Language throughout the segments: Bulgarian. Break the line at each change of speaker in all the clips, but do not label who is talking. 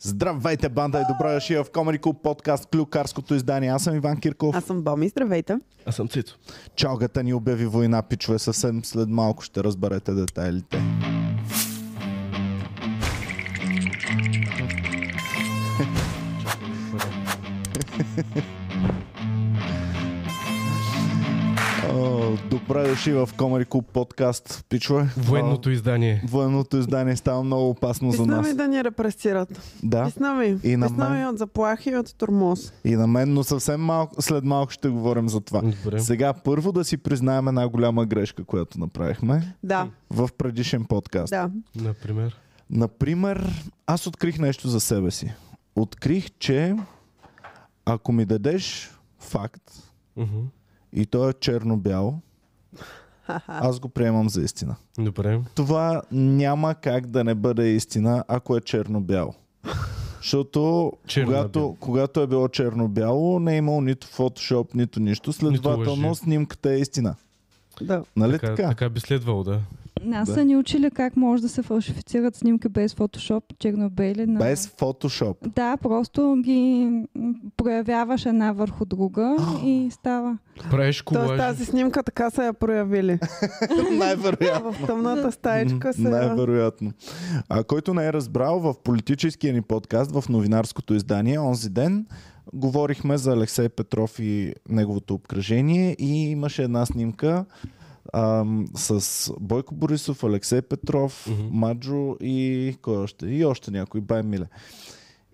Здравейте, банда и добро дошли в Comedy Club подкаст Клюкарското издание. Аз съм Иван Кирков.
Аз съм Боми, здравейте.
Аз съм Цито.
Чалгата ни обяви война, пичове. Съвсем след малко ще разберете детайлите. О, Добре дошли в Comedy Club подкаст, пичове.
Военното издание.
А, Военното издание става много опасно за
Писна
нас.
ми да ни репресират.
Да,
Писна ми.
И на
Писна
мен.
ми от заплахи и от турмоз.
и на мен, но съвсем малко, след малко ще говорим за това.
Добре.
Сега първо да си признаем една голяма грешка, която направихме
Да,
в предишен подкаст.
да.
Например.
Например, аз открих нещо за себе си. Открих, че ако ми дадеш факт
Мгм.
и той е черно-бяло, аз го приемам за истина. Нали
Добре.
Това няма как да не бъде истина, ако е черно-бяло. Защото
Черно-бяло.
когато, когато е било черно-бяло, не е имало нито фотошоп, нито нищо. Следователно
лъжи.
снимката е истина.
да.
Нали така?
така, е, така би следвало, да.
Нас
Да.
са ни учили как може да се фалшифицират снимки без фотошоп, чернобели.
е.
На...
Без фотошоп.
Да, просто ги м, проявяваш една върху друга и става.
Правиш колаж.
Тоест тази снимка така са я проявили.
Най-вероятно.
В тъмната стаечка са я...
Най-вероятно. А който не е разбрал, в политическия ни подкаст, в новинарското издание, онзи ден, говорихме за Алексей Петров и неговото обкръжение и имаше една снимка ам, с Бойко Борисов, Алексей Петров, mm-hmm.
Мгм.
Маджо и кой още? И още някой, Бай Миле.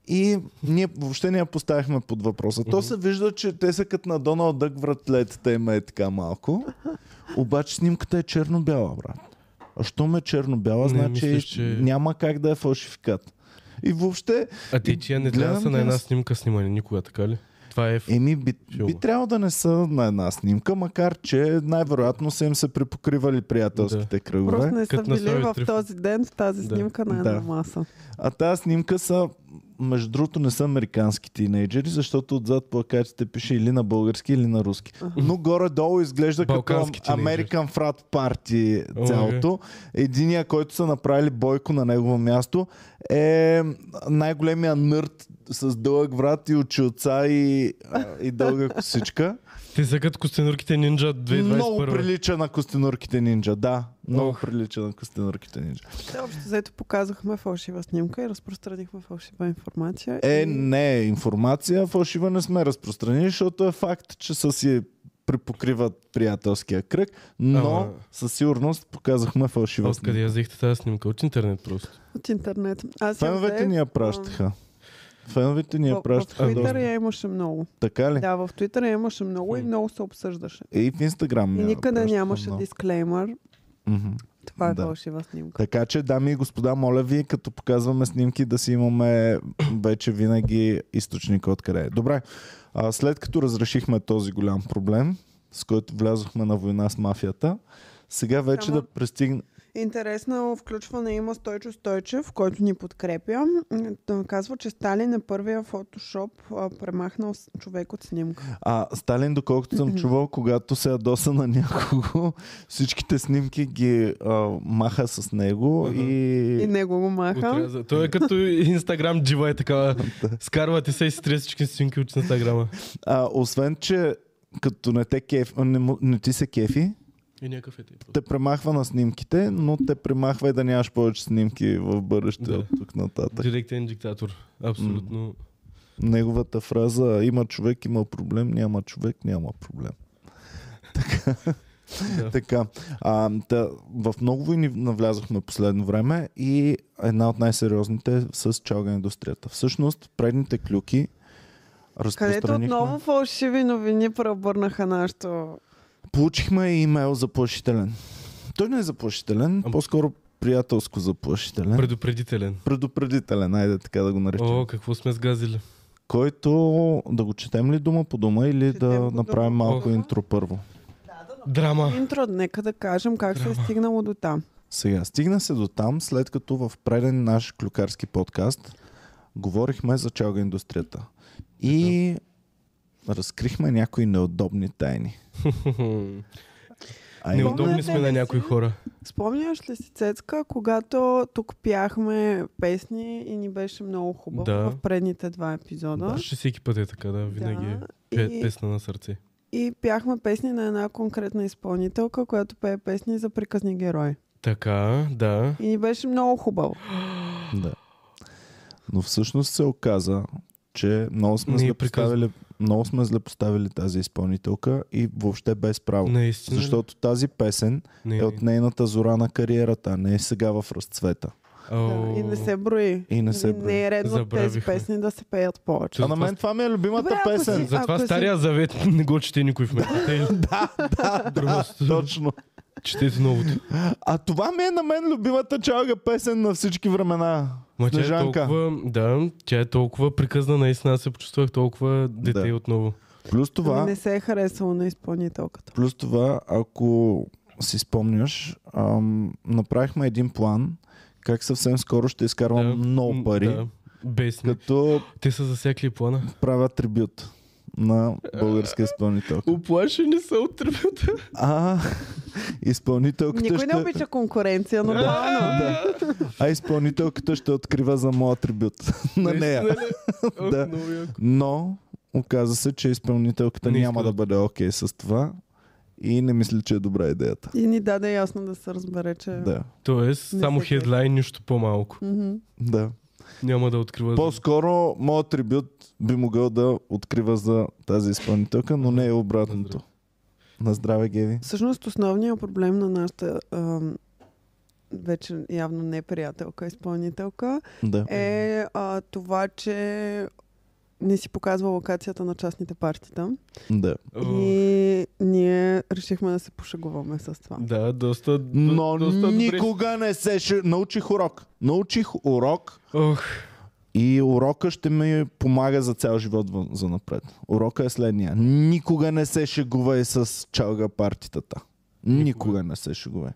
И ние въобще не я поставихме под въпроса. То
Мгм.
се вижда, че те са като на Доналд Дък вратлетите им е така малко. Обаче снимката е черно-бяла, брат. А що ме е черно-бяла,
Не,
значи
мислиш, че-
няма как да е фалшификат. И въобще,
А те тия не трябва да
Гледам
са на една
аз.
снимка снимани никога, така ли? Това е... Е,
еми, би,
Филма.
би трябвало да не са на една снимка, макар че най-вероятно са им се припокривали приятелските да. кръгове.
Просто не са
Като на
били в
Слави Трифонов.
този ден, в тази
Да.
снимка на
Да.
една маса.
А тази снимка са, между другото, не са американски тинейджери, защото отзад плакатите пише или на български, или на руски. Но горе-долу изглежда като
Балкански тийнейджери.
American Frat Party
Ой.
цялото. Единия, който са направили Бойко на негово място, е най-големия нърд с дълъг врат и очи отца и, и дълга косичка.
Те са като костенурките нинджа 2021.
много прилича на костенурките нинджа, да. Много
Ох.
прилича на костенурките нинджа.
Те общо взето показахме фалшива снимка и разпространихме фалшива информация.
Е,
и-
не, информация фалшива не сме разпространили, защото е факт, че са си припокриват приятелския кръг, но
Ама-
със сигурност показахме
А
фалшива.
откъде я взехте тази снимка? От интернет просто.
От интернет. Аз я
Феновете
взех,
ни я
а,
пращаха. Феновете ни я
в- В
пращаха.
Твитър
доста.
я имаше много.
Така ли?
Да, в Твитър я имаше много и много се обсъждаше.
И в Инстаграм.
И
я
никъде
пращаха
нямаше
много.
дисклеймър.
Мгм.
Това е
Да.
фалшива снимка.
Така че, дами и господа, моля ви, като показваме снимки, да си имаме вече винаги източника откъде е. Добре, а, след като разрешихме този голям проблем, с който влязохме на война с мафията, сега вече
Само-
да пристигне...
Интересно е, включване има Стойчо Стойчев, който ни подкрепя. М, т- Казва, че Сталин е първия фотошоп а, премахнал с- човек от снимка.
А, Сталин, доколкото съм чувал, когато се ядоса на някого, всичките снимки ги а, маха с него
Ага.
И
и...
него го маха.
Отряза. Той е като Инстаграм джива е такава. Скарвате се и си тресе всички снимки от Инстаграма.
А, освен, че като не, те кеф... не, му- не ти се кефи,
И някакъв е тъй.
те премахва на снимките, но те премахва и да нямаш повече снимки в бъдеще да.
Да.
от тук нататък.
Директен диктатор. Абсолютно.
Неговата фраза има човек, има проблем, няма човек, няма проблем.
Да.
Така, а, да, в много войни навлязохме последно време и една от най-сериозните е с чалга индустрията. Всъщност, предните клюки
Където
разпространихме.
отново фалшиви новини преобърнаха нашото.
Получихме и имейл заплашителен. Той не е заплашителен,
Ам-
по-скоро приятелско заплашителен.
Предупредителен.
Предупредителен, айде така да го наречем.
О, какво сме сгазили.
който да го четем ли дума по дума или
Четем
да
го
направим
дума по
малко
дума.
интро първо.
Драма.
Интро, нека да кажем как се е
Драма.
стигнало до там.
Сега, стигна се до там, след като в преден наш клюкарски подкаст говорихме за чалга индустрията.
Е,
И разкрихме някои неудобни тайни. А именно-
Неудобни сме на
Помните ли
някои
си?
хора.
Спомняш ли си, Цецка, когато тук пяхме песни и ни беше много хубаво
Да.
в предните два епизода?
Ще всеки път е така, да, винаги е.
Да.
Пе-
И,
Песна на сърце.
и пяхме песни на една конкретна изпълнителка, която пее песни за приказни герои.
Така, да.
И ни беше много хубаво.
Да. Но всъщност се оказа, че много сме,
Не
зле
е приказано.
поставили, много сме зле поставили тази изпълнителка и въобще без право.
Наистина. ли?
Защото тази песен
Не,
е от
не.
нейната зора на кариерата, а не е сега в разцвета.
Ау.
Да, и не се брои.
И не се брои.
не е редно тези
Забравихме.
песни да се пеят повече.
А на мен това ми е любимата
Добре, ако
песен.
си-
Затова
Ако
Стария Завет не го чете никой в мен.
Да, да, да,
Просто-
точно.
Четете новото.
А това ми е на мен любимата чалга песен на всички времена.
Ма тя е
Снежанка.
толкова, да, тя е толкова приказна, наистина аз се почувствах толкова дете
Да.
отново.
Плюс това,
Ами не се е харесало на изпълнителката.
Плюс това, ако си спомняш, ам, направихме един план, как съвсем скоро ще изкарвам
Да,
много
м,
пари,
Да, без ни.
като
Те са засякли плана.
правя трибют на българска изпълнителка.
Оплашени са от тръбата.
А, изпълнителката
Никой
ще...
не обича конкуренция, но да.
Да. А изпълнителката ще открива за моя трибют на нея. Да. Но оказа се, че изпълнителката
Не
няма
иска
да
да-
бъде окей с това и не мисля, че е добра идеята.
И ни даде ясно да се разбере, че...
Да,
Тоест,
Не
само
се гледа.
хедлайн, нищо по-малко.
Мгм.
да.
Няма да открива.
По-скоро моят трибют би могъл да открива за тази изпълнителка, но не е обратното. На здраве, Геви.
Всъщност основният проблем на нашата ам, вече явно не приятелка, изпълнителка,
Да.
е а, това, че не си показва локацията на частните партита.
да.
О,
И ние решихме да се пошегуваме с това.
Да, доста. до-
Но
доста добре.
никога не се... Ще... Научих урок. Научих урок
Ох,
и урока ще ми помага за цял живот в- за напред. Урока е следния. Никога не се шегувай с чалга партитата. Никога,
Никога
не се шегувай.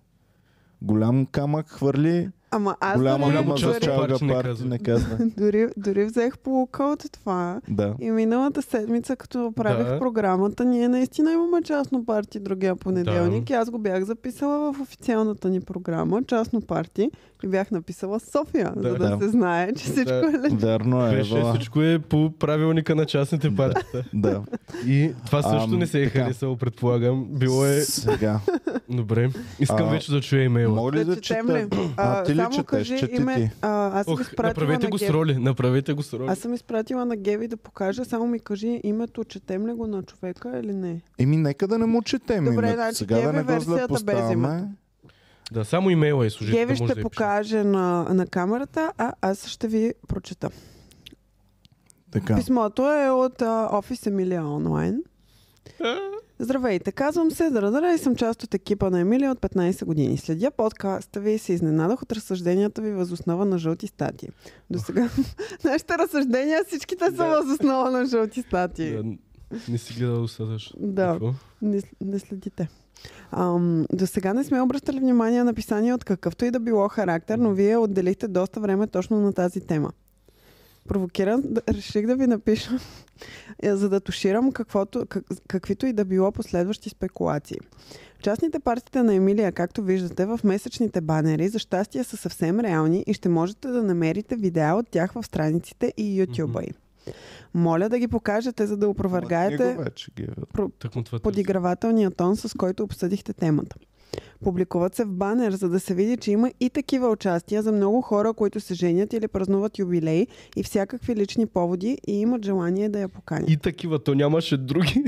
Голям камък хвърли,
Ама аз
голяма
дори,
голямо
дума за
частно
чалга
парче не
парти
казвай.
не казва.
дори, дори взех полука от това.
Да.
И миналата седмица, като правих
Да.
програмата, ние наистина имаме частно парти другия понеделник. И аз го бях записала в официалната ни програма, частно парти. И бях написала София,
Да.
за да,
Да.
се знае, че всичко
Да.
е ле-
Верно е.
беше
Вала.
всичко е по правилника на частните партита.
Да.
И това също
Ам,
не се е
така.
харесало, предполагам. Било е.
Сега.
Добре. Искам
А,
вече да чуя имейла.
Мога ли да,
четем ли?
чета? А, ти ли
само
четеш?
кажи
Чети
име.
ти.
А, аз съм
Ох,
изпратила
направете
на
го с
Геви.
роли. Направете го с роли.
Аз съм изпратила на Геви да покажа, само ми кажи името, четем ли го на човека или не.
Еми, нека да не му четем
Добре,
името.
значи
Сега да
Геви
не го
версията без
злепоставяме.
името.
Да, само имейла е служител.
Геви ще покаже на, на камерата, а аз ще ви прочета.
Така.
Писмото е от а, офис Емилия онлайн. Здравейте, казвам се Драдара и съм част от екипа на Емилия от 15 години. Следя подкаста ви и се изненадах от разсъжденията ви възоснова на жълти статии. До сега нашите разсъждения всичките са
Да.
възоснова на жълти статии.
Да, не си гледал достатъчно.
Да.
Какво?
Не, с- не следите. Ам, до сега не сме обръщали внимание на писания от какъвто и да било характер, но вие отделихте доста време точно на тази тема. Провокиран, да, реших да ви напиша, е, за да туширам каквото, как, каквито и да било последващи спекулации. Частните партита на Емилия, както виждате, в месечните банери, за щастие са съвсем реални и ще можете да намерите видеа от тях в страниците и YouTube-а й. Моля да ги покажете, за да
Махни
опровергаете
го вече, Геви.
Так му това търся.
подигравателния тон, с който обсъдихте темата. Публикуват се в банер, за да се види, че има и такива участия за много хора, които се женят или празнуват юбилей и всякакви лични поводи и имат желание да я поканят.
И такива, то нямаше други.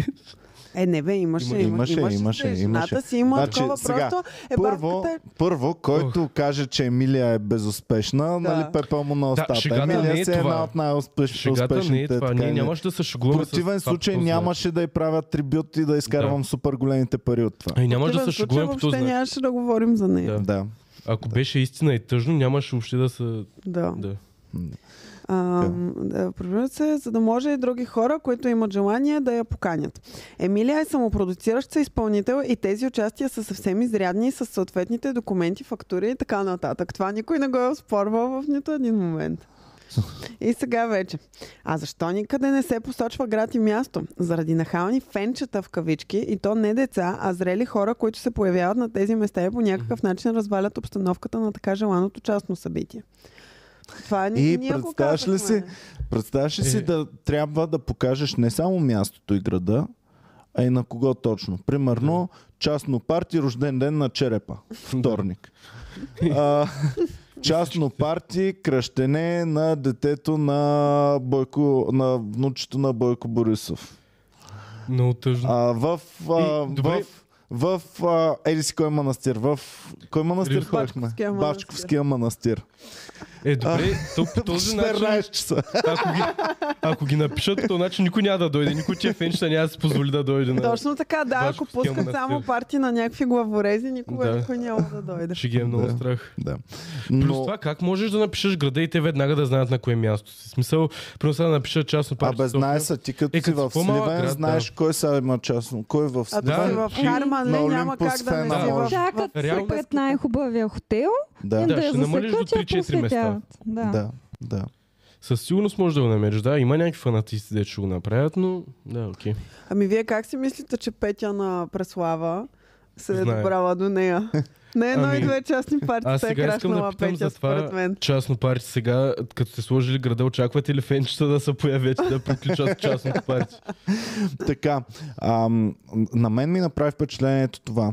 Е, не бе, имаше,
Има-
има,
имаше,
имаше,
имаше,
се,
имаше.
Жената си има
Значи,
значи, такова,
сега,
просто е
Първо,
бавката е-
първо, който каже, че Емилия е безуспешна, нали пепел му на устата.
шегата не
Емилия
е
си е
това.
една от най-успешните.
Шегата не е това. Ние нямаше да се
В
шегуваме. с
противен
това
случай
по този
нямаше да й правя трибют и да изкарвам супер големите пари от това.
начин. Ай, Е, нямаше да се
противен случай
шегуваме по този
въобще
начин.
нямаше да говорим за нея.
Е, Да.
Да.
Ако беше истина и тъжно, нямаше въобще да се...
Да.
Да.
А, да, прибират се, за да може и други хора, които имат желание да я поканят. Емилия е самопродуциращ се изпълнител и тези участия са съвсем изрядни с съответните документи, фактури и така нататък. Това никой не го е оспорвал в нито един момент. И сега вече. А защо никъде не се посочва град и място? Заради нахални фенчета в кавички и то не деца, а зрели хора, които се появяват на тези места и по някакъв начин развалят обстановката на така желаното частно събитие. Това ни,
И
ние го
представяш ли си,
казахме.
представяш ли си
Е.
да трябва да покажеш не само мястото и града, а и на кого точно. Примерно, частно парти, рожден ден на черепа. Вторник. а, частно парти, кръщене на детето на, Бойко, на внучето на Бойко Борисов.
Много тъжно.
А, в, а,
И, добре.
в, в а, еди си кой манастир? В кой манастир
Рилхо.
ходихме?
Бачковския манастир.
Бачковския манастир.
Е, добре, то по
В
този начин,
14 часа.
ако ги, ако ги напишат, то значи никой няма да дойде. Никой тия фенчета няма да се позволи да дойде. На...
Точно така, да, ако
Башковския
пускат
манастир.
само парти на някакви главорези, никога
Да.
никой няма да дойде.
Ще ги е много
Да.
страх.
Да.
Плюс
Но,
това, как можеш да напишеш града и те веднага да знаят на кое място си? В Смисъл, просто сега да напишат частно парти.
абе,
София.
знае са, ти като
Е,
си
като
в
си по-малък
Сливен,
град,
знаеш кой сега има частно, кой е в
А
Сливен.
да,
Да.
си в
Чи-
Харман,
на
не, няма
Олимпус
как да не
Фена
си
може.
в-
Чакат
в...
си
Реално-
пред най-хубавия хотел,
Да,
им
да,
да,
Да,
я
ще намалиш до
засекат, я
3-4 места.
посветяват. Да.
да. да.
Със сигурност можеш да го намериш. Да, има някакви фанатисти, де ще го направят, но да, окей.
Ами вие как си мислите, че Петя на Преслава се е
Знае.
добрала до нея? Не едно
Ами,
и две частни партии
аз
се е
сега искам да
крашнала
питам
Петя,
за това.
според мен.
Частно парти сега, като сте сложили града, очаквате ли фенчета да се появят и да приключат частното парти?
Така, ам, на мен ми направи впечатлението това.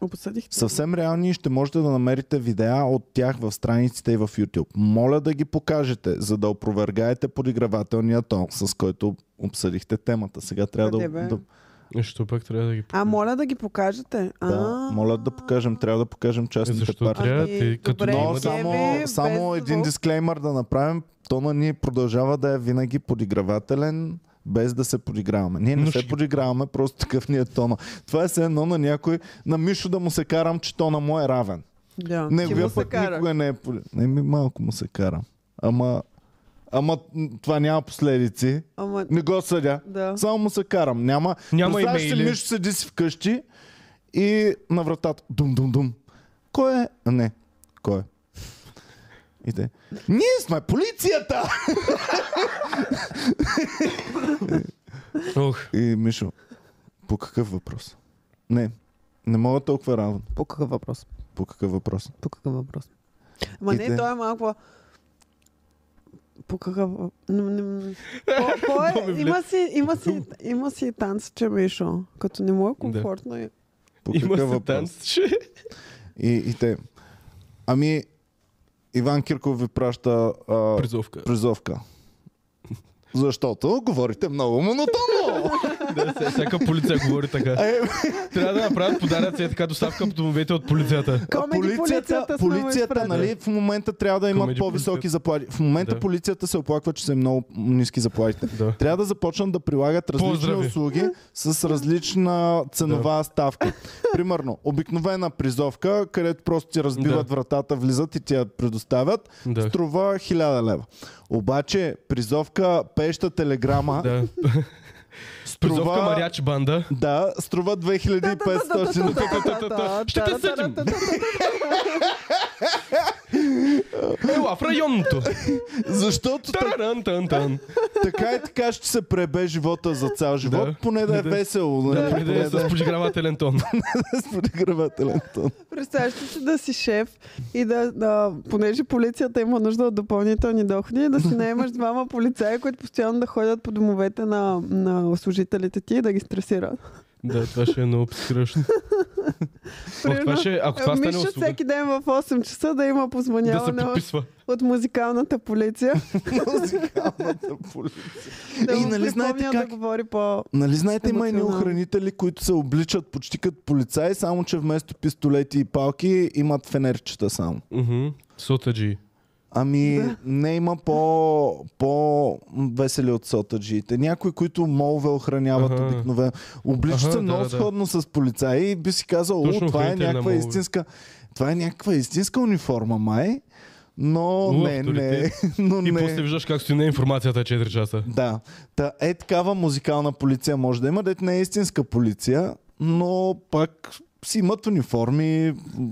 Обсъдих.
Съвсем реални ще можете да намерите видеа от тях в страниците и в YouTube. Моля да ги покажете, за да опровергаете подигравателния тон, с който обсъдихте темата. Сега трябва
Къде
да,
бе?
да,
Нещо пак трябва да ги
А, моля да ги покажете.
да,
А,
моля да покажем, трябва да покажем
Е,
частните
Защо
партии.
трябва?
Ами,
Те, като
добре,
Но
няма да...
окей.
само,
Без
само
звук.
един дисклеймър да направим. Тона ни продължава да е винаги подигравателен, без да се подиграваме. Ние не
Но
се
ще ги-
подиграваме, просто такъв ни е тона. Това е все едно на някой, на Мишо да му се карам, че тона му е равен.
Да. Ти му
Неговия
се
пък
кара.
никога не е... поли- Не, ми малко му се карам. Ама, ама м, това няма последици.
Ама,
Не го съдя.
да.
Само му се карам. Няма.
Няма
Представяш си,
имейли.
Мишо седи си вкъщи и на вратата. Дум, дум, дум. Кой е? А, не. Кой е? И те. Ние сме полицията!
Ох,
И Мишо. По какъв въпрос? Не. Не мога толкова равно.
По какъв въпрос?
По какъв въпрос?
По какъв въпрос? Ама
И
не,
те-
той е малко... По какъв... въ- М, м, м. По- по е-
Добре,
Има си, има си, има си и танц, че Мишо. Като не му е комфортно. и-
По
има
какъв
се
е въпрос?
танц, че... е
И, и те. Ами, Иван Кирков ви праща а,
Призовка.
призовка. Защото говорите много монотонно.
Да, се- всяка полиция говори така.
Е,
Трябва да направят подаръци е така доставка по домовете от полицията.
Комеди полицията сме му
полицията
изпратили.
нали, в момента трябва да имат
Комеди
по-високи
полицията.
заплати. В момента
Да.
полицията се оплаква, че са им много ниски заплатите.
Да.
Трябва да започнат да прилагат различни
Поздрави.
услуги с различна ценова ставка. Примерно, обикновена призовка, където просто ти разбиват
Да.
вратата, влизат и ти я предоставят,
Да.
струва 1000 лева. Обаче призовка, пеща телеграма,
Да. Призовка
струва...
мариачи банда.
Да, струва 2500.
Та-та-та-та-та-та-та-та-та.
Ще те съдим. Ела в районното.
Защото така
Тараран, тан, тан.
така и така ще се пребе живота за цял живот,
Да.
поне да е
Да.
весело. нали?
Да, преди да е с подигравателен тон.
с подигравателен тон.
Представяш ли си да си шеф и да, да, понеже полицията има нужда от допълнителни доходи, да си наемаш двама полицаи, които постоянно да ходят по домовете на, на служителите ти и да ги стресират.
Да, това ще е много подстрашно. Ох, това
Примерно,
ще, е- ако това стане
Миша
услуга,
всеки ден в 8 часа да има
да се
позвъняване от,
подписва.
от музикалната полиция.
Музикалната полиция.
да
И,
му
нали знаете
припомня
как-
да говори по...
Нали знаете, има едни
Емоционално.
охранители, които се обличат почти като полицаи, само че вместо пистолети и палки имат фенерчета само.
Мгм. Сотаджи.
Ами,
Да.
не има по, по весели от сотаджиите. Някои, които молове охраняват
Аха.
обикновено. Обличат
Аха,
се
да,
много
да.
сходно с полицаи и би си казал, о,
Точно
това е
охранителя на
някаква
молове.
истинска, това е някаква истинска униформа, май. Но
У,
не, не,
авторитет.
но
И
не.
после виждаш как стои на информацията 4 часа.
Да. Та, е такава музикална полиция може да има, дете не е истинска полиция, но пак си имат униформи, м,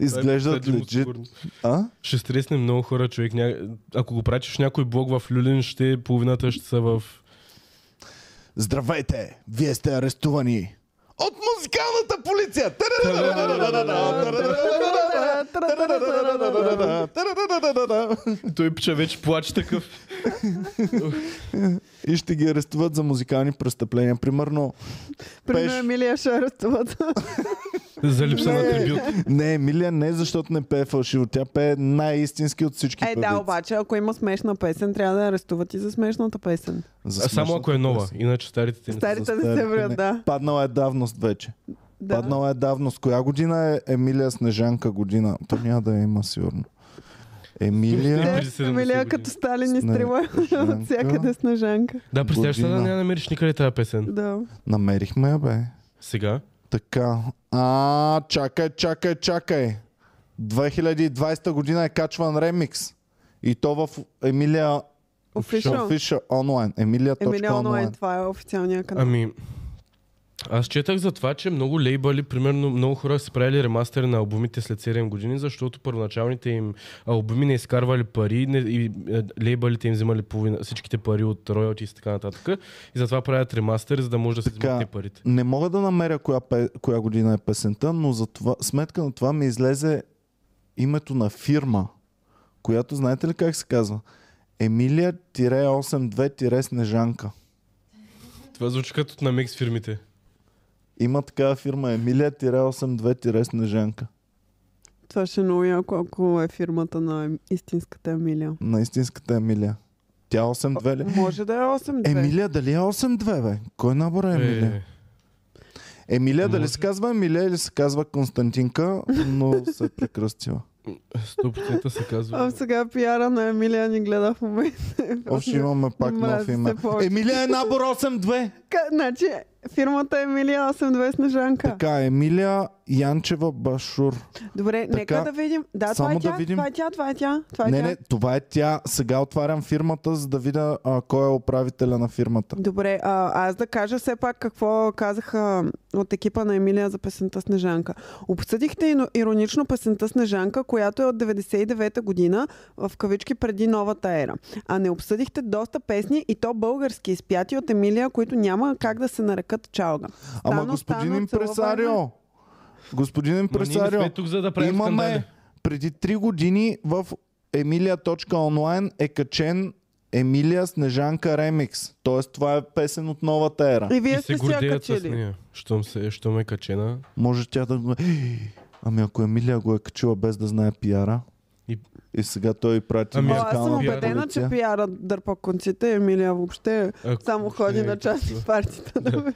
Изглеждат
Следим от
лежит.
е сигурно.
А?
Ще стресне много хора, човек. Ня... Ако го прачиш някой блог в Люлин, ще е половината ще са в...
Здравейте! Вие сте арестувани! От музикалната полиция!
Той пича вече плаче такъв.
И ще ги арестуват за музикални престъпления. Примерно,
Примерно
Пеш.
Емилия ще арестуват.
За липса на
Не.
трибют.
не, Емилия не защото не пее фалшиво, тя пее най-истински от всички
Е, да,
певици.
обаче, ако има смешна песен, трябва да я арестуват и за смешната песен.
За
А само ако е нова,
смешната
иначе старите те не са.
Старите не
песен.
се врят, да.
Паднала е давност вече.
да.
Паднала е давност. Коя година е Емилия Снежанка година? То няма да я има, сигурно.
Слушайте,
Емилия...
преди
Да,
70
Емилия
години.
като Сталин
Снежанка.
изстрела от всякъде снежанка.
Да, представяш се да
Година.
не я намериш никъде тази песен.
Да.
Намерихме я, бе.
Сега?
Така. А, чакай, чакай, чакай. 2020 година е качван ремикс. И то в Емилия
Офишъл.
Official онлайн. Емилия
Емилия
точка
онлайн,
онлайн.
това е официалния канал.
Ами, аз четах за това, че много лейбъли, примерно много хора са правили ремастери на албумите след 7 години, защото първоначалните им албуми не изкарвали пари не, и е, лейбълите им взимали половина, всичките пари от роялти и така нататък. И затова правят ремастер, за да може да се
Така.
взимат те парите.
Не мога да намеря коя, пе, коя година е песента, но за това, сметка на това ми излезе името на фирма, която знаете ли как се казва? Емилия-82-Снежанка.
Това звучи като на микс фирмите.
Има такава фирма Емилия-82-Снежанка.
Това ще е много яко, ако е фирмата на Ем- истинската Емилия.
На истинската Емилия. Тя 8-2 ли?
Може да е 8-2.
Нали? Емилия, дали е 8-2, бе? Кой набор е Емилия?
Е,
Емилия,
не
дали
Е. може.
се казва Емилия или се казва Константинка, но се е прекръстила.
100% се
А
казва.
сега пиара на Емилия ни гледа в момента.
Общо имаме пак
Мрази
нов
се
име.
повече.
Емилия е набор 8-2.
Ка- Значи, фирмата Емилия 8-2 Снежанка.
Така, Емилия Янчева Башур.
Добре,
Така,
нека да видим. Да, това
само
е,
да
тя,
видим.
това е тя, това е тя, това е
Не,
тя.
не, това е тя. Сега отварям фирмата, за да видя а, кой е управителя на фирмата.
Добре, а, аз да кажа все пак какво казаха от екипа на Емилия за песента Снежанка. Обсъдихте ино- иронично песента Снежанка, която е от 99-та година, в кавички преди новата ера. А не обсъдихте доста песни и то български, изпяти от Емилия, които няма как да се нарекат чалга.
Ама
Стано,
господин
стано, целуваме.
импресарио, господин
Ма ние не
импресарио,
сме тук, за да правим
Имаме
скандали.
преди 3 години в emilia.online е качен Емилия Снежанка Ремикс. Тоест това е песен от новата ера.
И
И
вие
се
сте си я
гордеят с
качили.
нея. Щом, се, щом е качена.
Може тя да го... Ами ако Емилия го е качила без да знае пиара... И,
И-
и сега той и прати
Ами
О,
Ми е
аз съм
музикална
пиар
убедена, че
полиция.
пиара дърпа конците, Емилия въобще
Ако
само
въобще
ходи
не е
на части
интересува.
партията. Да.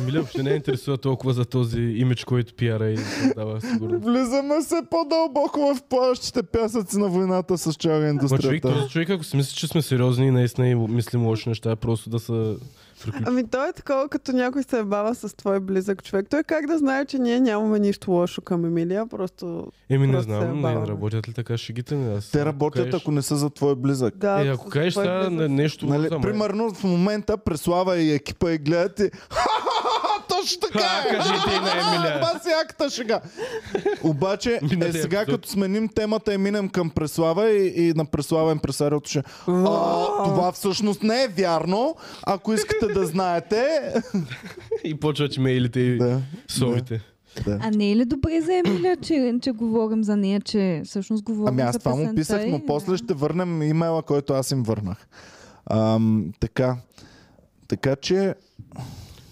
Емилия въобще не я интересува толкова за този имидж, който пиара и дава сигурно.
Влизаме се по-дълбоко в плащите пясъци на войната с чага
Ма човек,
индустрията.
този човек, ако си мисли, че сме сериозни и наистина и мислим лоши неща, е просто да са приключени.
Ами той е такова, като някой се е бава с твой близък човек. Той как да знае, че ние нямаме нищо лошо към Емилия, просто
Еми не
просто се
знам, не
ебаваме.
работят ли така шегите? Не, аз,
е Те
ако
работят,
кажеш-
ако не са за твой близък.
да.
Е, ако
с
кажеш
твой
това не-
близък.
нещо... е.
Нали,
за мен.
примерно в момента Преслава и екипа и гледат и «Ха-ха-ха, точно така
Ха,
е!
кажете и на Емилия.
Това си акта шега. Обаче, е,
Миналия
сега
епизод.
като сменим темата и минем към Преслава и, и на Преслава импресариото ще... А, това всъщност не е вярно. Ако искате да знаете...
И почват мейлите и
да,
совите.
да.
А не е ли добре за Емилия, че, че говорим за нея, че всъщност говорим
Ами аз
за
това му
песента
писах,
й?
е-
но после
Да.
ще върнем имейла, който аз им върнах. Ам, така. Така че,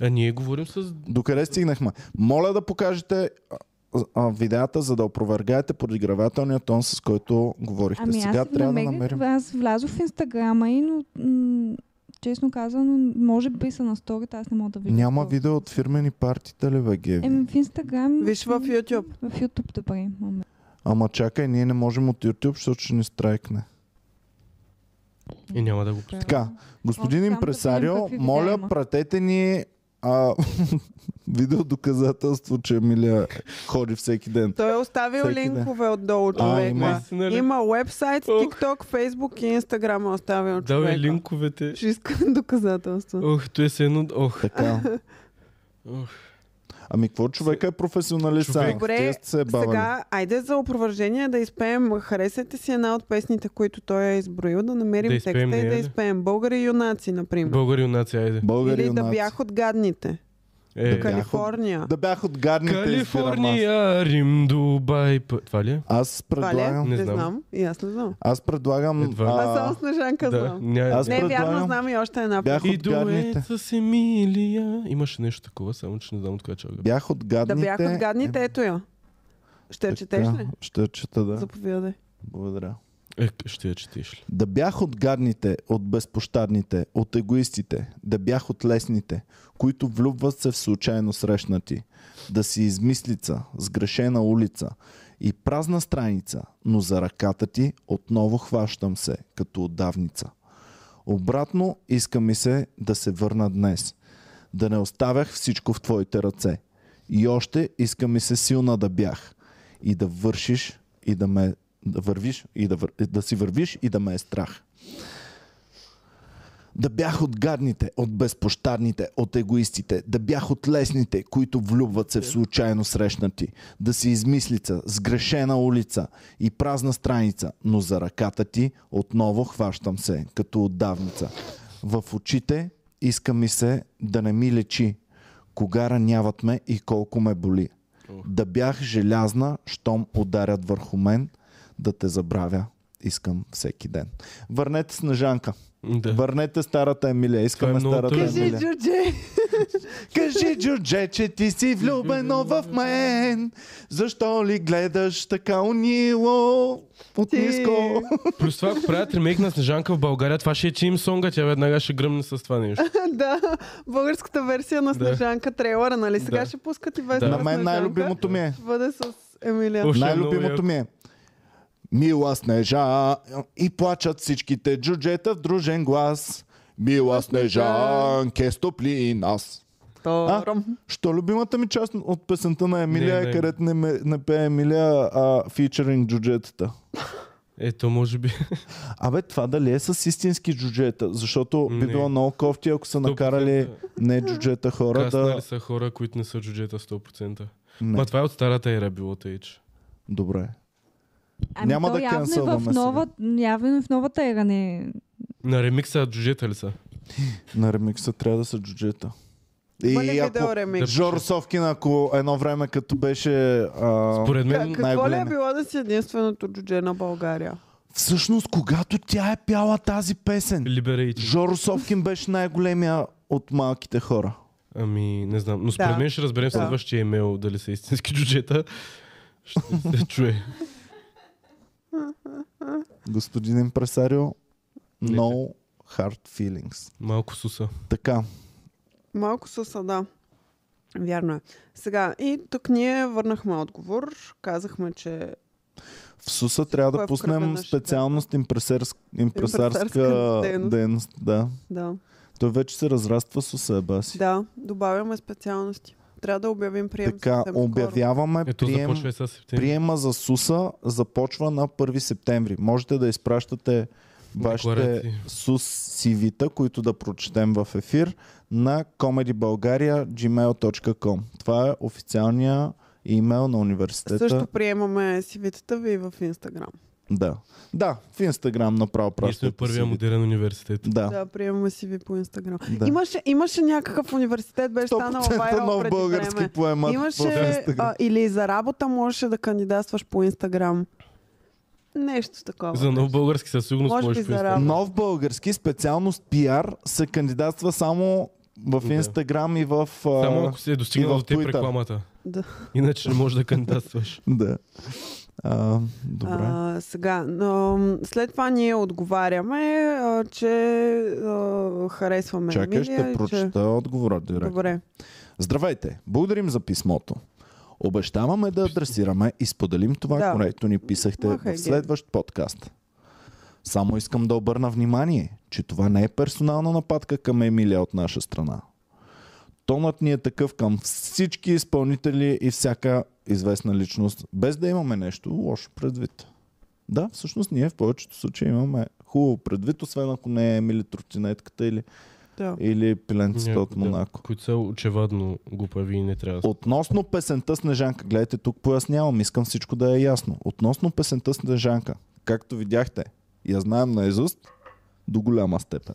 А ние говорим с...
докъде стигнахме? Моля да покажете а, а, видеята, за да опровергаете подигравателния тон, с който говорихте.
Ами
Сега
аз си
трябва да
намерих,
намерим.
Аз влязох в Инстаграма и, но м- честно казано, може би са на сторите, аз не мога да видя.
Няма
какво.
видео от фирмени партита ли, бе, Геви?
Еми в Инстаграм.
Виж в YouTube.
В YouTube, добре. момент.
Ама чакай, ние не можем от YouTube, защото ще ни страйкне.
И Е, няма да го...
Така, господин
Може там да
импресарио,
видим какви
моля,
видеа има.
пратете ни а, видео доказателство, че Емилия ходи всеки ден.
Той е оставил
Всеки ден.
линкове отдолу
А,
човека.
има.
Има,
Наистина ли?
уебсайт,
Ох.
TikTok, Facebook и Instagram е оставил човека.
Давай линковете.
Ще искам доказателства.
Ох, той е едно... Ох,
Така.
ох.
Ами какво човека е професионалист?
Човек-
Човек...
Добре,
Те сте се бавали.
сега, айде за опровържение да изпеем. Харесайте си една от песните, които той е изброил, да намерим
Да
текста
изпеем
и
нея
да
ли?
изпеем. Българи юнаци, например.
Българи юнаци, айде.
Българи
Или да
юнаци.
бях от гадните.
Е,
Да.
Калифорния.
Да бях от гадните избирам аз.
Калифорния, Рим, Дубай. П- Това ли е?
Аз
Това ли? е?
предлагам...
Не
Не
знам.
знам. И аз не знам.
Аз предлагам...
Едва ли?
Аз само
А,
Снежанка знам.
ня-
Аз
Не, вярно,
предлагам-
знам и още една.
бях
И
от гадните.
дуета с Емилия. Имаше нещо такова, само че не знам от коя чалга.
Бях от
Да
гадните.
бях от гадните,
Е,
ето я. Ще я
така,
четеш ли?
Ще я чета, да.
Заповядай.
Благодаря.
Е, ще я четеш ли?
Да бях от гадните, от безпощадните, от егоистите, да бях от лесните, които влюбват се в случайно срещнати, да си измислица, сгрешена улица и празна страница, но за ръката ти отново хващам се, като отдавница. Обратно иска ми се да се върна днес, да не оставях всичко в твоите ръце. И още иска ми се силна да бях и да вършиш и да ме да вървиш и да, вър... да си вървиш и да ме е страх. Да бях от гадните, от безпощадните, от егоистите, да бях от лесните, които влюбват се в случайно срещнати, да си измислица, сгрешена улица и празна страница, но за ръката ти отново хващам се, като отдавница. В очите иска ми се да не ми лечи, кога раняват ме и колко ме боли. Да бях желязна, щом ударят върху мен, да те забравя. Искам всеки ден. Върнете Снежанка.
Да.
Върнете старата Емилия. Искаме
Това е много
старата
трудно.
Кажи,
Емилия.
Джордже!
Кажи, Джордже, че ти си влюбено в мен. Защо ли гледаш така унило от
Ти.
ниско?
Плюс това, ако правят ремейк на Снежанка в България, това ще е Чим Сонга, тя веднага ще гръмне с това нещо.
Да, българската версия на
Да.
Снежанка трейлера, нали? Сега
Да.
ще пускат и вестна
На мен най-любимото ми е.
Ще бъде с Емилия.
Уж. Ще е
Най-любимото
много
ми е. Мила снежа и плачат всичките джуджета в дружен глас. Мила снежанке, стопли и нас. А?
Тором.
Що любимата ми част от песента на Емилия
Не,
е
не.
където не, ме- не пее Емилия, а фичеринг джуджетата?
Ето, може би.
Абе, това дали е с истински джуджета? Защото би
Не.
било много кофти, ако са
Сто
накарали
процента.
не джуджета хора да...
Каснали са хора, които не са джуджета 100%.
Не.
Ма това е от старата ера било тейч.
Добре.
Ами
Няма
то
да
явно е
канцелваме
в
сега.
нова, явно е в новата ера не...
На ремикса джуджета ли са?
На ремикса трябва да са джуджета.
Има ли
И ако...
видео ремикс?
Жоро Совкин, ако едно време като беше... А...
Поред
Как-
мен...
Какво ли е
най-големия.
било да си единственото джудже на България?
Всъщност, когато тя е пяла тази песен,
Liberate.
Жоро Совкин беше най-големия от малките хора.
Ами, не знам. Но според
Да.
мен ще разберем в
Да.
следващия имейл дали са истински джуджета. Ще се чуе.
Господин импресарио, no hard feelings.
Малко суса.
Така,
Малко суса, да. Вярно е. Сега, и тук ние върнахме отговор. Казахме, че
в СУСа трябва
Кой
да
е в кръга на
пуснем
шегата?
специалност импресарск, импресарска
Импресарска дейност.
дейност. Да.
да,
Той вече се разраства с себе си.
да, добавяме специалности. Трябва да обявим прием.
Така,
съвсем скоро.
обявяваме
Ето,
прием,
започва и сега септември.
приема за СУСа започва на 1 септември. Можете да изпращате вашите
Декларации.
СУС CV-та, които да прочетем в ефир на comedybulgaria.gmail.com Това е официалния имейл на университета.
Също приемаме CV-тата ви в Инстаграм.
Да. Да, в Инстаграм направо
Ние сме
пращате
първия
CV-та.
модерен университет.
Да.
Да, приемаме CV по Инстаграм.
Да.
Имаше, имаше някакъв университет, беше станал
100%
е вайрал
нов
преди
български
време.
поемат в
Имаше,
Инстаграм.
а, или за работа можеше да кандидатстваш по Инстаграм. Нещо такова.
За нов български със сигурност
е. Може би
можеш по
за
Инстаграм.
работа.
Нов български специалност PR се кандидатства само в
Да.
Инстаграм и в... а,
Само ако се е
и
достигнал
в
до теб
Twitter.
рекламата.
Да.
Иначе не можеш да кандидатстваш.
Да. А, добре.
А, сега, но, м, след това ние отговаряме, а, че а, харесваме
Чакай,
Емилия.
ще
и
прочета
ами Че...
отговора директно.
Добре.
Здравейте, благодарим за писмото. Обещаваме да адресираме и споделим това,
Да.
което ни писахте
Махай
в
ги.
следващ подкаст. Само искам да обърна внимание, че това не е персонална нападка към Емилия от наша страна. Тонът ни е такъв към всички изпълнители и всяка известна личност, без да имаме нещо лошо предвид. Да, всъщност ние в повечето случаи имаме хубаво предвид, освен ако не е Емили Тротинетката или
Да.
или Пиленцата
Някои,
от
да,
Монако.
Които са очевадно глупави и не трябва да се...
Относно песента Снежанка, гледайте, тук пояснявам, искам всичко да е ясно. Относно песента Снежанка, както видяхте, я знаем наизуст до голяма степен.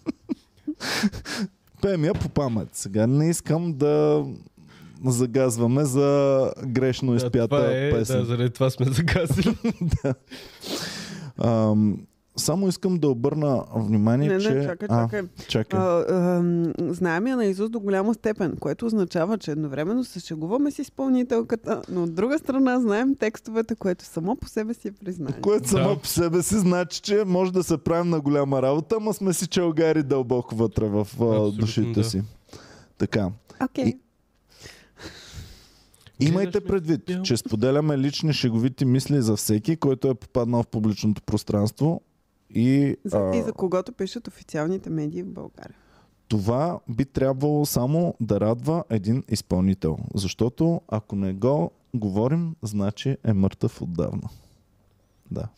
Пеем я по памет. Сега не искам да загазваме за грешно
Да,
изпята
това е,
песен.
да, заради това сме загасили.
Ам, само искам да обърна внимание,
Не, не,
че...
чакай, чакай.
А, чакай.
А, ам, Знаем я наизуст до голяма степен, което означава, че едновременно се шегуваме с изпълнителката, но от друга страна знаем текстовете, което само по себе си е признание.
Което само
Да.
по себе си значи, че може да се правим на голяма работа, ама сме си челгари дълбоко вътре в а,
Абсолютно,
душите
да.
си. Така.
Окей.
И-
Okay.
Имайте
Гледаш ме
предвид,
бяло.
че споделяме лични шеговити мисли за всеки, който е попаднал в публичното пространство и
За, и
а,
за когото пишат официалните медии в България.
това би трябвало само да радва един изпълнител. Защото ако не го говорим, значи е мъртъв отдавна. Да.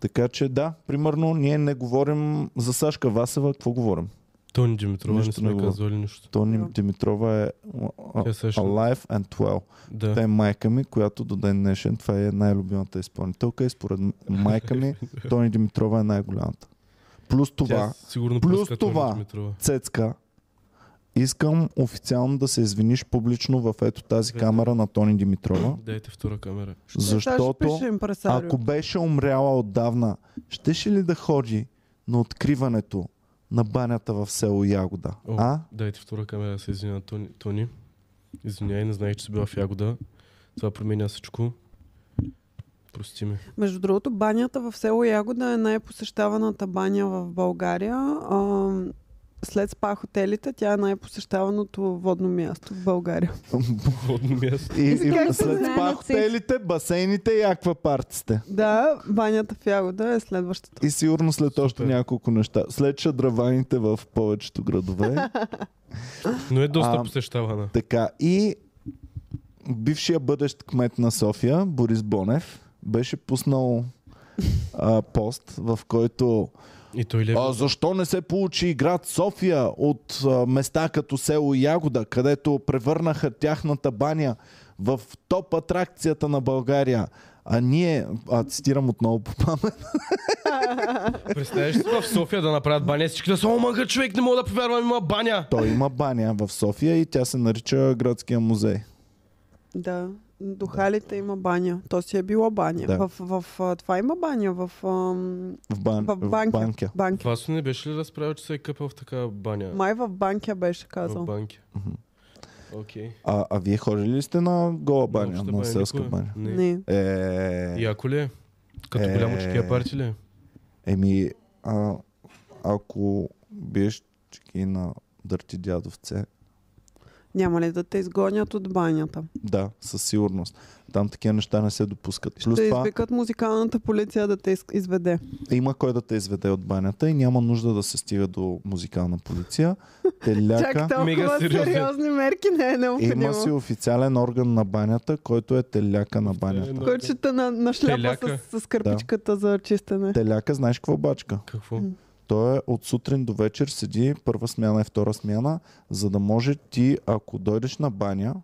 Така че да, примерно ние не говорим за Сашка Васева, какво говорим?
Тони Димитрова не
Нищо не
сме
го-
казвали нищо.
Тони
Да.
Димитрова е а, а,
Тя също.
Alive and Well. Та
Да.
е майка ми, която до ден днешен това е най-любимата изпълнителка и според м- майка ми Тони Димитрова е най-голямата. Плюс
Тя е
това,
сигурно
плюс
пуска Тони
това.
Димитрова.
Цецка, искам официално да се извиниш публично в ето тази
Добре.
камера на Тони Димитрова,
Дайте втора камера.
Сега ще
защото
пише импресарио.
ако беше умряла отдавна, щеше ли да ходи на откриването на банята в село Ягода?
О,
А?
Дайте втора камера, да се извиня на Тони. Тони. Извиняй, не знаех, че си била в Ягода. Това променя всичко. Прости ме.
Между другото, банята в село Ягода е най-посещаваната баня в България. А, след спа хотелите тя е най-посещаваното водно място в България.
Водно място.
И, и
Как се
след
знае
това
на
хотелите, басейните и аквапарците.
Да, банята в Ягода е следващата.
И сигурно след още
Супер.
няколко неща. След шадраваните в повечето градове.
Но е доста
А,
посещавана.
така, и бившия бъдещ кмет на София, Борис Бонев, беше пуснал а, пост, в който
И той леви.
а, защо не се получи град София от а, места като село Ягода, където превърнаха тяхната баня в топ атракцията на България. А ние, а, цитирам отново по памет,
Представяш си в София да направят баня, всички да са, о, мага, човек, не мога да повярвам, има баня.
той има баня в София и тя се нарича Градския музей.
Да. До халите има баня. То си е било баня.
Да.
Да. В, в, в, това има баня в, ам,
В, бан...
в банка.
банка.
банки.
Васо не беше ли разправил, че се е къпал в такава баня?
Май в банкя беше
В
казал.
банки.
Мгм.
Окей.
А, а вие ходили ли сте на гола баня,
Общата
на селска
никога?
баня?
Не.
Не.
Е,
Яко ли е? Като
Е.
голямо чекия парти ли е?
еми, а, ако биеш чеки на дърти дядовце,
Няма ли да те изгонят от банята?
да, със сигурност. Там такива неща не се допускат. Плюс
Ще
това
извикат музикалната полиция да те из- изведе.
има кой да те изведе от банята и няма нужда да се стига до музикална полиция. Те ляка.
Чак толкова
Мега сериозен.
сериозни мерки не е
Има си
необходимо.
официален орган на банята, който е теляка на
Официален
банята.
Кучета на, на
Теляка.
шляпа с, с кърпичката за чистене.
Теляка, знаеш какво бачка?
Какво?
Той е от сутрин до вечер седи първа смяна и втора смяна, за да може ти, ако дойдеш на баня,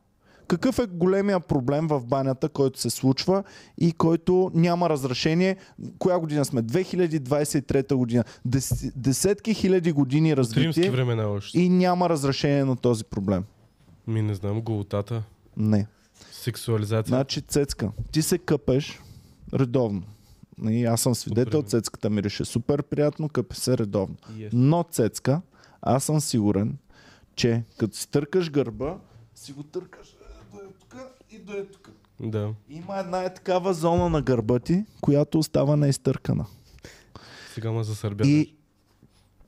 какъв е големия проблем в банята, който се случва и който няма разрешение? Коя година сме? 2023 година. Дес, десетки хиляди години
От римски
развитие
времена още.
и няма разрешение на този проблем.
Ми не знам, голотата,
Не.
сексуализация.
Значи, Цецка, ти се къпеш редовно. И аз съм свидетел,
Супер.
Цецката мирише супер приятно, къпе се редовно.
Yes.
Но, Цецка, аз съм сигурен, че като си търкаш гърба, си го търкаш е, до е тук и до е тук.
Да.
Има една е такава зона на гърба ти, която остава неизтъркана.
Сега ма засърбя.
И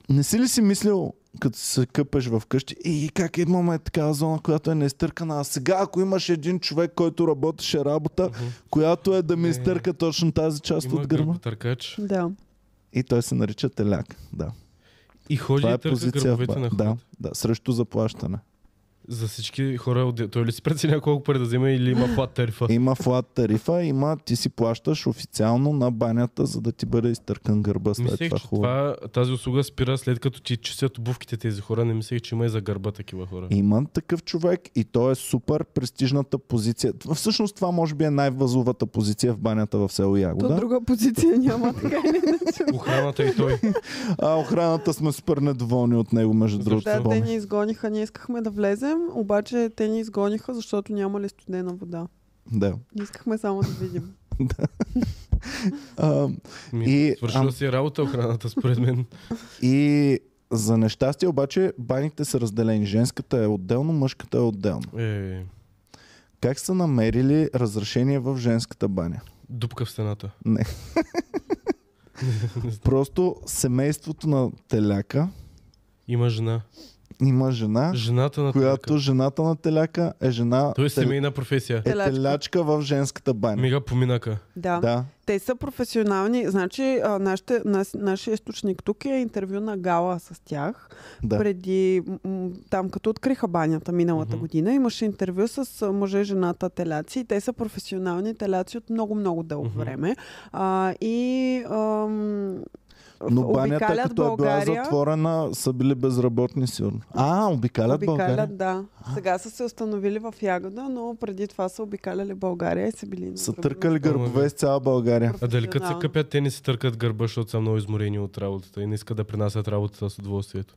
не си ли си мислил, като се къпеш вкъщи, и как имаме такава зона, която е неизтъркана, а сега ако имаш един човек, който работеше работа, която е да ми
Не.
изтърка точно тази част
Има
от гърба,
гърботъркач.
Да.
и той се нарича теляк. Да.
И ходи
Това е
и търка
позиция в
гърбовете
ба-
на хората.
да, да, срещу заплащане.
за всички хора, от- той ли си преценя колко пари да вземе или има плат тарифа?
Има флат тарифа, има, ти си плащаш официално на банята, за да ти бъде изтъркан гърба след
Мислех,
това
че
хубаво.
това, е тази услуга спира след като ти чистят обувките тези хора. Не мислех, че има и за гърба такива хора.
Има такъв човек и той е супер престижната позиция. Всъщност това може би е най-възловата позиция в банята в село
То
Ягода.
друга позиция няма, така или иначе.
Охраната и той.
А охраната сме супер недоволни от него, между
Защо?
другото.
Да, те
спомни.
ни изгониха, ние искахме да влезем, обаче те ни изгониха, защото нямали студена вода.
Да.
Ние искахме само да видим.
А,
Ми,
И-
свършила
ам-
си работа охраната, според мен.
и за нещастие обаче баните са разделени. Женската е отделно, мъжката е отделно.
Е,
Как са намерили разрешение в женската баня?
дупка в стената.
Не. Просто семейството на теляка
Има жена.
има жена,
Жената на
която
тънка.
жената на теляка е жена
Той е
тел-
семейна професия.
е ами. телячка в женската баня.
Мига поминака.
Да.
Да.
Те са професионални. Значи, а, нашите, нас, нашия източник тук е интервю на Гала с тях.
Да.
Преди, м- м, там като откриха банята миналата
Мгм.
година, имаше интервю с а, мъже и жената теляци. Те са професионални теляци от много-много дълго
Мгм.
време. А, и ам,
Но банята,
обикалят
като е била затворена, са били безработни сигурно. А, обикалят, България.
Обикалят, да. Сега са се установили в Ягода, но преди това са обикаляли България и са били на
Са
други
търкали
Ама,
гърбове
да.
с цяла България.
А дали като се
Професионално.
къпят, те не си търкат гърба, защото са много изморени от работата и не искат да принасят работата с удоволствието.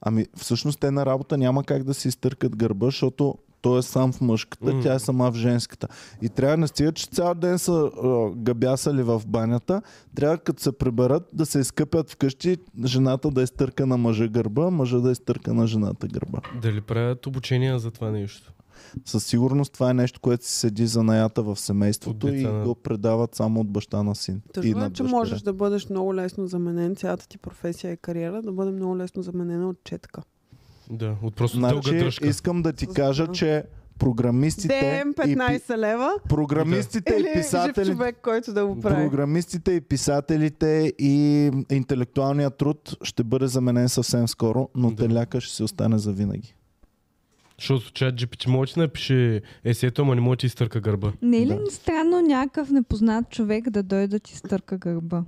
Ами, всъщност те на работа няма как да си изтъркат гърба, защото той е сам в мъжката,
Мгм.
тя е сама в женската. И трябва да не стига, че цял ден са а, гъбясали в банята, трябва като се приберат да се изкъпят вкъщи, жената да изтърка на мъжа гърба, мъжа да изтърка на жената гърба.
Дали правят обучения за това нещо?
Със сигурност това е нещо, което си седи за наята в семейството
От
и
деца на-
го предават само от баща на син. и
Тъжно
на
е, че
дъщеря.
можеш да бъдеш много лесно заменен, цялата ти професия и кариера да бъде много лесно заменена от четка.
Да, от просто дълга
Значи,
дръжка.
искам да ти кажа, че програмистите
ДМ
и, пи-
15 лева
програмистите
или
и
Е, жив
писателите
човек, който да го прави.
Програмистите и писателите и интелектуалният труд ще бъде заменен съвсем скоро, но
Да.
теляка ще си остане за винаги.
Защото чат GPT може да ти напише есето, ама не може да ти изтърка гърба.
Не е ли
Да.
странно някакъв непознат човек да дойде да ти стърка гърба?
Не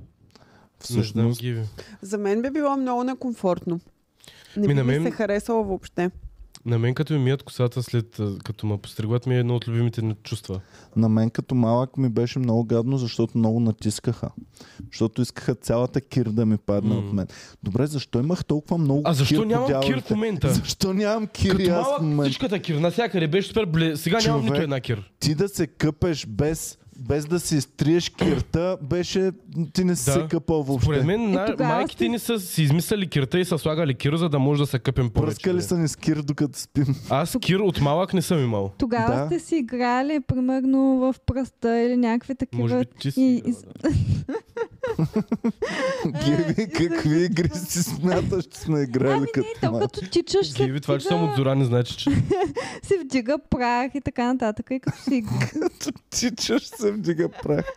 знам,
Всъщност,
Гиви.
За мен би било много некомфортно. Не
Ми,
би
на
ми
мен-
се харесало въобще.
На мен като ми мият косата след а, като ме постригват ми е едно от любимите ми чувства.
на мен като малък ми беше много гадно, защото много натискаха. Защото искаха цялата кир да ми падне
М.
от мен. Добре, защо имах толкова много
А защо
кир по
нямам кир в
дяволите?
момента?
Защо нямам кир и
Като
аз в
малък
момента?
птичката кир, насякъде беше супер бле. Сега нямам
Човек.
нито една кир.
Ти да се къпеш без, без да си стриеш кирта, беше... Ти не си
Да.
се къпал въобще.
Според мен на-
тогава
майките
сте-
ни са си измисляли кирта и са слагали кир, за да може да се къпем повече. е?
Пръскали са ни с кир, докато спим.
Аз кир от малък не съм имал.
Тогава
Да.
сте си играли, примерно, в пръста или някакви такива...
Може би ти си.
и-
играла,
и-
да.
Геви, какви игри си смяташ, че сме
Ами
играли като
То
малки?
Ами като тичаш, се
Гиви, това, е, че
вдига-
съм от зора, не значи, че
се вдига прах и така нататък. И като си...
Тичаш се вдига прах.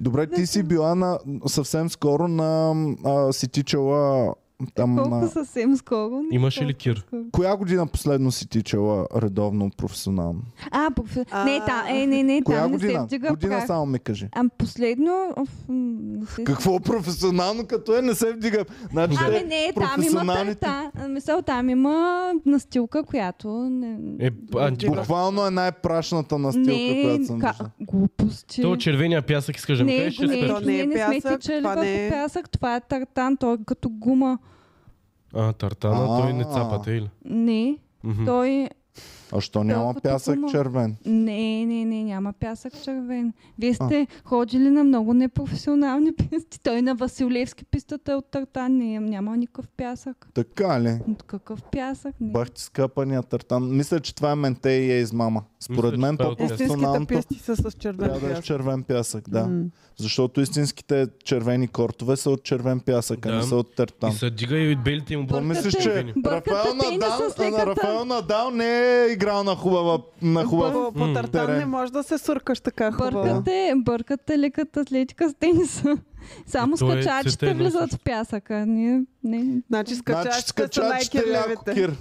Добре, ти си била на, съвсем скоро на... А, си тичала там...
Колко
На...
съвсем скоро. не
имаше ли
толкова
кир?
скоро.
Коя година последно си тичала редовно професионално?
А, профи...
А.
не, та, е, не, не,
Коя
там не се
година?
вдига
година
прах.
само ми кажи.
А последно... оф, м, не се...
Какво професионално като е, не се вдига. Значи,
Ами не, там има
професионалните-
тарта. Мисъл, там има настилка, която... Не...
е антипрах.
буквално е най-прашната настилка, която
не, е
съм
ка...
виждал.
глупости.
То червения пясък, искаш да ми
не,
кажеш, че
не,
сме.
То
не,
не
не,
е
не сме
пясък,
тичали
това
върху
не е-
пясък, това е тартан, той е като гума.
А, тартана, той не
А.
цапа, те ли?
Не,
Мгм.
той...
А що няма
Толкова
пясък
тъпо, но-
червен?
Не, не, не, няма пясък червен. Вие сте ходили на много непрофесионални писти. Той на Василевски пистата е от тартан, не, няма никакъв пясък.
Така ли?
От какъв пясък? Не.
Бах ти скъпания тартан. Мисля, че това е менте и е измама. Според
Мисля,
мен
че това е от
Истинските
по-професионалното
писти са с червен
трябва да е с
пясък.
червен пясък, да.
М.
Защото истинските червени кортове са от червен пясък, а
Да.
не са от
И
тартан.
се дига и белите им
Какво
оборки.
мислиш, че
Бъркате
Рафаел
тениса
Надал,
с леката.
Рафаел Надал не е играл на хубава, на хубав
По, по тартан
терен.
не може да се суркаш така хубаво. Значи
Бъркате, бъркате леката атлетика с тениса. Само
И то е
скачачите
цветено
влизат
също.
в пясъка. Не, не.
Значи
Значи
скачачите са
скачачите ляко
най-кирливите.
кир.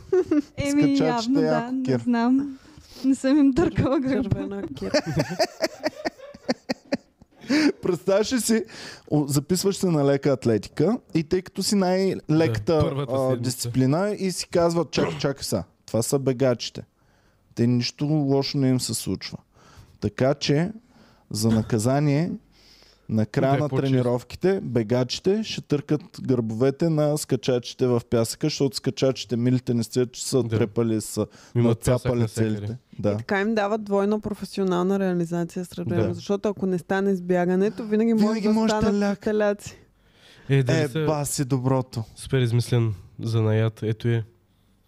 Еми,
Скачачите
явно да,
яко
не
кир.
знам. Не съм им дъркала гърба.
Червена кир.
Представяш ли си, о, записваш се на лека атлетика и тъй като си
Да,
най-леката
първата
а,
седмица.
дисциплина и си казва, чакай, чакай са, това са бегачите. Те нищо лошо не им се случва. Така че, за наказание, на края
Удря
на
по-често.
тренировките, бегачите ще търкат гърбовете на скачачите в пясъка, защото скачачите, милите не са, че са
Да.
трепали, са
Имат пясък Е,
нацапали
навсякъде.
целите. Да.
Така им дават двойна професионална реализация сред време,
Да.
защото ако не стане с бягането, винаги,
Винаги
може да
може
станат
теляк.
теляци.
Е, да
Е,
е, са...
баси доброто.
Супер измислен занаят. Ето е.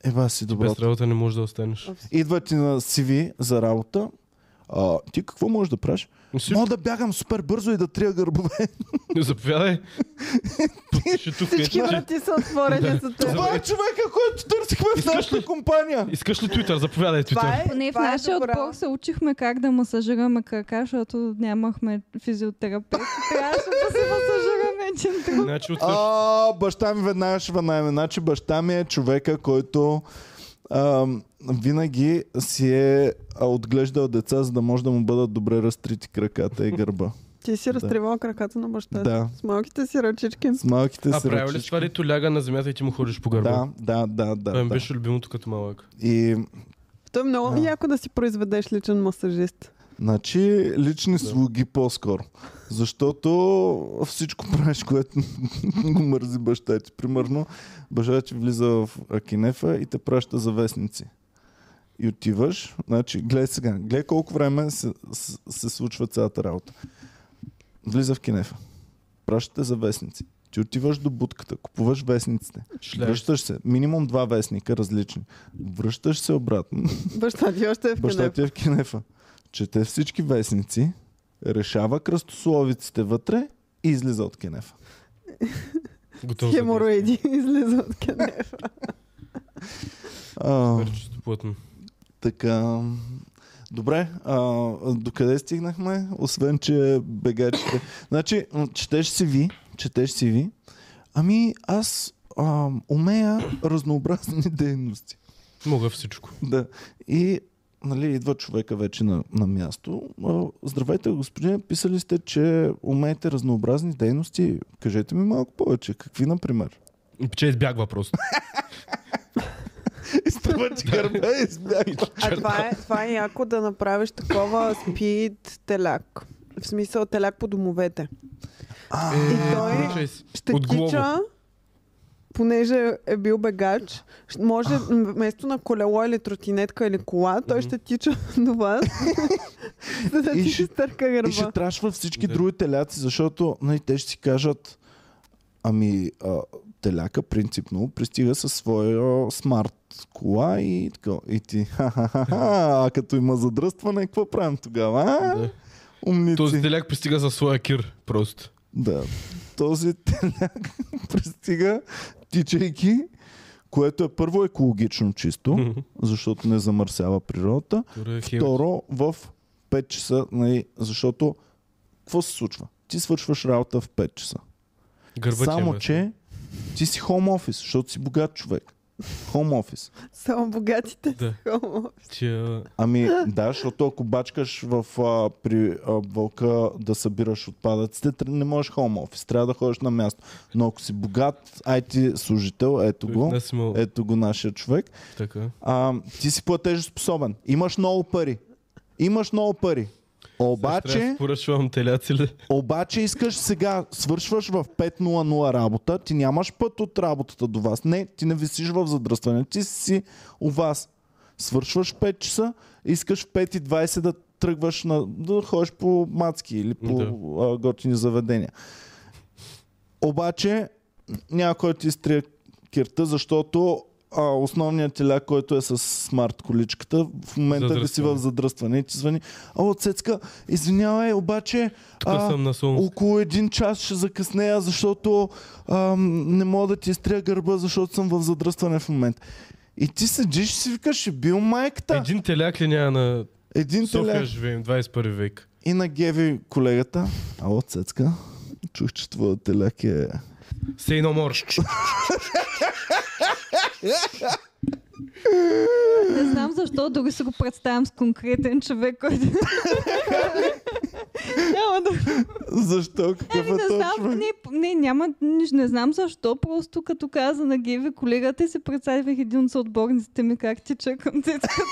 Е, баси доброто.
Без работа не можеш да останеш.
Идва ти на CV за работа. А, ти какво можеш да правиш?
Си-
Мога да бягам супер бързо и да трия гърбове.
Заповядай. Ще тук
Всички
е, че-
врати са отворени за теб.
Това е човека, който търсихме в
Искаш
нашата
ли?
компания.
Искаш ли Twitter? Заповядай Twitter.
Поне в
това е
нашия
добра.
отбор се учихме как да масажираме крака, защото нямахме физиотерапевт. Трябваше да се масажираме един друг.
Значи от
А, баща ми веднага ще веднага. Значи баща ми е човека, който ам, винаги си е а, отглеждал деца, за да може да му бъдат добре разтрити краката и гърба.
Ти си разтривал краката на баща си.
Да.
С малките си ръчички.
С малките
А
си
правил ли
ръчички.
това, дето ляга на земята и ти му ходиш по гърба?
Да, да, да, да.
Това ми
да.
беше любимото като малък.
И
То е много
Да.
яко да си произведеш личен масажист.
Значи лични слуги по-скоро. Защото всичко правиш, което го мързи баща ти. Примерно, баща ти влиза в Акинефа и те праща за вестници. И отиваш, значи, гледай сега, гледай колко време се, се, се случва цялата работа. Влиза в Кинефа, пращате за вестници. Ти отиваш до будката, купуваш вестниците.
Шляеш.
Връщаш се. Минимум два вестника различни. Връщаш се обратно.
Баща ти още е в
Баща
Кенев.
ти е в Кенефа. Чете всички вестници, решава кръстословиците вътре и излиза от Кенефа.
Готов
Хемороиди излиза от Кенев.
А,
Супер чисто плътно.
така. Добре, а, докъде стигнахме, освен че бегачите. Значи, м, четеш си ви, четеш си ви. Ами, аз а, умея разнообразни дейности.
Мога всичко.
Да. И нали, идва човека вече на, на място. А, Здравейте, господине, писали сте, че умеете разнообразни дейности. Кажете ми малко повече. Какви, например?
И Че избягва просто.
Изтъва ти гърба и избягва.
А това е, това е яко да направиш такова спид теляк. В смисъл теляк по домовете.
Е,
той
включай си.
Ще
От глово.
тича, понеже е бил бегач, ще- може м- вместо на колело или тротинетка или кола, той
Мгм.
ще тича до вас, за да
И
ти
ще-
ще стърка
И ще
гърба.
трашва всички
Да.
други теляци, защото нали, те ще си кажат ами а, теляка принципно пристига със своя смарт кола и така. И ти, ха-ха-ха, а като има задръстване, какво правим тогава? А?
Да.
Умници.
Този теляк пристига за своя кир. Просто.
Да. Този теляк пристига, тичайки, което е първо екологично чисто,
Мгм.
защото не замърсява природата.
Добре, хем.
Второ, в 5 часа, нали, защото какво се случва? Ти свършваш работа в 5 часа.
Гърба ти е
Само,
мръсен.
че ти си хом офис, защото си богат човек. Хом офис.
Само богатите.
Да. Тия...
Ами да, защото ако бачкаш в, а, при а, вълка да събираш отпадъците, тр- не можеш хоум офис, трябва да ходиш на място. Но ако си богат IT служител, ето
Той
го,
Нас имал...
ето го нашия човек,
Така.
а, ти си платежоспособен, имаш много пари, имаш много пари.
Аз трябва да
Обаче,
си поръчвам теляци ли?
обаче искаш сега, свършваш в 5.00 работа, ти нямаш път от работата до вас. Не, ти не висиш в задръстване, ти си у вас. Свършваш в 5 часа, искаш в 5.20 да тръгваш на, да ходиш по мацки или по
Да.
а, готини заведения. Обаче някой ти изтрия кирта, защото а, основният теля, който е с смарт количката, в момента ви си
Задръстване.
в задръстване и ти звъни. О, Цецка, извинявай, обаче
Тук
а,
съм на солнце.
около един час ще закъснея, защото ам, не мога да ти изтрия гърба, защото съм в задръстване в момента. И ти седиш и си викаш, ще бил майката. Един,
Един теляк ли няма на
Един
София
теляк.
живеем, 21 век?
И на Геви колегата. Ало, Цецка. Чух, че твоя теляк е...
Say no more.
Не знам защо, дори се го представям с конкретен човек, който... Няма да...
Защо? Какъв
Ами
е
не
този
знам,
човек?
не, не, няма, нищо, не знам защо, просто като каза на Геви колегата и се представих един от съотборниците ми как ти чакам детската.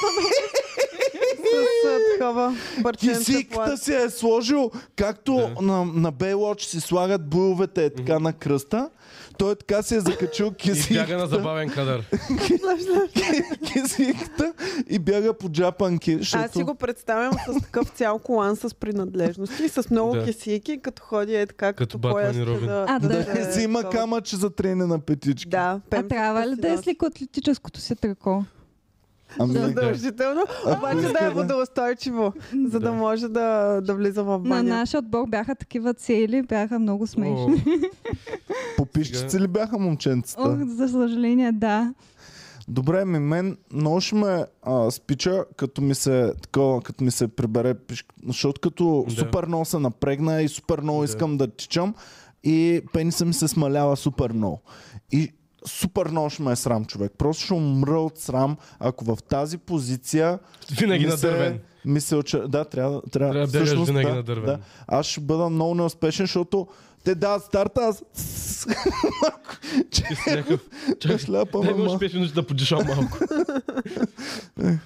С а, такова парченце
Кисиката
плат.
си е сложил, както
Да.
да. на, на Baywatch си слагат буйовете е така на кръста. Той така си е закачил
И бяга на
кисиката,
забавен кадър.
кисиката и бяга по джапанки.
Аз си
защото-
го представям с такъв цял колан с принадлежности, и с много
Да.
кисики, като ходи е така,
Като
като,
Батман и
пояс.
Робин.
за-
А, да,
за- е
да.
Си има камъче за трене на петички.
Да,
А
пемпата
трябва ли
си
да е
носи.
с лекоатлетическото си трако?
Ами,
Задължително, обаче да е
да.
водоустойчиво, за да
Да.
може да, да влиза в
На
баня.
нашия отбор бяха такива цели, бяха много смешни.
О,
по пишчици ли бяха момченцата?
Ох, за съжаление, да.
Добре, ми мен много ще ме а, спича, като ми се такова, като ми се прибере пишка. Защото като
Да.
да. супер много се напрегна и супер много
Да.
да. искам да чичам и пениса ми се смалява супер много. И супер много ще ме е срам човек. Просто ще умра от срам, ако в тази позиция
Винаги
ми
на
се-
дървен.
Ми се очер... Да, трябва, трябва.
Трябва да бягаш винаги на дървен.
Да. Аз ще бъда много неуспешен, защото те дават старта, аз...
Ти си е някакъв...
Чакай,
Чакай, дай ми още 5 минути да подишам малко.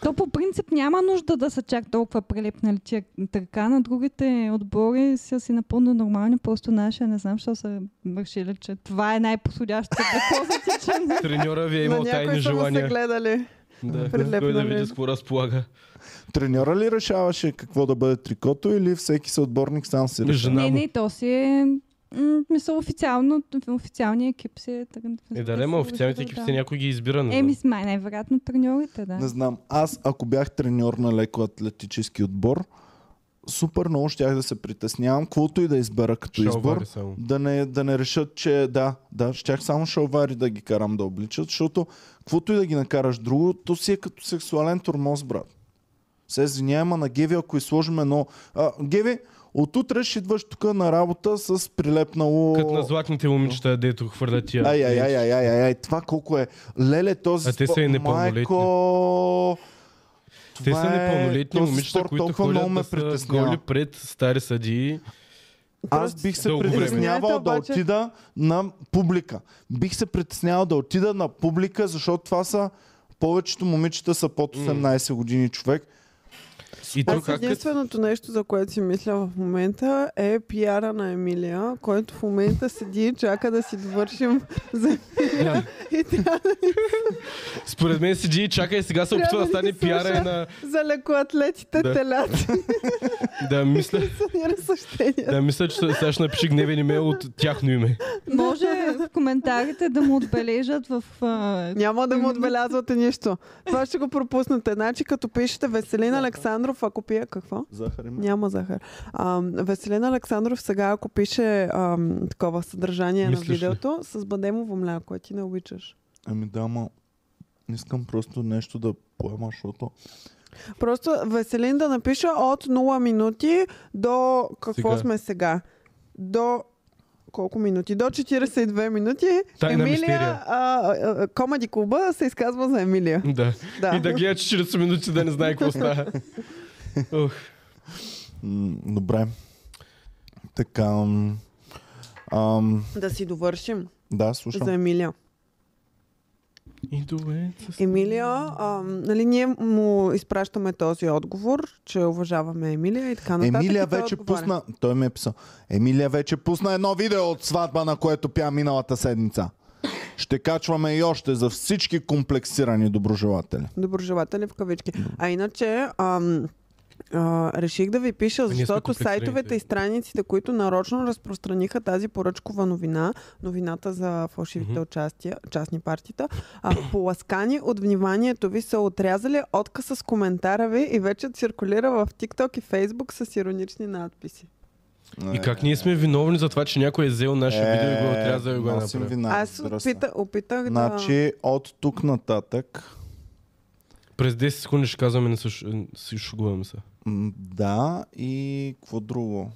То по принцип няма нужда да са чак толкова прилепнали тия търка на другите отбори са си напълно нормални, просто нашия не знам, защо са решили, че това е най-подходящото тако за тичане.
Треньора ви е
На
имал
някои
тайни
са му се
желания.
гледали.
Да,
Прилепна
кой да
ми.
види с какво разполага.
Треньора ли решаваше какво да бъде трикото или всеки съотборник сам си решава?
Жена
Не,
му.
не, то си е... м, Мисля, официално, официалният екип си е... така-
Е, да, ма официалните екипи
да.
си някой ги е избира. но-
Еми, с май най-вероятно треньорите, да.
Не знам. Аз, ако бях треньор на лекоатлетически отбор, супер много щях да се притеснявам, каквото и да избера като избор.
Шалвари само.
Да не, да не решат, че да, да, щях само шалвари да ги карам да обличат, защото каквото и да ги накараш друго, то си е като сексуален тормоз, брат. Се извинявай, ама на Геви, ако изложим едно... А, Геви, отутре ще идваш тук на работа с прилепнало...
Като на златните момичета, дето хвърлят тия.
Ай, ай, ай, ай, ай, ай, ай, това колко е. Леле, този
А те са
спо-
и непълнолетни.
Майко...
Те
Това
са
е-
непълнолетни
този
момичета,
спорт
които
толкова
ходят
много ме
да са
притеснява.
голи пред стари съдии.
Аз бих се
дълго време.
притеснявал
Извинявайте,
да
обаче-
отида на публика. Бих се притеснявал да отида на публика, защото това са... Повечето момичета са под 18 години човек.
И то
Аз
как
единственото нещо, за което си мисля в момента е пиара на Емилия, който в момента седи и чака да си довършим за Емилия и трябва
Според мен седи и чакай сега се
Трябва
опитва да
да
стане
ги слуша.
пиара и на...
за лекоатлетите
Да.
да. теляци
Да мисля,
и разсъщения.
да мисля, че сега ще напиши гневен имейл от тяхно име.
Може в коментарите да му отбележат в... а,
Няма да му отбелязвате нищо. Това ще го пропуснете. Значи като пишете Веселин Александров, ако пия какво?
Захар има.
Няма захар. А, Веселин Александров сега, ако пише ам, такова съдържание
Мислиш ли?
на видеото, с бадемово мляко, а ти не обичаш.
Ами да, ма... Искам просто нещо да поема, защото...
Просто Веселин да напиша от 0 минути до какво
Сега.
сега. сме сега. До колко минути? До 42 минути.
Тайна мистерия.
Емилия, а, а, Комади клуба се изказва за Емилия.
Да.
Да.
И да гледа 40 минути да не знае какво става. Ох,
М, добре. Така... м, Ам,
да си довършим
да, слушам.
за Емилия.
и добре. с-
Емилия, а, нали ние му изпращаме този отговор, че уважаваме Емилия и така нататък.
Емилия
и той
вече
отговаря.
пусна. Той ми е писал. Емилия вече пусна едно видео от сватба, на което пя миналата седмица. Ще качваме и още за всички комплексирани доброжелатели.
доброжелатели в кавички. А иначе, ам, а, реших да ви пиша,
Ами сме
защото
комплексираните.
сайтовете и страниците, които нарочно разпространиха тази поръчкова новина, новината за фалшивите
Мгм.
участия, частни партията, а, поласкани от вниманието ви са отрязали откъса с коментара ви и вече циркулира в TikTok и Facebook с иронични надписи.
И как ние сме виновни за това, че някой е взел наше видео и го отрязал и го е
носим
направил.
вина,
Аз
разбира се.
опита, опитах да...
Значи от тук нататък
През 10 секунди ще казваме, не се ш- си шугуваме се.
М, Да, и какво друго?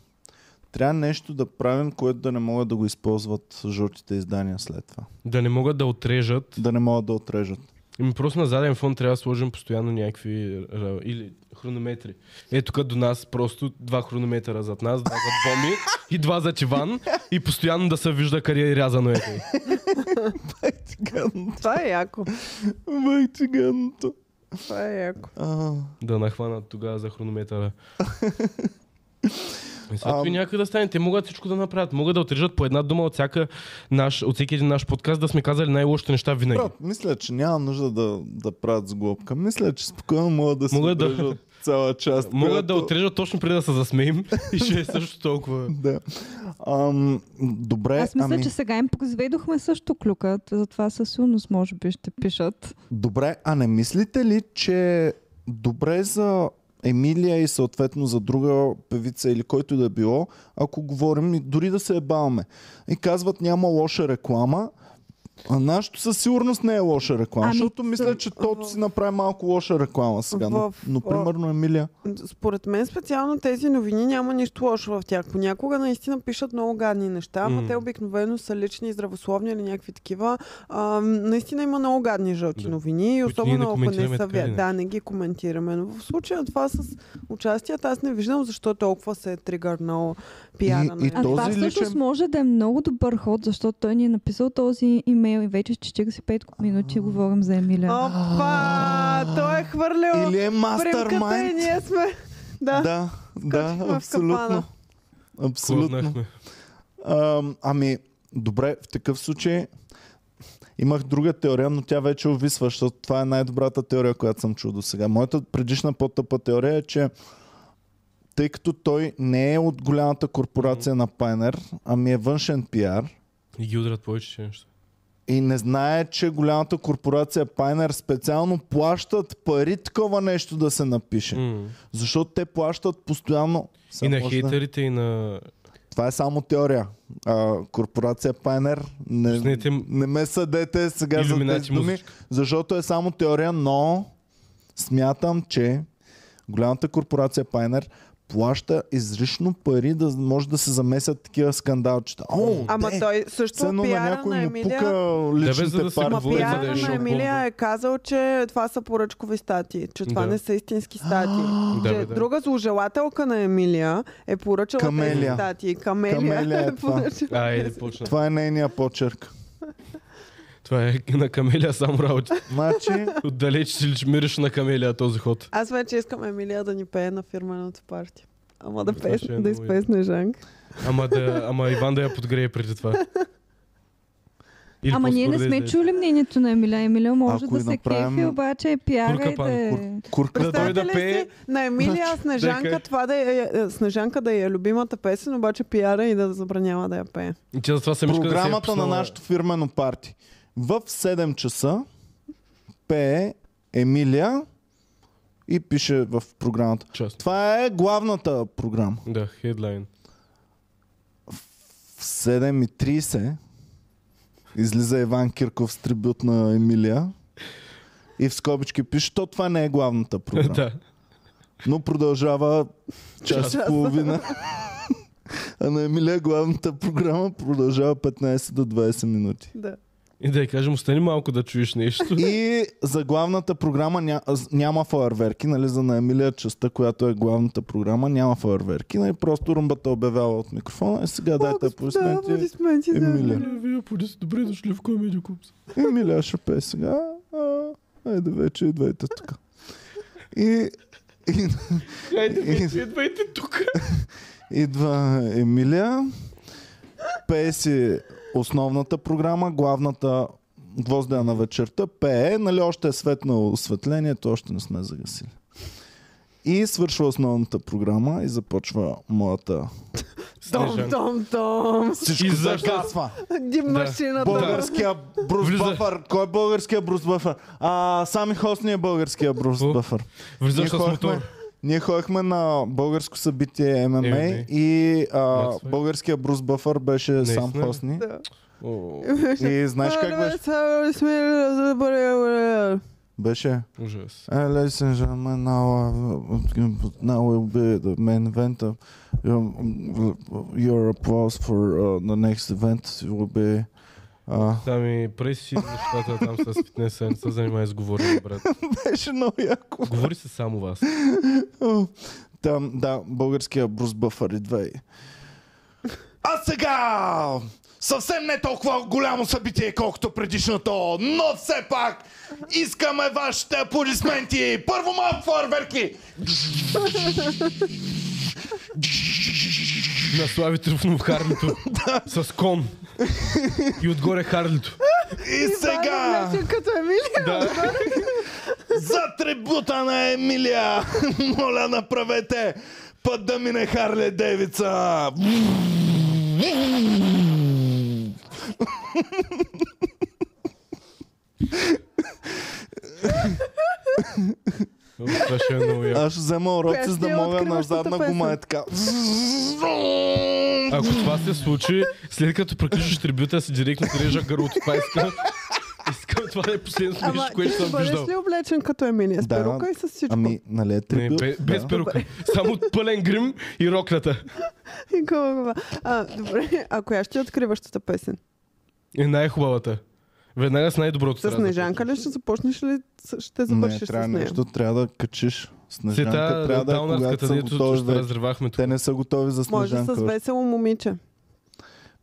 Трябва нещо да правим, което да не могат да го използват жълтите издания след това.
Да не могат да отрежат.
Да не могат да отрежат.
Им Ами просто на заден фон трябва да сложим постоянно някакви ра- или хронометри. Е, тук до нас просто два хронометъра зад нас, два зад Боми и два за Чиван и постоянно да се вижда къде е рязано е.
Това е яко.
Май циганото.
Това е яко.
А,
Да нахванат тогава за хронометъра. И сега
Ам.
и някак да стане. Те могат всичко да направят. Могат да отрежат по една дума от, всяка наш, от всеки един наш подкаст да сме казали най-лошите неща винаги.
брат, мисля, че няма нужда да, да правят сглобка. Мисля, че спокойно могат да се
Могат да-
отрежат цяла част.
Могат да
която-
отрежат точно преди да се засмеем и ще е също толкова.
Да. Ам, добре,
Аз мисля,
ами,
че сега им произведохме също клюка, затова със сигурност може би ще пишат.
добре, а не мислите ли, че добре за Емилия и съответно за друга певица или който и да е било, ако говорим и дори да се ебаваме. И казват няма лоша реклама, а нашето със сигурност не е лоша реклама,
Ами,
защото мисля, че тото си направи малко лоша реклама сега. Но,
В-
но примерно Емилия...
Според мен специално тези новини няма нищо лошо в тях. Понякога наистина пишат много гадни неща, ама
М.
те обикновено са лични, здравословни или някакви такива. А, наистина има много гадни жълти
Да.
новини и
Които ние не
особено ако
коментираме
не са
така или
вя-
иначе.
Да, не ги коментираме. Но в случая това с участията аз не виждам защо толкова се е тригърнал пиара нали?
и
на
А
Този
това всъщност
личен-
може да е много добър ход, защото той ни е написал този имейл и вече с 45 минути говорим за Емилия.
Опа! Той е хвърлял
Или е
примката и
мастермайнд.
ние сме...
Да,
Да,
да,
Скочихме в
абсолютно.
капана.
Абсолютно.
Клонахме.
Ам, ами, добре, в такъв случай имах друга теория, но тя вече увисва, защото това е най-добрата теория, която съм чул до сега. Моята предишна по-тъпа теория е, че тъй като той не е от голямата корпорация на Пайнер, ами е външен пиар,
И ги удрят повече че е нещо.
и не знае, че голямата корпорация Пайнер специално плащат пари такова нещо да се напише.
М.
Защото те плащат постоянно.
И
Сега
на
може да-
хейтерите, и на...
Това е само теория. А, корпорация Пайнер, не,
Пуснете м-
не ме съдете сега за тези
Иллюминати
думи,
музичка.
защото е само теория, но смятам, че голямата корпорация Пайнер плаща изрично пари да може да се замесят такива скандалчета. О,
Ама
те,
той също
все едно на
пиара
Е, някой
на
му
Емилия...
пука личните
Да бе, за да се
партии.
Ма
говори, за да е
пиара
шоу
на Емилия
бомба.
е казал, че това са поръчкови статии, че това
Да.
не са истински статии.
Да,
Че
бе, да.
друга зложелателка на Емилия е поръчала
Камелия.
тези статии. Камелия.
Камелия е това.
поръчала
А, е,
тези-
почна. Това...
Това е нейния почерк.
е на камелия само работи.
Е.
Значи,
Отдалеч си лич- мириш на камелия този ход.
Аз вече искам Емилия да ни пее на фирменото парти. Ама да,
Това
пес,
ще е
да
много
изпесне Жанг.
Ама, да, ама Иван да я подгрее преди това. Или
Ама ние не
по-скоро да
сме
излезе.
чули мнението на Емилия. Емилия може
Ако
да
и
се
направим
кефи, обаче е пиара и
курка
да е...
пан, курка
Да,
да,
дойде
Представете ли
пее. Значи,
си на Емилия Снежанка,
чакай.
това да е, е, Снежанка да е любимата песен, обаче пиара и да забранява да я пее.
И Че затова съм
Програмата на нашото фирмено парти. В 7 часа пее Емилия и пише в програмата.
Част.
Това е главната програма.
Да, хедлайн.
В 7.30 излиза Иван Кирков с трибют на Емилия и в скобички пише, то това не е главната програма.
Да.
Но продължава час и
Час.
половина. А на Емилия главната програма продължава 15 до 20 минути.
Да.
И да я кажем, остани малко да чуеш нещо.
И за главната програма ня, з- няма фойерверки, нали, за на Емилия частта, която е главната програма, няма фойерверки, нали, просто румбата обявява от микрофона и сега
О,
дайте
господа,
аплодисменти.
аплодисменти за
Емилия.
Емилия.
Е, Вие поди добре дошли в Comedy Club.
Емилия ще пее сега, а, айде вече идвайте тук. И, и
Хайде,
вие
идвайте тук.
идва Емилия, пее си основната програма, главната гвоздя на вечерта, пее, нали още е светнало осветлението, още не сме загасили. И свършва основната програма и започва моята...
Том, том, том.
Всичко
И защо-
загасва.
Ди машината.
Българския Брус
Влиза.
Бъфър. Кой е българския Брус Бъфър? А, сами хост ни е българския Брус
О,
Бъфър.
Влизаш с
Ние
мотор. Е,
Ние ходихме на българско събитие ММА
MMA.
и а,
Макс Файер.
българския Брус Бъфър беше
Наистина
сам
ли?
хостни.
Да.
О,
И знаеш как беше?
Алло, Саро, сме разбрали.
Беше.
Ужас.
Е, лесен е жермен, now will be the main event. of, um, Your applause for uh, the next event will be... Uh,
Там и преси си нещата там с фитнеса, не се занимай с говорене, брат.
беше много яко.
Говори се само вас.
Там, да, българския Брус Бъфър идва и... А сега! Съвсем не толкова голямо събитие, колкото предишното, но все пак искаме вашите аплодисменти! Първо малко фойерверки!
На Слави Трифонов Харлито. С кон. И отгоре Харлито.
И сега!
Влече като Емилия.
Да.
За трибута на Емилия! Моля, направете път да мине Харле Девица!
Това ще е много яко.
Аз ще взема уроци, за да
Коя ще е
мога на
откриващата
задна гума е
песен?
така.
Ако това се случи, след като приключиш трибюта, си директно ти режа гърлото. Това искам. Искам това да е последното
Ама
нещо, което
ти ще
съм виждал.
бъдеш ли облечен като Емилия? С
Да.
перука и с всичко.
Ами, нали е
Не,
трибют?
бе- без
Да.
перука. Само пълен грим и рокната.
И гова, гова. А, добре, а коя ще е откриващата песен?
Е най-хубавата. Веднага с най-доброто.
С
трябва да
Снежанка ли ще започнеш ли с- ще
Не,
завършиш
трябва
с нея?
нещо, трябва да качиш.
Сета,
Снежанка трябва да е, когато
даунарската,
са
дето
готови
ще
да...
разревахме тук.
Те не са готови за
Може с
Снежанка. още.
весело момиче.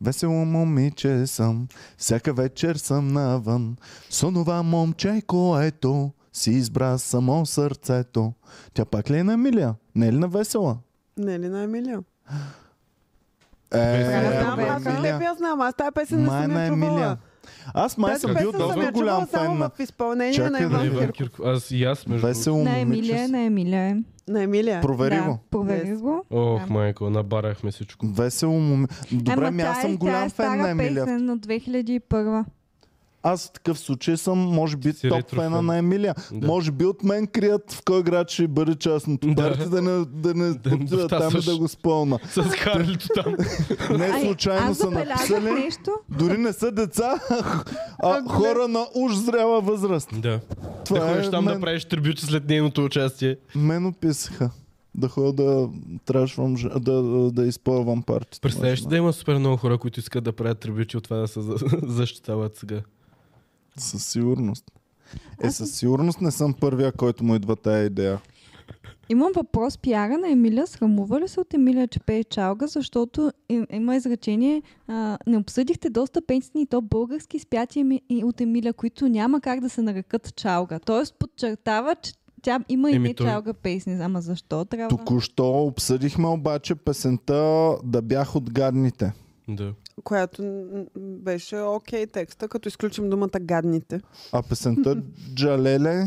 Весело момиче съм, всяка вечер съм навън. С онова момче, което си избра само сърцето. Тя пак ли е на Емилия? Не е ли на Весела?
Не е ли на Емилия?
Е,
Весела.
Аз
е,
знам,
бе,
аз не
Емилия.
я знам. Аз тази песен не
Май
съм
на
я чувала.
Емилия. Аз май
Тази
съм бил
песен съм
доста
я
голям
чувала
фен на
само в изпълнение на
Чакай да
Иван
На Иван
Кирков.
Кирков. Аз и аз между... другото.
Весело
На Емилия,
момиче.
на Емилия. е.
На Емилия.
Провери
да,
го.
провери
Yes.
го.
Ох,
Да.
майко, набарахме всичко.
Весело момиче. Добре, ми аз
тая-
съм
тая
голям фен
е- стара
на Емилия.
песен от 2001.
Аз в такъв случай съм, може би,
Си
топ
ретро
фена
фен.
на Емилия.
Да.
Може би от мен крият в кой град ще бъде частното
Да.
парти, да не, да не отида там и
втасваш.
да го спълна.
С Харлито там.
Не
Ай,
Е, случайно
аз
са
забелязах
написали.
нещо.
Дори не са деца,
Ами
а хора на уж зряла възраст.
Да.
Това
Да ходиш
е,
там да
мен-
правиш трибюти след нейното участие.
Мен описаха. Да ходя да трашвам, ж- да, да, да изпълвам партията.
Представяш ли да има супер много хора, които искат да правят трибюти от това да се за- защитават сега.
Със сигурност. Е, със сигурност не съм първия, който му идва тая идея.
Имам въпрос. Пиара на Емилия. Срамува ли се от Емилия, че пее чалга? Защото им- има изречение. А, не обсъдихте доста песни и то български спяти еми- и от Емилия, които няма как да се нарекат чалга. Тоест подчертава, че тя има и
Еми,
не
той-
чалга песни. Ама защо трябва?
Току-що обсъдихме обаче песента Да бях от гадните.
Да.
Която м, беше окей текста, като изключим думата гадните.
А песента Джалеле...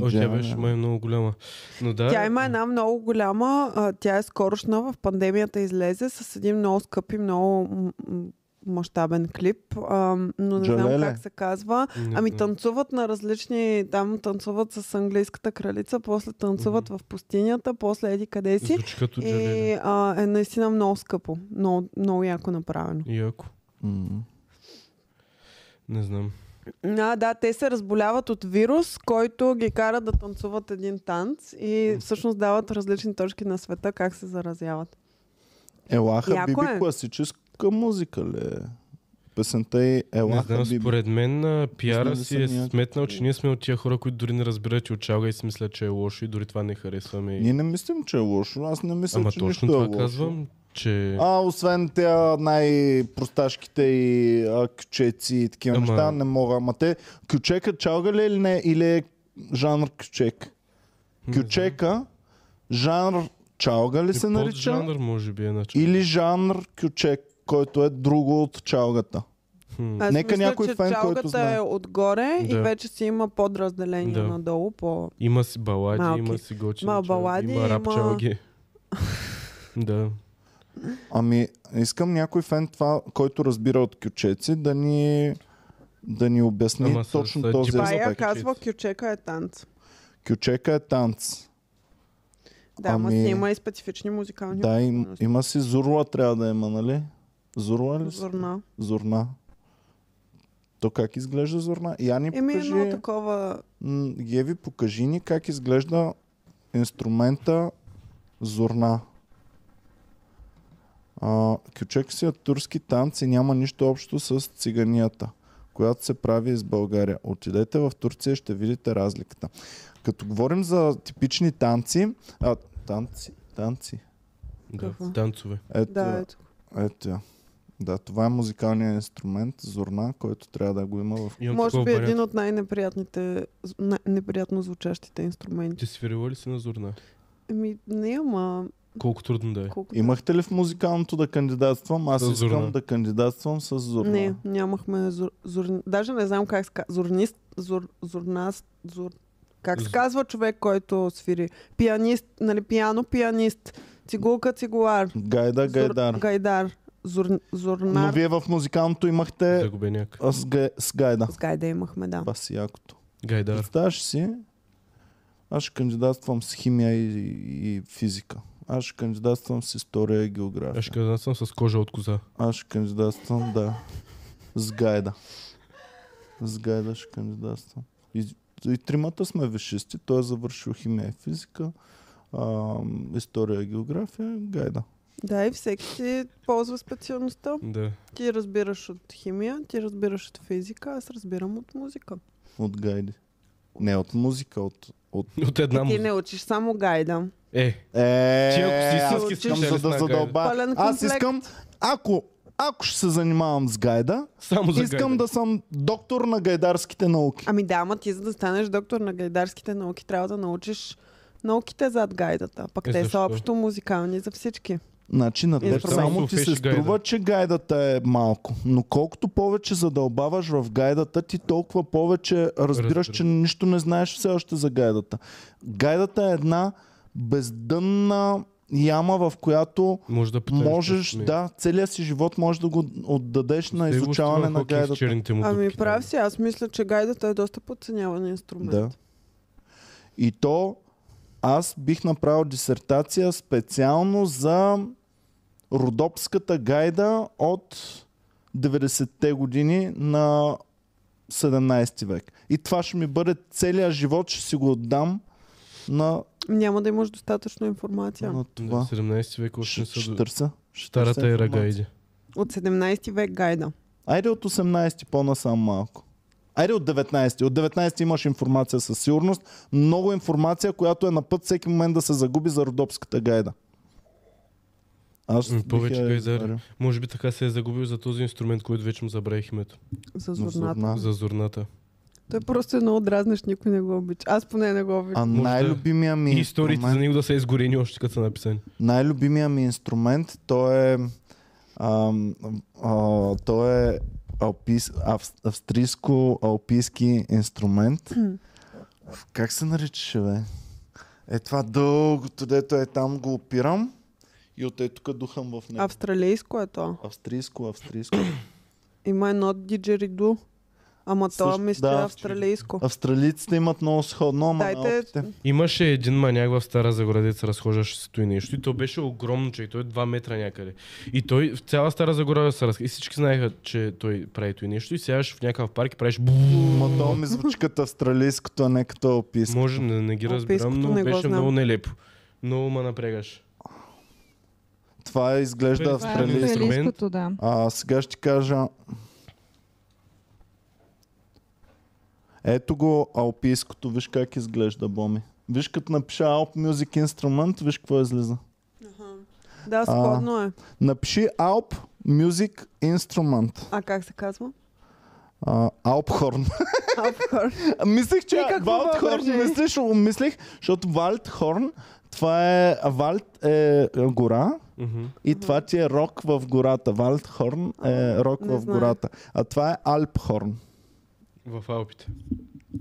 О, тя
Джалеле.
беше май много голяма. Но да.
Тя има една много голяма, а, тя е скорошна, в пандемията излезе с един много скъп и много м- м- мащабен клип, а, но не
Джалеле.
знам как се казва.
Не
Ами
знам.
танцуват на различни, там танцуват с английската кралица, после танцуват в пустинята, после еди къде си.
Звучи като джалели.
И а, е наистина много скъпо, много, много яко направено.
Яко.
М.
Не знам.
А, да, те се разболяват от вирус, който ги кара да танцуват един танц и всъщност дават различни точки на света как се заразяват.
Елаха
Яко
Биби
е.
класическа музика ли? е? Песента е
Не
Елаха
знам,
Биби.
според мен а, пиара
Пуснали
си
са
е
някакви-
сметнал, че ние сме от тия хора, които дори не разбират и от чалга и си мислят, че е лошо и дори това не харесваме. И...
Ние не мислим, че е лошо. Аз не мисля,
Ама
че
точно
нищо е
това
лошо.
казвам, че...
А, освен тя най-просташките и а, кючеци и такива
Ама-
неща, не мога. Ама те, кючека чалга ли е или не? Или е жанр кючек?
не знам.
Кючека, жанр чалга ли
Е,
се нарича?
Поджанър може би е начин.
Или жанр кючек, който е друго от чалгата?
Хм.
Аз
Нека
мисля,
някой
че
фен, който
чалгата
знае.
е отгоре да.
Да.
и вече си има подразделение
Да.
да. надолу по...
Има си балади,
Малки.
има си готини
Ма,
чалги,
балади,
има рап
има-
чалги. да.
Ами, искам някой фен това, който разбира от кючеци, да ни, да ни обясни
Ама с-
точно
с
този
джипа.
Това я
аспект.
казва кючека е танц.
Кючека е танц.
Да, ама
Ами-
си има и специфични музикални
Да, им, има си Зурла трябва да има, нали? Зурла ли? си?
зърна.
Зурна. То как изглежда Зорна? Я ни
Еми
покажи,
едно такова...
м, Геви, покажи ни как изглежда инструмента Зорна. А, кючексия турски танци няма нищо общо с циганията, която се прави из България. Отидете в Турция, ще видите разликата. Като говорим за типични танци, а, танци, танци,
Да,
Какво?
танцове.
ето,
Да,
да,
ето.
ето я. Да, това е музикалният инструмент, зорна, който трябва да го има в
Имам
Може
такова
би
вариант.
един от най-неприятните, най- неприятно звучащите инструменти.
Ти свирила ли си на Зорна?
Е. Еми, не, ама...
Колко трудно да е.
Колко...
Имахте ли в музикалното да кандидатствам? Аз
С
искам
Зорна.
да кандидатствам с Зорна.
Не, нямахме зор... зор... Даже не знам как се казва. Зорнист, зор... зорнаст, зор... Как се
З-
казва човек, който свири? Пианист, нали, пиано, пианист. Цигулка, цигулар.
Гайда, Гайдар.
Зор... Гайдар. Зор... Зорнар.
Но вие в музикалното имахте
Загубеняк.
а, с, гай... с Гайда.
С Гайда имахме, да.
Това си якото.
Гайдар.
Представяш си, аз ще кандидатствам с химия и, и физика. Аз ще кандидатствам с история и география.
Аз ще кажа, аз съм с кожа от коза.
Аз ще кандидатствам, да. С гайда. С гайда ще кандидатствам. И, и тримата сме висшисти. Той е завършил химия и физика, а, история и география, гайда.
Да, и всеки си ползва специалността.
Да.
Ти разбираш от химия, ти разбираш от физика, аз разбирам от музика.
От гайди. Не от музика, от... от...
От една
Е, Ти
му.
не учиш само гайда.
Е,
Е,
Ти ако си
аз
истински
искам за
специалист
да
на гайда.
задълба.
Пълен
Аз
комплект.
искам, ако, ако ще се занимавам с гайда,
само за
искам
гайдар.
да съм доктор на гайдарските науки.
Ами да, ама ти за да станеш доктор на гайдарските науки, трябва да научиш науките зад гайдата. Пък
Е,
те са
защо?
общо музикални за всички.
Значи
Е,
на теб
Инструмент.
само ти се
Слушаш
струва,
гайда.
че гайдата е малко. Но колкото повече задълбаваш в гайдата, ти толкова повече разбираш,
Разбирам.
че нищо не знаеш все още за гайдата. Гайдата е една бездънна яма, в която
Може да потърнеш
можеш,
песни.
да, целият си живот можеш да го отдадеш на
Стига го
изучаване
Стивън
на
Хокинг с
гайдата.
черните му
Ами
дупки, нали?
прав
да.
си, аз мисля, че гайдата е доста подценяван инструмент.
Да. И то аз бих направил дисертация специално за родопската гайда от 90-те години на 17 век. И това ще ми бъде целият живот, ще си го отдам на,
Няма да имаш достатъчно информация.
на
Да,
това.
17 век още
Ще,
не са
ще
до...
търся. Ще
Старата
търся
ера
информация.
гайди.
От 17 век гайда.
Айде от 18 по-насам малко. Айде от 19. От 19 имаш информация със сигурност. Много информация, която е на път всеки момент да се загуби за родопската гайда. Аз
М,
бих
повече
я
гайдари.
извадил.
Може би така се е загубил за този инструмент, който вече му забравих името.
За
Но
зорната.
зорна.
За зорната.
Той просто е много дразнеш, никой не го обича. Аз поне не го обичам.
А
Може да-
най-любимия ми,
И историите за
инструмент,
него да са изгорени още като са написани.
най-любимия ми инструмент, то е, а, а, то е алпис, авс, австрийско-алпийски инструмент. Как се наричаше, бе? Е това дългото, дето е там, го опирам и от е тук духам в него.
Австралийско е то.
Австрийско, австрийско.
Има едно диджериду. Ама то
Също-
мисля
да.
австралийско.
Австралийците имат много сходно, ама
Дайте-
Дайте...
Имаше един маняк в Стара Загора, дето се разхождаше с той нещо. И то беше огромно, че и той е 2 метра някъде. И той в цяла Стара Загора се разхождаше. И всички знаеха, че той прави той нещо. И сядаш в някакъв парк и правиш бу.
Ма то ми звучи като австралийското, а не като алпийско.
Може, не, не ги разбирам,
Алпийското
но
не го
беше
знам.
много нелепо. Много ме напрягаш.
Това е, изглежда
Това е
Това е
австралийско.
австралийско.
австралийското, да.
А сега ще ти кажа... Ето го алпийското, виж как изглежда, Боми. Виж като напиша Alp Music Instrument, виж какво излиза.
Да, сходно е.
Напиши Alp Music Instrument.
А как се казва?
А, Alphorn.
Алфхор.
А, Мислех, че
Ти какво
Валдхорн,
е въображение?
мислиш, мислех, защото Валдхорн, това е, Валд е е, гора
Мгм.
и това ти е рок в гората. Валдхорн е рок
не
в
знаех.
гората. А това е Алпхорн.
В Алпите.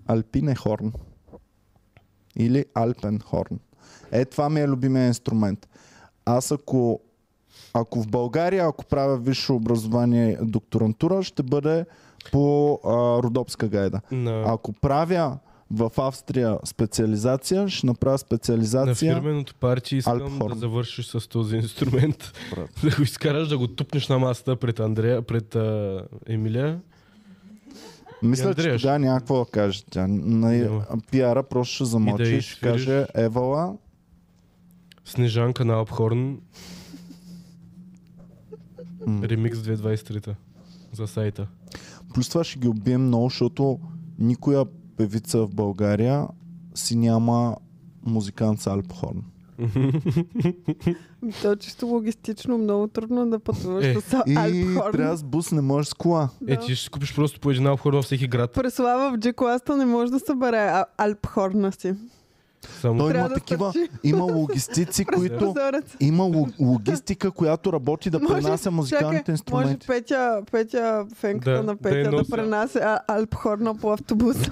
Алпинехорн. Или Алпенхорн. Е, това ми е любимия инструмент. Аз ако, ако в България, ако правя висше образование докторантура, ще бъде по а, Родопска гайда.
На,
Ако правя в Австрия специализация, ще направя
на
специализация.
фирменото парти искам
Alphorn.
да завършиш с този инструмент.
Брат.
да го изкараш да го тупнеш на масата пред Андрея, пред а, Емилия.
Мисля,
Андрея
че
ще-
тогава няма какво да каже. Тя на
Няма.
пиара просто ще замълчи
И
и
да
ще
изфириш.
каже Евала.
Снежанка на Апхорн.
М.
Ремикс 2023 за сайта.
Плюс това ще ги убием много, защото никоя певица в България си няма музикант с Алпхорн.
То е чисто логистично много трудно да пътуваш
Е,
с
И
Алпхорн.
трябва с бус, не можеш с кола.
Е, ти ще си купиш просто по една Апхорн във всеки град.
Преслава в Джекуаста не може да събере а- Алпхорна си.
Само
Той има
Трябва да
такива,
стърчи.
има логистици,
През
които...
прозорец.
Има ло- логистика, която работи да пренася музикалните
чакай, Може
инструменти.
Петя, Петя фенката
Да,
на
да
Петя
я
да,
нося.
пренася а, Алпхорна по автобуса.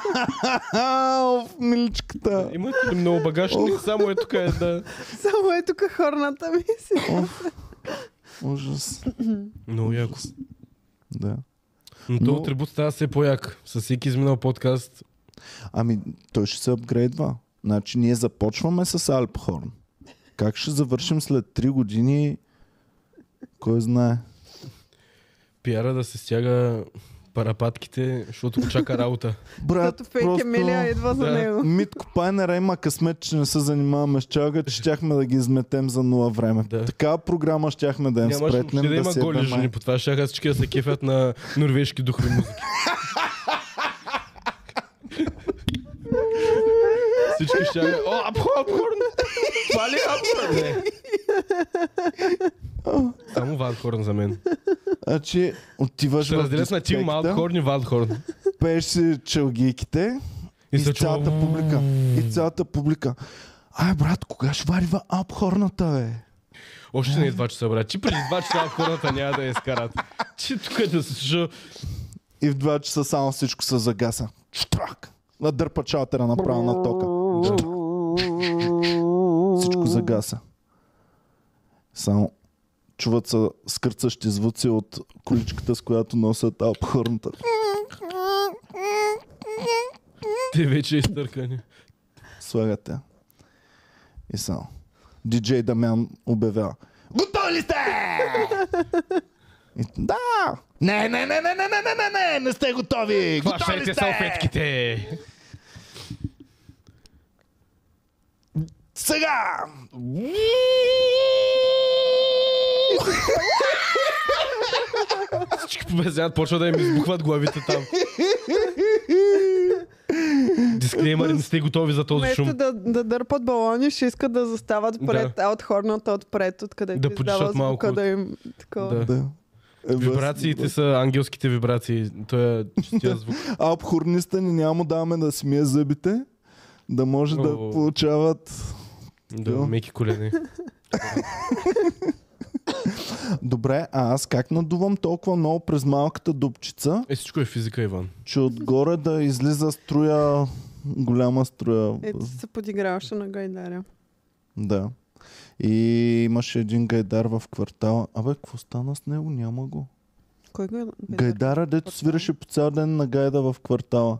Ау, миличката!
Имате ли много багаж? Не, само е тук е да...
Само е тук хорната ми си.
Оф, ужас.
Много яко.
Да.
Но то
Но-
атрибут става все по-як. С всеки изминал подкаст.
Ами, той ще се апгрейдва. Значи, ние започваме с Алпхорн. Как ще завършим след 3 години? Кой знае?
Пиара да се стяга парапатките, защото го чака работа.
Брат,
Като фейк е Емилия идва за
Да.
него.
Митко Пайнера има късмет, че не се занимаваме с чалга, че щяхме да ги изметем за нула време.
Да.
Такава програма щяхме да им
Нямаше
спретнем
въобще да
да,
има
се
голи жени. По това ще всички да се кефят на норвежки духови музики. Всички ще... О, апхорн! Това ли е апхорн? Не. Само Валхорн за мен.
Значи, отиваш
Ще
в
разделят на тим
дискотеката,
Малхорн и Валхорн.
пееш си чалгийките и, с
чува-
цялата публика. И цялата публика. Ай, брат, кога ще варива апхорната, бе?
Още не е 2 часа, брат. Ти преди 2 часа хората няма да я изкарат. Ти тук е да се слуша.
И в 2 часа само всичко се загаса. Штрак! Надърпа чалтера направо на тока. Штрак! Всичко загаса. Само чуват се скърцащи звуци от количката, с която носят апхорната.
Те вече е изтъркани.
Слагате. И само. Диджей Дамян обявява. Готови ли сте? И, да! Не, не, не, не, не, не, не, не, не, не сте готови! Готови ли сте?
Хващайте салфетките!
Сега!
Всички побезяват, почва да им избухват главите там. Дисклеймър, не сте готови за този
Вместо
шум.
да, да дърпат балони, ще искат да застават пред да. от хорната отпред, откъдето
Да
да
подишат
издава звука
малко от-
да им такова.
Да.
Да. Е,
Вибрациите
бас-
са ангелските вибрации. Той е чистия звук.
А обхорниста ни няма му даваме да си мие зъбите, да може да
О.
получават...
Да,
Да.
меки колени.
Добре, а аз как надувам толкова много през малката дупчица,
Е, всичко е физика, Иван.
че отгоре да излиза струя, голяма струя.
Ето Е, се подиграваше на Гайдаря.
Да. И имаше един гайдар в квартала. Абе, какво стана с него? Няма го.
Кой го е?
Гайдара, дето свираше по цял ден на гайда в квартала.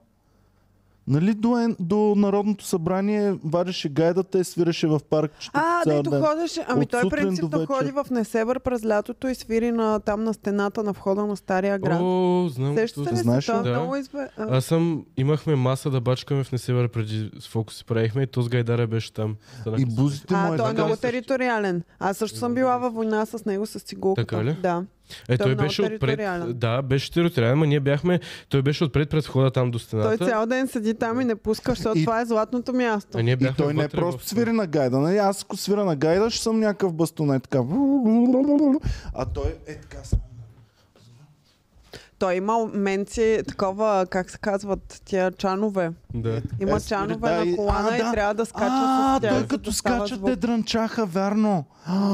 Нали до, ен- до Народното събрание вадеше гайдата и свиреше в паркчето
А,
по цял
дето
ден.
ходеше. Ами
От
той
сутрин до
принципно
вечер.
ходи в Несебър през лятото и свири на, там на стената на входа на Стария град.
О, знам.
Сещате
то-
ли
Знаеш
се?
ли?
Той е
Да.
много избе... а,
Аз съм, имахме маса да бачкаме в Несевер преди с фокус си правихме и този гайдара беше там. Станах
И
с-
бузите му
А,
е
той е
така.
много териториален. Аз също съм била във война с него с цигулката.
Така ли?
Да.
Е,
Той е
той,
много
беше
териториален.
отпред. Да, беше териториален, но ние бяхме. Той беше отпред пред входа там до
Той е
стената.
цял ден седи там и не пуска, защото
И-
това е златното място.
А ние
И
бяхме
той не е
вътре
просто
в-
свири на гайда. Нали? Аз ако свира на гайда, ще съм някакъв бастонет. Така. А той е така. само.
Той има менци, такова, как се казват, тия чанове.
Да.
Има
Е, свири,
чанове
да, и-
на колана
а,
и
да.
трябва да скача
А,
с тях.
той
за
като
да става
скача,
звук.
те дрънчаха, вярно.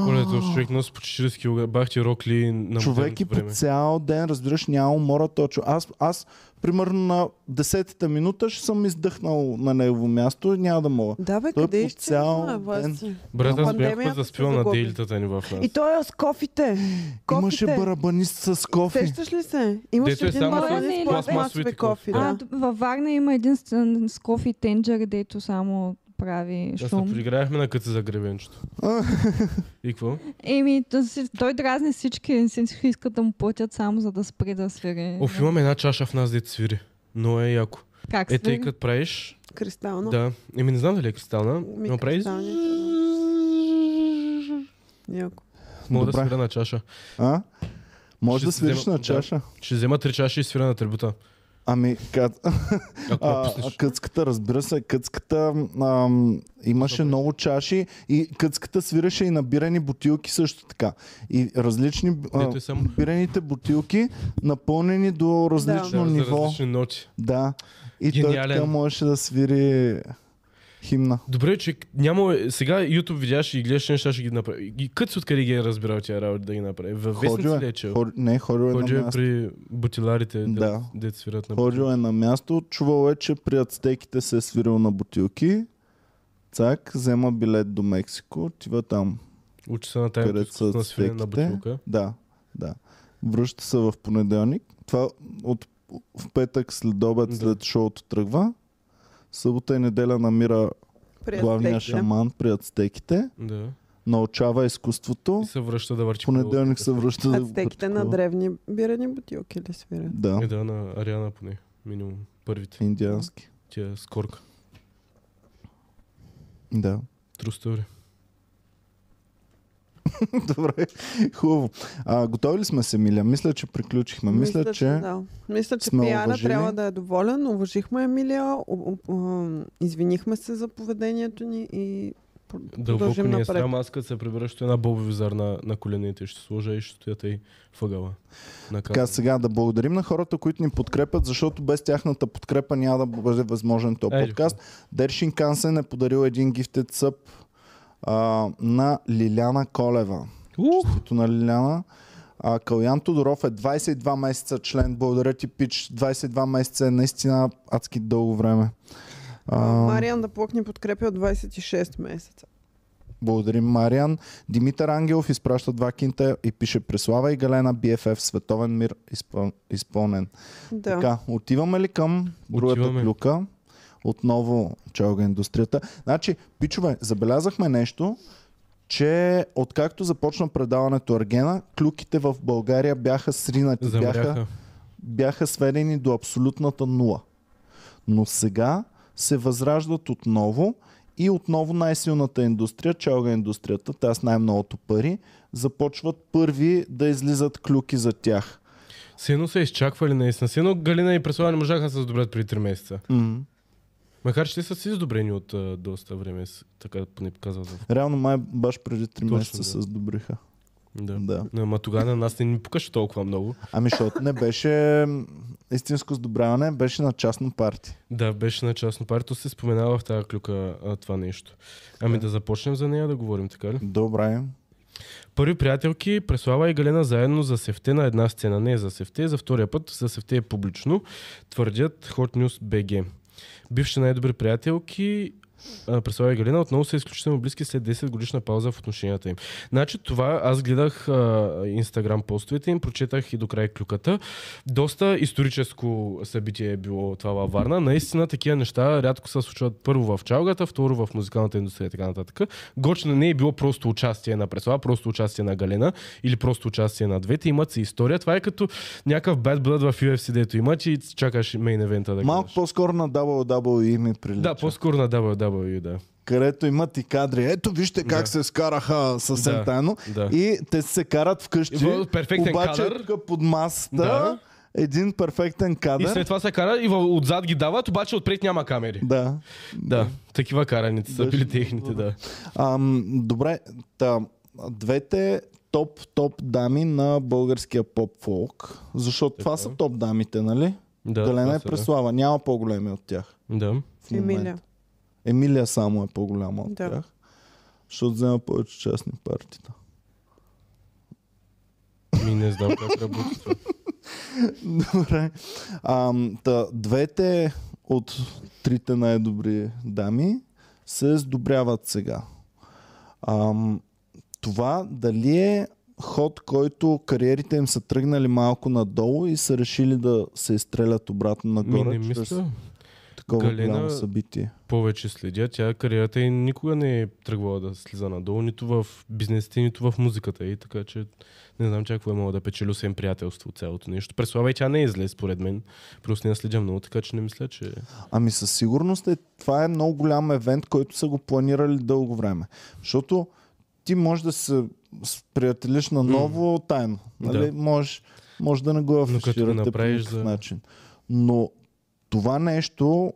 Полето, човек носи по 40 кг. Бах ти рокли на
Човек и
модерното
по
време.
цял ден, разбираш, няма умора точно. Аз, аз, примерно на 10-та минута ще съм издъхнал на негово място и няма да мога.
Да, бе,
Той е
къде
по
ще
цял
знае, Васи?
Брат, аз бях
Пандемията
път
се
заспил на
загуби.
дейлитата ни в нас.
И той е с кофите. кофите.
Имаше барабанист с кофи.
Сещаш ли се? Имаш
Дето е
един
само
с
барабанин с
пластмасовите
пластмасови кофи.
кофи,
А,
Да.
д- във Варна има един с, с кофи тенджер, дето само прави
Аз
шум.
се подиграехме на къца за гребенчето. И какво?
Еми, то си- той дразни всички, всички искат да му платят само за да спре да свири.
Оф, имам една чаша в нас, дете свири. Но е яко.
Как
Е,
свири?
тъй като правиш...
Кристално.
Да. Еми, не знам дали е кристална.
Ми,
Но прави...
кристалните, Яко.
Мога да
Добре.
свиря на чаша.
А? Може
Ще
да
си
свириш
взема-
на
да.
чаша.
Ще взема три чаши и свиря на трибута.
Ами, кат...
Ако а,
а,
пуснеш.
къцката, разбира се, къцката ам, имаше много чаши и къцката свираше и набирани бутилки също така. И различни а,
Дето е само-
набираните бутилки, напълнени до различно
Да, за
ниво.
различни ноти.
Да. И той
Гениален.
така можеше да свири химна.
Добре, че няма... Сега YouTube видяш и гледаш неща, ще ги направи. И Кът си откъде ги е разбирал тия работа да ги направи? Във
Ходил
вестници ли
е.
е чел?
Хор... Не, ходил е
Ходжо
на
е
място.
при бутиларите,
Да.
да. дет свират на
Ходил
бутилки.
е на място, чувал е, че при ацтеките се е свирил на бутилки. Цак, взема билет до Мексико, отива там,
Учи се на тайното
където са
изкуство на свирене на
ацтеките.
бутилка.
Да, да. Връща се в понеделник. Това от, в петък след обед,
Да.
след шоуто тръгва. Събота и неделя намира
При
главния
аспектите.
шаман при ацтеките,
Да.
научава
И
изкуството.
се вършта да върти
В понеделник
колелката.
се връща да го
Ацтеките на
практикува.
древни бирани бутилки ли свирят?
Да,
Е, да, на Ариана поне. Минимум. Първите.
индиански.
Тя с корка.
Да.
True story.
Добре, хубаво. А, готови ли сме се, Миля? Мисля, че приключихме. Мисля, че...
Да. Мисля, че
сме
пиара
уважили.
трябва да е доволен. Уважихме Емилия, о- о- о- извинихме се за поведението ни и пр-
Дълбоко
продължим
ми е
напред.
срам. Аз като се прибера, ще една боби визар на, на коленете. Ще сложа и ще стоя тъй въгъла. На
Така, сега да благодарим на хората, които ни подкрепят, защото без тяхната подкрепа няма да бъде възможен този
Ей,
подкаст. Дершин Кансен е подарил един гифтед съп а, на Лиляна Колева.
Ух!
Като на Лиляна. А, Калян Тодоров е 22 месеца член. Благодаря ти, Пич. 22 месеца е наистина адски дълго време.
А, Мариан да плъкне подкрепя от 26 месеца.
Благодарим, Мариан. Димитър Ангелов изпраща два кинта и пише Преслава и Галена, BFF, Световен мир изпъл... изпълнен.
Да.
Така, отиваме ли към другата
Отиваме.
клюка? Отново чалга индустрията. Значи, пичове, забелязахме нещо, че откакто започна предаването Аргена, клюките в България бяха сринати, бяха,
Замряха.
бяха сведени до абсолютната нула. Но сега се възраждат отново и отново най-силната индустрия, чалга индустрията, тя с най-многото пари, започват първи да излизат клюки за тях.
Все едно са изчаквали наистина. Все едно Галина и Преслава не можаха да се задобрят преди 3 месеца.
м
Макар че те са си издобрени от а, доста време, с- така поне казват. в-
Реално май баш преди 3
Точно,
месеца
да.
се сдобриха.
Да.
Да.
Но, Ама тогава на нас не ни пукаше толкова много.
Ами защото не беше м, истинско сдобряване, беше на частно парти.
Да, беше на частно парито, се споменава в тази клюка а, това нещо. Ами да започнем за нея да говорим, така ли?
Добре.
Първи приятелки, Преслава и Галена заедно за Севте на една сцена. Не за Севте, за втория път за Севте е публично, твърдят Hot News BG. Бивши най-добри приятелки, а, Преслава и Галена отново са изключително близки след 10 годишна пауза в отношенията им. Значи това аз гледах инстаграм постовете им, прочетах и до край клюката. Доста историческо събитие е било това във Варна. Наистина такива неща рядко се случват първо в чалгата, второ в музикалната индустрия и така нататък. Гочна не е било просто участие на Преслава, просто участие на Галена или просто участие на двете. Имат си история. Това е като някакъв bad blood в UFC, дето имат и чакаш мейн евента да
Малко
гледаш.
по-скоро на WWE ми прилича.
Да, по-скоро на WWE, да.
където имат и кадри. Ето вижте как
Да.
се скараха съвсем
Да,
тайно.
да.
И те се карат вкъщи.
И в перфектен
обаче
кадър.
тук под масата
Да.
един перфектен
И
кадър.
след това се кара и въ- отзад ги дават, обаче отпред няма камери.
Да.
Да, такива караници са
Беше
били техните, да.
Ам, добре, та, двете топ-топ дами на българския поп-фолк. Защото това
Така.
са топ дамите, нали?
Да,
Галена
това
е
са, да.
преслава. Няма по-големи от тях.
Да.
В момента.
Емилия.
Емилия само е по-голяма от
Да.
тях. Защото взема повече частни партита.
Ми не знам как работи това.
Добре. А, та, двете от трите най-добри дами се сдобряват сега. А, това дали е ход, който кариерите им са тръгнали малко надолу и са решили да се изстрелят обратно
Ми
нагоре.
не
чрез
мисля.
такова
Галена-
голямо събитие.
повече следя. Тя кариерата и никога не е тръгвала да слиза надолу, нито в бизнесите, нито в музиката. И така че не знам че какво е мога да печели, освен приятелство от цялото нещо. Преслава и тя не е зле, според мен. Просто не я следя много, така че не мисля, че...
Ами със сигурност е, това е много голям евент, който са го планирали дълго време. Защото ти можеш да се приятелиш на ново mm. тайно. Нали?
Да.
Да. Можеш, може да не го
като го
афиширате по
направиш
никакъв
за-
начин. Но това нещо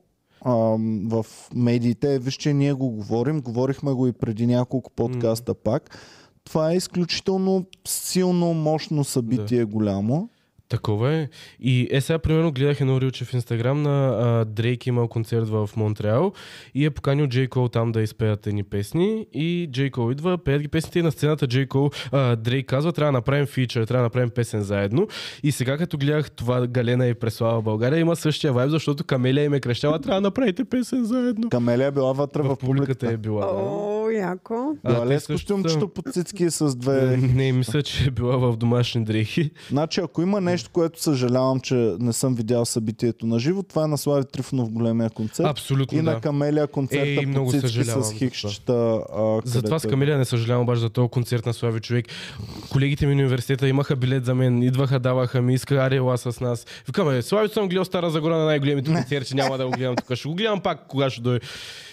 ам, в медиите, виж, че ние го говорим, говорихме го и преди няколко подкаста пак. Това е изключително силно, мощно събитие да. голямо.
Такова е. И е сега, примерно, гледах едно рилче в Инстаграм на а, Дрейк е имал концерт в Монтреал и е поканил Джей Кол там да изпеят едни песни и Джей Кол идва, пеят ги песните и на сцената Джей Кол, а, Дрейк казва, трябва да направим фичър, трябва да направим песен заедно. И сега, като гледах това Галена и Преслава в България, има същия вайб, защото Камелия им е крещала, трябва да направите песен заедно.
Камелия е била вътре в,
В публиката е била. Да.
О, яко.
А,
Била
те
ли е с
също
костюмчето под цицки с две
Не, мисля, че е била в домашни дрехи.
Значи, ако има нещо, което съжалявам, че не съм видял събитието на живо, това е на Слави Трифонов големия концерт.
Абсолютно.
и
да.
на Камелия концерта
Ей,
по
много
цицки
съжалявам за
с
това.
хикчета. А,
За това
където
с
е.
Камилия не съжалявам обаче за този концерт на Слави човек. Колегите ми на университета имаха билет за мен, идваха, даваха ми, искаха арела с нас. Викаме, Слави съм гледал Стара Загора на най-големите концерти, няма да го гледам тук, ще го гледам пак, кога ще дойде.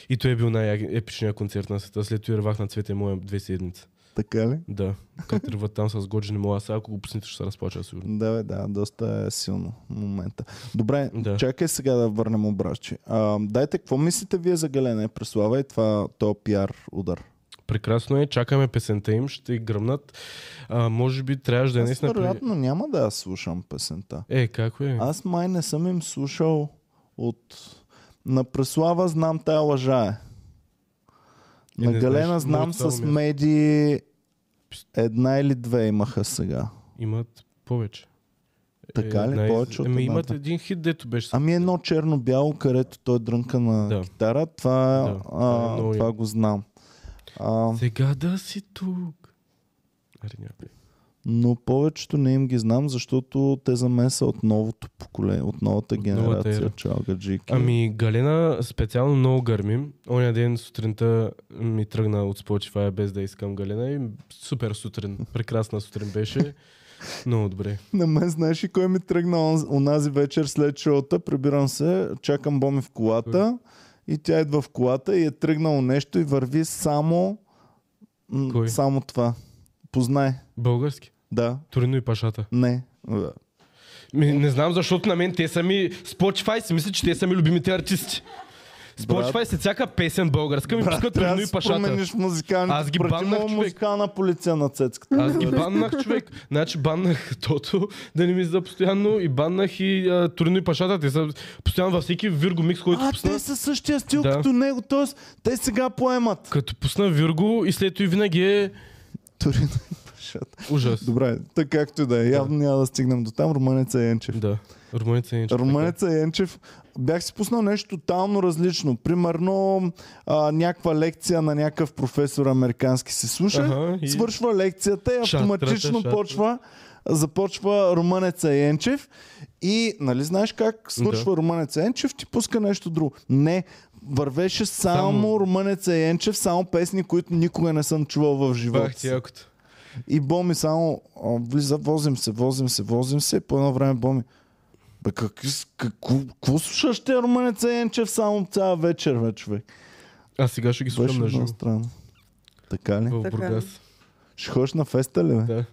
И той е бил най-епичният концерт на света. След това рвах на цвете моя две седмици.
Така ли?
Да, как тръгват там с годжени мола, сега ако го пуснете ще се разплача сигурно.
Да, бе, да, доста е силно в момента. Добре,
Да.
да. чакай сега да върнем обрачи. А, дайте, какво мислите вие за Галене Преслава и това, то пиар удар?
Прекрасно е, чакаме песента им, ще гръмнат. А, може би трябваше да е
Аз
наистина... при-
вероятно няма да я слушам песента.
Е, какво е?
Аз май не съм им слушал от... На Преслава знам тая лъжа е.
Е,
На
не
Галена
знаеш,
знам
много слабо
с
ми е.
медии една или две имаха сега.
Имат повече.
Така ли?
една из-
Повече от
Ами
едната?
имат един хит, дето беше.
Ами едно черно-бяло, където той дрънка на
Да.
да. китара, това,
Да,
да,
това е
а,
много
това,
яко.
го знам. А,
Сега да си тук. Ари, някой.
но повечето не им ги знам, защото те за мен са от новото поколение, от новата
От новата ера.
генерация чалгаджики.
Ами, Галена специално много гърмим. Оня ден сутринта ми тръгна от Spotify без да искам Галена и супер сутрин. Прекрасна сутрин беше. Много добре.
На мен знаеш ли кой ми тръгна он- онази вечер след шоута? Прибирам се, чакам Боми в колата и тя идва в колата и е тръгнало нещо и върви само м,
Кой?
само това. Познай.
Български.
Да.
Торино и пашата.
Не.
Ми, не знам, защото на мен те са ми... Spotify си мисля, че те са ми любимите артисти. Spotify
Брат.
се всяка песен българска ми
трябва
пуска Торино
да
и
си
пашата.
промениш музикалните.
Аз ги
Преди
баннах,
имало
човек.
музикална полиция на цецката.
Аз ги баннах, човек. Значи баннах Тото, да не ми за постоянно, и баннах и а, Торино и Пашата. Те са постоянно във всеки Вирго микс, който
А,
пусна.
те са същия стил
Да.
като него, т.е. те сега поемат.
Като пусна Вирго и след това и винаги е
Торино и пашата.
ужас.
Добре, така както и да е. Явно няма да стигнем до там. Румънеца е енчев.
Да. Румънец е нещо такова.
Румънеца Енчев, бях си пуснал нещо тотално различно. Примерно а, някаква лекция на някакъв професор американски се слуша,
Аха,
ага,
и-
свършва лекцията и
Шатрата,
автоматично
шатрата.
почва започва Румънеца Енчев и нали знаеш как свършва
Да.
да. Румънеца Енчев, ти пуска нещо друго. Не, вървеше само,
Само.
само Румънеца Енчев, само песни, които никога не съм чувал в
Бах
живота
ти
си.
якото.
И Боми само а, влиза, возим се, возим се, возим се. По едно време Боми. Бе, как, какво, какво слушаш те, Румънец Енчев, само цяла вечер, бе, човек?
А сега ще ги слушам
Беше
на живо.
много странно. Така ли?
В
Така. е.
Бургас.
Ще ходиш на феста ли, бе?
Да.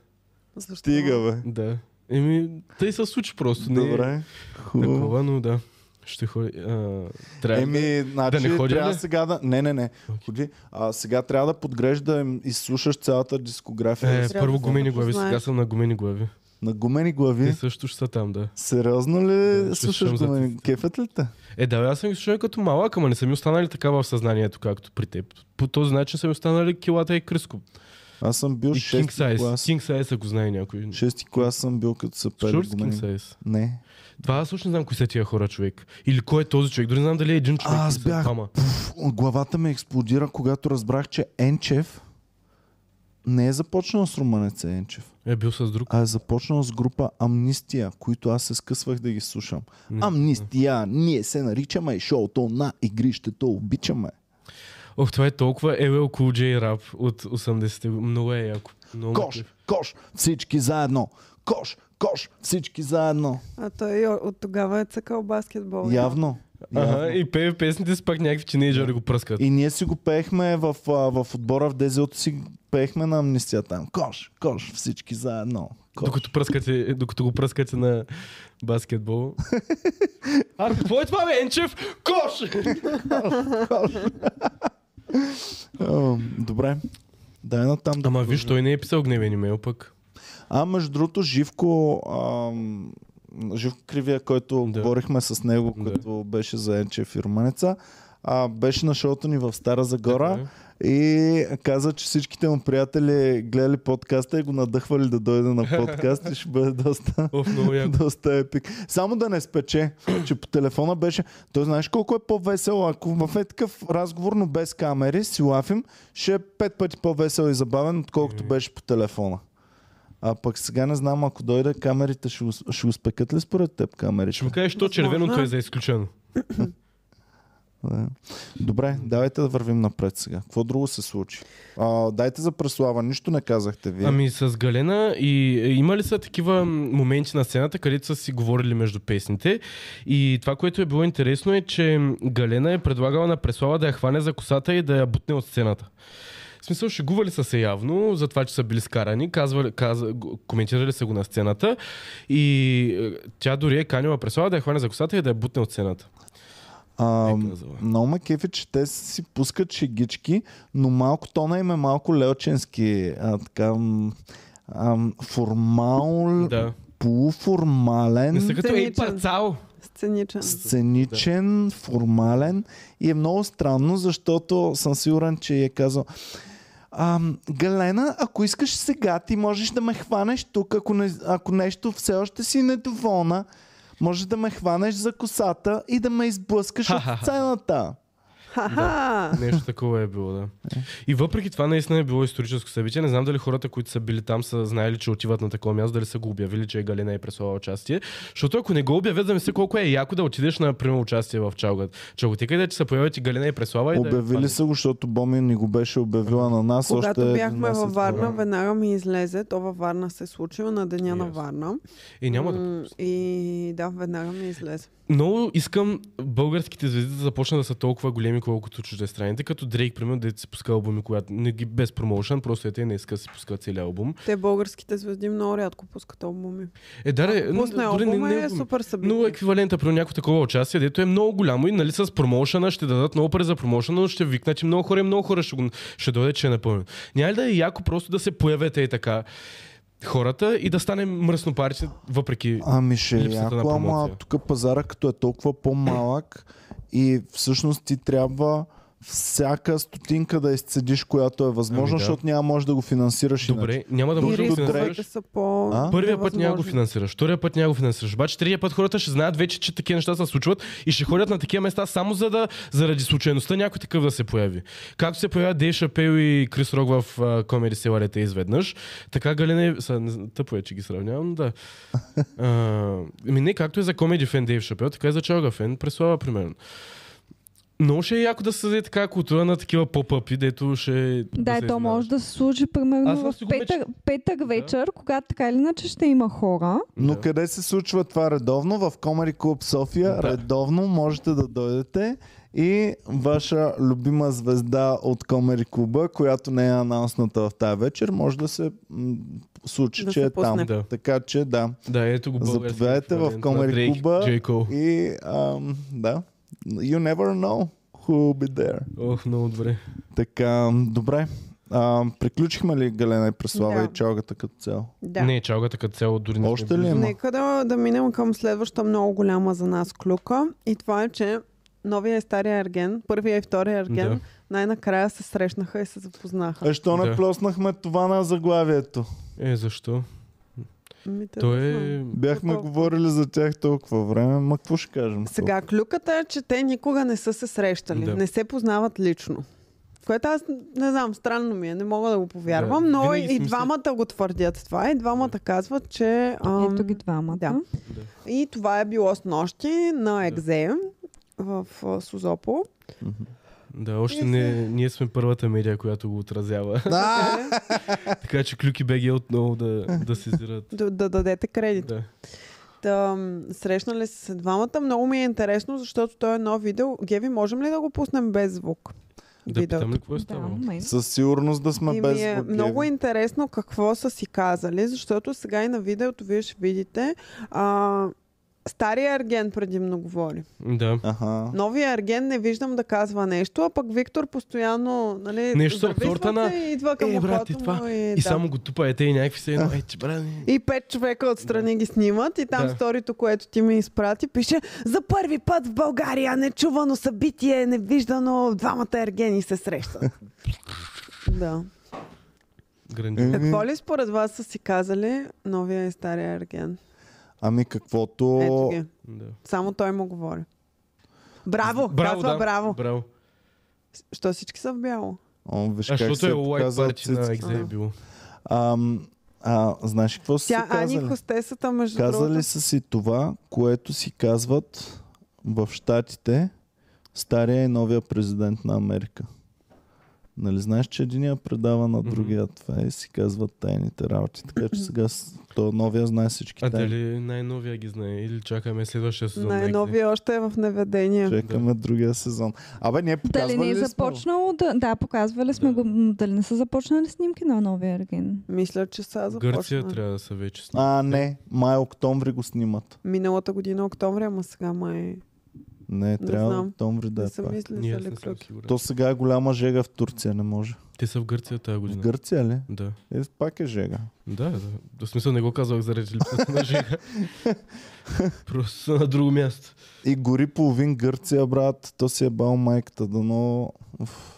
Защо?
Стига, бе.
Да. Еми, тъй се случи просто. Не е
Добре. Хубаво.
Такова, но да. Ще ходи. а, Трябва. Е,
Еми, значи,
не ходя
трябва
ли?
сега да... Не, не, не.
Окей.
Ходи. А, сега трябва да подгреш да им изслушаш цялата дискография
Е,
Трябва
първо
да
гумени
се
глави.
запознаеш.
Сега съм на гумени глави.
на гумени
Те
глави.
също ще са там, да.
Сериозно ли
Е. ще
слушаш
слушам за
гумени?
тестите.
Кефът ли те?
Е, да, бе, аз съм ги слушал като малък, ама не са ми останали така в съзнанието, както при теб. По този начин са ми останали килата и кръско.
Аз съм бил
И King
6
Size.
клас.
King Size, ако знае някой.
Шести клас съм бил като са пели
Чур с King
гумени.
Size.
Не.
Това аз също не знам кои са тия хора, човек. Или кой е този човек. Дори не знам дали е един човек.
Аз
или са
бях-
двама.
Пф, главата ми експлодира, когато разбрах, че Енчев не е започнал с Румън Ценчев,
Е бил с друг.
а е започнал с група Амнистия, които аз се скъсвах да ги слушам.
Не.
Амнистия, ние се наричаме и шоуто на игрището обичаме.
Ох, това е толкова LL Cool J рап от 80-те. Много е яко. Много ме
Кош,
кефи.
кош, всички заедно. Кош, кош, всички заедно.
А той от тогава е цъкал баскетбол.
Явно.
Ага,
явно.
и пее песните с пак някакви чинейджери го пръскат.
И ние си го пеехме в, а, в отбора в ДЗО, си пеехме на амнистия там. Кош, кош, всички заедно. Кош.
Докато, пръскате, докато го пръскате на баскетбол. а, какво е това, бе, Енчев? Кош!
А, добре. Дай на там да.
Ама виж, той не е писал гневен имейл пък.
А между другото, Живко, ам, Живко Кривия, който
Да.
говорихме с него,
Да.
като беше за Енчев и Румънеца, а, беше на шоуто ни в Стара Загора
Така е.
и каза, че всичките му приятели гледали подкаста и го надъхвали да дойде на подкаст и ще бъде доста,
Оф, много яко.
доста епик. Само да не спече, че по телефона беше... Той знаеш колко е по-весело, ако в е такъв разговор, но без камери, си лафим, ще е пет пъти по-весел и забавен, отколкото беше по телефона. А пък сега не знам, ако дойде камерите, ще, го с- ще успекат ли според теб камерите?
Ще му кажеш, то червеното е за изключено.
Да. Добре, давайте да вървим напред сега. Какво друго се случи? А, дайте за преслава, нищо не казахте вие.
Ами с Галена и е, има ли са такива м, моменти на сцената, където са си говорили между песните? И това, което е било интересно е, че м, Галена е предлагала на Преслава да я хване за косата и да я бутне от сцената. В смисъл, шегували са се явно за това, че са били скарани, казвали, каз, го- коментирали са го на сцената и е, тя дори е канила Преслава да я хване за косата и да я бутне от сцената.
А,
Е казала.
много ме кефи, че те си пускат шегички, но малко тона им е малко лелченски, а, така м, ам, формал,
Да. Не са
полуформален,
като ей
Сценичен.
парцал.
Сценичен.
сценичен, формален и е много странно, защото съм сигурен, че е казал Ам, Галена, ако искаш сега, ти можеш да ме хванеш тук, ако, не, ако нещо все още си недоволна, можеш да ме хванеш за косата и да ме изблъскаш от сцената.
Ха-ха!
Нещо такова е било, да. И въпреки това наистина е било историческо събитие. Не знам дали хората, които са били там, са знаели, че отиват на такова място, дали са го обявили, че Галина е преслала участие. Защото ако не го обявят, да мисля колко е яко да отидеш на пример участие в Чалгат. Чалготика и да че се появят и Галина и преслава и да... е я
Обявили
хванеш.
са го, защото Боми ни го беше обявила на нас.
Когато
още
бяхме
един месец
във Варна,
по-рано.
веднага ми излезе. То във Варна се е случило на деня на
Yes.
Варна.
И няма да...
М, И да, веднага ми излезе.
Много искам българските звезди да започнат да са толкова големи, колкото чуждестранните, като Дрейк, примерно, да си пуска албуми, когато не ги без промоушен, просто е те не иска да си пуска целият албум.
Те българските звезди много рядко пускат албуми.
Е, да, ре, н-
Пусне
дори не-
албума
не
е
албум.
супер събитие.
Но еквивалента при някакво такова участие, дето е много голямо и нали с промоушена ще дадат много пари за промоушена, но ще викнат и много хора и много хора ще, го, ще дойде, че е напълно. Няма ли да е яко просто да се появете и така хората и да стане мръсно парче, въпреки...
Ами ще е
липсата на
яко, ама
промоция.
тук пазара като е толкова по-малък и всъщност ти трябва всяка стотинка да изцедиш, която е възможно,
Ами да.
защото няма може да го финансираш
Добре,
иначе.
няма да може да
и
го
Дори
финансираш.
рисковете са по...
А?
Първия път няма го
невъзможни.
финансираш, втория път няма го финансираш. Обаче третия път хората ще знаят вече, че такива неща се случват и ще ходят на такива места само за да, заради случайността някой такъв да се появи. Както се появяват Дей Шапел и Крис Рок в а, Комери Селарете изведнъж, така Галена... Са, не знам, тъпо е, че ги сравнявам, да. А, ми не, както е за комеди фен Дейв Шапел, така и за Чалга фен Преслава, примерно. Много ще е яко да се създаде така култура на такива поп-апи, дето ще...
Да,
се
то може
изненадаш.
да се случи
Аз
примерно
съм
в
сигурен, че-
петък, петък вечер, когато така или иначе ще има хора.
Но
Да.
къде се случва това редовно? В Комери Клуб София
Да.
редовно можете да дойдете и ваша любима звезда от Комери Клуба, която не е анонсната в тази вечер, може да се м- случи,
Да
че
се
е там.
пусне.
Да.
Така че да.
Да, ето го българския
Заповядайте в
еквивалент на
Comedy
Дрейк,
Club-а.
J. Cole.
И ам, да, you never know who will be there.
Ох, много добре.
Така, добре. А, приключихме ли Галена и Преслава
Да.
и чалгата като цяло?
Да.
Не, чалгата като цяло дори не
Още
сме
ли
били.
е? Ема.
Нека да, да минем към следваща много голяма за нас клюка. И това е, че новия и стария Ерген, първия и втория Ерген,
Да.
най-накрая се срещнаха и се запознаха.
А Е, що не
Да.
плоснахме това на заглавието?
Е, защо?
Ми, те
Той
да знам.
е...
Бяхме
Готово.
говорили за тях толкова време, ма какво ще кажем?
Сега клюката е, че те никога не са се срещали.
Да.
Да. Не се познават лично. Което аз не знам, странно ми е, не мога да го повярвам,
Да,
но и,
винаги си
и
мисля-
двамата го твърдят това и двамата казват, че... ам,
Ето ги двамата.
да. И това е било с нощи на Екзе в а, Сузопо.
Да, още
Е,
не, ние сме първата медия, която го отразява.
Да.
така че Клюки БГ отново да, да сезират.
Да, да дадете кредит.
Да.
Та, м, срещнали се с двамата. Много ми е интересно, защото той е нов видео. Геви, можем ли да го пуснем без звук?
Да
Видеото.
питам ли какво е
Да,
ставало?
май.
Със сигурност да сме
И
без
ми е
звук,
много
Геви.
интересно какво са си казали, защото сега и на видеото вие ще видите. А, стария Ерген предимно говори.
Да.
Аха.
Новия Ерген не виждам да казва нещо, а пък Виктор постоянно нали,
Нещо от
зависва
сорта
се
на,
и идва към
"Е, брат,
ухото
и това,
му и,
И
да.
само го тупа ете и някакви се едно. Ей, че брани.
И пет човека отстрани ги снимат и там
Да.
сторито, което ти ми изпрати, пише За първи път в България нечувано събитие, невиждано, двамата ергени се срещат. да.
Гранди.
Е.
Какво ли според вас са си казали новия и стария ерген?
Ами каквото...
Ето ги.
Да.
Само той му говори. Браво! казва
да.
браво!
браво.
Що всички са в бяло?
О, виж
А
как
защото
се
е лайк
показват
парти на
цици.
екзе е било.
Ам, а, знаеш какво са си
Тя Ани
казали?
Хостесата, между
Казали
другото.
са си това, което си казват в Штатите стария и новия президент на Америка. Нали знаеш, че единия предава на другия това и си казват тайните работи. Така че сега с- то новия знае всички
А
тайни.
дали най-новия ги знае? Или чакаме следващия сезон на екзе?
Най-новия още е в неведение.
Чекаме другия сезон. Абе, ние
Дали
показвали
не е
ли сме?
започнало да... Да, показвали сме го. м, Дали не са започнали снимки на новия ерген?
Мисля, че са
Гърция
започнали.
трябва да са вече с
А, не. Май, октомври го снимат.
Миналата година октомври, ама сега май
Не,
Не
трябва
знам.
октомври да
не
е
са
пак.
мисли
Ние
за
аз не съм
Леклюк.
сигурен.
То сега е голяма жега в Турция, не може.
Те са в Гърция тази
В
година.
Гърция ли?
Да.
Е, пак е жега.
Да, да. До смисъл не го казвах заради липсата на жига. Просто са на друго място.
И гори половин Гърция, брат. То си е бал майката, дано... Уф.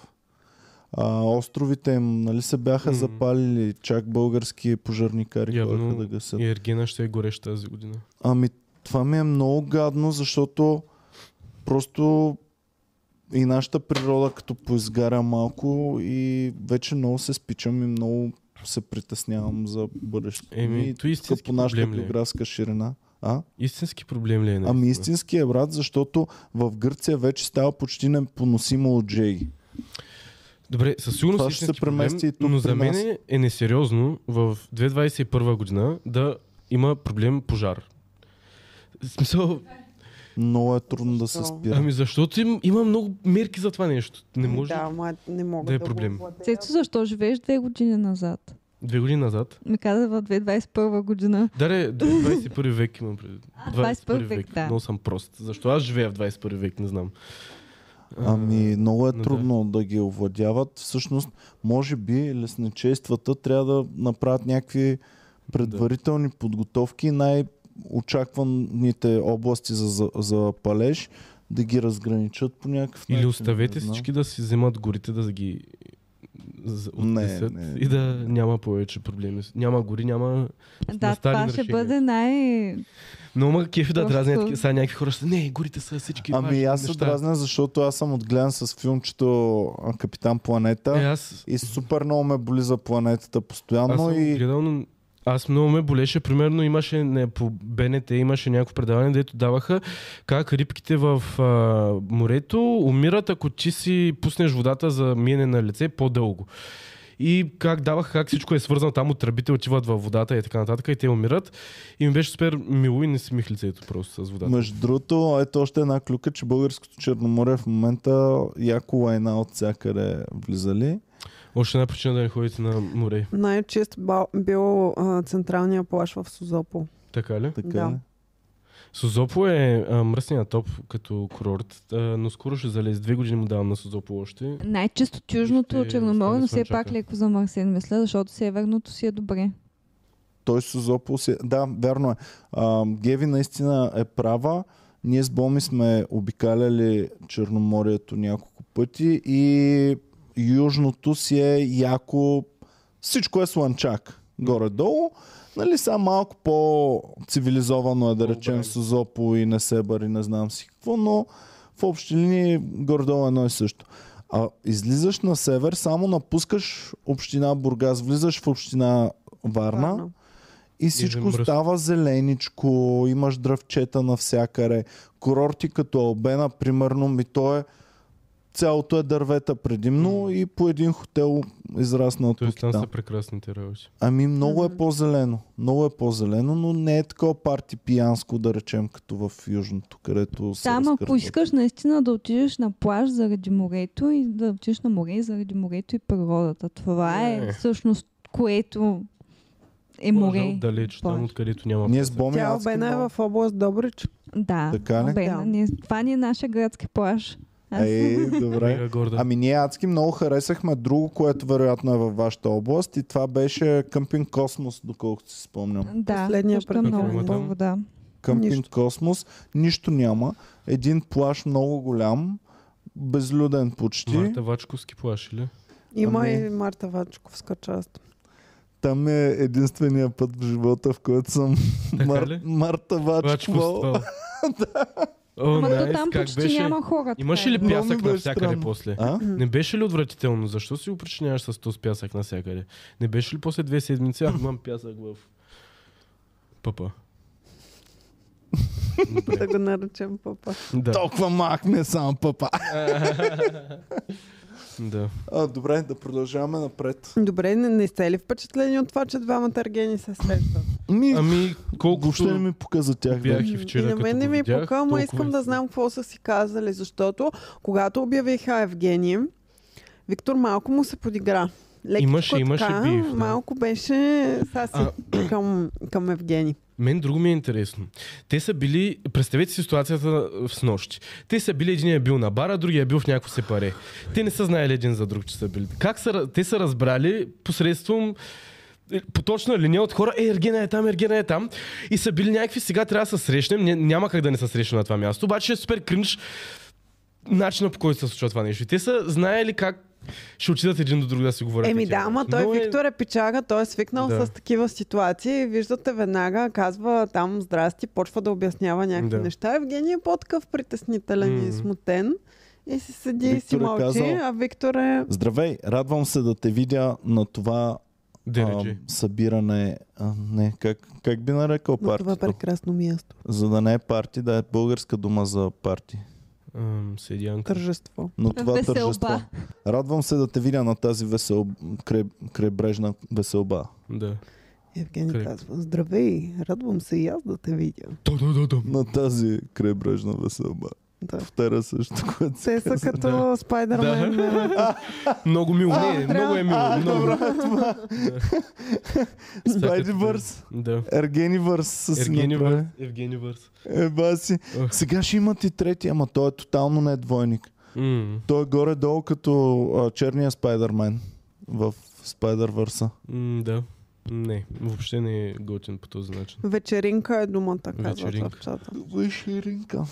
А, островите им, нали се бяха
М.
запалили, чак български пожарникари
Явно
ходиха да гасят.
И Ергена ще е горещ тази година.
Ами, това ми е много гадно, защото просто и нашата природа като поизгаря малко и вече много се спичам и много се притеснявам за бъдещето.
Еми,
И
то
тук
истински
по нашата
проблем ли е?
географска ширина. А?
Истински проблем ли е? наистина?
Ами истински е, брат, защото в Гърция вече става почти непоносимо от джей.
Добре, със сигурност
Това
е
ще се
истински
премести и тук
проблем, но за
при нас.
мен е несериозно в 2021 година да има проблем пожар. В Смисъл,
Много е трудно да Ами се
Защо?
спира.
ами защото им, има много мерки за това нещо. Не може
Ами Да, ма, не мога
да е
да
проблем.
Го овладея.
Цецо, защо живееш две години назад?
две години назад.
Ми каза в 2021 година.
Да, не, 21 век имам пред.
21 век, да.
Много съм прост. Защо аз живея в 21 век, не знам. А,
Ами, много е
но да.
трудно да. ги овладяват. Всъщност, може би лесничествата трябва да направят някакви предварителни подготовки, най-очакваните области за, за, за палеж, да ги разграничат по някакъв
Или
начин.
оставете
значи не знам.
всички да си вземат горите, да ги за-
Не,
отнесат
не,
и да
не.
няма повече проблеми. Няма гори, няма...
Да,
стари
това ще
решения.
бъде най...
Но ма кефи да
Просто-
дразнят таки- сега някакви хора. Ще... Не, горите са всички
Ами
важни
аз се
неща.
дразня, защото аз съм отгледан с филмчето а, Капитан Планета
Е, аз,
и супер много ме боли за планетата
аз
постоянно
съм
и...
гледал, но аз много ме болеше. Примерно имаше не, по БНТ, имаше някакво предаване, дето даваха как рибките в а, морето умират, ако ти си пуснеш водата за миене на лице по-дълго. И как даваха, как всичко е свързано там от тръбите, отиват във водата и така нататък, и те умират. И ми беше супер мило и не смих лицето просто с водата.
Между другото, ето още една клюка, че българското Черноморе в момента яко лайна от всякъде влизали.
Още една причина да не ходите на море.
Най-чист ба- бил а, централния плаш в Сузопо.
Така ли?
Така е.
Да.
да.
Созопо е а, мръсния топ като курорт, а, но скоро ще залез. Две години му давам на Созопо още.
Най-чисто чужното
Ще
Черноморе,
остане
но все пак
слънчака.
леко замърсен, мисля, защото северното си е добре.
Той Сузопол си... Да, вярно е. А, Геви наистина е права. Ние с Боми сме обикаляли Черноморието няколко пъти и южното си е яко... Всичко е слънчак. Горе-долу. Нали, сега малко по-цивилизовано е да речем
По-обрани.
Сузопо и Несебър и не знам си какво, но в общи линии горе-долу е едно и също. А излизаш на север, само напускаш община Бургас, влизаш в община Варна,
Варна.
Варна. и всичко
мръсно.
става зеленичко, имаш дръвчета навсякъде. Курорти като Албена, примерно, ми то е цялото е дървета предимно
М.
и по един хотел израснал тук
Тоест
и
там
там.
са прекрасните работи.
Ами много е
Мгм.
по-зелено. Много е по-зелено, но не е такова парти пиянско, да речем, като в Южното, където се
Там, ако
разкърват.
искаш наистина да отидеш на плаж заради морето и да отидеш на море заради морето и природата. Това е
Е.
всъжност, което е
Може
море.
Далеч, там
Плаж.
откъдето няма.
Ние с
пазар.
Боми
Тя
адски
обена е
много-
в област Добрич.
Да,
Така ли?
Обена.
Да.
Ние, това ни е нашия градски плаж. Аз
Ей, добре.
Мега горда.
Ами ние адски много харесахме друго, което вероятно е във вашата област и това беше Къмпинг Космос, доколкото си спомням.
Да,
Последния
също
път
ходихме
много
там.
хубаво, да.
Къмпинг
Нищо.
Космос, нищо няма. Един плаш много голям, безлюден почти.
Марта Вачковски плаши ли?
Има
Ами-
и Марта Вачковска част.
Там е единствения път в живота, в който съм
Така
Мар...
ли?
Марта Вачкова.
Вачковство. О,
Ама то
найс,
там
как
почти
беше?
няма хора. това
Имаше
е
ли
добре.
Много ми
пясък
беше
навсякъде
странно.
после?
А?
Не беше ли отвратително? Защо си го причиняваш с този пясък навсякъде? Не беше ли после две седмици? Аз имам пясък в пъпа. Добре.
Да го наречем папа.
да.
Толкова махме сам папа.
да.
А, добре, да продължаваме напред.
Добре, не, не сте ли впечатлени от това, че двамата аргени се срещат?
Ми,
Ами, колко
въобще не ми показа тях.
бях
да.
и вчера,
и на мен
като
не
го
ми
видях,
пука, ама
толкова
искам
ми-
да знам какво са си казали, защото когато обявиха Евгений, Виктор малко му се подигра. Лекичко
Имаше- имаше
така,
биф, да.
малко беше са си към, към Евгений.
Мен друго ми е интересно. Те са били, представете си ситуацията в снощи. Те са били, един е бил на бара, другия е бил в някакво сепаре. Те не са знаели един за друг, че са били. Как са, те са разбрали посредством е, поточна линия от хора, е, Ергена е там, Ергена е там. И са били някакви, сега трябва да се срещнем, Ня- няма как да не се срещнем на това място. Обаче е супер кринж начина по който се случва това нещо. И те са знаели как ще отидат един до друг да си говорят.
Еми
такива
да, ама
неща.
той
Много е-
Виктор е печага, той е свикнал
Да.
с такива ситуации. Виждате веднага, казва там здрасти, почва да обяснява някакви
Да.
неща. Евгений е по-такъв притеснителен и
Мгм.
смутен. И си седи и си
Виктор е
мълчи,
казал-
а Виктор е...
Здравей, радвам се да те видя на това а,
Дереджи.
събиране. А, не, как, как би нарекал
На това е
партито?
прекрасно място.
За да не е парти, да е българска дума за парти.
Ам, Седянка.
Тържество.
Но това
Веселба.
тържество. Радвам се да те видя на тази весел... край... крайбрежна веселба.
Да.
Евгений
Край.
казва, здравей, радвам се и аз да те видя.
Да, да, да, да.
На тази крайбрежна веселба.
Да.
Повтаря също, което се...
Те са като Спайдермен.
Да. много мило. Не,
трябва-
много е мило. много.
Спайдивърс.
Да.
Ергенивърс са си
Евгений
направили.
Върс. Евгений Върс.
Еба Е, си.
Ох.
Сега ще имат и трети, ама той е тотално не двойник.
М,
Той е горе-долу като а, черния Спайдермен в Спайдервърса.
м, Да. Не, въобще не е готин по този начин.
Вечеринка е думата, казва
Вечеринка.
в чата.
Виширинка.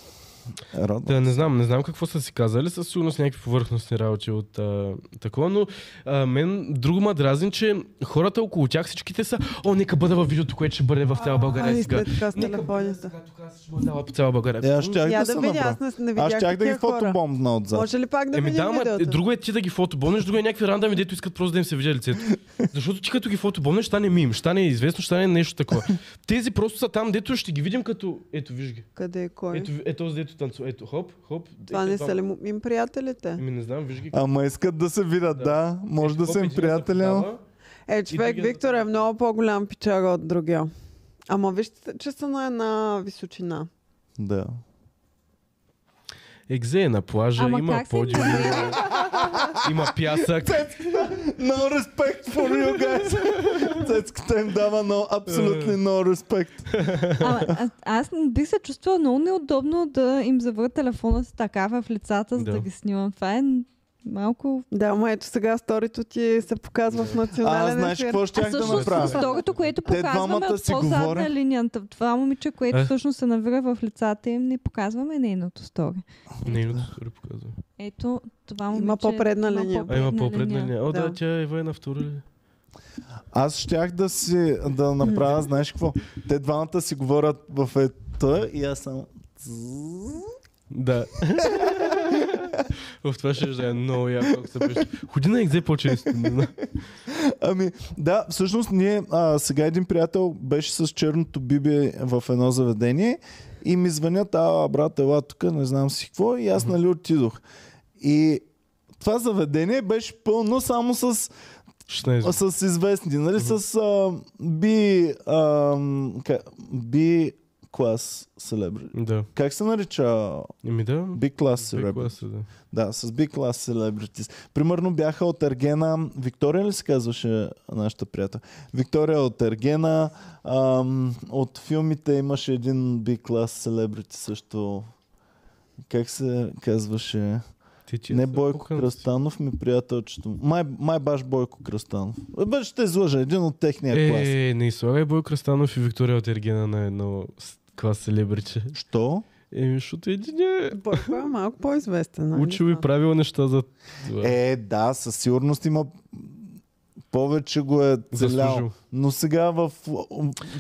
Е, Радвам.
Да, не знам, не знам какво са си казали, със сигурност някакви повърхностни работи от а, такова, но а, мен друго ма дразни, че хората около тях всичките са, о, нека бъда във видеото, което ще бъде в цяла България
Ай,
сега.
Ами след така с
Нека
телефони са.
Сега тук аз ще бъда по цяла България.
Е, аз щях
Я
да,
да
се
видя,
набра.
аз не, не
Аз
видях
щях да ги
такива хора.
фотобомбна отзад.
Може ли пак да
Еми
видим
да, ама е,
видеото?
друго е ти да ги фотобомнеш, друго е някакви рандами, дето искат просто да им се видя лицето. Защото ти като ги фотобомнеш, стане мим, стане известно, стане нещо такова. Тези просто са там, дето ще ги видим като... Ето, виж ги.
Къде е кой?
Ето, ви- ето този дето танцува. Ето, хоп, хоп.
Това
ето Ами,
не са ли му- им приятелите?
Еми не знам, виж ги.
Ама искат да се видят, да.
Да.
да може
Ето,
да
хоп,
са им
един се
приятели, ама...
подава.
Е, човек,
другия да
Виктор е много по-голям пичага от другия. Ама вижте, че са на една височина.
Да.
Екзе е на плажа,
Ама
има
как се
подиум. има- Има пясък.
No respect for you guys. Цецката им дава no, абсолютно no respect.
Е, Ама, аз, аз бих се чувствала много неудобно да им завърна телефона си така в лицата, за да,
Да.
ги снимам. Това е малко...
Да, ама ето сега сторито ти се показва в
А,
национален
знаеш
ефир.
какво ще
А
да
всъщност да
направя?
сторито, което
Те
показваме
двамата
от
си
по-задна
говорят.
линията. Това момиче, което
Е.
всъщност се навира в лицата им, не показваме нейното стори.
Нейното стори показва.
Ето, това момиче...
Има по-предна
има
линия.
А има по-предна
линия.
линия. О,
Да.
да, тя е на втора ли?
Аз щях да си да направя, знаеш какво? Те двамата си говорят в ета и аз съм...
Да. В това ще да е много яко, ако се беше. Ходи на екзе по-често. не знам.
Ами, да, всъщност ние а, сега един приятел беше с черното биби в едно заведение и ми звънят, а брат, ела тук, не знам си какво, и аз нали отидох. И това заведение беше пълно само с,
16.
с известни, нали, с а, би, а, ка, би клас селебри.
Да.
Как се нарича?
Еми да.
Би клас селебри.
Б-класа, да.
Да, с B клас celebrities. Примерно бяха от Аргена, Виктория ли се казваше нашата приятел? Виктория от Аргена, ам, от филмите имаше един B клас celebrity също. Как се казваше?
Ти, е че
Не
са
Бойко
пуканци.
Кръстанов, ми приятелчето. му. Май, май баш Бойко Кръстанов. Е, Бе, ще излъжа, един от техния клас.
Е, не слагай Бойко Кръстанов и Виктория от Ергена на едно с- клас селебриче.
Що?
Еми, защото един е
Бойко е малко по-известен. нали?
учил и правил неща за... това.
Е, да, със сигурност има повече го е целял.
Заслужил.
Но сега в, в,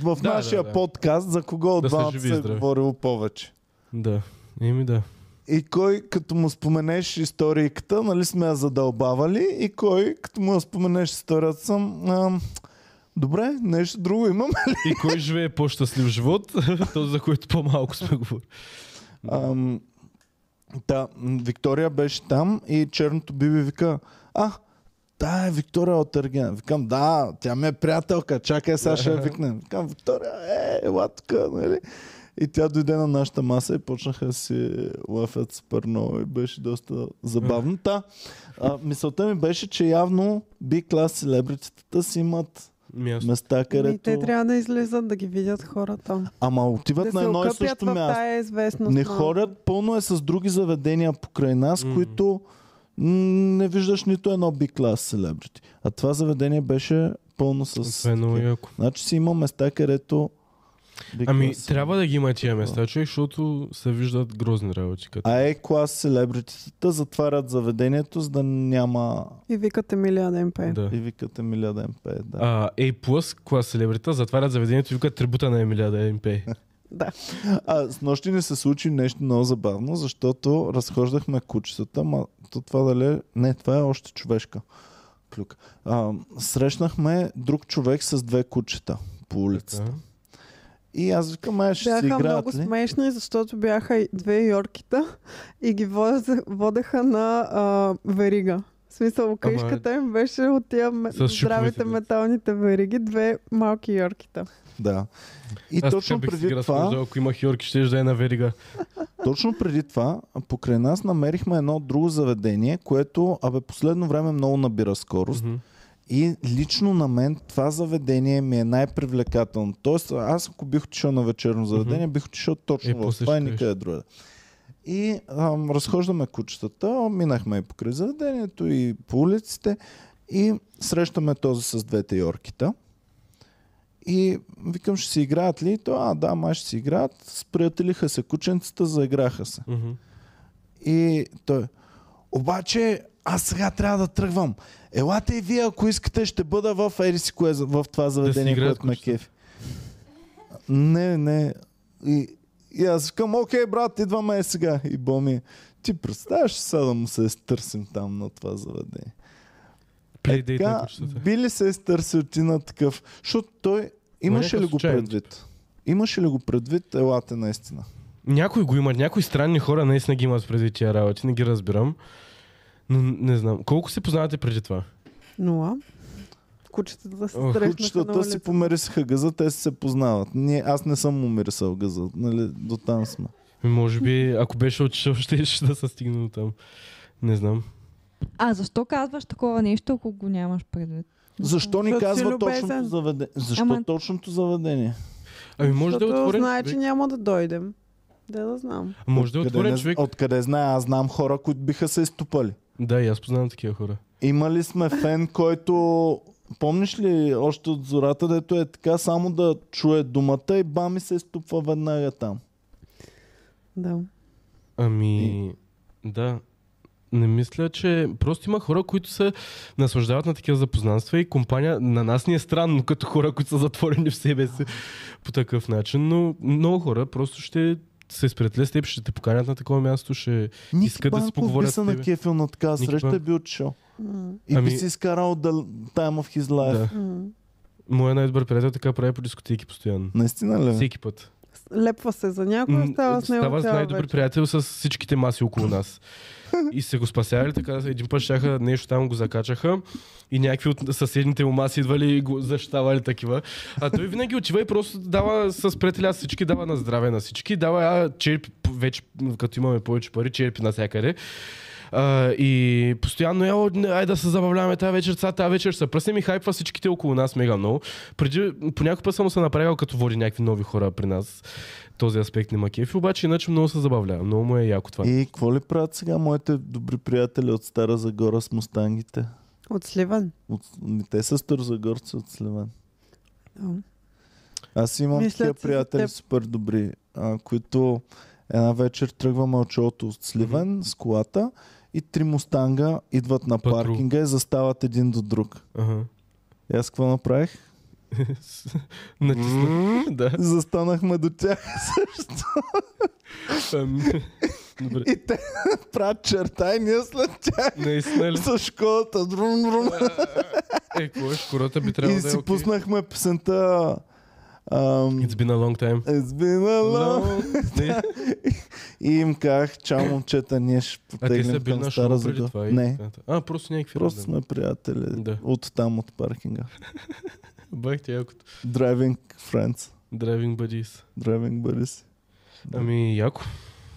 в
Да,
нашия
да, да.
подкаст за кого от
Да са
двамата
живи и
се е
здрави.
говорило повече.
Да. Еми да.
И кой, като му споменеш историката, нали сме я задълбавали, и кой, като му я споменеш историята, съм... А, добре, нещо друго имам.
И кой живее по-щастлив живот? Този, за който по-малко сме говорили.
Ам, да, м, Виктория беше там и черното биби вика, а, да, е Виктория от Аргена. Викам, да, тя ми е приятелка, чакай сега ще я викнем. Викам, Виктория, е, ела тук, нали? И тя дойде на нашата маса и почнаха да си лафят супер много и беше доста забавно. Та, а, мисълта ми беше, че явно B-клас селебритетата си имат
Място.
места,
И Ами те
където...
трябва да излизат да ги видят хората.
Ама отиват
Да
на
се
едно и
окъпят
също
в
място.
тая известност.
Не
малко.
ходят, пълно е с други заведения покрай нас,
М.
които м, не виждаш нито едно B-клас celebrity. А това заведение беше пълно с...
Това е много
такива.
яко.
Значи си има места, където... B-клас
Ами,
celebrity.
трябва да ги има тия места, човек, защото се виждат грозни работи. Като...
А A-клас селебрититата затварят заведението, за да няма...
И викат Емилия да им пее.
Да.
е, И викате миля да им пее, да.
А, A+, клас селебрита, затварят заведението и викат трибута на Емилия да МП.
Да.
А, с нощи не се случи нещо много забавно, защото разхождахме кучетата, ма то това дали... е- Не, това е още човешка клюка. А, срещнахме друг човек с две кучета по улицата. И аз викам, ай, ще си
Бяха
играят нали?
много
ли?
смешни, защото бяха и две йоркита и ги воз- водеха на а, верига. В смисъл, къщата им беше от тия ме-
С
здравите
шиповете, да.
металните вериги, две малки йоркита.
Да. И
Аз
точно
така бих
преди,
си
това,
разхождал, ако имах Йорки, ще да е на верига.
точно преди това, покрай нас намерихме едно друго заведение, което, абе, последно време много набира скорост.
Мгм.
И лично на мен това заведение ми е най-привлекателно. Тоест, аз ако бих отишъл на вечерно заведение, бих отишъл
Е,
точно в
после
това и
ще
никъде друга. И ам, разхождаме кучетата, минахме и покрай заведението, и по улиците, и срещаме този с двете йоркита. И викам, ще си играят ли? И То, а, да, май ще си играят. Сприятелиха се кученцата, заиграха се.
Мгм.
И той, обаче аз сега трябва да тръгвам. Елате и вие, ако искате, ще бъда в Ериси, кое, за- в това заведение, да
играят
което ме
кучетата.
кефи. Не, не. И, и аз викам, окей, брат, идваме е сега. И Боми, ти представяш ли сега да му се изтърсим там на това заведение. Е,
Плейдейт на
така,
кучетата.
би ли се изтърсил ти на такъв? Защото той, имаше
някакъв
ли го
случайен
предвид? Имаше ли го предвид? Елате наистина.
Някои го имат, някои странни хора наистина ги имат преди тия работи, не ги разбирам. Но не знам. Колко се познавате преди това?
Нула. Кучетата се
Ох,
срещнаха на
Кучетата си
улицата.
помирисаха газа, те си се познават. Ние, аз не съм му мирисал газа, нали, до там сме.
Ми, Ами, Може би, ако беше отишъл, ще, ще да се стигне до там. Не знам.
А защо казваш такова нещо, ако го нямаш предвид?
Защо ни
Защото си
казва
любезен.
точното заведение? Защо
Ама-
точното заведение?
Ами може да е
Защото
отворен
знае, че
човек.
няма да дойдем. Да, да знам.
Може да е
Откъде
отворен
не-
човек.
Откъде знае, аз знам хора, които биха се изтопали.
Да, и аз познавам такива хора.
Имали сме фен, който... Помниш ли още от зората, дето е така, само да чуе думата и бами се изтопва веднага там.
Да.
Ами, да. Не мисля, че... Просто има хора, които се наслаждават на такива запознанства и компания... На нас ни е странно, като хора, които са затворени в себе си по такъв начин, но много хора просто ще се спретли с теб, ще те поканят на такова място, ще...
Ники
Искат да си
Банков би
поговорят
се
с тебе.
на кефил на така
Ники
среща,
Банков.
бил чел. И би
Ами-
си изкарал да, time of his life.
Да.
М.
Моя най-добър приятел така прави по дискотеки постоянно.
Наистина ли? бе?
Всеки път.
Лепва се за някой,
М,
става с него
Става с
цяла
най-добър
вечер.
приятел с всичките маси около нас. И се го спасявали така. Един път щяха нещо там го закачаха и някакви от съседните му маси идвали и го защитавали такива. А той винаги отива и просто дава с приятеля всички, дава на здраве на всички, дава а, черпи, п- вече като имаме повече пари, черпи навсякъде. А, и постоянно е, ай да се забавляваме тази вечер, сега тази вечер ще се пръснем и хайпва всичките около нас мега много. Преди, по някой път съм се направил като води някакви нови хора при нас. Този аспект не макефи, обаче иначе много се забавлява. Много му е яко това.
И какво ли правят сега моите добри приятели от Стара Загора с мустангите?
От Сливан.
От... ми, Те са старозагорци от Сливан.
О.
Аз имам
Мислят
такива
си за
приятели
теб.
супер добри, а, които една вечер тръгва мълчото от Сливен с колата и три мустанга идват на
Патрул.
паркинга и застават един до друг.
Ага.
И аз какво направих?
Натисна. да.
Застанахме до тях
Ам, Добре.
и те правят черта и ние след тях
Наистина ли?
с школата. Друм, друм.
Е, кой е шкурата би
И
трябвало да е
си
окей.
пуснахме песента ам,
It's been a long time.
It's been a long...
Не,
И им казах, чао момчета, ние ще
а те
потеглим
са били
към
на
Стара
шоу преди
Загора.
това. и
Не,
така. А, просто някакви
просто
разни.
сме приятели
Да.
от там, от паркинга.
Бах ти якото.
Driving friends,
Driving buddies.
driving buddies. Да.
Ами, яко.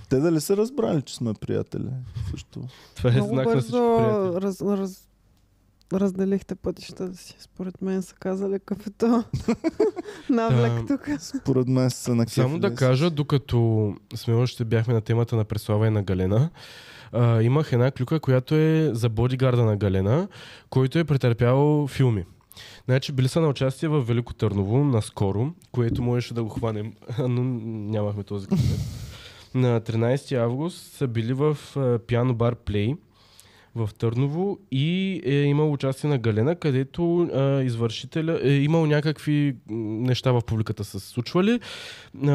Те дали са разбрали, че сме приятели? Също.
Това е
Много
знак на всички
бързо
приятели.
раз, раз, разделихте пътищата си. Според мен са казали кафето. Навлек
Да.
тук.
Според мен са на
Само да кажа, докато сме още бяхме на темата на Преслава и на Галена, а, имах една клюка, която е за бодигарда на Галена, който е претърпял филми. Значи били са на участие в Велико Търново наскоро, което можеше да го хванем, но нямахме този късмет. На 13 август са били в а, пиано бар Play в Търново и е имало участие на Галена, където а, извършителя е имал някакви м, неща в публиката са се случвали. А,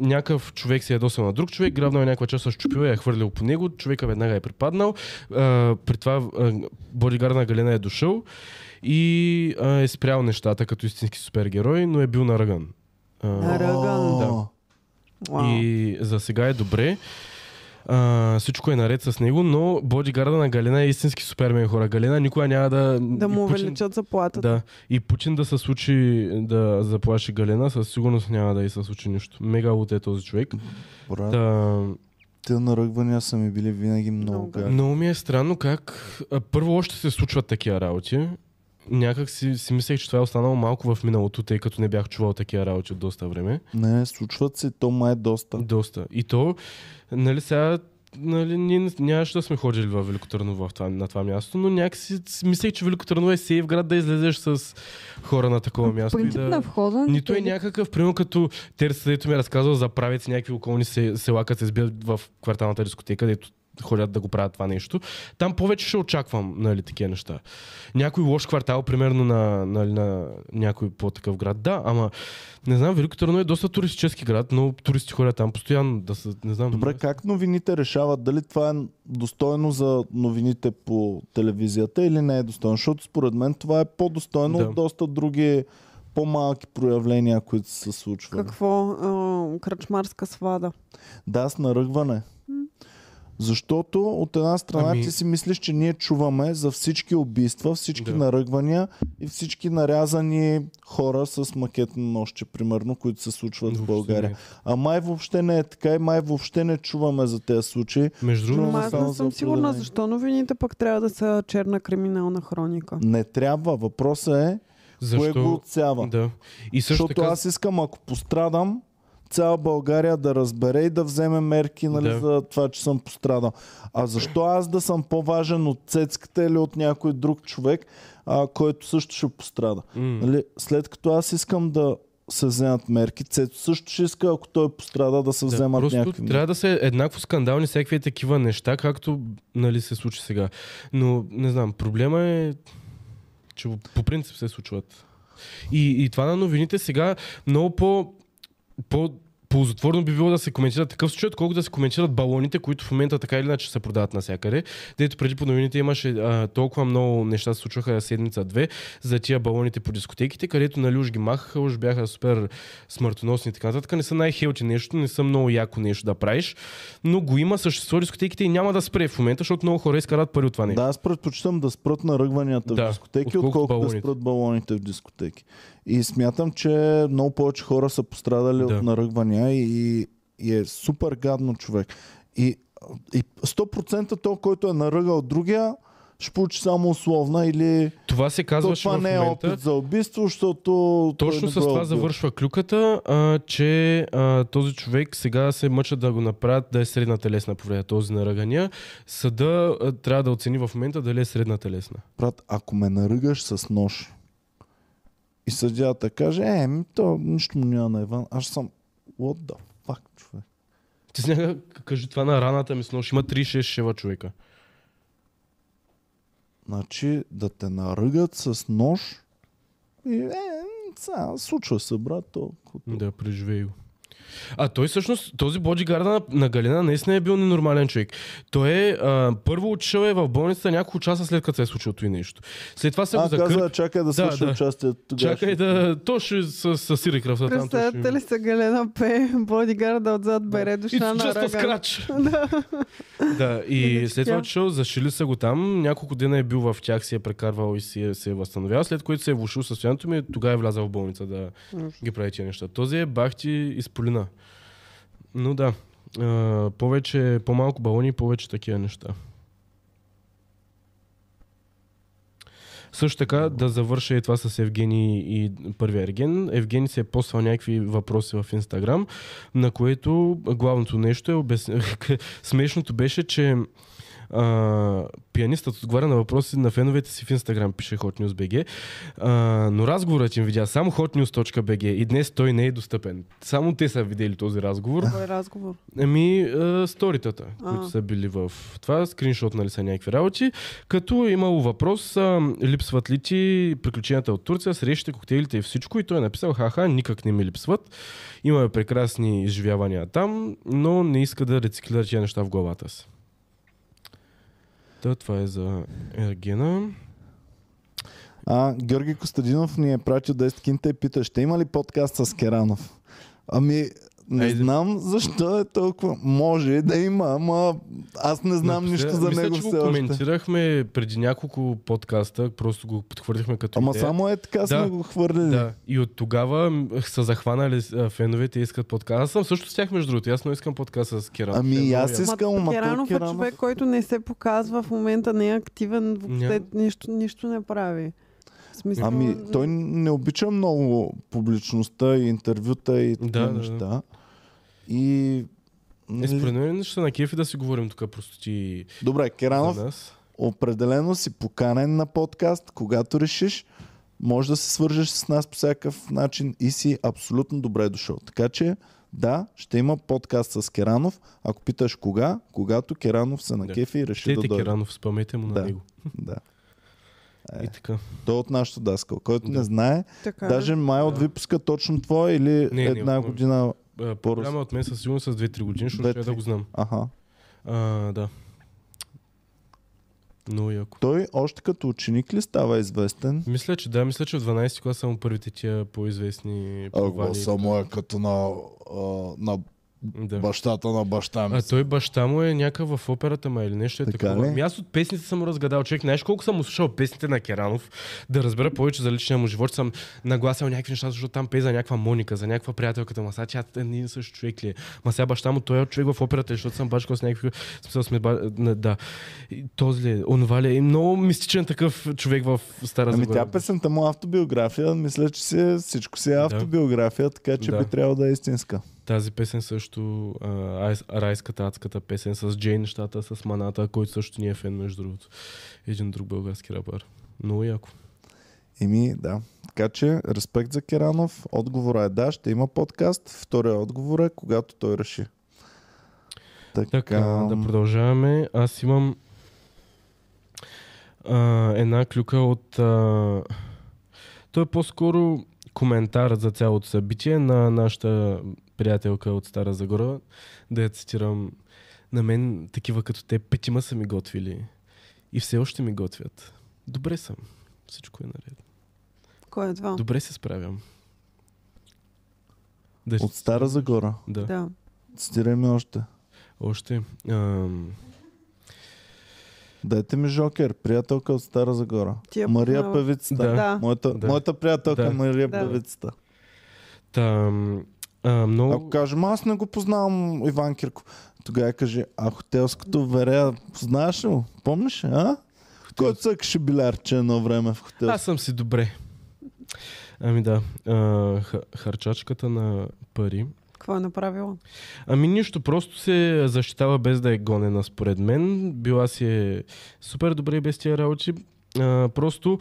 някакъв човек се е ядосал на друг човек, грабнал е някаква част с чупила и я е хвърлил по него, човека веднага е припаднал. А, при това а, бодигард на Галена е дошъл и а, е спрял нещата като истински супергерой, но е бил наръган. А,
Ръган.
Да.
Вау.
и за сега е добре. А, всичко е наред с него, но бодигарда на Галена е истински супермен хора. Галена никога няма да...
Да му
и Путин-
увеличат заплатата.
Да, и Пучин да се случи да заплаши Галена, със сигурност няма да и се случи нищо. Мега лут е този човек.
Брат, да.
Та,
те наръгвания са ми били винаги много
Много
гадни.
много ми е странно как а, първо още се случват такива работи. Някак си, си мислех, че това е останало малко в миналото, тъй като не бях чувал такива работи от доста време.
Не, случват се, то май е доста.
Доста. И то, нали сега, нали, ние не- нямаше да сме ходили в Велико Търново в това, на това място, но някакси си мислех, че Велико Търново е сейф град да излезеш с хора на такова
В
място. и
принцип
да...
на входа...
Нито е
никъде-
някакъв, примерно като Терса, дето ми е разказал за правец някакви околни се- села, като се сбият в кварталната дискотека, където ходят да го правят това нещо. Там повече ще очаквам нали, такива неща. Някой лош квартал, примерно на, нали, на някой по-такъв град. Да, ама не знам, Велико Търно е доста туристически град, но туристи ходят там постоянно. Да са, не знам.
Добре, как новините решават дали това е достойно за новините по телевизията или не е достойно? Защото според мен това е по-достойно да.
Да.
от доста други по-малки проявления, които са се случвали. Как?
Какво? а, Кръчмарска свада.
Да, с наръгване. Защото от една страна ами...
Ами-
ти си мислиш, че ние чуваме за всички убийства, всички да.
Да.
наръгвания и всички нарязани хора с макетно нощче, примерно, които се случват в
Въобще
България.
не е.
А май въобще не е така и май въобще не чуваме за тези случаи.
Между другото,
Ама аз
само
не
за
съм сигурна
определени.
защо новините пък трябва да са черна криминална хроника.
Не трябва. Въпросът е Защо? кое го
защо...
отсява. Да.
Да. И също
Защото
така...
аз искам, ако пострадам, цяла България да разбере и да вземе мерки нали, да.
Да.
за това, че съм пострадал. А защо аз да съм по-важен от цецката или от някой друг човек, а, който също ще пострада?
М.
Нали, след като аз искам да се вземат мерки, Цецо също ще иска, ако той пострада, да се да, вземат
просто
някакви мерки.
трябва да са еднакво скандални всякакви такива неща, както нали, се случи сега. Но не знам, проблема е, че по принцип се случват. И, и това на новините сега много по, по ползотворно би било да се коментира такъв случай, отколкото да се коментират балоните, които в момента така или иначе се продават навсякъде. Дето преди по новините имаше а, толкова много неща се случваха седмица-две за тия балоните по дискотеките, където нали уж ги махаха, уж бяха супер смъртоносни и така нататък. Не са най-хелти нещо, не са много яко нещо да правиш, но го има, съществува дискотеките и няма да спре в момента, защото много хора изкарат пари от това
Да,
нещо.
аз предпочитам да спрат наръгванията в
Ами. Да,
дискотеки,
отколкото
отколкото да
балоните.
спрат балоните в дискотеки. И смятам, че много повече хора са пострадали
Да.
от наръгвания и, и е супер гадно човек. И, и 100% то, който е наръгал другия, ще получи само условна или
Това се
то,
казваше
това
в
не е
момента.
опит за убийство, защото той
Точно
не го
с
е
това
убил.
завършва клюката, а, че а, този човек сега се мъчат да го направят да е средна телесна повреда, този наръгания. Съда а, трябва да оцени в момента дали е средна телесна.
Брат, ако ме наръгаш с нож и съдята каже, е, ми, то нищо му няма на Иван, аз съм, what the fuck, човек.
Ти с някак- кажи това на раната ми с нож. Има 3-6 шева човека.
Значи да те наръгат с нож и е, са, случва се, брат, то. Да.
Да, преживей го. А той всъщност, този бодигарда на, на Галина наистина е бил ненормален човек. Той е, а, първо отишъл е в болницата няколко часа след като се е случило той нещо. След това се го
А, каза,
закърпи.
чакай да
Да,
свърши
да.
участието тогава.
Чакай да... То ще с, с, сири кръвта там. то ще
Представете
има.
ли се Галена Пе, бодигарда отзад бере душа
It's
на
just a
ръга.
scratch. да, и
Иначе
след това
тя-
отишъл, зашили са го там, няколко дена е бил в тях, си е прекарвал и си е, се е възстановявал, след което се е влушил състоянието ми, тогава е влязал в болница да ги прави тия неща. Този е бахти из полина. Но да, а, повече, по-малко балони, повече такива неща. Също така да завърша и това с Евгений и първия Ерген. Евгений се е послал някакви въпроси в Инстаграм, на което главното нещо е обясня... смешното беше, че а, пианистът отговаря на въпроси на феновете си в Инстаграм, пише Hot News BG. А, но разговорът им видя само hotnews.bg и днес той не е достъпен. Само те са видели този разговор.
Кой е разговор?
Ами, а, сторитата,
А.
които са били в това, скриншот, нали са някакви работи, като е имало въпрос, а, липсват ли ти приключенията от Турция, срещите, коктейлите и всичко, и той е написал, хаха, никак не ми липсват, имаме прекрасни изживявания там, но не иска да рециклира тия неща в главата си. Та, това е за Ергена.
А, Георги Костадинов ни е пратил 10 кинта и пита, ще има ли подкаст с Керанов? Ами, не
Айде.
знам защо е толкова. Може да има, ама аз не знам
Написа-
нищо за
Мисля,
него
че го
все още.
коментирахме преди няколко подкаста, просто го подхвърлихме като
Ама
идея.
само е така сме
Да,
го хвърлили.
Да, и от тогава м, са захванали а, феновете и искат подкаст. Аз съм също с тях, между другото. Аз не искам подкаст с Керан.
Ами, и аз
Ма,
искам, ама той
Керанов е
Керанов-
човек, който не се показва в момента, не е активен, въобще
Няма.
нищо, нищо не прави. В смисъл,
Ами, той не обича много публичността и интервюта и такива
Да, да, да.
неща. И...
Е,
нали,
според мен ще на кефи да си говорим тук просто ти
Добре, Керанов,
за нас.
определено си поканен на подкаст, когато решиш, може да се свържеш с нас по всякакъв начин и си абсолютно добре дошъл. Така че, да, ще има подкаст с Керанов. Ако питаш кога, когато Керанов се на
Да.
кефи и реши да
Тете
дойде.
Керанов, спамете му
Да.
на него.
Да.
И така.
Той е от нашата даска. Който не знае,
така, е.
даже май от випуска точно твой или
не,
една
от мой.
година.
А,
По-раз.
Програма от мен със сигурност с 2-3 години, защото ще
Две-три.
да го знам.
Аха.
А, да. Много яко.
Той още като ученик ли става известен?
Мисля, че да, мисля, че в 12 клас само първите тия по-известни
Ако
провали.
само е като на, а, на
Да.
бащата на баща ми.
А той баща му е някакъв в операта, ма или нещо е
Така
такова.
ли?
Ами аз от песните съм разгадал. Човек, знаеш колко съм слушал песните на Керанов, да разбера повече за личния му живот, че съм нагласил някакви неща, защото там пее за някаква Моника, за някаква приятелката му. А Сега тя е един и същ човек ли е? Ма сега баща му, той е човек в операта, защото съм бачкал с някакви... в Смисъл сме... ба- на- Да. И Този ли е? Онова ли е? И Много мистичен такъв човек в Стара
Ами
Загора.
тя песента му автобиография, мисля, че си, е- всичко си е автобиография, така че
Да.
би трябвало да е истинска.
Тази песен също, а, айс- райската адската песен с Джей нещата, с Маната, който също ни е фен, между другото. Един друг български рапър. Много яко.
Еми, да. Така че, респект за Керанов. Отговора е да, ще има подкаст. Втория отговор е когато той реши. Така,
Така, да продължаваме. Аз имам а, една клюка от... А, той е по-скоро коментар за цялото събитие на нашата приятелка от Стара Загора, да я цитирам, на мен такива като те петима са ми готвили и все още ми готвят. Добре съм. Всичко е наред.
Кой е това?
Добре се справям. Да,
От Стара Загора.
да.
Да.
Цитирай ми още.
Още. Ам...
Дайте ми Жокер, приятелка от Стара Загора.
Ти я
Мария
познаваш.
Певицата.
Да.
Е, Да.
Моята,
Да.
моята приятелка
Да.
Мария
Да.
Певицата.
Там, а, много...
Ако кажем, аз не го познавам Иван Кирко, тогава каже, а хотелското верея, знаеш ли? го? Помниш, а? Кой цъкаше билярче едно време в хотел?
Аз съм си добре. Ами да, а, ха- харчачката на пари.
Какво е направила?
Ами нищо, просто се защитава без да е гонена според мен. Била си е супер добре без тия работи. А, просто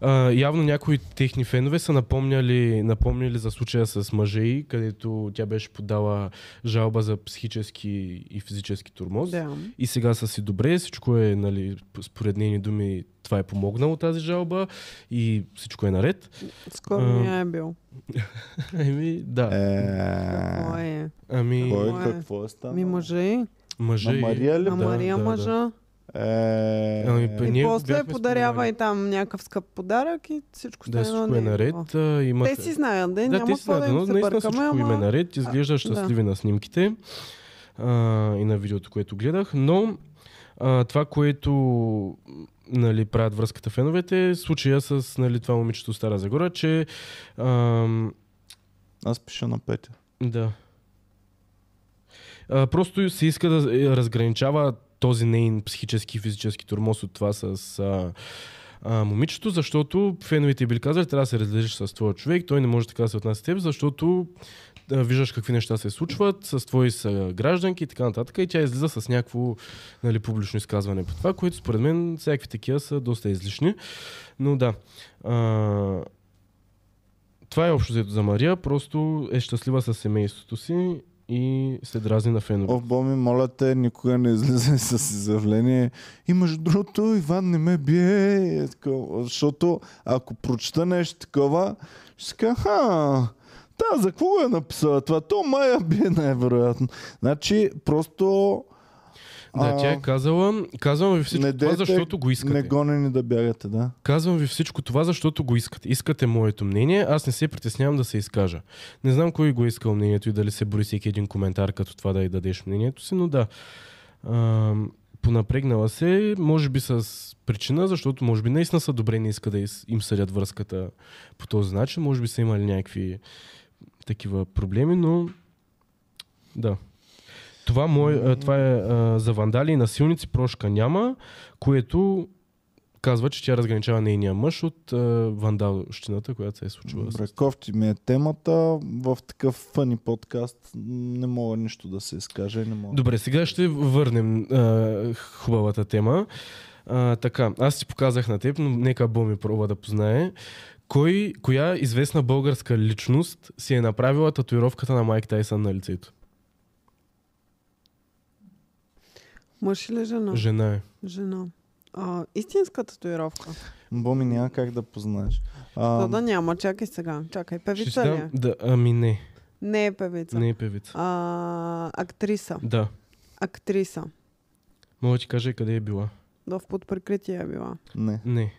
а, явно някои техни фенове са напомняли, напомняли за случая с мъже и, където тя беше подала жалба за психически и физически турмоз.
Да.
И сега са си добре, всичко е, нали, според нейни думи, това е помогнало тази жалба и всичко е наред.
Скоро
А.
ми е бил.
Еми, да.
Е,
Кой е?
Ами,
кой,
Кой е?
какво е станало?
Ми мъже.
мъже...
На Мария Е ли?
А
Да,
Мария
да, да.
мъжа.
Е,
Ами, пе-
И
Ние
после
бяхме
подарява
споменали.
и там някакъв скъп подарък и всичко
Да,
стана
всичко е
на
наред.
ниво.
а, Имат...
Те си знаят, да,
да,
няма
те си
какво да
знаят, но
им се
наистина всичко
бъркаме,
им е
ама...
наред. Изглежда щастливи на снимките а, и на видеото, което гледах. Но а, това, което м, нали, правят връзката феновете, е случая с нали, това момичето от Стара Загора, че ам,
Аз пиша на Петя.
Да. А, просто се иска да е, разграничава този нейн психически и физически тормоз от това с а, а, момичето, защото феновете били казали, трябва да се разлежиш с твоя човек, той не може така да се отнася с теб, защото а, виждаш какви неща се случват с твои са гражданки и така нататък. И тя излиза с някакво нали, публично изказване по това, което според мен всякакви такива са доста излишни. Но да. А, това е общо взето за Мария, просто е щастлива с семейството си и се дразни на фенове.
О, Боми, моля те, никога не излизай с изявление. И между другото, Иван не ме бие. И е такова. Защото ако прочета нещо такова, ще си кажа, ха, да, за какво го е написала това? То Майя бие най-вероятно. Значи, просто...
Да, тя е казала, казвам ви всичко
не
това,
дейте,
защото го искате.
не гонени да бягате, да.
Казвам ви всичко това, защото го искате. Искате моето мнение, аз не се притеснявам да се изкажа. Не знам кой го е искал мнението и дали се бори всеки един коментар като това да й дадеш мнението си, но да. А, понапрегнала се, може би с причина, защото може би наистина са добре, не иска да из- им съдят връзката по този начин. Може би са имали някакви такива проблеми, но да. Това, мой, а, това е а, за вандали и насилници прошка няма, което казва, че тя разграничава нейния мъж от а, вандалщината, която се е случила. с-
Браков ти ми е темата. В такъв фъни подкаст не мога нищо да се изкаже. Не мога.
Добре, сега ще върнем а, хубавата тема. А, така, аз ти показах на теб, но нека Боми пробва да познае. Кой, коя известна българска личност си е направила татуировката на Майк Тайсън на лицето?
Мъж или жена?
Жена е.
Жена. А, истинска татуировка.
Боми, няма как да познаеш.
А...
А,
То да няма, чакай сега. Чакай,
Ще
певица ли е?
да, ами не,
Не е певица.
не е певица.
А, актриса.
Да,
Актриса.
мога да ти кажа и къде е била.
Да, в под прикритие е била.
Не.
Не,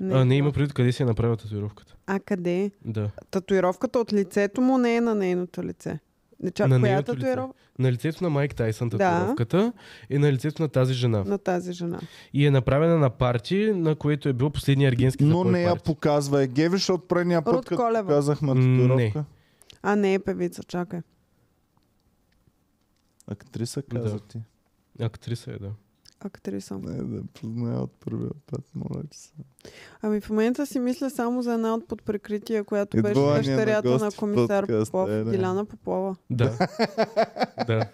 не, а, не има предвид къде си е направила татуировката.
а къде?
Да.
Татуировката от лицето му не е на нейното лице. Не чак,
На
коя е
нейното лице.
татуировка?
На лицето на Майк Тайсън
Да.
татуировката е на лицето на тази жена.
На тази жена.
и е направена на парти, на което е бил последния аргентски
Но не я
парти.
показва Егеви, защото предния
Руд
път, като
Колева.
казахме
М,
татуировка.
А, не е певица, чакай.
Актриса каза
Да.
ти.
Актриса е, да.
Актриса.
Не, да позная от първия път, моля ти се.
Ами в момента си мисля само за една от под прикритие, която
Е,
Идва
беше
ни на
дъщерята на,
гости в
комисар
подкаста,
Попов,
е, да.
Диляна Попова.
Да. да.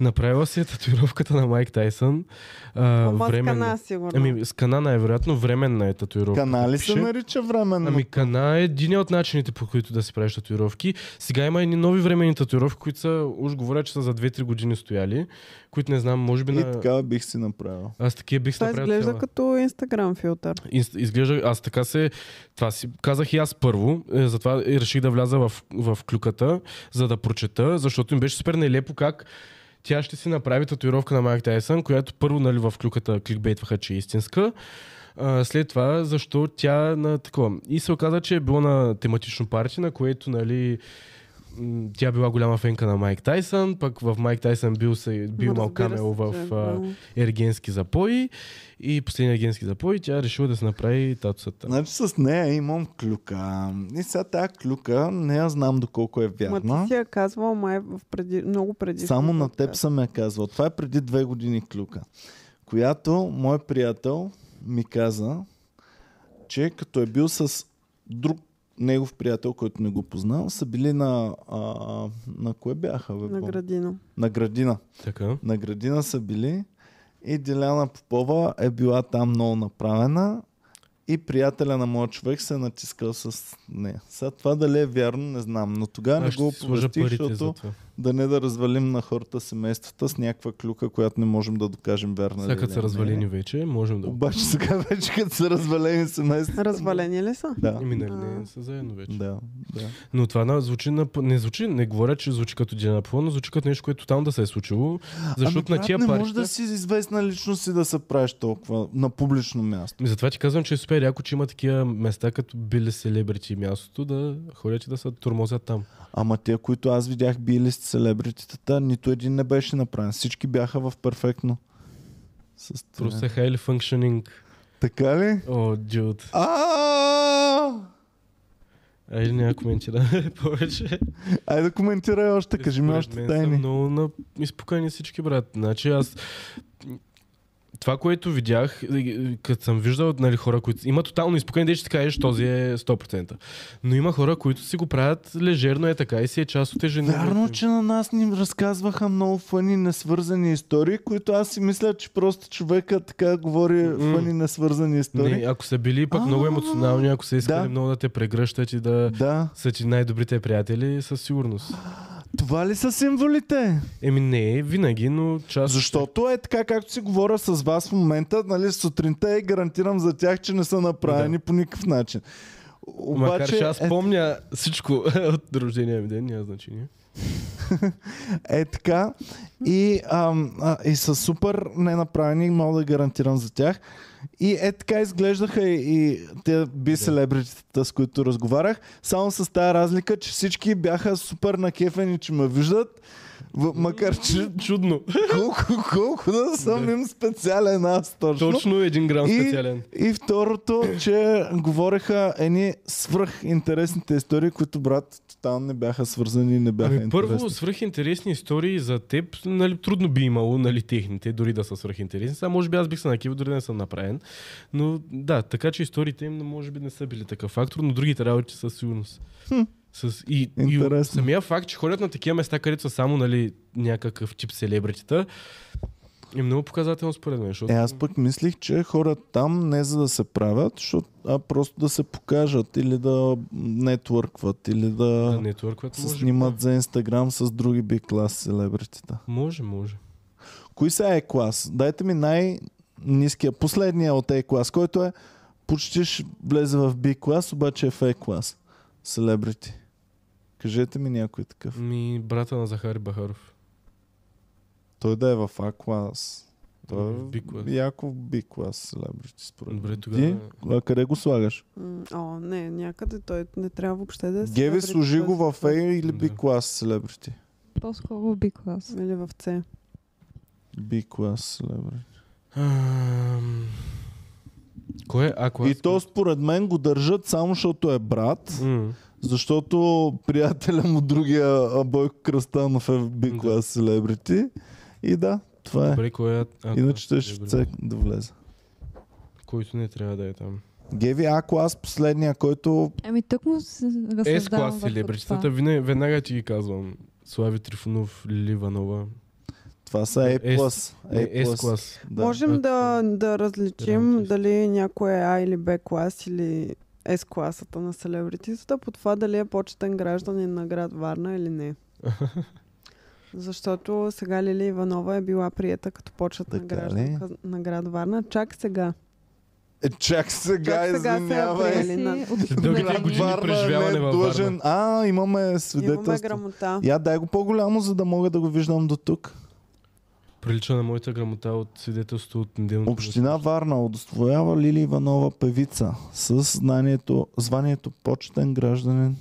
Направила си е татуировката на Майк Тайсън. А,
Ама с нали?
временна.
кана, сигурно.
Ами с кана най-вероятно временна е татуировка.
Канали се
пише.
нарича временно.
Ами кана е един от начините по които да си правиш татуировки. Сега има едни нови времени татуировки, които са, уж говоря, че са за 2-3 години стояли, които не знам, може би
И
на...
така бих си направил.
Аз такива бих си
Това
направил
изглежда
цяла.
като инстаграм филтър.
Инс- изглежда, аз така се, това си казах и аз първо, е, затова и реших да вляза в, в клюката, за да прочета, защото им беше супер нелепо как тя ще си направи татуировка на Майк Тайсън, която първо нали, в клюката кликбейтваха, че е истинска. А, след това, защо тя на такова. И се оказа, че е било на тематично парти, на което нали, м, тя била голяма фенка на Майк Тайсън, пък в Майк Тайсън бил, се, бил
Разбира
Мал Камел
се,
в
че е
а,
много.
ергенски запои и последния ергенски запой тя решила да се направи татусата.
Значи с нея имам клюка. И сега тази клюка, не я знам доколко е
Ма ти
вярна.
си я казвал май в преди, много преди.
Само на теб съм я казвал. Това е преди две години клюка, която мой приятел ми каза, че като е бил с друг негов приятел, който не го познал, са били на... А, на кое бяха? Бе,
е, На
Бо?
градина.
на градина.
Така.
На градина са били и Деляна Попова е била там много направена и приятеля на моят човек се е натискал с нея. Сега това дали е вярно, не знам, но тогава не
Аз ще
го
си сложа
оповестих,
парите за
защото
това.
да не да развалим на хората семействата с някаква клюка, която не можем да докажем вярна.
Сега
ли или
като са
не. е.
развалени вече, можем да...
Обаче сега вече като са развалени семействата.
Развалени ли са?
Да,
Ами нали не са заедно вече.
да, да.
Но това на, звучи на... Не звучи, не говоря, че звучи като Диана Пова, но звучи като нещо, което там да се е случило. Защото
ами,
на
брат,
тия
не
парите...
можеш да си известна личност и да се правиш толкова на публично място.
Ми Затова ти казвам, че е супер яко, че има такива места, като били селебрити мястото, да ходят и да се турмозят там.
Ама те, които аз видях били с селебрититата, нито един не беше направен. Всички бяха в перфектно. състояние.
Просто е highly functioning.
Така ли?
О, dude.
А!
Айде няма коментира повече.
Айде коментирай още, кажи ми
Според
още
мен
тайни.
Са много на... изпукани всички, брат. Значи аз... Това, което видях, е, като съм виждал нали, хора, които има тотално изпукани, де ще ти кажеш, този е 100%. Но има хора, които си го правят лежерно е така и си е част от ежедневието.
Вярно,
им.
че на нас ни разказваха много фъни, несвързани истории, които аз си мисля, че просто човека така говори
М.
фъни, несвързани
Не,
истории.
ако са били пък много
А,
емоционални, ако са искали
да.
много да те прегръщат и да
Да.
са ти най-добрите приятели, със сигурност.
Това ли са символите?
Еми не, винаги, но част...
Защото е така, както си говоря с вас в момента, нали, сутринта е гарантирам за тях, че не са направени да. по никакъв начин. Обаче,
Макар че аз
е,
помня всичко от рождения ми ден, няма значение.
е така и, ам, а, и са супер ненаправени, мога да гарантирам за тях. И е така изглеждаха и, и те би селебритата, с които разговарях, само с тази разлика, че всички бяха супер накефени, че ме виждат, в, макар че
Чудно.
колко, колко да съм
Да.
им специален аз точно.
Точно един грам специален.
И второто, че говореха едни свръхинтересните истории, които, брат, тотално не бяха свързани и не бяха
Ами, първо,
интересни.
свръхинтересни истории за теб, нали, трудно би имало, нали, техните, дори да са свръхинтересни. Сега, може би аз бих се накивал, дори да не съм направен. Но да, така че историите им може би не са били такъв фактор, но другите работи със сигурност. С, и, и
Интересно.
самия факт, че ходят на такива места, където са само нали, някакъв тип селебритита, е много показателно според мен. Защото...
Е, аз пък мислих, че хората там не за да се правят, защото, а просто да се покажат или да нетворкват, или да,
да, нетворкват,
се
може,
снимат за Инстаграм с други би клас селебритита.
Може, може.
Кои са е клас? Дайте ми най-низкия, последния от е клас, който е почти ще влезе в B клас, обаче е в е клас. Селебрити. Кажете ми някой такъв.
Ми, брата на Захари Бахаров.
Той да е в А клас. Той е
В B клас.
Яко в B клас селебрити според мен.
Добре,
Ти?
тогава-
А къде го слагаш?
М, О, не, някъде той не трябва въобще да е.
Геви,
celebrity
служи го
first
в A или
Да.
B клас селебрити.
По-скоро би клас.
Или в C.
B клас селебрити.
Ам... Кой е Аква?
И то според мен го държат само защото е брат.
М.
Защото приятеля му другия а, Бойко Кръстанов е в B
Да.
клас селебрити. И да, това е.
Добре, кой е Аква?
Иначе те ще цек да влезе.
Който не трябва да е там.
Геви, ако аз последния, който...
Еми, тък му Ами се разсъждавам
Е, С клас
върху
селебритетата,
това.
винаги- веднага ти ги казвам. Слави Трифонов, Лили Иванова.
Това са
Да,
A+.
Е,
A+.
S-клас.
Да.
Можем да, да различим
Разбирам, че-
дали някой е А или Б клас или С класата на селебритизата по това дали е почетен гражданин на град Варна или не. Защото сега Лили Иванова е била приета като почетна
Така ли?
гражданка на град Варна. Чак сега.
Е, чак сега,
Чак сега се е
извинявай.
апрели.
Си
на-
обикновен.
Дългите години
Варна
преживяване
е
във
длъжен.
Варна.
А, имаме
Имаме
свидетелство.
грамота.
Я дай го по-голямо, за да мога да го виждам до тук.
Прилича на моята грамота от свидетелство от неделното.
Община Варна удостоява Лили Иванова певица с знанието, званието почетен гражданин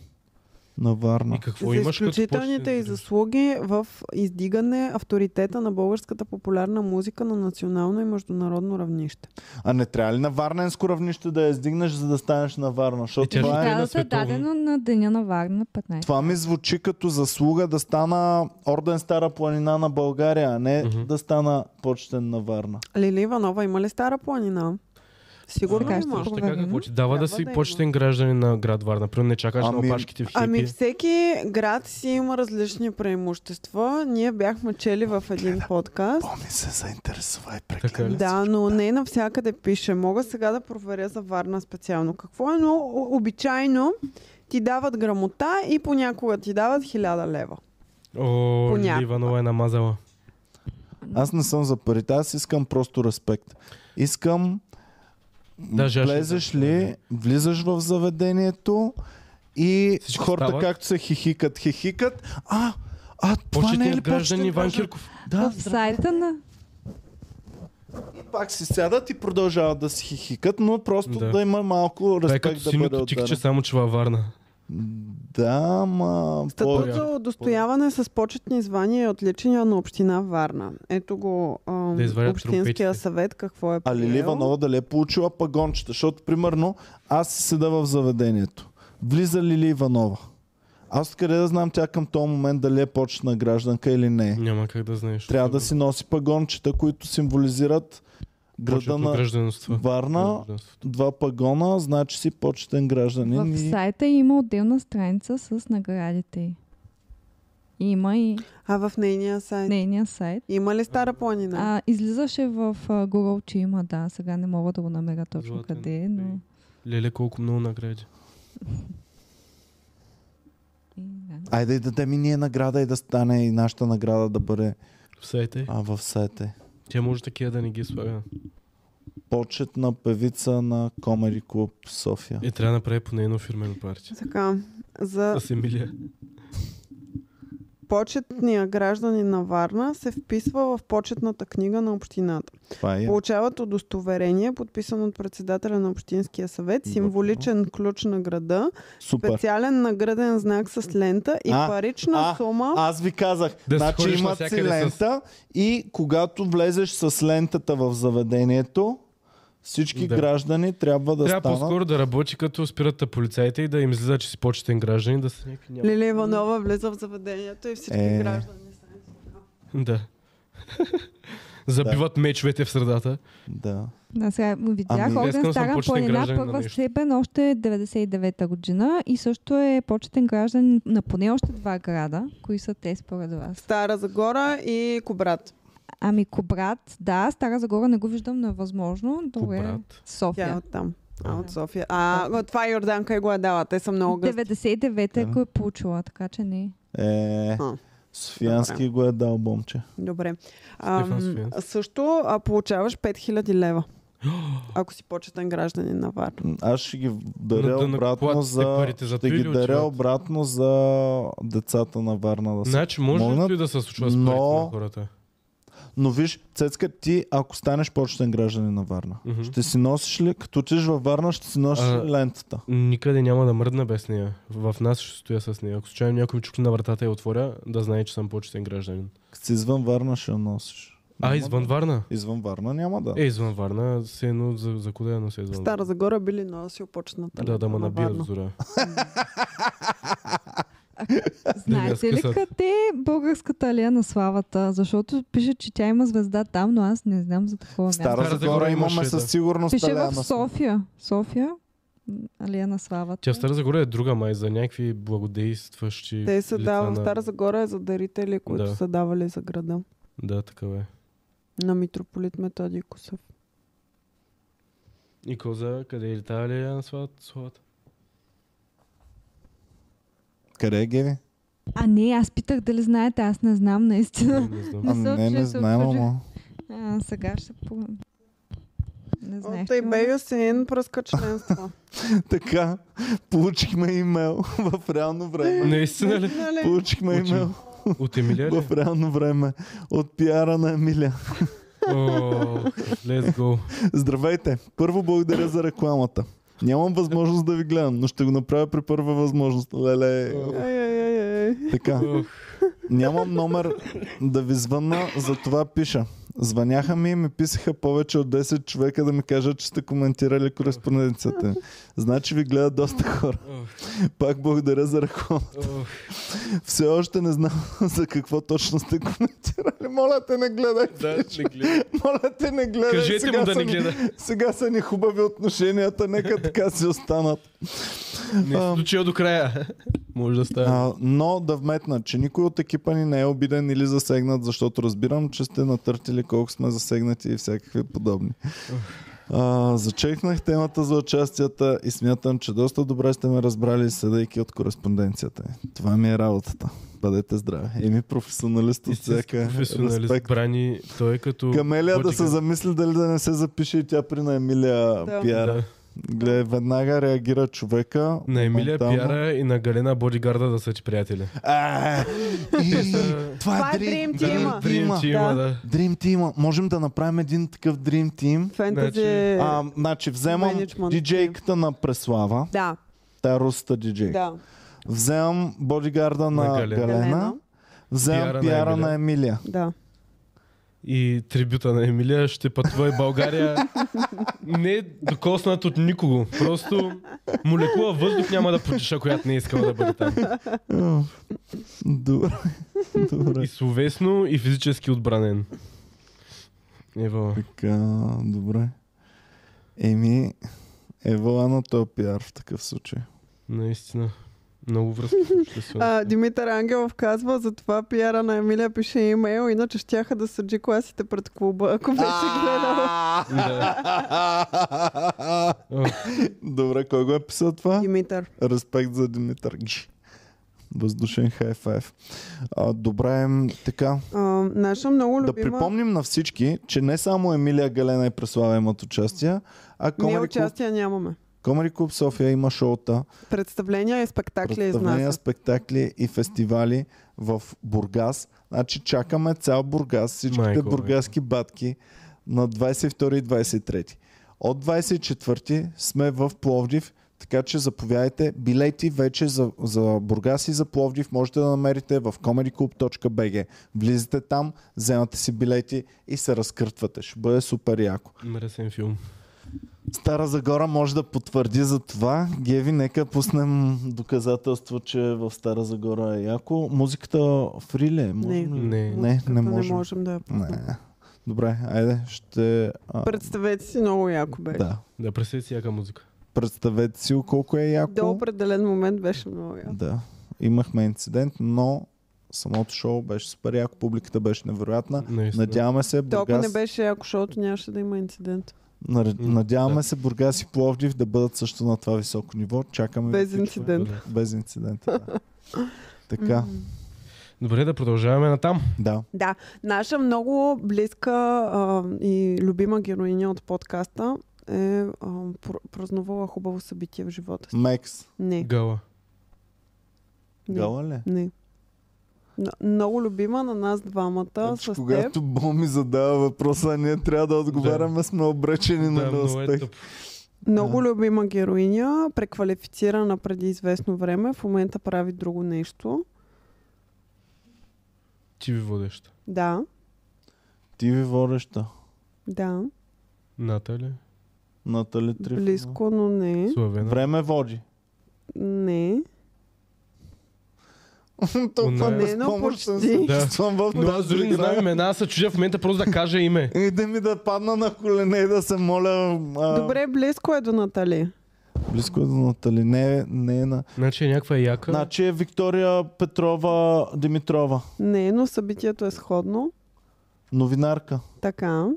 на Варна.
И какво
За
имаш като
изключителните и
почетен гражданин?
заслуги в издигане авторитета на българската популярна музика на национално и международно равнище.
А не трябва ли на варненско равнище да я издигнеш, за да станеш на Варна? Защото
тя ще
това, е,
на
Да, да се е
световно.
дадено на Деня на Варна на 15.
това ми звучи като заслуга да стана орден Стара планина на България, а не
Мгм.
да стана почетен на Варна.
Лили Иванова има ли Стара планина? Сигурно
Така ще
има.
ще
Точно така, е,
проверим.
какво ти дава
Трябва
да си
да е има.
почетен гражданин на град Варна? Примерно не чакаш на
Ами-
опашките в хипи.
Ами всеки град си има различни преимущества. Ние бяхме чели в един подкаст.
Боми се заинтересува и
Така
прегледа.
ли?
Да, но не навсякъде пише. Мога сега да проверя за Варна специално какво е, но о- обичайно ти дават грамота и понякога ти дават 1000 лева.
О, Лили
понякога.
Иванова е намазала.
Аз не съм за парите, аз искам просто респект. Искам
Даже аз ще
влезеш
дам
ли,
пари.
влизаш в заведението и
Всички
хората
стават.
както се хихикат, хихикат, а, а това не е ли
Почетният гражданин
почетен
Иван
гражданин?
Кирков.
Да,
в сайта на...
и пак си сядат и продължават да си хихикат, но просто да,
Да.
да има малко
Това е
респект
като
да бъде
синьото чикче,
отдаден.
само че във Варна.
Да, ма...
Статут
По-яко.
за удостояване с почетни звания и отличения на община Варна. Ето го ам,
Да извадят
Общинския
тропетите.
съвет какво е
А Лили
приел.
Иванова дали е получила пагончета? Защото, примерно, аз си седа в заведението. Влиза Лили Иванова. Аз откъде да знам тя към този момент дали е почетна гражданка или не е.
Няма как да знаеш.
Трябва да си носи пагончета, които символизират града
Почетно
на
гражданство.
Варна.
Гражданство.
Два пагона, значи си почетен гражданин.
В
и-
сайта има отделна страница с наградите й. Има и
А в нейния сайт?
нейния сайт.
Има ли Стара планина?
А, излизаше в а, Google, че има, да. Сега не мога да го намеря точно
Златен
къде е, но...
Леле, колко много награди.
И, да.
Айде да дадем и ние награда и да стане и нашата награда да бъде
В сайта е.
а, в сайта.
Тя може такива да не ги слага.
Почетна певица на Комери Клуб София.
Е, трябва да направи поне едно фирмено парти.
Така, за
С Емилия.
почетния гражданин на Варна се вписва в почетната книга на общината.
Това е. я.
Получават удостоверение, подписано от председателя на Общинския съвет, символичен ключ на града,
Супер.
специален награден знак с лента и
А,
парична
а,
сума.
Аз ви казах,
Да си
значи
ходиш
имат си
навсякъде с-
лента и когато влезеш с лентата в заведението, всички
Да.
граждани трябва да
Трябва
станат.
по-скоро да работи, като спират те полицаите и да им излиза, че си почетен гражданин, да са някакви няма.
Лили Иванова влиза в заведението и всички
Е.
граждани са.
Да. Забиват мечовете в средата.
Да.
Да, сега видях
Ами,
ами,
днеска
Огън
не съм
Стара
почетен
планина,
гражданин на
първа
нещо.
степен, още е 99-та година и също е почетен граждан на поне още два града. Кои са те според вас?
Стара Загора и Кобрат.
Ами Кобрат, да, Стара Загора не го виждам, но е възможно. Добре.
Кобрат.
София.
Тя е от там. А, от
Да.
София. А, го- това Йорданка и го е дала. Те са много гъсти.
99-та
Да.
го е получила, така че не.
Е,
А.
Софиянски го е дал момче.
Добре.
Стефан
Ам,
Свиленски.
също а, получаваш 5000 лева. Ако си почетен гражданин на Варна.
Аз ще ги даря
На
обратно
данъкоплатците
за...
парите за
ще
това
ги
или
даря
отиват?
обратно за децата на Варна да са.
Значи може
Могнат,
ли и да се случва с парите
но-
на хората?
Но виж, Цецка, ти ако станеш почетен гражданин на Варна,
Мгм.
ще си носиш ли, като отидеш във Варна, ще си носиш
А,
ли лентата?
Никъде няма да мръдна без нея. В нас ще стоя с нея. Ако случайно някой ми чукне на вратата и я отворя, да знае, че съм почетен гражданин.
Като си извън Варна, ще я носиш.
А,
Няма
извън
да.
Варна?
Извън Варна няма да.
Е, извън Варна, все едно за, за куда я нося извън
Стара Загора били носил почетната
Варна? Да, да ме
на
набият
Варна.
зора.
Знаете ли
скъсат.
къде е българската алия на славата? Защото пише, че тя има звезда там, но аз не знам за такова
В Стара
място.
Загора
Загора имаме
имаше,
със
да.
сигурност
Пише
Аляна
в
Слав.
София. София, м, алия на славата.
Тя в Стара Загора е друга май за някакви благодействащи
Те са
лица
да, в
на-
Стара Загора е за дарители, които
Да.
са давали за града.
Да, такава е.
на митрополит Методий Косов.
И Коза, къде е летава ли е на славата? славата?
Къде е Геви?
А не, аз питах дали знаете, аз не знам наистина.
Не знам.
А,
Не съм
Ами, не, не
чула,
знам,
обсъждах.
ама.
А, сега ще по... Не знаех.
Тъй
това.
бе Юсин пръска членство.
Така, получихме имейл в реално време.
Наистина ли?
нали?
Получихме имейл
От Емилия ли?
в реално време от пиара на Емиля.
О, Let's go.
Здравейте! Първо благодаря за рекламата. Нямам възможност да ви гледам, но ще го направя при първа възможност. Леле,
Ай, ай, ай,
Значи-
ай.
така.
Ох.
Нямам номер да ви звънна, затова пиша. Звъняха ми и ми писаха повече от 10 човека да ми кажат, че сте коментирали кореспонденцията. Значи ви гледат доста хора. Пак благодаря за реклама.
Ох.
Все още не знам за какво точно сте коментирали. Моля те, не гледай.
Да, не гледай.
Моля те, не гледай.
Кажете
Сега
му да
са
не
ни-
гледа.
Сега са ни хубави отношенията, нека така си останат.
Не
Ам.
е случил до края. Може да стане.
А, но да вметна, че никой от екипа ни не е обиден или засегнат, защото разбирам, че сте натъртили колко сме засегнати и всякакви подобни. А, зачекнах темата за участията и смятам, че доста добре сте ме разбрали, съдейки от кореспонденцията. Това ми е работата. Бъдете здрави. Еми професионалист от
Истински
всяка.
професионалист.
Респект.
Брани, той е като...
Камелия да се
Боджиган.
замисли дали да не се запише и тя при на Емилия
Да.
пиара.
Да.
Гледай, веднага реагира човека.
На Емилия
моментално.
Пиара и на Галена Бодигарда да са ти приятели.
А, и, това е Dream
Dream
Dream
Team-а.
Dream
Team.
Team,
Да.
да.
Dream Team. Можем да направим един такъв Dream Team.
Фентези.
Значи,
А, значи, вземам
Management.
диджейката на Преслава,
Да,
тя е руската диджейка.
да.
Вземам бодигарда на,
На
Галена.
Галена.
Галена.
Вземам пиара,
Пиара на
на Емилия.
Да.
И трибюта на Емилия ще пътува и България. Не е докоснат от никого. Просто молекула въздух няма да потиша, която не е искала да бъде там.
Добре.
И
Добре.
словесно, и физически отбранен. Ево.
Така, добре. Еми, Евала на този пиар в такъв случай.
Наистина. Много връзки. ще се
А, Димитър Ангелов казва, за това пиара на Емилия пише имейл, иначе щяха да са джи-класите пред клуба, ако беше гледала.
Да. О,
Добре, кой го е писал това?
Димитър.
Респект за Димитър. Гж. Въздушен хай-файв. А, добре, м, така.
А, наша много
Да
любима...
припомним на всички, че не само Емилия Галена и Преслава имат участия, а
Ние
Комери Клуб,
участия е нямаме.
Комери Клуб София има шоута,
Представления и спектакли е
представления,
изнася.
спектакли и фестивали в Бургас. Значи чакаме цял Бургас, всичките
Майко, майко.
бургаски батки на 22 и 23. От 24 сме в Пловдив, така че заповядайте. Билети вече за, за Бургас и за Пловдив можете да намерите в comedyclub.bg. Влизате там, вземате си билети и се разкъртвате. Ще бъде супер яко.
Мресен филм.
Стара Загора може да потвърди за това. Геви, нека пуснем доказателство, че в Стара Загора е яко. Музиката фри ли е? Можем ли?
Не.
не, не
не
можем.
можем да я пуснем.
Не. Добре, айде, ще... А,
Представете си, много яко беше.
да.
Да, пресети яка музика.
Представете си колко е яко.
До определен момент беше много яко.
Да. Имахме инцидент, но самото шоу беше супер яко, публиката беше невероятна.
Наистина.
Надяваме се,
То ако не
Бургас,
беше яко, защото нямаше да има инцидент.
нар-
М,
надяваме
да.
се Бургас и Пловдив да бъдат също на това високо ниво. Чакаме
Без
ви всички.
инцидент.
Без инцидент. Да. така,
Добре, да продължаваме натам.
да.
Да, наша много близка а, и любима героиня от подкаста е а, пр- празнувала хубаво събитие в живота си.
Мекс.
Не,
Гала.
не,
Гала ли?
не. Н- много любима на нас двамата
Значи,
с теб.
когато Боми задава въпроса, а ние трябва да отговаряме, сме обречени на
Да, много е
неуспех.
тъп.
Много любима героиня, преквалифицирана преди известно време, в момента прави друго нещо.
Ти ви водеща.
Да,
Ти ви водеща.
да,
Натали.
Натали Трифонова.
близко, но не.
Славена.
Време води.
Не.
Толкова
Не,
но
безпомощен
почти.
се
Да.
чувствам в
Но аз
тази
дори не знам
игра.
имена, аз се чудя в момента просто да кажа име.
Иде ми да падна на колене и да се моля. А...
Добре, близко е до Натали.
Близко е до Натали. Не, е- не е на...
Значи е някаква яка.
Значи е Виктория Петрова Димитрова.
Не, но събитието е сходно.
Новинарка.
Така,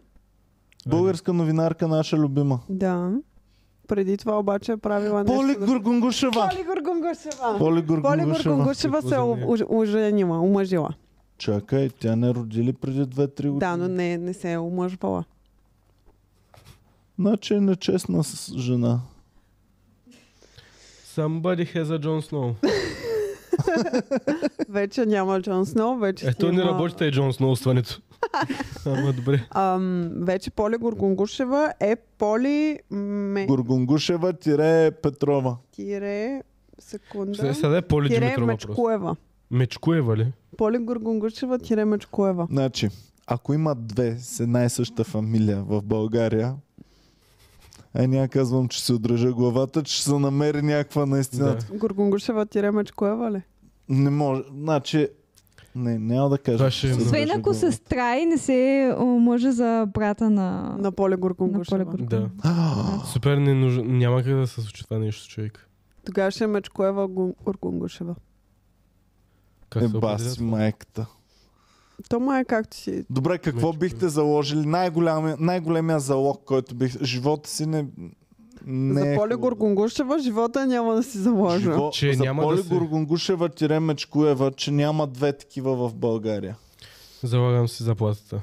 Българска новинарка, наша любима.
да. Преди това обаче е правила нещо...
Поли
да-
Гургунгушева.
Поли Гургунгушева!
Поли
Поли
Гургунгушева.
Гургунгушева се е
Какво за нея?
уж- оженила, омъжила.
Чакай, тя не роди ли преди 2-3 години?
Да, но не, не се е омъжвала.
Значи е нечестна с жена.
Somebody has a Джон Сноу.
Вече няма Джон Сноу, вече си
Ето не
има-
работите и Джон Сноу с тването. Ама добре.
Ам, вече Поли Гургунгушева е Поли ме...
Гургунгушева тире Петрова.
тире секунда.
Сега- Сега е Поли
Тире
Димитрова просто.
Мечкуева.
Мечкуева ли?
Поли Гургунгушева тире Мечкуева.
Значи, ако има две с една и съща фамилия в България, ай няма казвам, че се отдържа главата, че ще се намери някаква наистина.
Да.
Гургунгушева тире Мечкуева ли?
Не може. Значи, не, няма да кажа.
Това
че
ще е
се
много.
Освен
отдържа
ако
главата.
сестра и не се омъжи за брата на...
На Поли Гургунгушева.
На Поли Гур-
Да. Супер не нужно. Няма как да се случи това нещо, човек.
Тогава ще е Мечкуева Гу- Гургунгушева.
Как
Е,
се определя
баси
това?
майката.
То май е както си.
Добре, какво
Мечко.
бихте заложили? Най-голямия, най-големия залог, който бих... Живота си не... не
за
е
Поли
хубав.
Гургунгушева живота няма да си заложа.
Живо,
Че
за
няма да
Поли
се-
Гургунгушева тире Мечкуева, че няма две такива в България.
Залагам си заплатата.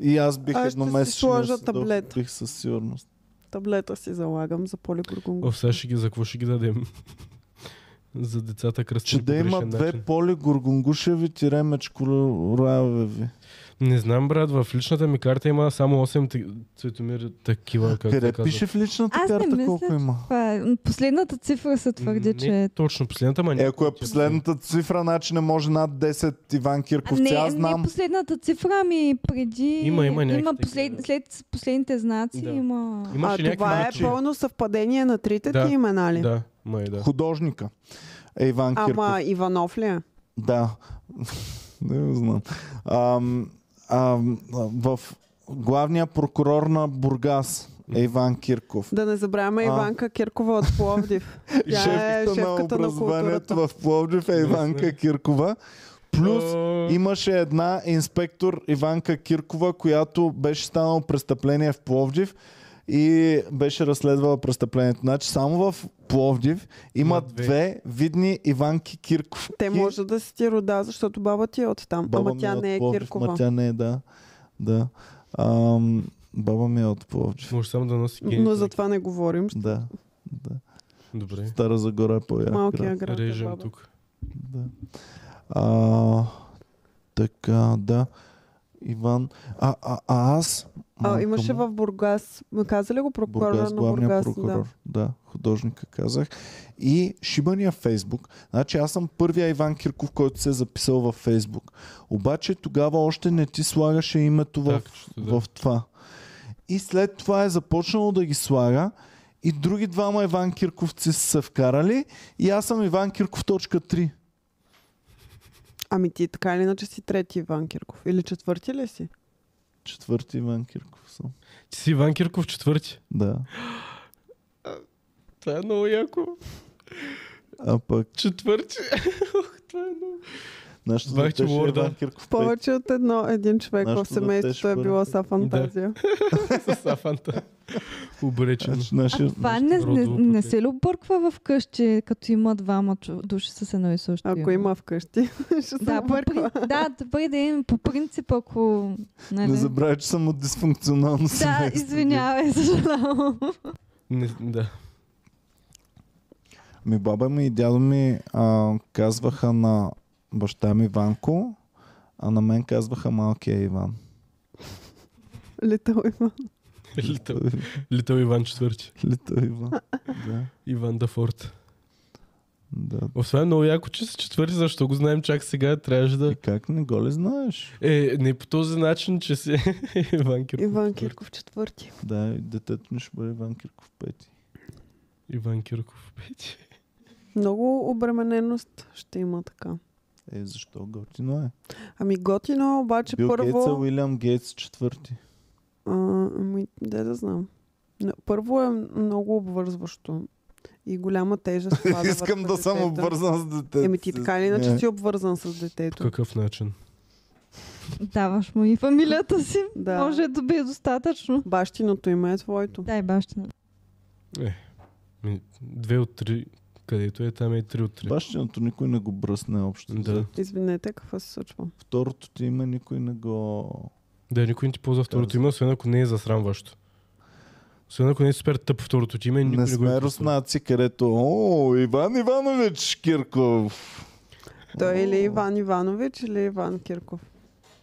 И аз бих
Аз ще си
едномесечно
сложа
седох,
таблет.
Бих със сигурност.
Таблета си залагам за Поли Гургунгушева.
Оф, сега ще ги, за какво ще ги дадем? за децата кръстени
Че да
по
има
грешен
две
начин.
Поли Гургунгушеви тире Мечкураеви.
Не знам, брат, в личната ми карта има само 8 т- цветомир такива, както
Къде
казват.
пише в личната
Аз не
карта
мисля,
колко
че-
има?
Това е... Последната цифра се твърди,
Не,
че е
Точно последната, ма
Е, ако е последната цифра, значи не може над 10 Иван
А,
Кирков.
не,
Аз знам.
не последната цифра, ами преди...
Има- има някакви
има
такива.
послед, след последните знаци
Да.
да. има...
Имаше
а
някакви
това е нали?
мачи.
пълно съвпадение на трите
Да,
ти имена ли?
Да, май да.
Художника. Е, Иван Кирков.
Ама Иванов ли е?
Да. не го знам. Ам, ам, в главния прокурор на Бургас е Иван Кирков.
Да не забравяме
А.
Иванка Киркова от Пловдив. Тя е
Шефката на
шефката на
образованието
културата.
в Пловдив е Иванка Киркова. Плюс Имаше една инспектор Иванка Киркова, която беше станало престъпление в Пловдив и беше разследвала престъплението. Значи само в Пловдив има
Има
две,
две.
видни Иванки Кирков.
Те може да си ти рода, защото баба ти е от там. Ама тя не е
Ма
Киркова.
тя не е, да. да. Ам, баба ми е от Пловдив.
Може само да носи гените.
Но за това не говорим.
е Да. да.
Добре.
Стара Загора е по-ярка.
Малкия град. е
Режем
баба.
тук.
Да. А, така, да. Иван. А, а, а аз.
А,
малка
имаше
му-
в Бургас. Ма Каза ли го прокурора
Бургас,
на
главния
Бургас?
прокурор. Да. да, художника казах. И шибания Фейсбук. Значи аз съм първия Иван Кирков, който се е записал във Фейсбук. Обаче тогава още не ти слагаше името в,
Так, ще да.
в това. И след това е започнало да ги слага. И други двама Иван Кирковци са се вкарали. И аз съм Иван Кирков точка 3.
Ами ти така или иначе си трети Иван Кирков. Или четвърти ли си?
Четвърти Иван Кирков съм.
Ти си Иван Кирков четвърти.
Да.
Това е много яко.
А пък
Четвърти. Ох, това е много.
нашето
Бах ти
дете ще е
лорда.
Иван Кирков. пет.
Повече от едно, един човек в
Нашето
семейството
дете
е
ще
било са фантазия.
С афанта. Обречен.
Значи, наше-
А
е
това
наше-
не, не,
родово
не
покритие.
се ли обърква в къщи, като има двама чу- души с едно и също
Ако
име?
има вкъщи, ще се
Да, по
обърква.
прин... да, добър ден, по принцип, ако... Нали?
Не забравяй, че съм от дисфункционално
Да,
семейство.
извинявай, съжалявам.
Не- Да.
Ми баба ми и дядо ми а, казваха на баща ми Ванко, а на мен казваха малкия Иван.
Литъл има.
Литъл, Литъл Иван четвърти.
Лито Иван. Да,
Иван Дафорт.
да.
Освен много яко, че си четвърти, защо го знаем чак сега, трябваше да...
И как не го ли знаеш?
Е, не по този начин, че си Иван Кирков.
Иван
четвърти.
Кирков четвърти.
Да, и детето ми ще бъде Иван Кирков пети.
Иван Кирков пети.
Много обремененост ще има така.
Е, защо готино е?
Ами готино, е, обаче
Бил Гейтс, а
първо...
Уилям Гейтс четвърти.
А, ами, де да знам. Но Първо е много обвързващо. И голяма тежест. пада върху
Искам да съм
детето.
обвързан с детето.
Еми ти така или
Не.
иначе си обвързан с детето.
По какъв начин?
Даваш му и фамилията си.
Да.
Може да би е достатъчно.
Бащиното име е твоето.
Дай бащина.
Ми, Две от три, където е, там е три от три.
Бащиното никой не го бръсне общо.
Да.
Извинете, какво се случва?
Второто ти име никой не го...
Да, никой не ти ползва второто
Казва.
име, освен ако не е засрамващо. Освен ако не е супер тъп второто ти име, никой
Не
не, го е
сме
пуснал.
руснаци, където... О, Иван Иванович Кирков!
Той или
О,
Иван Иванович, или Иван Кирков.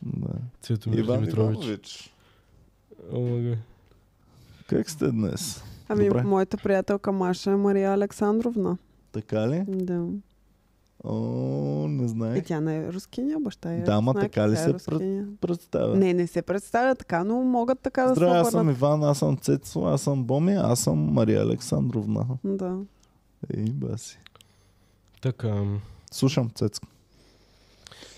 Да.
Цветомир
Иван
Димитрович.
Иванович.
Омага.
Как сте днес?
Ами,
Добре.
моята приятелка Маша е Мария Александровна.
Така ли?
Да.
О, не
И
знаех.
тя не е рускиня, баща е.
Да, ма
руснак,
така ли
тя е
се пред-
рускиня.
Представя.
Не, не се представя така, но могат така да се
Здравей, аз съм
обърнат.
Иван, аз съм Цецо, аз съм Боми, аз съм Мария Александровна.
Да.
Ей, баси.
Така. м.
Слушам, Цецко.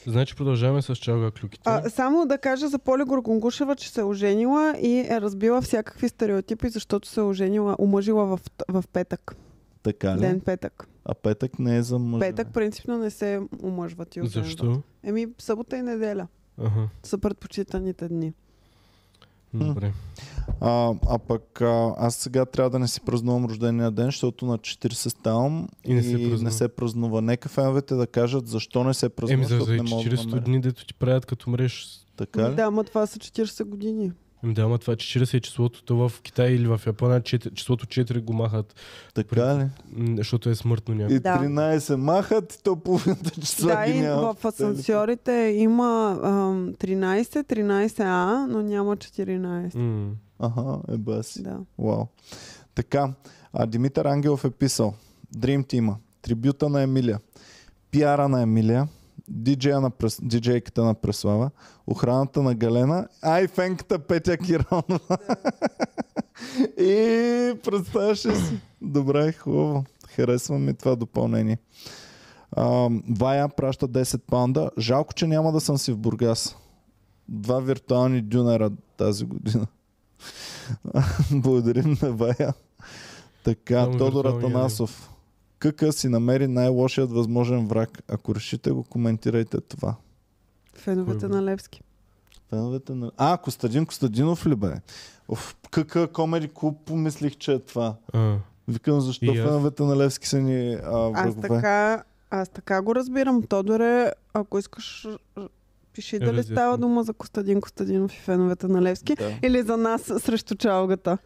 Значи продължаваме с чалга клюките.
А, само да кажа за Поли Горгонгушева, че се е оженила и е разбила всякакви стереотипи, защото се е оженила, омъжила в, в петък.
Така ли?
Ден петък.
А петък не е за мъж.
Петък принципно не се омъжват и оженват.
Защо?
Еми, събота и неделя
Ага.
са предпочитаните дни.
Добре.
А, а пък а, аз сега трябва да не си празнувам рождения ден, защото на 40 ставам
И не се празнува.
не се празнува. Нека феновете да кажат защо не се празнува,
Еми за, за
защото не мога да
40
намеря.
дни, дето ти правят като мреш.
Така ли?
Да, ама това са 40 години.
Еми да, ама това 40 е числото, то в Китай или в Япония чет- числото 4 го махат,
Така ли?
м, защото е смъртно някакво.
И
Да.
13 махат и то половината числа
Да,
ги
и
няма.
в асансьорите има ам, 13, 13А, но няма 14.
М.
Аха, е баси.
Да.
Вау. Така, а Димитър Ангелов е писал Dream Team, трибюта на Емилия, пиара на Емилия, диджея на прес... диджейката на Преслава, охраната на Галена, а и фенката Петя Киронова. и представяш ли си? Добре, хубаво. Харесва ми това допълнение. А, Вая праща 10 панда. Жалко, че няма да съм си в Бургас. Два виртуални дюнера тази година. Благодарим на Вая. Така,
Много
Тодор
виртуални нали?
Атанасов. Къка си намери най-лошият възможен враг. Ако решите го, коментирайте това.
Феновете
Кой
на Левски.
Феновете на... А, Костадин Костадинов ли бе? Оф, Къка Комеди Клуб помислих, че е това.
А,
Викам, защо
И аз.
феновете на Левски са ни а,
Аз
врагове.
така, аз така го разбирам. Тодоре, ако искаш, р- р- пиши дали
Разясни.
става дума за Костадин Костадинов и феновете на Левски.
Да.
Или за нас срещу чалгата.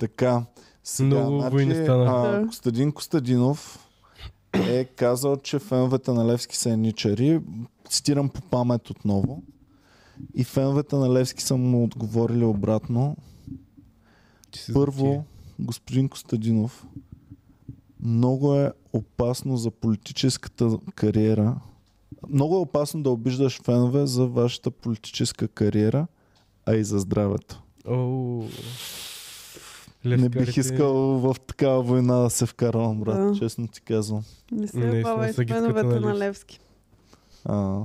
Така. Сега, значи,
Много войни станаха.
А,
Да.
Костадин Костадинов е казал, че феновете на Левски са еничари. Цитирам по памет отново. И феновете на Левски са му отговорили обратно.
ти си
Първо, господин Костадинов, много е опасно за политическата кариера. Много е опасно да обиждаш фенове за вашата политическа кариера, а и за здравето.
Оу.
Не
Левкарите-
бих искал в такава война да се вкарвам, брат,
Да.
честно ти казвам.
Не се
Наистина
бавай
са
с
гидката
феновете
на
на
Левски.
Левски.
А,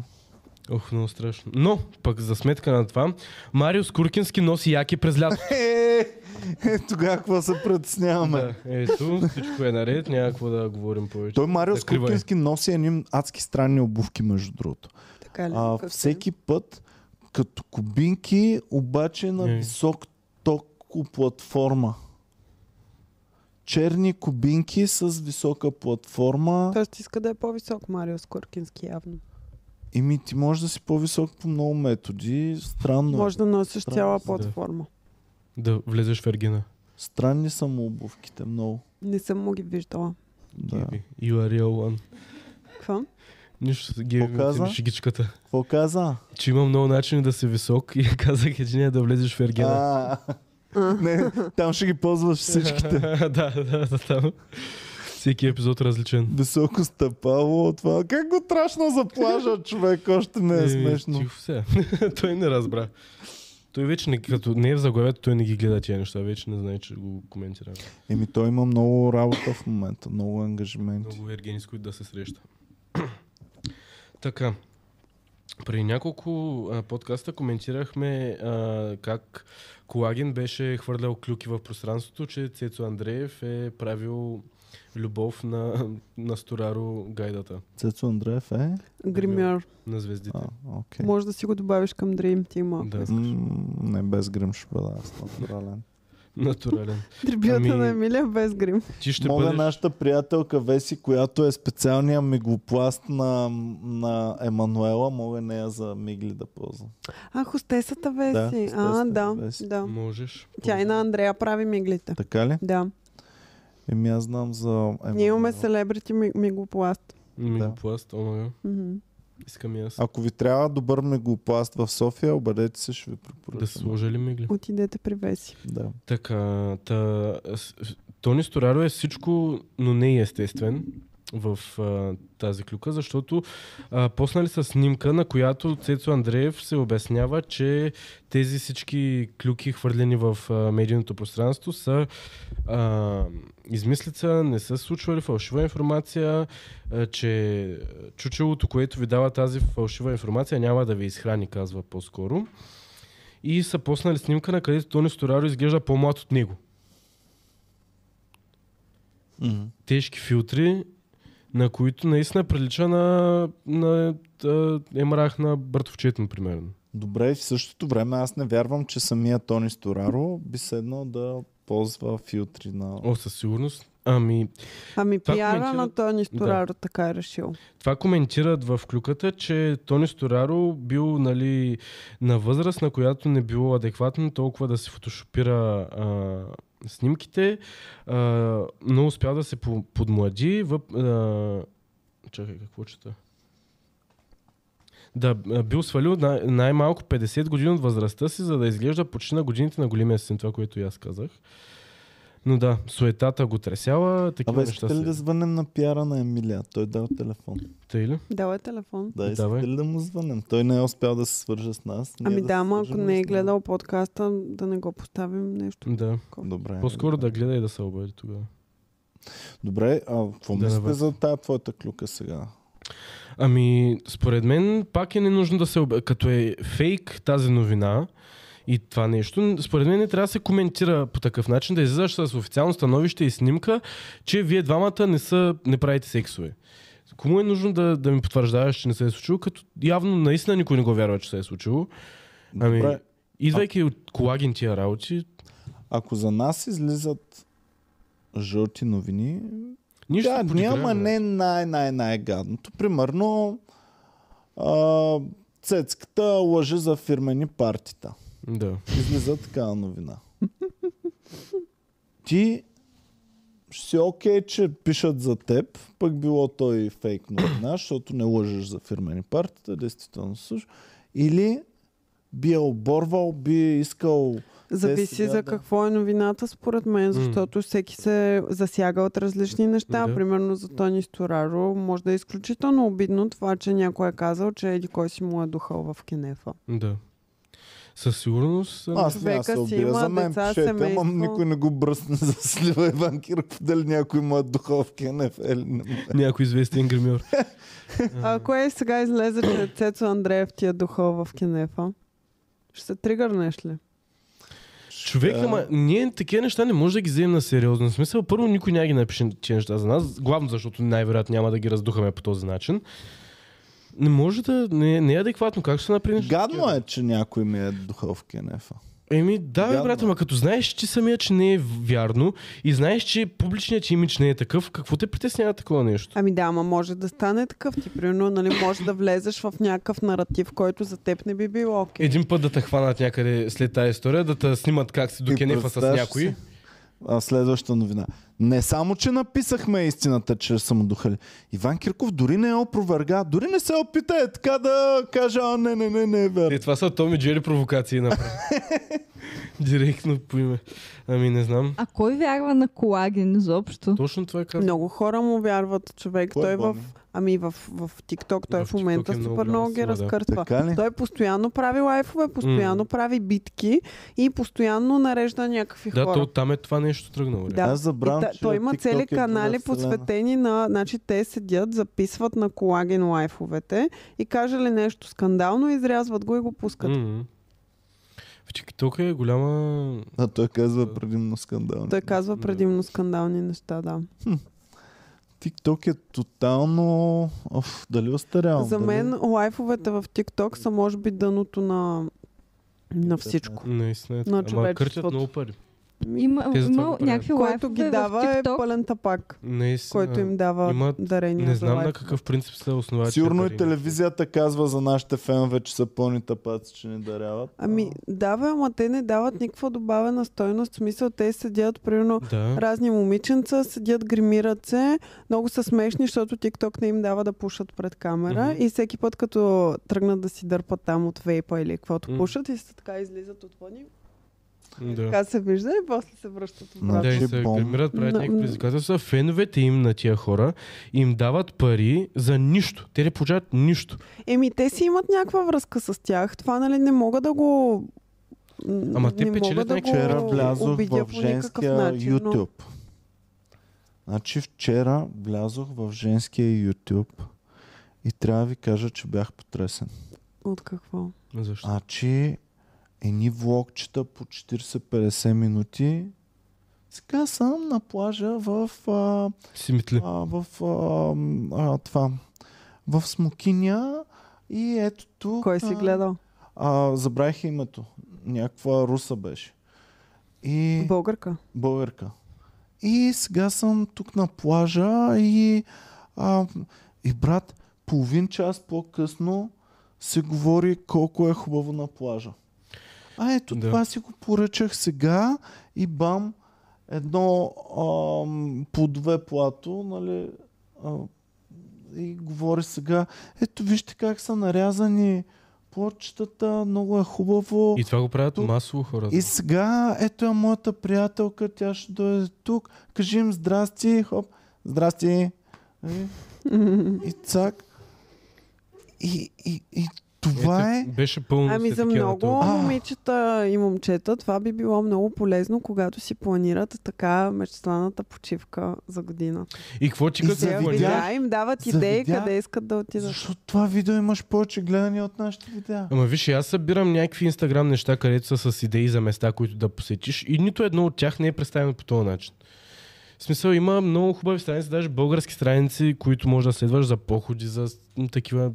Ох, много страшно. Но, пък за сметка на това, Мариус Куркински носи яки през лято.
Е, е, тогава какво се притесняваме?
да, ето, всичко е наред, няма какво да говорим повече.
Той Марио
Закривай.
Скрутински носи едни адски странни обувки, между другото.
Така ли?
А,
Как
всеки път, като кубинки, обаче на
Е.
висок токо платформа. Черни кубинки с висока платформа.
Тоест иска да е по-висок Марио Скоркински явно.
И ми ти можеш да си по-висок по много методи. Странно. е.
Може да носиш
Трябва
цяла
да.
платформа.
Да влезеш в Ергена.
Странни са му обувките много.
Не съм му ги виждала.
Да.
Геви. You are real one.
Какво?
Нищо с Геви,
Какво каза?
оцени шигичката.
Какво каза?
Че има много начини да си висок и казах един е да влезеш в Ергена.
А, не, там ще ги ползваш всичките.
да, да, да, там. Всеки епизод е различен.
Високо стъпало, това. Как го трашна за плажа, човек, още не е
Еми,
смешно.
Тихо все. той не разбра. Той вече, не, като не е в заглавието, той не ги гледа тия неща. Вече не знае, че го коментира.
Еми, той има много работа в момента, много ангажименти.
Много ергени, с които да се среща. така. При няколко а, подкаста коментирахме а, как Колагин беше хвърлял клюки в пространството, че Цецо Андреев е правил Любов на, на Стораро гайдата
Цецо Андреев е...
Гримьор.
на звездите.
А, окей.
Може да си го добавиш към Dream Team.
Да.
М, Не, без грим ще бъда аз натурален.
Натурален.
Трибюта
Ами-
на Емилия без грим.
Ти ще
Мога
бъдеш...
нашата приятелка Веси, която е специалния миглопласт на, на Емануела, мога нея за мигли да ползвам.
А, хостесата
Да,
Веси. а,
хостесата
да,
Веси.
да.
Можеш.
Тя и на Андрея прави миглите.
Така ли?
Да.
Еми аз знам за Емануела.
Ние имаме селебрити ми- миглопласт.
Мегапласт, омага.
Мгм.
Искам и аз.
Ако ви трябва добър миглопласт в София, обадете се, ще ви препоръчам.
Да се сложа ли мигли?
Отидете при Веси.
Да.
Така, та, с- Тони Стораро е всичко, но не и естествен в а, тази клюка, защото а, поснали са снимка, на която Цецо Андреев се обяснява, че тези всички клюки, хвърлени в а, медийното пространство, са а, измислица, не са случвали фалшива информация, а, че чучелото, което ви дава тази фалшива информация, няма да ви изхрани, казва по-скоро. И са поснали снимка, на където Тони Стораро изглежда по-млад от него.
Mm-hmm.
тежки филтри, на които наистина прилича на, на, на емрах на Бъртовчет, например.
Добре, и в същото време аз не вярвам, че самия Тони Стораро би седнал да ползва филтри на...
О, със сигурност. Ами,
Ами
Това
пиара на
коментират-
Тони Стораро така е решил.
това коментират в клюката, че Тони Стораро бил нали, на възраст, на която не било адекватно толкова да си фотошопира а, снимките, а, но успял да се по- подмлади. Въп, а, чакай, какво чета? Да, а, бил свалил най- най-малко 50 години от възрастта си, за да изглежда почти на годините на големия си син, това, което и аз казах. Но да, суетата го тресяла, такива
Абе,
неща
искате ли да
са.
звънем на пиара на Емилия? Той дал телефон.
Тъй ли?
Давай е телефон.
Да, искате
Давай.
ли да му звънем? Той не е успял да се свържа с нас. ние
Ами
се
да, ама ако
свържем
не е
с него.
гледал подкаста, да не го поставим нещо.
Да.
Добре.
По-скоро да
добре.
гледа и да се обади тогава.
Добре, а какво
Да,
мислите
давай.
за тая твоята клюка сега?
Ами, според мен, пак е ненужно да се... об- Като е фейк тази новина и това нещо, според мен не трябва да се коментира по такъв начин, да излизаш с официално становище и снимка, че вие двамата не, са, не правите сексове. Кому е нужно да, да ми потвърждаваш, че не се е случило, като явно наистина никой не го вярва, че се е случило. Ами,
Добре,
идвайки от колаген тия работи,
ако за нас излизат жълти новини,
нищо
гадни, ама не най-най-най-гадното. Примерно, а, цецката лъже за фирмени партита.
Да.
Излиза такава новина. Ти ще си окей, че пишат за теб, пък било той фейк новина, защото не лъжеш за фирмени партита, действително също. Или би я оборвал, би искал...
Зависи
сега
за
да.
какво е новината, според мен, защото всеки се засяга от различни неща.
Да.
Примерно за Тони Стораро може да е изключително обидно това, че някой е казал, че еди кой си му е духал в кенефа.
Да. Със сигурност... а,
Аз няма да се
човека си
убия,
има
за мен
деца,
пишете, ама
семейство.
никой не го бръсне за слива Иван Кирков, дали някой му е духовки, не или не му е.
Някой известен гримьор.
А ако е сега излезе, че Цецо Андреев ти е духал в кенефа, ще се тригърнеш ли?
Човек,
Да.
ама ние такива неща не може да ги вземем на сериозно. В смисъл, първо никой няма ги напише тези неща за нас, главно защото най-вероятно няма да ги раздухаме по този начин. Не може да... Не, не е адекватно. Как ще се направи нещо?
Гадно
такива?
е, че някой ми е духал в кенефа.
Еми, да, бе,
Гадно
брат,
е.
ама като знаеш ти самия, че не е вярно и знаеш, че публичният ти имидж не е такъв, какво те притеснява такова нещо?
Ами да, ама може да стане такъв. Ти примерно, нали, може да влезеш в някакъв наратив, който за теб не би бил окей.
Един път да те хванат някъде след тази история, да те снимат как си до
И
кенефа с
представяш
някой.
си, А, следваща новина. Не само, че написахме истината, че са му духали. Иван Кирков дори не е опроверга, дори не се опита е така да каже, а не, не, не, не е
Е,
верно.
това са Томи Джери провокации направо. Директно по име. Ами не знам.
А кой вярва на колаген изобщо?
Точно това е казвам.
Много хора му вярват, човек.
Кой е
Той в,
Боми?
ами в, в TikTok, той
Да,
в,
в
момента
TikTok е много
супер
голяма
много ги
сила, да.
разкъртва.
Така ли?
Той постоянно прави лайфове, постоянно прави битки и постоянно нарежда някакви
Да,
хора.
то там е това нещо тръгнало. Да.
Да.
Аз
И
забравям,
та-
че
той има
TikTok е
цели
друга
канали
вселена.
посветени на... Значи те седят, записват на колаген лайфовете и каже ли нещо скандално, изрязват го и го пускат.
М-м. В TikTok е голяма...
А той казва предимно скандал.
Той казва предимно скандални неща, да.
TikTok е тотално... Оф, дали остарял?
За мен лайфовете в TikTok са може би дъното на, на всичко.
Наистина. е така.
На
Ама кърчат
човечеството.
много пари.
Има,
Те за това
има
го
някакви
Който
лайфове
ги
в
дава е
TikTok.
пълен тапак,
Наистина.
който им дава
имат-
дарения
Не
за
знам на
лайф.
какъв принцип се основава.
Сигурно е
тия
и
пари.
телевизията казва за нашите фенове, че са пълни тапаци, че ни даряват.
Ами, да, бе, ама те не дават никаква добавена стойност. В смисъл, те седят, примерно,
Да.
разни момиченца, седят, гримират се, много са смешни, защото TikTok не им дава да пушат пред камера
Мгм.
и всеки път, като тръгнат да си дърпат там от вейпа или каквото
Мгм.
пушат и са така излизат от пони,
Да.
така се вижда и после се връщат обратно.
Да, и
Значи
се
бомба.
гримират, правят
Но-
някакви предизвикателства. Феновете им на тия хора им дават пари за нищо. Те не получават нищо.
Еми, те си имат някаква връзка с тях. Това, нали, не мога да го... м,
Ама те
не мога
печелят
да
някакви-
го
Вчера влязох в
обидя по никакъв
женския
начин, но-
YouTube. Значи вчера влязох в женския YouTube и трябва да ви кажа, че бях потресен.
От какво?
Защо?
Значи, едни влогчета по 40-50 минути. Сега съм на плажа в, а,
Си мисли.
а, в а, м, а, това. В Смокиня и ето тук.
Кой си
а,
гледал?
А, забравих името. Някаква руса беше. И
Българка.
българка. И сега съм тук на плажа и, а, и брат, половин час по-късно се говори колко е хубаво на плажа. А ето
Да.
да. това си го поръчах сега и бам, едно ам, плодове плато, нали, а, и говори сега, ето вижте как са нарязани плочетата, много е хубаво.
И това го правят
Тук.
масово хората.
И сега, ето е моята приятелка, тя ще дойде тук. Кажи им здрасти, хоп, здрасти. Нали? И цак. И, и, и това е...
Ето, Беше пълно.
Ами
с
за
такива
много
това.
момичета и момчета това би било много полезно, когато си планират така мечтаната почивка за година.
И какво ти
И
като
се
се
Те
видях-
планираш?
видя им дават идеи
завидях.
къде искат да отидат.
е, Защото това видео имаш повече гледания от нашите видеа.
Ама виж, и аз събирам някакви инстаграм неща, където са с идеи за места, които да посетиш и нито едно от тях не е представено по този начин. В смисъл има много хубави страници, даже български страници, които може да следваш за походи, за м, такива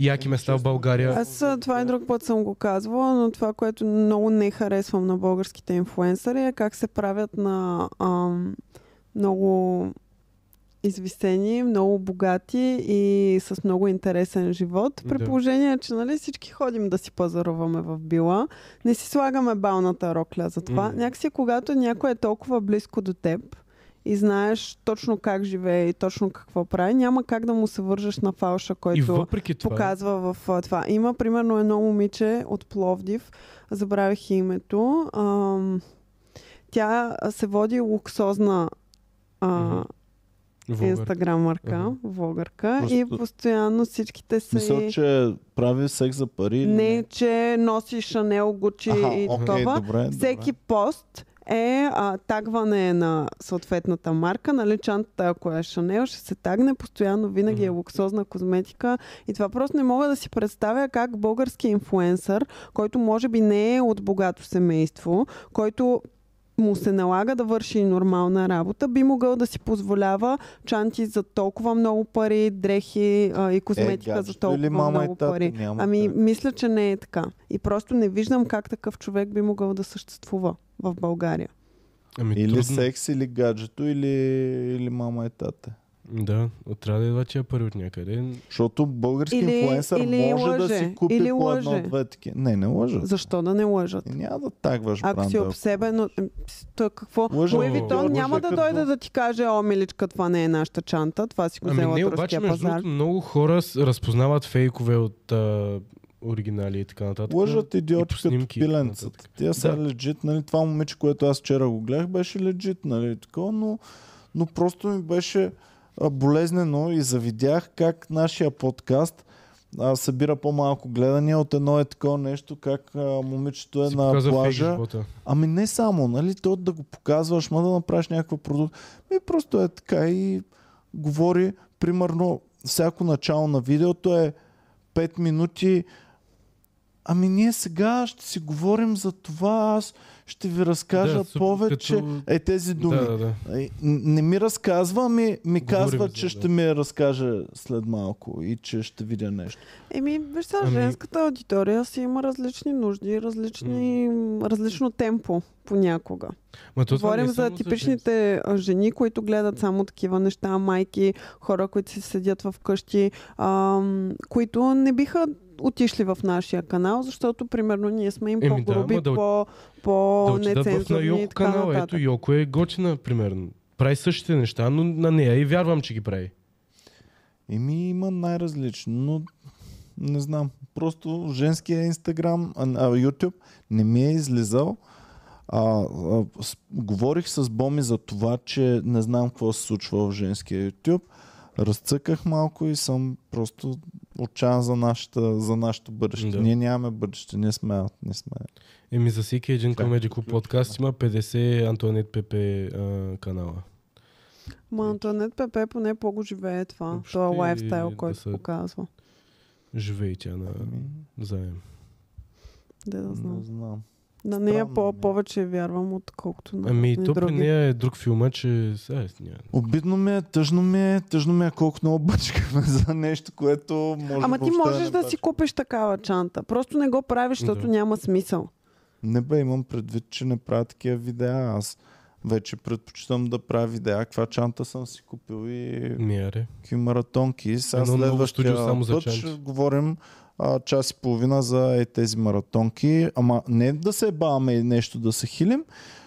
яки места в България.
Аз а, Ами това и друг път съм го казвала, но това, което много не харесвам на българските инфуенсъри е как се правят на ам, много извисени, много богати и с много интересен живот. При
Да.
положение, че нали, всички ходим да си пазаруваме в била, не си слагаме балната рокля за това.
М.
Някакси, когато някой е толкова близко до теб и знаеш точно как живее и точно какво прави, няма как да му се вържеш на фалша, който
И въпреки
е.
това,
показва в а, това. Има примерно едно момиче от Пловдив, забравих името. Ам, тя се води луксозна а,
Мгм. вългар.
инстаграмърка,
Мгм.
вългарка и
Просто-
постоянно всичките се...
Мисля, че прави секс за пари. или
Не, че носи Шанел, Гучи
Аха,
и
окей,
такова.
добре,
Всеки
добре.
пост е а, тагване на съответната марка. Нали, чантата, ако е Шанел, ще се тагне постоянно. Винаги е
Мгм.
луксозна козметика. И това просто не мога да си представя как български инфуенсър, който може би не е от богато семейство, който му се налага да върши нормална работа, би могъл да си позволява чанти за толкова много пари, дрехи а, и козметика
Е, гаджето
за
или
толкова
мама и
много
тато?
пари.
Няма
Ами,
как.
мисля, че не е така. И просто не виждам как такъв човек би могъл да съществува в България.
Ами,
Или
трудно.
секс, или гаджето, или, или мама и тата.
Да, трябва да идва тия пари от някъде.
Защото български
Или-
инфлуенсър
или
може да
лъже,
си купи
или
по
лъже.
едно-две такива. Не, не лъжа.
Защо да не лъжат?
И няма да тагваш
Ако си
бранда, ако
обсебен, от- м, пс, той какво?
Лъжа, е.
Луи
но-
Витон
лъжа
е
няма да
като-
дойде да ти каже, о, миличка, това не е нашата чанта, това си го
Ами
взела
не,
от
обаче
руския
между
пазар.
другото много хора с- разпознават фейкове от а, оригинали и така нататък.
Лъжат идиоти
по
като
снимки и така
пиленцата.
нататък.
Тя са
Да.
легит, нали? Това момиче, което аз вчера го гледах, беше легит, нали? Такова, но, но просто ми беше а, болезнено и завидях как нашия подкаст а, събира по-малко гледания от едно е такова нещо, как а, момичето е
Си
на
показва фейк
плажа.
живота.
Ами не само, нали, то да го показваш, ма да направиш някаква продукт. Ми просто е така и говори, примерно, всяко начало на видеото е 5 минути. Ами ние сега ще си говорим за това, аз ще ви разкажа
Да,
да,
супер,
повече
като-
като... е тези думи.
Да, да, да.
Ай, н- Не ми разказва, ми, ми
Говорим
казва,
за-
че
да.
ще ми я разкаже след малко и че ще видя нещо.
Еми, виж сега,
Ами-
женската аудитория си има различни нужди, различни, различно темпо понякога.
Ма то това не
Говорим
е
за
само
типичните а, жени, които гледат само такива неща, майки, хора, които си седят в къщи, ам, които не биха отишли в нашия канал, защото примерно ние сме им
Еми да,
по-груби,
ама да от-
по,
Да отидат в на
по-нецензурни и
Йоко
така
канала.
нататък.
Ето Йоко е готина, примерно. Прави същите неща, но на нея и вярвам, че ги прави.
Еми има най-различно, но не знам. Просто женския инстаграм, а, а, YouTube не ми е излизал. А, а, с, говорих с Боми за това, че не знам какво се случва в женския YouTube. Разцъках малко и съм просто отчаян за, нашата, за нашето бъдеще.
Да.
Да. Ние нямаме бъдеще, ние сме аут, ние сме
Еми за всеки един
Как
Comedy Club подкаст има 50 Антуанет Пепе а, канала.
Ма Антонет Пепе поне по-го живее това,
Въобще
това
да
лайфстайл, който
са-
показва.
Живей тя на
Ами,
заем.
Да, да
не
знам.
знам.
На нея
странно
по-
ми е.
повече вярвам, отколкото на
Ами
на
то при
други.
нея е друг филма, че... Сега, е, няма.
Обидно ми е, тъжно ми е, тъжно ми е колко много бачкаме за нещо, което може
Ама ти
въобще
можеш
не
да си купиш такава чанта. Просто не го правиш, защото
Да.
няма смисъл.
Не бе, имам предвид, че не правя такива видеа. Аз вече предпочитам да правя видеа. Каква чанта съм си купил и
Не, аре.
какви маратонки. Сега
Едно ново
следващия
студио само за
път
чанти.
ще говорим а, час и половина за е, тези маратонки. Ама не да се баваме и нещо да се хилим.
Ми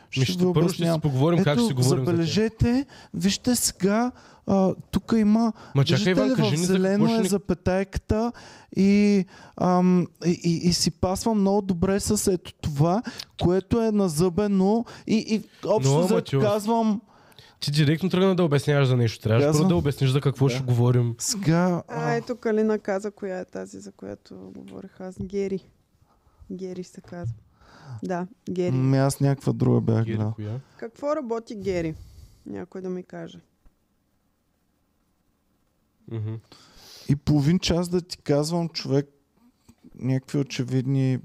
Ще,
Ами ще,
ви
първо ще
обяснявам.
си поговорим как
Ето,
ще си говорим за тях.
забележете, вижте сега, а, тук има
Ма чакай,
Виждате ли,
Иван, кажи
в
ни за какво
зелено
ще
е
ни...
запетайката и, ам, и, и, и си пасва много добре с ето това, което е назъбено и, и
Но,
общо
ама,
но,
че-
взето казвам
Ти директно тръгна да обясняваш за нещо. Трябваше първо
Казвам.
да обясниш за какво
Да.
ще говорим.
сега...
А,
А,
ето Калина каза, коя е тази, за която говорих аз. Гери. Гери се казва. Да, Гери.
м, ами аз някаква друга бях
Гери,
гледал.
коя?
Какво работи Гери? Някой да ми каже.
Мгм.
И половин час да ти казвам човек някакви очевидни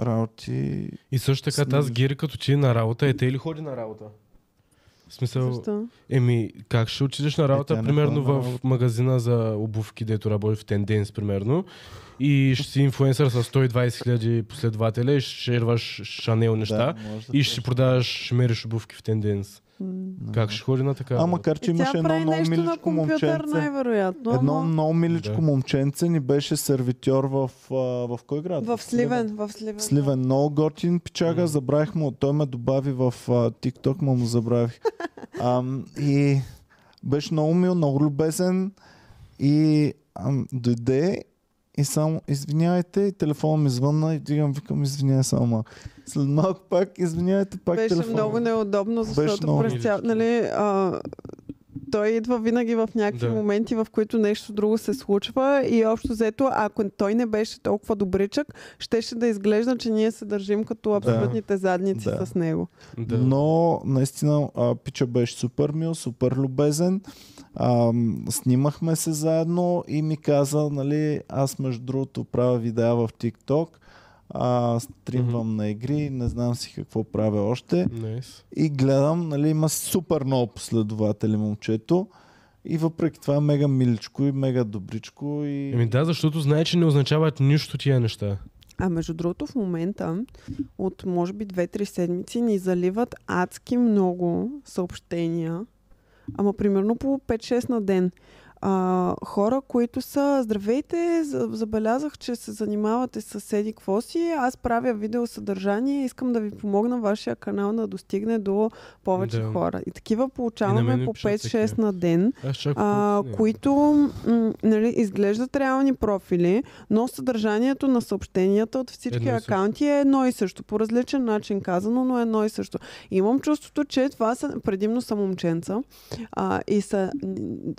работи.
И също така
С-
тази Гери като ти е на работа, е те или ходи на работа? В
Е,
смисъл,
Защо?
еми, как ще отидеш на работа,
тя не
примерно
ходи на
в
работа.
магазина за обувки, дето работи в Тенденс, примерно, и ще си инфуенсър с 120 хиляди последователя и ще шерваш Шанел неща
Да, може да
и ще си
кажеш.
продаваш, ще мериш обувки в Тенденс.
М.
Как ще ходи на така?
А,
работа?
макар, че
Е, тя
имаше едно
прави
много
нещо на
миличко
компютър,
момченце.
най-вероятно.
Едно
ама
много миличко
Да.
момченце ни беше сервитьор в, а, в кой град?
В Сливен, в Сливен.
Сливен, много готин пичага,
М.
забравих му, той ме добави в а, TikTok, ма му забравих. Ам, и беше много мил, много любезен и ам, дойде и само, извинявайте, и телефона ми звънна и дигам, викам, извинявай само малко. След малко пак, извинявайте, пак
Беше
телефона.
много неудобно,
Беше
защото
много
през цял,
нелично.
нали, а, той идва винаги в някакви
Да.
да. моменти, в които нещо друго се случва и общо взето, ако той не беше толкова добричък, щеше да изглежда, че ние се държим като абсолютните задници
Да.
с него.
Да.
Но наистина а, Пича беше супер мил, супер любезен. А, снимахме се заедно и ми каза, нали, аз между другото правя видеа в TikTok, а, стримвам на игри, не знам си какво правя още.
Nice.
И гледам, нали, има супер много последователи момчето. И въпреки това е мега миличко и мега добричко. И...
Еми да, защото знае, че не означават нищо тия неща.
А между другото, в момента, от може би 2-3 седмици, ни заливат адски много съобщения. Ама примерно по 5-6 на ден. А, хора, които са Здравейте, за- забелязах, че се занимавате с седи какво си. Аз правя видеосъдържание и искам да ви помогна вашия канал да достигне до повече
Да.
да. хора. И такива
И на мен
получаваме
ми
по
пишат
5-6
такива.
на ден
Аз чакам.
а,
колко си е.
които м, нали, изглеждат реални профили, но съдържанието на съобщенията от всички
Едно и също.
акаунти е едно и също. По различен начин казано, но едно и също. Имам чувството, че това са предимно са момченца а, и са м,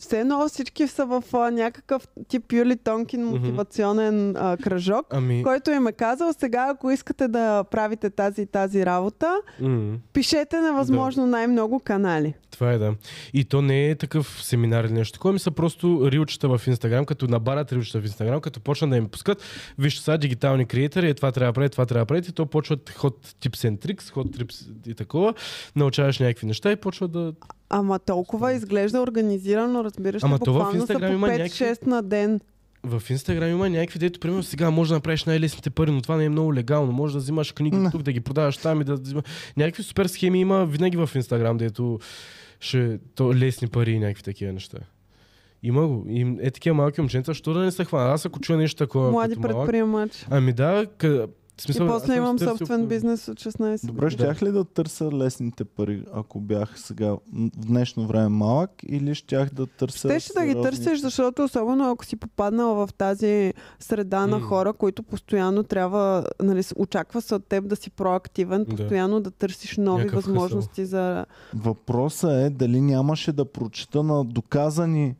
все едно всички са в а, някакъв тип Юли Тонкин мотивационен а, кръжок,
Ами...
който им е казал, сега ако искате да правите тази и тази работа,
м,
пишете на възможно най-много канали.
Това е да. И то не е такъв семинар или нещо. Такова ми са просто рилчета в Инстаграм, като набарат рилчета в Инстаграм, като почнат да им пускат, вижте сега дигитални креатори, е, това трябва да правите, това трябва да правите, и то почват ход tips and tricks, ход trips и такова, научаваш някакви неща и почват да...
Ама толкова изглежда организирано, разбираш,
Ама
Ама
то в
буквално са по
Инстаграм има някакви- Е,
5-6 на ден.
В Инстаграм има някакви, дето, примерно, сега може да направиш най-лесните пари, но това не е много легално. Може да взимаш книги тук, да ги продаваш там и да... взима- Някакви супер схеми има винаги в Инстаграм, дето ще... То, лесни пари и някакви такива неща. Има го. И е такива малки момченца, що да не се хвана? Аз ако чуя нещо такова.
Млади
като малък-
предприемачи.
Ами да, къ... в
И
смисъл, аз
после
съм
имам
си търсил-
собствен бизнес от 16
Добре, щях ли да търся лесните пари, ако бях сега м, в днешно време малък, или щях да търся...
Щеше да ги
сериозни-
търсиш, защото особено ако си попаднала в тази среда на
М.
хора, които постоянно трябва, нали, с- очаква се от теб да си проактивен,
Да.
постоянно да търсиш нови
Някакъв хъсъл.
възможности за...
Въпросът е дали нямаше да прочета на доказани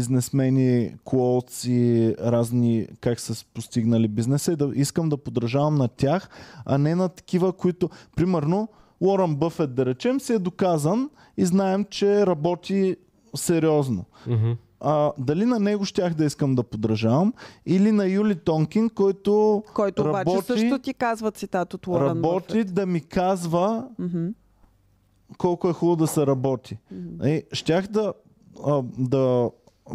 бизнесмени, клоуци, разни как са постигнали бизнеса и да искам да подражавам на тях, а не на такива, които... Примерно, Уорън Бъфет, да речем, си е доказан и знаем, че работи сериозно.
Мгм.
А, дали на него щях да искам да подражавам или на Юли Тонкин, който
Който работи,
Работи-
обаче също ти казва цитат от Уорън
работи
Бъфет.
да ми казва
Мгм.
колко е хубаво да се работи.
Мгм.
Е, щях да, а, да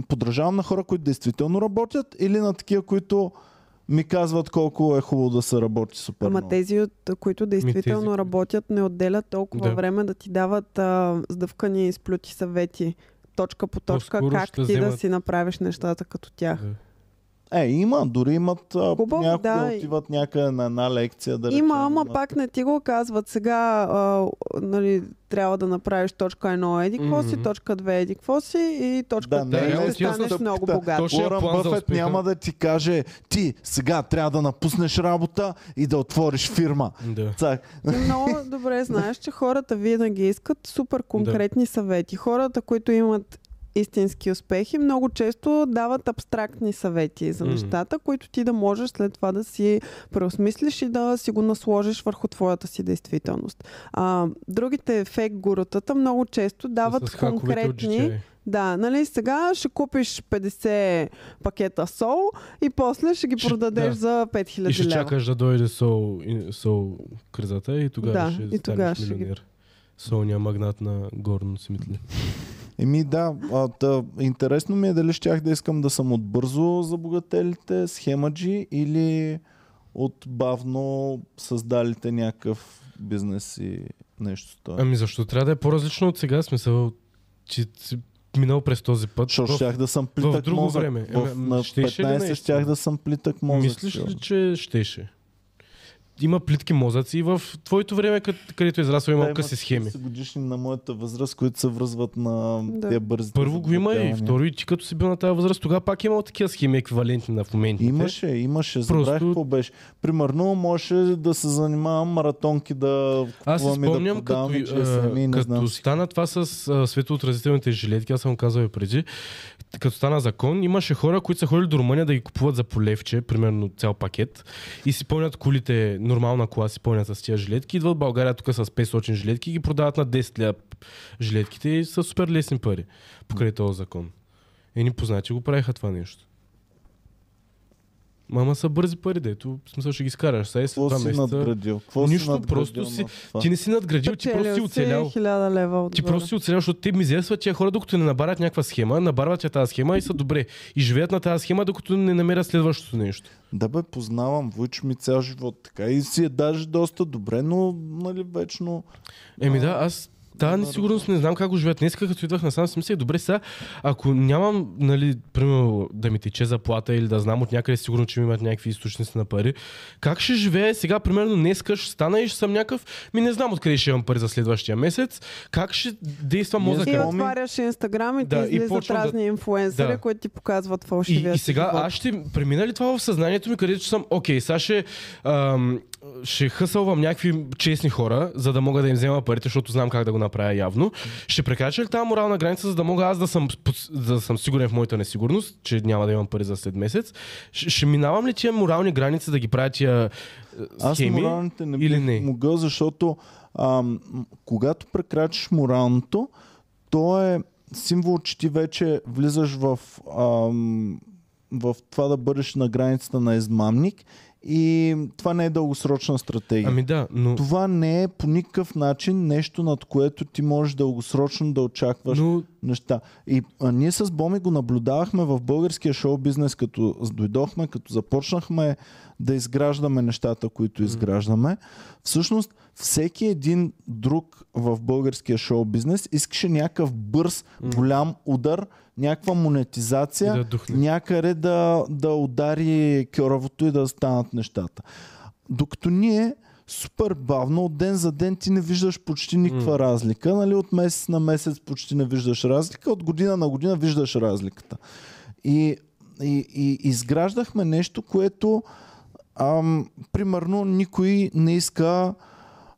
подражавам на хора, които действително работят или на такива, които ми казват колко е хубаво да се работи супер
Ама
много.
тези, от които действително
които-
работят, не отделят толкова
Да.
време да ти дават а, сдъвкани и сплюти съвети. Точка по точка,
По-скоро
как ти
ще
да
вземат-
си направиш нещата като тях.
Да.
Е, има, дори имат а,
Хубаво,
някога
да, и-
отиват някъде на една лекция да речем,
Има, ама
имат-
пак не ти го казват. Сега а, нали, трябва да направиш точка 1 еди какво си,
Мгм.
точка 2 еди какво си и
Да,
точка
не,
3
реално
ще
ти я
станеш
се
много
пита.
богат.
Точно. Точния
Уорън
е план за
Бъфет
успеха.
няма да ти каже ти сега трябва да напуснеш работа и да отвориш фирма.
да.
Цак.
Ти много добре знаеш, че хората винаги искат супер конкретни съвети. Хората, които имат истински успехи, много често дават абстрактни съвети за
Мгм.
нещата, които ти да можеш след това да си преосмислиш и да си го насложиш върху твоята си действителност. А, другите фейк гурутата много често дават
С хаковете от
конкретни...
GTI.
Да, нали, сега ще купиш 50 пакета сол и после ще ги
Ще-
продадеш
да.
за 5000 лева.
И ще чакаш да дойде сол, и- сол кризата и тогава
Да,
ще
и
станеш
тогава ще ги-
милионер. Солния магнат на Горно Симитли.
Еми да, а, да, интересно ми е дали щях да искам да съм от бързо за богателите, схемаджи или от бавно създалите някакъв бизнес и нещо такова.
Ами защо трябва да е по-различно от сега? Смисъл, че си минал през този път.
Защото
В-
щях да съм плитък
друго
мозък.
време.
В,
Ами,
на
щеше ли
15
наистина?
щях да съм плитък мозък.
Мислиш ли,
сигурно.
че щеше? Има плитки мозъци и в твоето време, къд- където израсъл,
Да,
има
има
къси схеми.
40 годишни на моята възраст, които се връзват на
Да.
тия бързи.
Първо го има и
забогателния.
второ и ти като си бил на тази възраст, тогава пак е имало такива схеми еквивалентни на в момента.
Имаше, имаше. Забравих
Просто-
какво беше. Примерно, можеше да се занимавам маратонки да
Аз си
купувам и ами да
спомням, като,
продавам и чрез
а,
сами, не
като
знам си
стана това с а, светоотразителните жилетки, аз съм го казал и преди, като стана закон, имаше хора, които са ходили до Румъния да ги купуват за полевче, примерно цял пакет, и си пълнят колите, нормална кола си пълнят с тия жилетки, идват в България тук с 500 жилетки и ги продават на 10 ля жилетките и са супер лесни пари покрай този закон. Едни познати го правиха това нещо. Мама са бързи пари, дето, в смисъл ще ги скараш. Сега и след
Какво
два
си
месеца...
надградил? Какво
Нищо,
си надградил
просто
на
си-
това?
Ти не си надградил, ти просто си
Спечелил
оцелял.
1000 лева от
Ти просто си оцелял, защото те мизерстват тия хора, докато не набарат някаква схема, набарват я тази схема и са добре. И живеят на тази схема, докато не намерят следващото нещо.
Да бе, познавам Вуйч ми цял живот така и си е даже доста добре, но нали вечно...
Еми
А,
да, аз тази несигурност не знам как го живеят. Днес, като идвах насам, си мислех, добре сега, ако нямам, нали, примерно, да ми тече заплата или да знам от някъде сигурно, че ми имат някакви източници на пари, как ще живея сега, примерно, днес ще стана и ще съм някакъв, ми не знам откъде ще имам пари за следващия месец, как ще действа
Ние
мозъка.
И
Така.
отваряш Инстаграм и ти
Да, и
излизат
почвам да-
разни инфуенсъри,
Да.
които ти показват фалшивия
И, и
си
сега
живот.
аз ще премина ли това в съзнанието ми, където съм, окей, сега ще ам, ще хъсълвам някакви честни хора, за да мога да им взема парите, защото знам как да го направя явно. Ще прекрача ли тази морална граница, за да мога аз да съм, пос- за да съм сигурен в моята несигурност, че няма да имам пари за след месец? Ще, ще минавам ли тия морални граници да ги правя тия е,
Аз
схеми?
моралните не
или
бих
не?
могъл, защото ам, когато прекрачиш моралното, то е символ, че ти вече влизаш в, ам, в това да бъдеш на границата на измамник и това не е дългосрочна стратегия.
Ами да, но...
Това не е по никакъв начин нещо, над което ти можеш дългосрочно да очакваш
но
неща. И а, ние с Боми го наблюдавахме в българския шоу бизнес, като с- дойдохме, като започнахме да изграждаме нещата, които изграждаме. Всъщност, всеки един друг в българския шоу бизнес искаше някакъв бърз, голям удар, някаква монетизация,
И да духне.
някъде да, да удари кьоравото и да станат нещата. Докато ние супер бавно, от ден за ден ти не виждаш почти никаква mm. разлика. Нали? От месец на месец почти не виждаш разлика, от година на година виждаш разликата. И, и, и изграждахме нещо, което ам, примерно никой не иска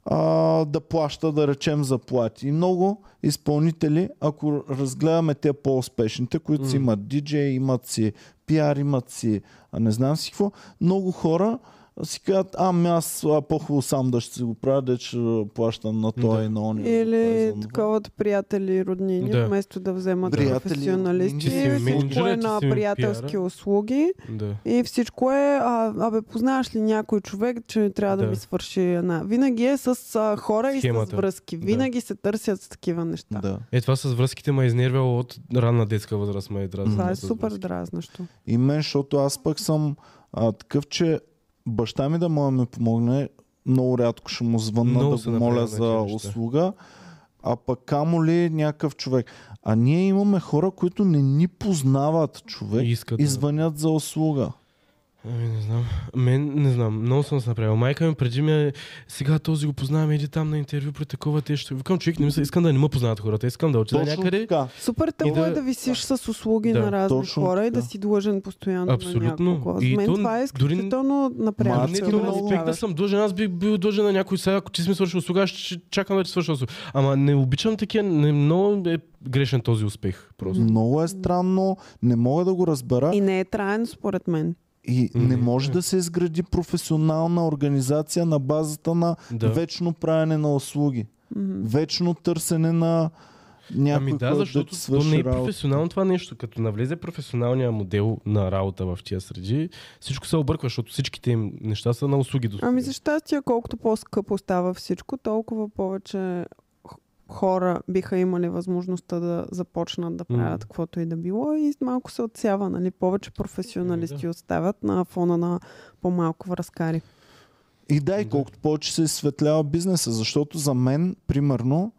а, да плаща, да речем, заплати. И много изпълнители, ако разгледаме те по-успешните, които си имат диджей, имат си пиар, имат си а не знам си какво, много хора си казват, ами аз а, по-хубаво сам да ще си го правя, да ще плащам на той и на ония.
Или такова от приятели, роднини,
Да.
да. вместо да вземат
Приятели,
професионалисти.
роднини.
Ти си
И всичко
менеджера,
е
ти
на
си ми
приятелски
пиара.
услуги.
да.
И всичко е, а, абе, познаваш ли някой човек, че трябва да,
Да.
да ми свърши една. Винаги е с а, хора и
Схемата.
с връзки.
Да.
Винаги се търсят с такива неща.
Да.
Е, това с връзките ме е изнервяло от ранна детска възраст, ме е дразнило
Това е
с
супер
връзки.
дразнещо.
И мен, защото аз пък съм а, такъв, че баща ми да мога да ми помогне, много рядко ще му звънна
Много
да
се
го моля
напрягаме
за
тия неща.
услуга. А пък камо ли е някакъв човек. А ние имаме хора, които не ни познават човек
И искат
и
да-
звънят за услуга.
Ами не знам. Мен не знам. Много съм се направил. Майка ми преди ми е, сега този го познаваме, иди там на интервю при такова те ще... Викам човек, не мисля, искам да не ме познават хората. Искам да отида
Точно
някъде.
така.
Супер тъпо
да-
да, е да висиш с услуги
Да,
на разни
точно
хора и да
така.
си длъжен постоянно
Абсолютно.
на някого.
И
Мен
то
това е
дори-
изключително
Ма,
Ама
напрягащ.
не,
Абсолютно.
то не успех да съм дължен. Аз бих бил дължен на някой сега, ако ти си ми свършил услуга, аз ще чакам да ти свърша услуга. Ама не обичам такива, не, много е грешен този успех. Просто.
Много е странно, не мога да го разбера.
И не е траен, според мен.
И не
М,
може
е.
да се изгради професионална организация на базата на
Да.
вечно правене на услуги.
Мгм.
Вечно търсене на някой,
Ами да,
който
защото
ти
то
свърши
не е
работа.
професионално това нещо. Като навлезе професионалния модел на работа в тия среди, всичко се обърква, защото всичките им неща са на услуги. до
Ами
стотина.
за щастие, колкото по-скъпо става всичко, толкова повече х- хора биха имали възможността да започнат да
Мгм.
правят каквото и да било и малко се отсява, нали? Повече професионалисти
Ами
остават на фона на по-малко връзкари.
И да, и
Да.
колкото повече се изсветлява бизнеса, защото за мен, примерно,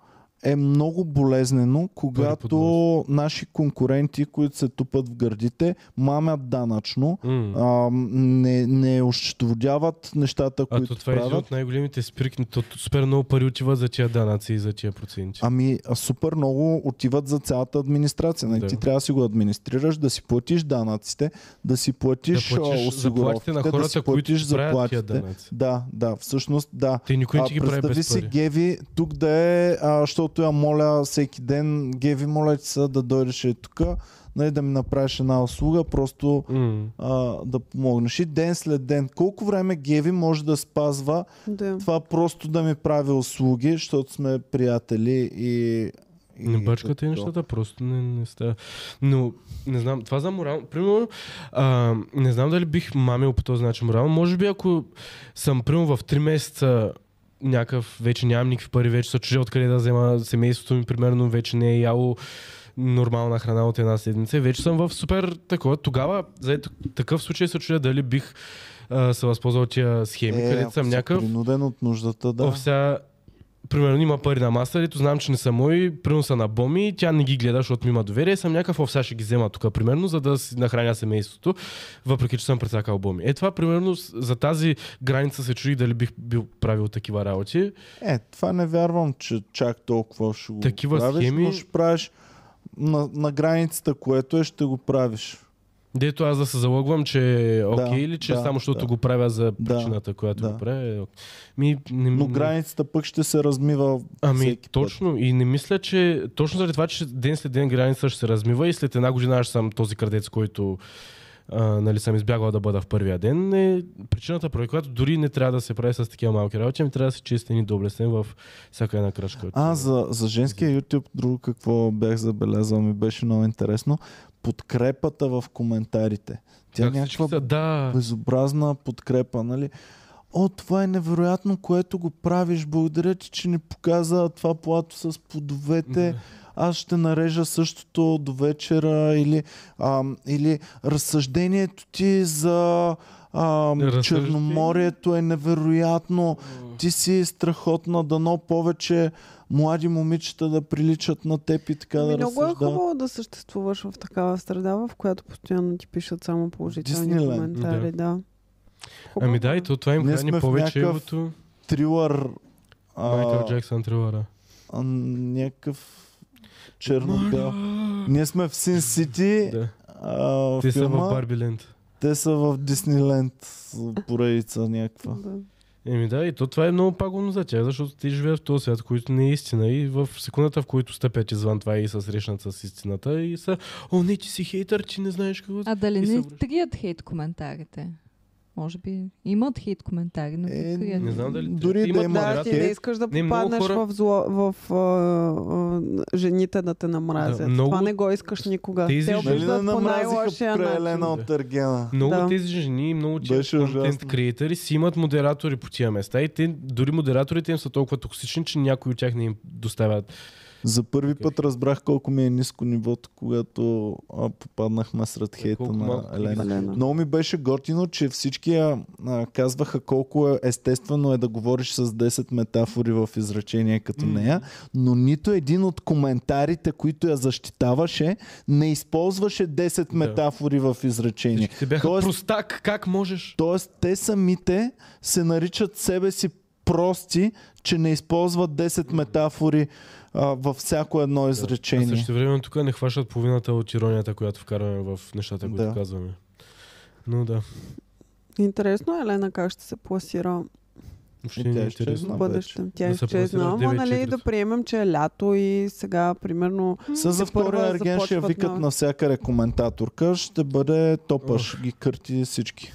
е много болезнено,
е
когато наши конкуренти, които се тупат в гърдите, мамят данъчно,
М.
ам, не, не ощетоводяват нещата,
А
които
то това е един
правят.
от най-големите спирки. То то супер много пари отива за тия данъци и за тия проценти.
Ами, а, супер много отиват за цялата администрация. Да.
Да.
Ти трябва да си го администрираш, да си платиш данъците, да си платиш,
Да платиш
а,
заплатите
осигуровките,
на
да
хората,
си
които
платиш
ти правят тия
заплатите.
данъци.
Да, да, всъщност да.
Те никой не ти ги прави
представи
без
си
пари.
Геви тук да е, а, защото я моля всеки ден, Геви, моля ти се да дойдеш е тук, нали, да ми направиш една услуга, просто
М.
а, да помогнеш. И ден след ден, колко време Геви може да спазва
Да.
това просто да ми прави услуги, защото сме приятели и... и
Не бачкате
такова.
нещата, просто не, не става. Но не знам, това за морал. Примерно, а, не знам дали бих мамил по този начин морал. Може би ако съм примерно в 3 месеца някакъв, вече нямам никакви пари, вече са чужи откъде да взема семейството ми, примерно, вече не е яло нормална храна от една седмица. и Вече съм в супер такова. Тогава, за ето такъв случай се чудя дали бих а, се възползвал от тия схеми,
Е,
където
ако
съм
си
някакъв.
Принуден от нуждата,
Да.
да.
О, сега, примерно има пари на маса, дето знам, че не са мои, примерно са на боми, тя не ги гледа, защото ми има доверие, съм някакъв, о, сега ще ги взема тук, примерно, за да си нахраня семейството, въпреки, че съм прецакал боми. Е, това, примерно, с- за тази граница се чуди дали бих бил правил такива работи.
Е, това не вярвам, че чак толкова ще го
Такива
правиш,
схеми-
но ще правиш на, на границата, което е, ще го правиш.
Дето аз да се залъгвам, че е окей
Да,
или че
да,
само защото
да.
го правя за
Да,
причината, която
да.
го правя. е ок. Ми, не,
Но
не-
границата пък ще се размива
Ами
всеки път.
точно и не мисля, че точно заради това, че ден след ден граница ще се размива и след една година аз ще съм този крадец, който а, нали, съм избягал да бъда в първия ден, е причината, поради която дори не трябва да се прави с такива малки работи, ами трябва да се чистен и доблестен в всяка една крачка.
А, за, за женския YouTube, друго какво бях забелязал, ми беше много интересно. Подкрепата в коментарите. Тя
Как
е
всички
някаква
са, да,
безобразна подкрепа, нали? О, това е невероятно, което го правиш. Благодаря ти, че ни показа това плато с плодовете. Аз ще нарежа същото до вечера. Или, а, или разсъждението ти за а,
Разсъждение?
Черноморието е невероятно. Ти си страхотна, дано повече млади момичета да приличат на теб и така
Ами
да
много е
разсъждават.
хубаво да съществуваш в такава среда, в която постоянно ти пишат само положителни
Дисниленд.
коментари. Да. Хубаво
ами да,
е.
и то това им
Ние
храни
сме в
повече
някакъв-
егото.
Трилър. а,
Майкъл Джексън трилъра.
а, някакъв черно-бял. Ние сме в Син Сити.
Да.
а,
Те са в
е, филма.
Барбиленд.
Те са в Дисниленд поредица някаква.
Да.
Еми да, и то това е много пагубно за тях, защото те живеят в този свят, който не е истина. И в секундата, в който стъпят извън това и се срещнат с истината и са, о, не, ти си хейтър, ти не знаеш какво.
А
И
дали
се
не
връща.
трият хейт коментарите? Може би имат хейт коментари, но
Е,
ги крият.
Не знам дали
Дори
те
да
имат
има
Да, ти
модератори.
не
Е,
искаш да
не, много
попаднеш
хора-
в, зло, в а, а, жените да те намразят.
Да,
Да,
много-
Това не го искаш никога.
Тези
Те
жени-
Нали
обиждат
не
по
намразиха
най-лошия начин.
прелена
да.
от Тергена?
Много
Да.
да. тези жени и много тези
Беше
контент
ужасно.
креатори си имат модератори по тия места и те, дори модераторите им са толкова токсични, че някои от тях не им доставят.
За първи
Окей.
път разбрах колко ми е ниско нивото, когато а, попаднахме сред хейта
Е, колко
на
малко
Елена.
Елена.
Много ми беше готино, че всички а, а, казваха колко е естествено е да говориш с 10 метафори в изречение като
М.
нея, но нито един от коментарите, които я защитаваше, не използваше 10 метафори в изречение.
Всичките бяха
Тоест-
простак, как можеш?
Тоест, те самите се наричат себе си прости, че не използват 10 метафори а, във всяко едно
А
изречение.
също време тук не хващат половината от иронията, която вкарваме в нещата, които
Да.
казваме. Но да,
Интересно е, Елена как ще се пласира
въобще
И
не
тя
е
ще
интересно.
в
знам
бъдеще. Тя е
Да се пласира
изчезна,
в
ама нали
9-4.
да приемем, че е лято и сега примерно
С за
Те първа
втория ерген ще я
започват
викат
на-
навсякъде коментаторка, ще бъде топаш, ги кърти всички.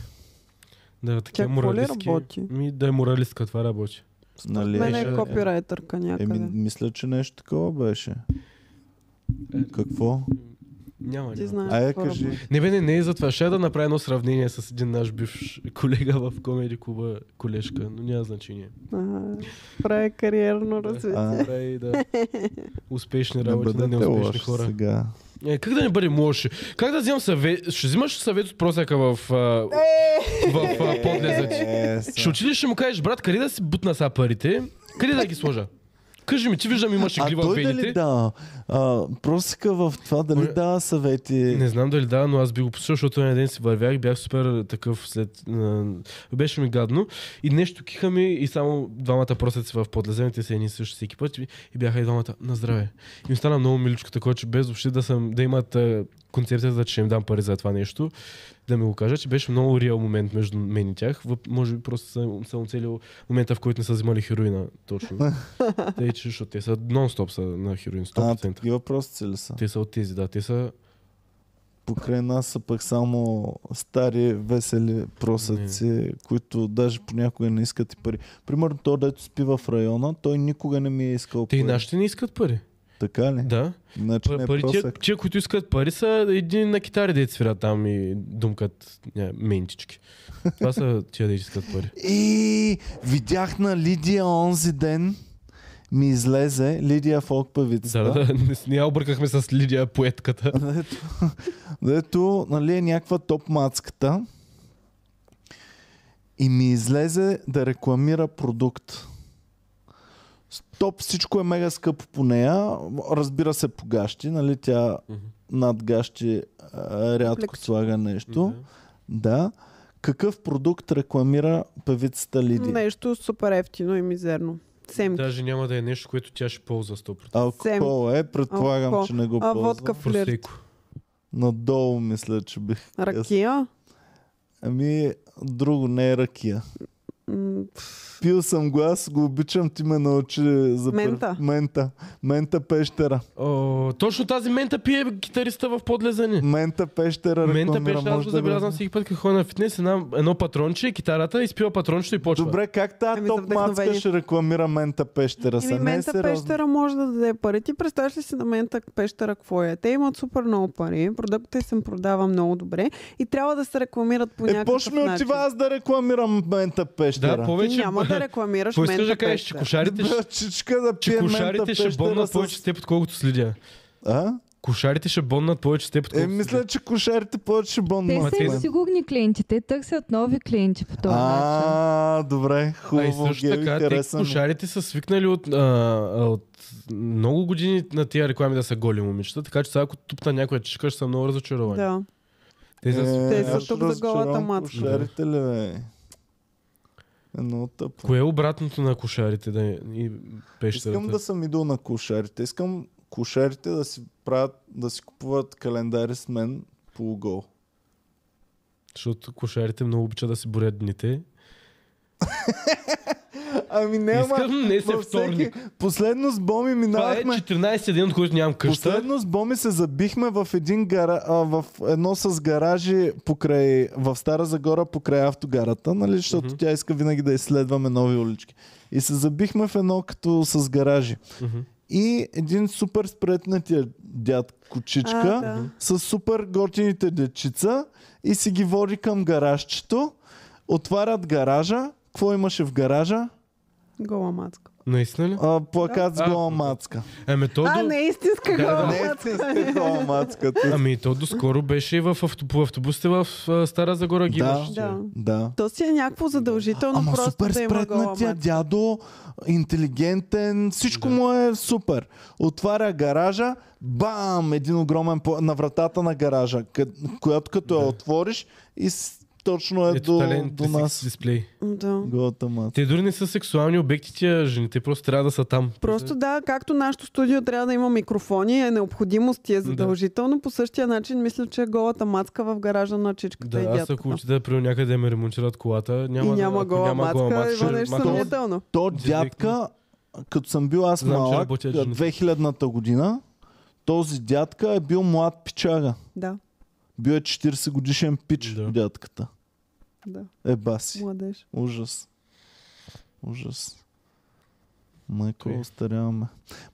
Да, такива
Тя какво ли
моралистки.
работи?
Ми да е моралистка, това работи.
Нали?
мен
Беше,
е
да.
копирайтърка
Еми,
някъде.
мисля, че нещо такова беше.
Е,
Какво?
Няма,
Ти
няма.
знаеш
Ая,
какво
кажи.
работи.
Не, бе, не, не е за това. Ще я да направя едно сравнение с един наш бивш колега в комеди клуба, колежка, но няма значение.
Ага. Прави кариерно
Да.
развитие.
А,
Прави, да. Успешни
не
работи
бъдете
на неуспешни
лоши
хора.
сега.
Е, как да не бъдем лоши? Как да вземам съвет? Ще взимаш съвет от просяка в, а,
Е!
в а, подлеза ти?
Е, са.
Ще отидеш и ще му кажеш, брат, къде да си бутна са парите? Къде да ги сложа? Кажи ми, ти виждам имаш
А
игри в
той дали
вените.
да? Просека в това дали
Може-
дава съвети?
Не знам дали да, но аз би го писал, защото един ден си вървях, бях супер такъв след... а, Беше ми гадно. И нещо киха ми и само двамата просеци в подлезените са едни и същи всеки път и и бяха и двамата на здраве. И ми стана много миличко такова, че без въобще да, съм, да имат а, концепцията, че ще им дам пари за това нещо, да ми го кажа, че беше много реал момент между мен и тях. Въп, може би просто съм, съм оцелил момента, в който не са взимали хероина точно. Тъй, че, защото те са нон-стоп са на хероин,
А,
100%.
такива въпроси ли са?
те са от тези, да. Те са
Покрай нас са пък само стари, весели просъци, които даже понякога не искат и пари. Примерно той, дето спи в района, той никога не ми е искал
Те и
пари.
нашите не искат пари.
Така ли?
Да.
Значи не
Пар-
е
пари, тия,
просък.
тия, които искат пари, са един на китари, дете свирят там и думкат ня, ментички. Това са тия, дете искат пари.
И видях на Лидия онзи ден, ми излезе Лидия Фолкпавица.
Да, да, да. Не, с- не я объркахме с Лидия поетката.
Дето, дето нали, е някаква топ мацката и ми излезе да рекламира продукт. Топ всичко е мега скъпо по нея. Разбира се по гащи, нали, тя
Мгм.
над гащи а, рядко
Комплекс.
слага нещо.
Да.
Да. Какъв продукт рекламира певицата Лидия?
Нещо супер ефтино и мизерно. Семки.
Даже няма да е нещо, което тя ще ползва 100%.
Алкохол е, предполагам,
Алкохол.
че не го
А,
ползва.
водка флирт.
Просеко.
Надолу мисля, че бих.
Ракия?
Ами, друго не е ракия.
М,
Пил съм глас, го обичам, ти ме научи за пър-
Мента.
Мента. Мента пещера.
О, точно тази мента пие гитариста в подлезане.
Мента пещера.
Мента
рекламира,
пеше, аз
може
го
да
забелязвам всеки път, като ходя на фитнес, една, едно патронче, китарата, изпива патрончето и почва.
Добре, как тази
Еми, Ами за
топ мацка
вдъхновение.
ще рекламира мента пещера?
Еми,
Са, не е
мента
сериозно.
пещера може да даде пари. Ти представяш ли си на мента пещера какво е? Те имат супер много пари, продукта им се продава много добре и трябва да се рекламират по
Е,
някакъв
почне
начин.
ми отива аз да рекламирам мента пещера.
Да,
Ти
повече...
няма да рекламираш
Какво искаш
мента
да кажеш, че
пещера.
кошарите ще...
Бе, Чичка да
Че
пие мента
кошарите ще
пещера
боннат повече
с...
с теб, отколкото с Лидия.
А?
Кошарите ще боннат повече с теб, отколкото
Е,
с
мисля,
Лидия.
че кошарите повече ще
Те
боннат.
те-
са сигурни клиенти. Те търсят нови клиенти по този начин.
А, добре,
А и
хубаво,
също
Геви,
така, те
хареса ми.
кошарите са свикнали от, а, а, от много години на тия реклами да са голи момичета, така че сега ако тупна някоя чешка, ще са много разочаровани.
Да.
Те са...
Е,
Те са
аз
тук за голата
разочарован
мацка.
Кошарите ли, бе? Е, много тъпо.
Кое е обратното на кошарите да е- и пещерата?
Искам да съм идол на кошарите. Искам кошарите да си правят, да си купуват календари с мен полугол.
Защото кошарите много обичат да си борят дните.
Ами няма.
Искам днес е
във
вторник.
Последно с Боми
Това е
минавахме.
14 ден, от който нямам къща.
Последно с Боми се забихме в, един гара, а, в едно с гаражи покрай, в Стара Загора покрай автогарата, нали, защото
Мгм.
тя иска винаги да изследваме нови улички. И се забихме в едно като с гаражи.
Мгм.
И един супер спретнатия дяд кучичка
А, да.
с супер готините дечица и си ги води към гаражчето. Отварят гаража. Какво имаше в гаража?
Гола мацка.
Наистина ли?
А, плакат с
А.
гола мацка.
Еме, то
А,
до...
не е истинска
Да,
гола
да,
Не е
мацка.
истинска гола мацка. ти.
Ами то доскоро беше и в, автобу... в автобусите в а, Стара Загора ги
Да.
имаше.
Да.
Да.
То си е някакво задължително
Ама
просто
супер
да има гола мацка.
спретнатия дядо, интелигентен, всичко
Да.
му е супер. Отваря гаража, бам, един огромен по... на вратата на гаража, къд... която като я
Да.
отвориш и с... точно е,
Ето
до,
талент
до нас.
дисплей.
Да.
Голата мацка.
Те дори не са сексуални обекти, тия жените просто трябва да са там.
Просто да, както нашето студио трябва да има микрофони, е необходимост и е задължително. По същия начин мисля, че голата мацка в гаража на чичката
Да,
и
аз
дядката.
ако отида при някъде да ме ремонтират колата,
И
няма,
няма
ако
гола е,
няма гола
мацка,
мацка,
има нещо
мацка-
съмнително.
То
Директно.
дядка, като съм бил аз
Знам, че
малък,
работят жените.
2000-та година, този дядка е бил млад пичага.
Да,
Бил е 40 годишен пич,
Да.
дядката.
да,
Е, баси.
младеж.
Ужас. Ужас. Майко,
Тъй.
остаряваме.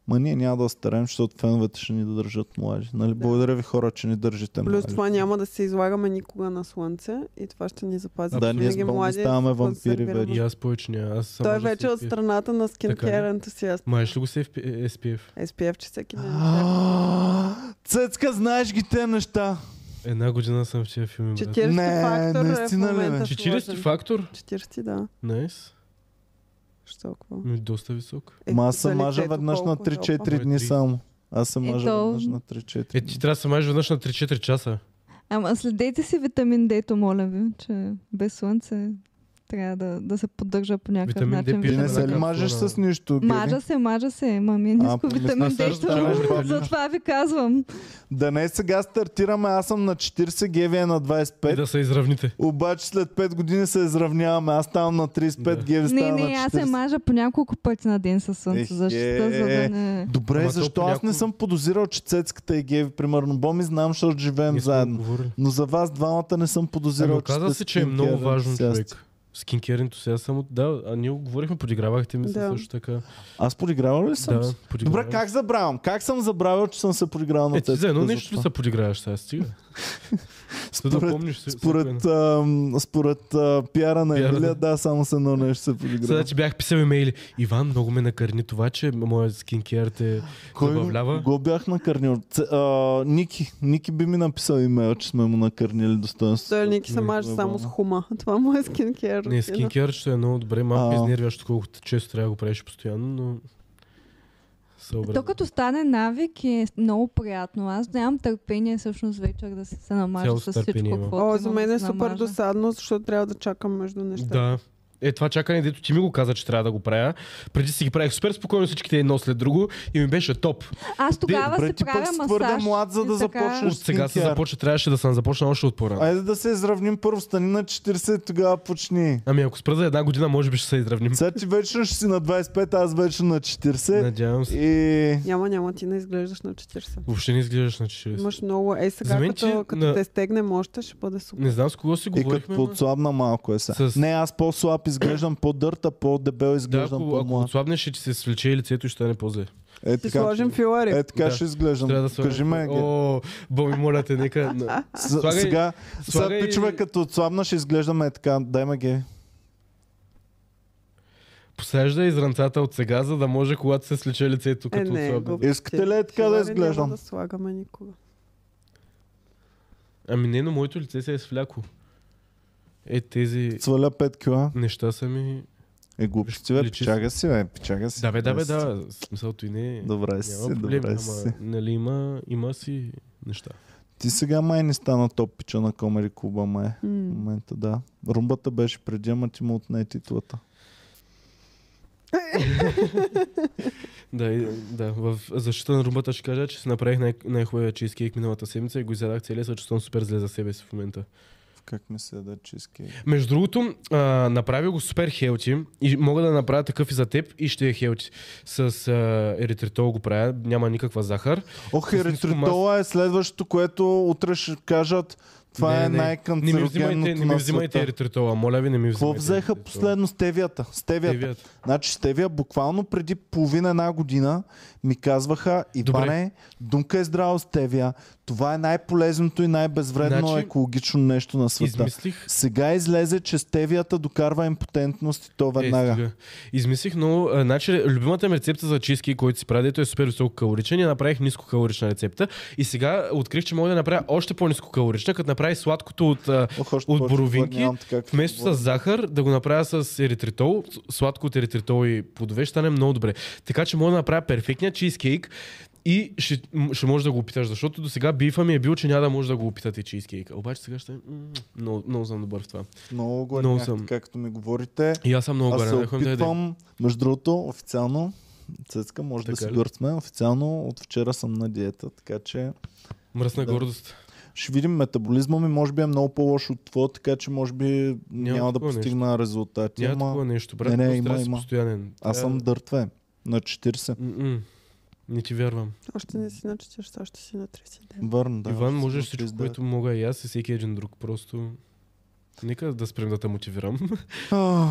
Ма ние няма да остареем, защото феновете ще ни държат млади. Нали? Благодаря ви хора, че ни държите млади.
Плюс това няма да се излагаме никога на слънце и това ще ни запази.
Да, ние с
винаги
Боми
млади.
ставаме вампири
консервираме.
вече.
И аз повече не. Аз само
Той
може да
вече
се
е от
изпия.
страната на
Така
скинкер
ли?
ентусиаст.
Ма, еш ли го е се FP- SPF?
SPF, че всеки ден.
А, Цецка, знаеш ги те неща.
Една година съм в тия филми, брат.
40
Не,
фактор е в
наистина ли, бе?
момента
40
сложен.
фактор?
40, да.
Найс.
Що толкова?
Ми доста висок.
Е,
Ма аз
за
се мажа
лицето
веднъж на
колко жалко.
3-4
Ама е
дни
30.
само. Аз се мажа
Ето.
веднъж на
Е,
3-4
ти
дни.
трябва да се маеш веднъж на 3-4 часа.
Ама следете си витамин D-то, моля ви, че без слънце трябва да, да се поддържа по някакъв
Витамин D
Ти
начин.
пише
не
на
се ли
капсула.
мажеш с нищо?
Мажа
Геви?
се, мажа се, мами, ниско
помисля,
витамин
сега ще
D-то.
ставаш
Затова ви казвам.
Да не сега стартираме, аз съм на 40, Геви е на
И
25.
да се изравните.
Обаче след 5 години се изравняваме. Аз ставам на 35,
Да.
Геви
Не,
става
не,
на
аз
40.
се мажа по няколко пъти на ден със слънце,
Ех,
защита, за
е.
да не...
Добре,
Ама то
защо аз
понякога-
не съм подозирал, че Цецката и Геви, примерно, Боми, знам, защото живеем
Ние сме
заедно.
говорили.
Но за вас двамата не съм подозирал,
Ами,
че
оказа
сте
се, че е
skincare
много важно,
ентусиасти.
човек. Скинкеринто сега само... Да, а ние го говорихме, подигравахте ми се
Да.
също така.
Аз подигравал ли съм?
Да,
се? Добре, как забравям? Как съм забравил, че съм се подигравал на
Е, ти
Цецката?
за едно
за
нещо ли
това?
се подиграваш сега? Стига. За да
Според,
помниш си-
според,
всяко
ам, според а, пиара на
Пиара, Значи,
Емилия, да, само с едно нещо се
едно. Сега
подиграва.
ти бях писал имейли. Иван, много ме накърни това, че моят скинкер те забавлява.
го бях накърнил? Ц, а, Ники. Ники би ми написал имейл, че сме му накърнили достоинство.
Той Ники се
М,
маже само с
нормално.
хума. Това му е скинкер.
Не,
рутина.
скинкерчето е много добре, малко
А.
изнервящо, колкото често трябва да го правиш постоянно, но... Се
Е, То
обрадвам.
като стане навик е много приятно. Аз нямам търпение всъщност вечер да се, се намажа
Цяло
с
търпение
всичко,
имам.
каквото
О,
имам
за мен
да
е
се
супер
намажа.
досадно, защото трябва да чакам между нещата.
Да, е това чакане, дето ти ми го каза, че трябва да го правя. Преди си ги правих супер спокойно всичките едно след друго и ми беше топ.
Аз тогава
Добре,
се
ти пък
правя
си
масаж.
твърде млад, за
и
да
така-
започнеш.
От сега се
Skincare.
започва, трябваше да съм започнал още от по-рано.
Айде да се изравним първо, стани на 40, тогава почни.
Ами ако спра за една година, може би ще се изравним.
Сега ти вечно ще си на 25, аз вечно на 40.
Надявам се.
И...
Няма, няма, ти не изглеждаш на 40.
Въобще не изглеждаш на 40.
Имаш много. Ей, сега,
За мен,
като,
че
като
на-
те стегнем още, ще бъде супер.
Не знам с кого си
И
говорихме.
Е, като
ама-
подслабна малко е сега.
С-
Не, аз по-слаб изглеждам по-дърта, по-дебел
Да,
изглеждам
ако, ако
по-млад.
отслабнеш, ще ти се свлече и лицето и ще стане по-зле.
Е
Ще
така,
сложим филари.
е, така
Да.
ще изглеждам.
Трябва да слагаш-
Кажи ме, Еге.
О, Боми, моля те, нека... на-
С-
слагай-
сега, сега
слагай-
пичове, като отслабна ще изглеждаме е така. Дай ме ге.
Посажда изранцата от сега, за да може когато се свлече лицето,
Е,
като
не,
отслабне.
глупости.
Искате ли е така да
Филари
изглеждам?
Няма да слагаме никога.
Ами не, но моето лице се е свляко. Е, тези
Сваля 5 кила.
неща са ми...
Е, глупости, бе,
Личи се.
пичага си, бе, пичага си.
Да, бе, да, бе,
Добре си.
да. В Смисъл, той не... е-
Добре си,
Няма проблем,
добре си.
ама, нали, има, има си неща.
Ти сега май не стана топ пича на Комери Клуба, май. В
М.
момента, да. Румбата беше преди, ама ти му отне титлата.
Да, и- да. В защита на румбата ще кажа, че си направих най- най-хубавия чизкейк миналата седмица и го изядах целия, се чувствам супер зле за себе си в момента.
Как ми се яде чизкейк?
Между другото, а, направя го супер хелти и мога да направя такъв и за теб и ще е хелти. С а, еритритол го правя, няма никаква захар.
Ох,
С
еритритола е следващото, което утре ще кажат. Това
Не,
е
не. Не ми взимайте,
най-канцерогенното
не ми
на
взимайте
света.
еритритола, моля ви, не ми
Какво
взимайте.
взеха
еритритола.
последно стевията? Стевията.
Стевията.
Значи стевия буквално преди половина една година ми казваха и
Добре.
пане, думка е здраво стевия. Това е най-полезното и най-безвредно
Значи,
екологично нещо на света.
Измислих,
Сега излезе, че стевията докарва импотентност и то веднага.
Е, стига. Измислих много. а, Значи, любимата ми рецепта за чизкейк, който си правя, дето е супер висококалоричен, я направих нискокалорична рецепта. И сега открих, че мога да направя още по-нискокалорична, като направих сладкото от, а,
Ох, още
от
повече
боровинки,
говоря, нямам така какво
вместо
говоря.
с захар, да го направя с еритритол, с- сладко от еритритол и плодове, ще стане много добре. Така че мога да направя перфектния чизкейк и ще, м- ще можеш да го опиташ, защото до сега бифа ми е бил, че няма да може да го опитате чизкейк. Обаче сега ще... м, Много, много съм добър в това.
Много го
Много
no,
съм.
както ми говорите.
И аз съм много
Аз
горен.
се
да ходим да ядем.
опитвам, между другото, официално, Цецка, може да
Така
си
ли?
горд сме, официално от вчера съм на диета, така че
Мръсна
Да.
гордост.
ще видим метаболизма ми, може би е много по-лош от твоя, така че може би няма, да
такова
постигна резултати,
Няма такова
ама
нещо, Е, брат.
Не, не,
Не, не,
има,
има, да си
има.
постоянен.
аз съм дъртве на 40.
М-м. Не ти вярвам.
Още не си на 40, още си на 39.
Върн, да.
Да, Иван,
съм
можеш
на
всичко,
39.
което мога и аз и всеки един друг. Просто... Нека да спрем да те мотивирам.
А,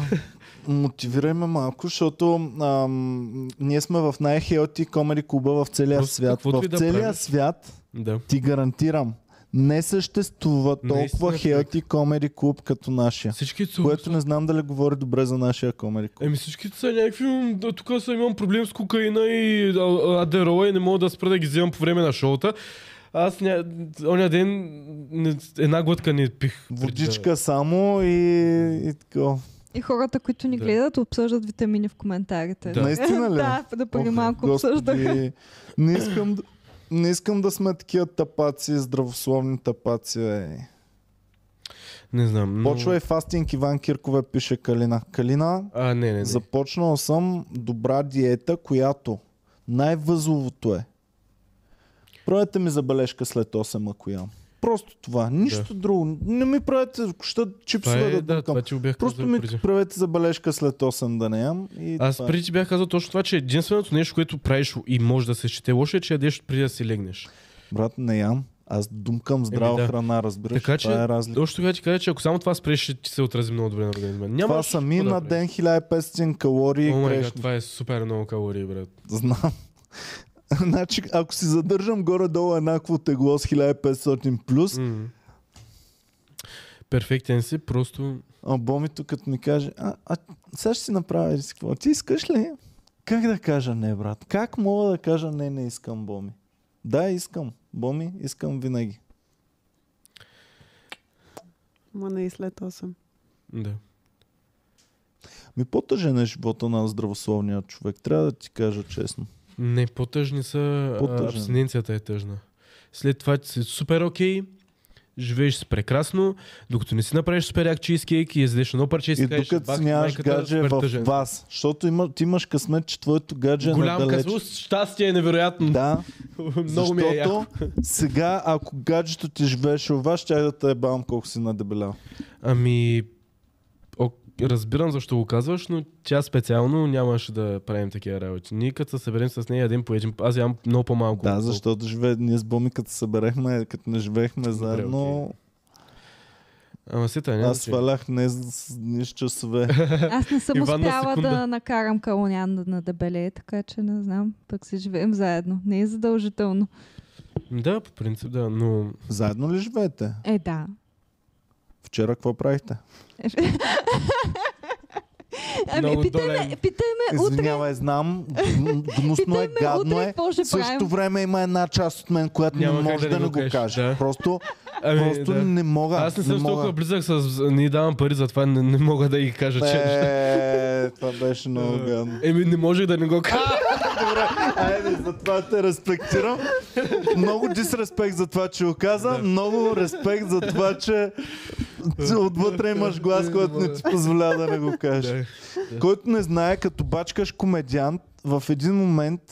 Мотивирай ме малко, защото ам, ние сме в най-хелти комери клуба в целия
Просто
свят.
каквото
В
и да
целия
правиш.
свят
да.
Ти гарантирам, не съществува толкова
Наистина,
хелти комери клуб като нашия.
Всички са...
Което не знам дали говори добре за нашия комери клуб.
Еми всички са някакви... м, Да, тук съм имам проблем с кокаина и а, а, адерола и не мога да спра да ги вземам по време на шоута. Аз ня... оня ден не... една глътка не пих. преди да- е.
Водичка само и, и така.
И хората, които ни
Да.
гледат, обсъждат витамини в коментарите.
Да.
Наистина ли?
да, да преди
Ох,
малко
господи,
обсъждаха.
Не искам, да- не искам да сме такива тапаци, здравословни тапаци. Бе.
Не знам. Но...
Почва е и фастинг Иван Киркове, пише Калина. Калина,
А, Е, не, не, не.
Започнал съм добра диета, която най-възловото е. Правете ми забележка след 8, ако ям. Просто това. Нищо друго. Не ми правете, ако ще
Това
чипсове
е,
да,
да,
да
това ти го бях
Просто
казал
ми
преди.
правете забележка след 8 да не ям. И
Аз
това е.
преди ти бях казал точно това, че единственото нещо, което правиш и може да се счете лошо е, че ядеш преди да си легнеш.
Брат, не ям. Аз думкам здрава
да.
храна, разбираш.
Така че,
това е разлика.
още тогава ти кажа, че ако само това спреш, ще ти се отрази много добре на организма. Няма
това
още
са ми
какво да
на
правиш.
ден 1500 калории
О, май гад,
грешни.
това е супер много калории, брат.
Знам. значи, ако си задържам горе-долу еднакво тегло с 1500 плюс,
М. Перфектен си, просто...
А Бомито като ми каже, а, а сега ще си направя ли си какво? Ти искаш ли? Как да кажа не, брат? Как мога да кажа не, не искам, Боми? Да, искам. Боми, искам винаги.
Ма не и след 8.
Да.
Ми по-тъжен е живота на здравословния човек. Трябва да ти кажа честно.
Не, по-тъжни са... а,
По-тъжен.
Абстиненцията е тъжна. След това ти си супер окей, живееш си прекрасно, докато не си направиш супер як чизкейк и ядеш едно парче и си
И
кажеш,
докато
бах,
си нямаш
майката, е
гадже
супер
в
тъжен.
вас, защото има, ти имаш късмет, че твоето гадже е
Голям
надалеч.
казус, щастие е невероятно.
Да,
Много ми е яко.
защото сега, ако гаджето ти живееше у вас, ще да те ебавам колко си надебелял.
Ами, о, разбирам защо го казваш, но тя специално нямаше да правим такива работи. Ние като се съберем с нея един по един, аз ям много по-малко.
Да, защото живе, ние с Боми като се съберехме, като не живеехме заедно,
окей. Значи- Ама сета, не
аз свалях не с с нищо часове.
Аз не съм
Иван на
успяла
секунда.
да накарам Калонян да надебелее, така че не знам. Пък си живеем заедно. Не е задължително.
Да, по принцип, да, но...
Заедно ли живеете?
Е, да.
Вчера какво правихте?
Ами,
Много
питай
долен.
ме, питай ме Е, утре.
Извинявай, знам, гн- гнусно е,
Питай ме
гадно
утре
е.
какво ще
В същото
правим.
време има една част от мен, която
Няма
не
как
може
да
да
не
не
го
го
кажеш,
каже.
да.
Просто,
Ами,
просто
да.
не мога.
Аз не съм
не
с
мога.
толкова близък с... Не давам пари за това, не, не мога да ги кажа, че... неща.
Е, това беше много гадно.
Еми, не може да не го кажа.
Айде, за това те респектирам. Много дисреспект за това, че го каза. Много респект за това, че че отвътре имаш глас, който не ти позволява да не го кажеш. Който не знае, като бачкаш комедиант, в един момент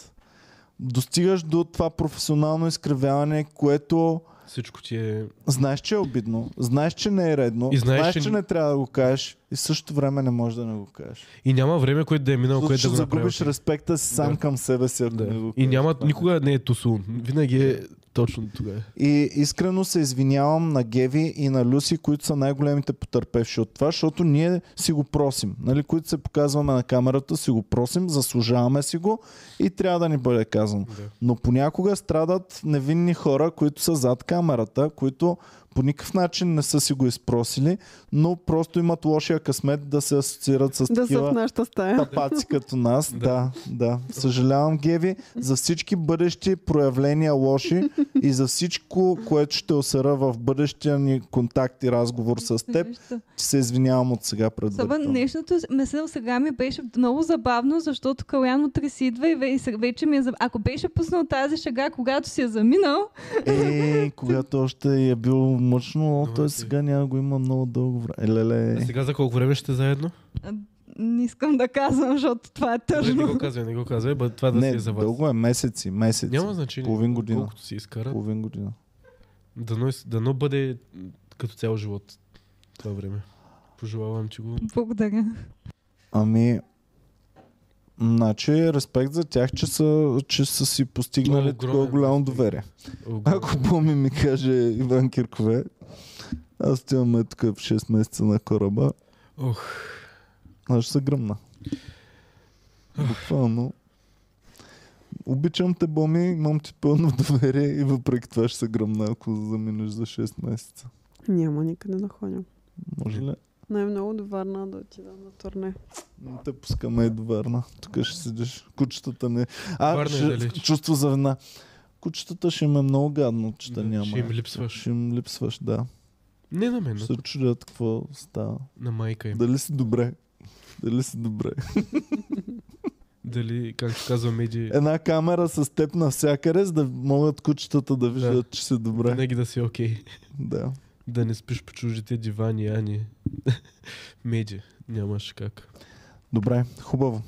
достигаш до това професионално изкривяване, което
Всичко ти е...
знаеш, че е обидно, знаеш, че не е редно,
И
знаеш,
знаеш,
че...
че
не трябва да го кажеш и в същото време не можеш да не го кажеш.
И няма време, което да е минало,
Защото
което
ще
да го направи.
загубиш респекта си сам
Да.
към себе си, ако
Да.
не го
И
кажеш.
няма...
Това.
Никога не е тусун. Винаги е точно тогава.
И искрено се извинявам на Геви и на Люси, които са най-големите потърпевши от това, защото ние си го просим. Нали, които се показваме на камерата, си го просим, заслужаваме си го и трябва да ни бъде казано.
Да.
Но понякога страдат невинни хора, които са зад камерата, които по никакъв начин не са си го изпросили, но просто имат лошия късмет да се асоциират с
Да са в
такива
нашата стая.
тапаци като нас. да, да. Съжалявам, Геви, за всички бъдещи проявления лоши и за всичко, което ще осъра в бъдещия ни контакт и разговор с теб,
Нещо.
ти се извинявам от сега
Особено
предварително.
днешното, мисля, сега ми беше много забавно, защото Калян утре си идва и ве- и вече ми е забавно. Ако беше пуснал тази шега, когато си е заминал,
Е, когато още е бил мъчно, той сега няма да го има много дълго време. Е, Елеле.
А сега за колко време ще заедно?
не искам да казвам, защото това е
Добре, не
тъжно.
го казвай, не го казвай, ба това да
не,
си е за вас.
дълго е месеци, месеци.
Няма значение.
Половин година.
Колкото си изкарат,
Половин година.
дано, дано бъде м, като цял живот това време. Пожелавам ти го.
Благодаря.
Ами, значи, респект за тях, че са, че са си постигнали
Огромен
такова голямо
респект.
доверие.
Огромен.
Ако Боми ми каже Иван Киркове, аз отиваме тук в 6 месеца на кораба,
Ох,
аз ще се гръмна. Буквално. Обичам те, Боми, имам ти пълно доверие и въпреки това ще се гръмна, ако заминеш за 6 месеца.
Няма никъде да ходя.
Може ли?
Най-много до Варна да отида на турне.
Не те пускаме и до Варна. Тук ще седиш. Кучетата не... А,
Варна е
ще...
далеч.
чувство за вина. Кучетата ще им е много гадно, че да,
Да,
няма.
ще им липсваш.
Ще им липсваш, да.
не на мен, на,
Се чудят какво става.
на майка им.
Дали си добре? Дали си добре?
Дали, както казва Меди,
Една камера с теб навсякъде, за да могат кучетата да виждат, че си добре.
винаги да си окей.
Да.
Да не спиш по чуждите дивани, Ани. Меди, нямаш как.
Добре, хубаво.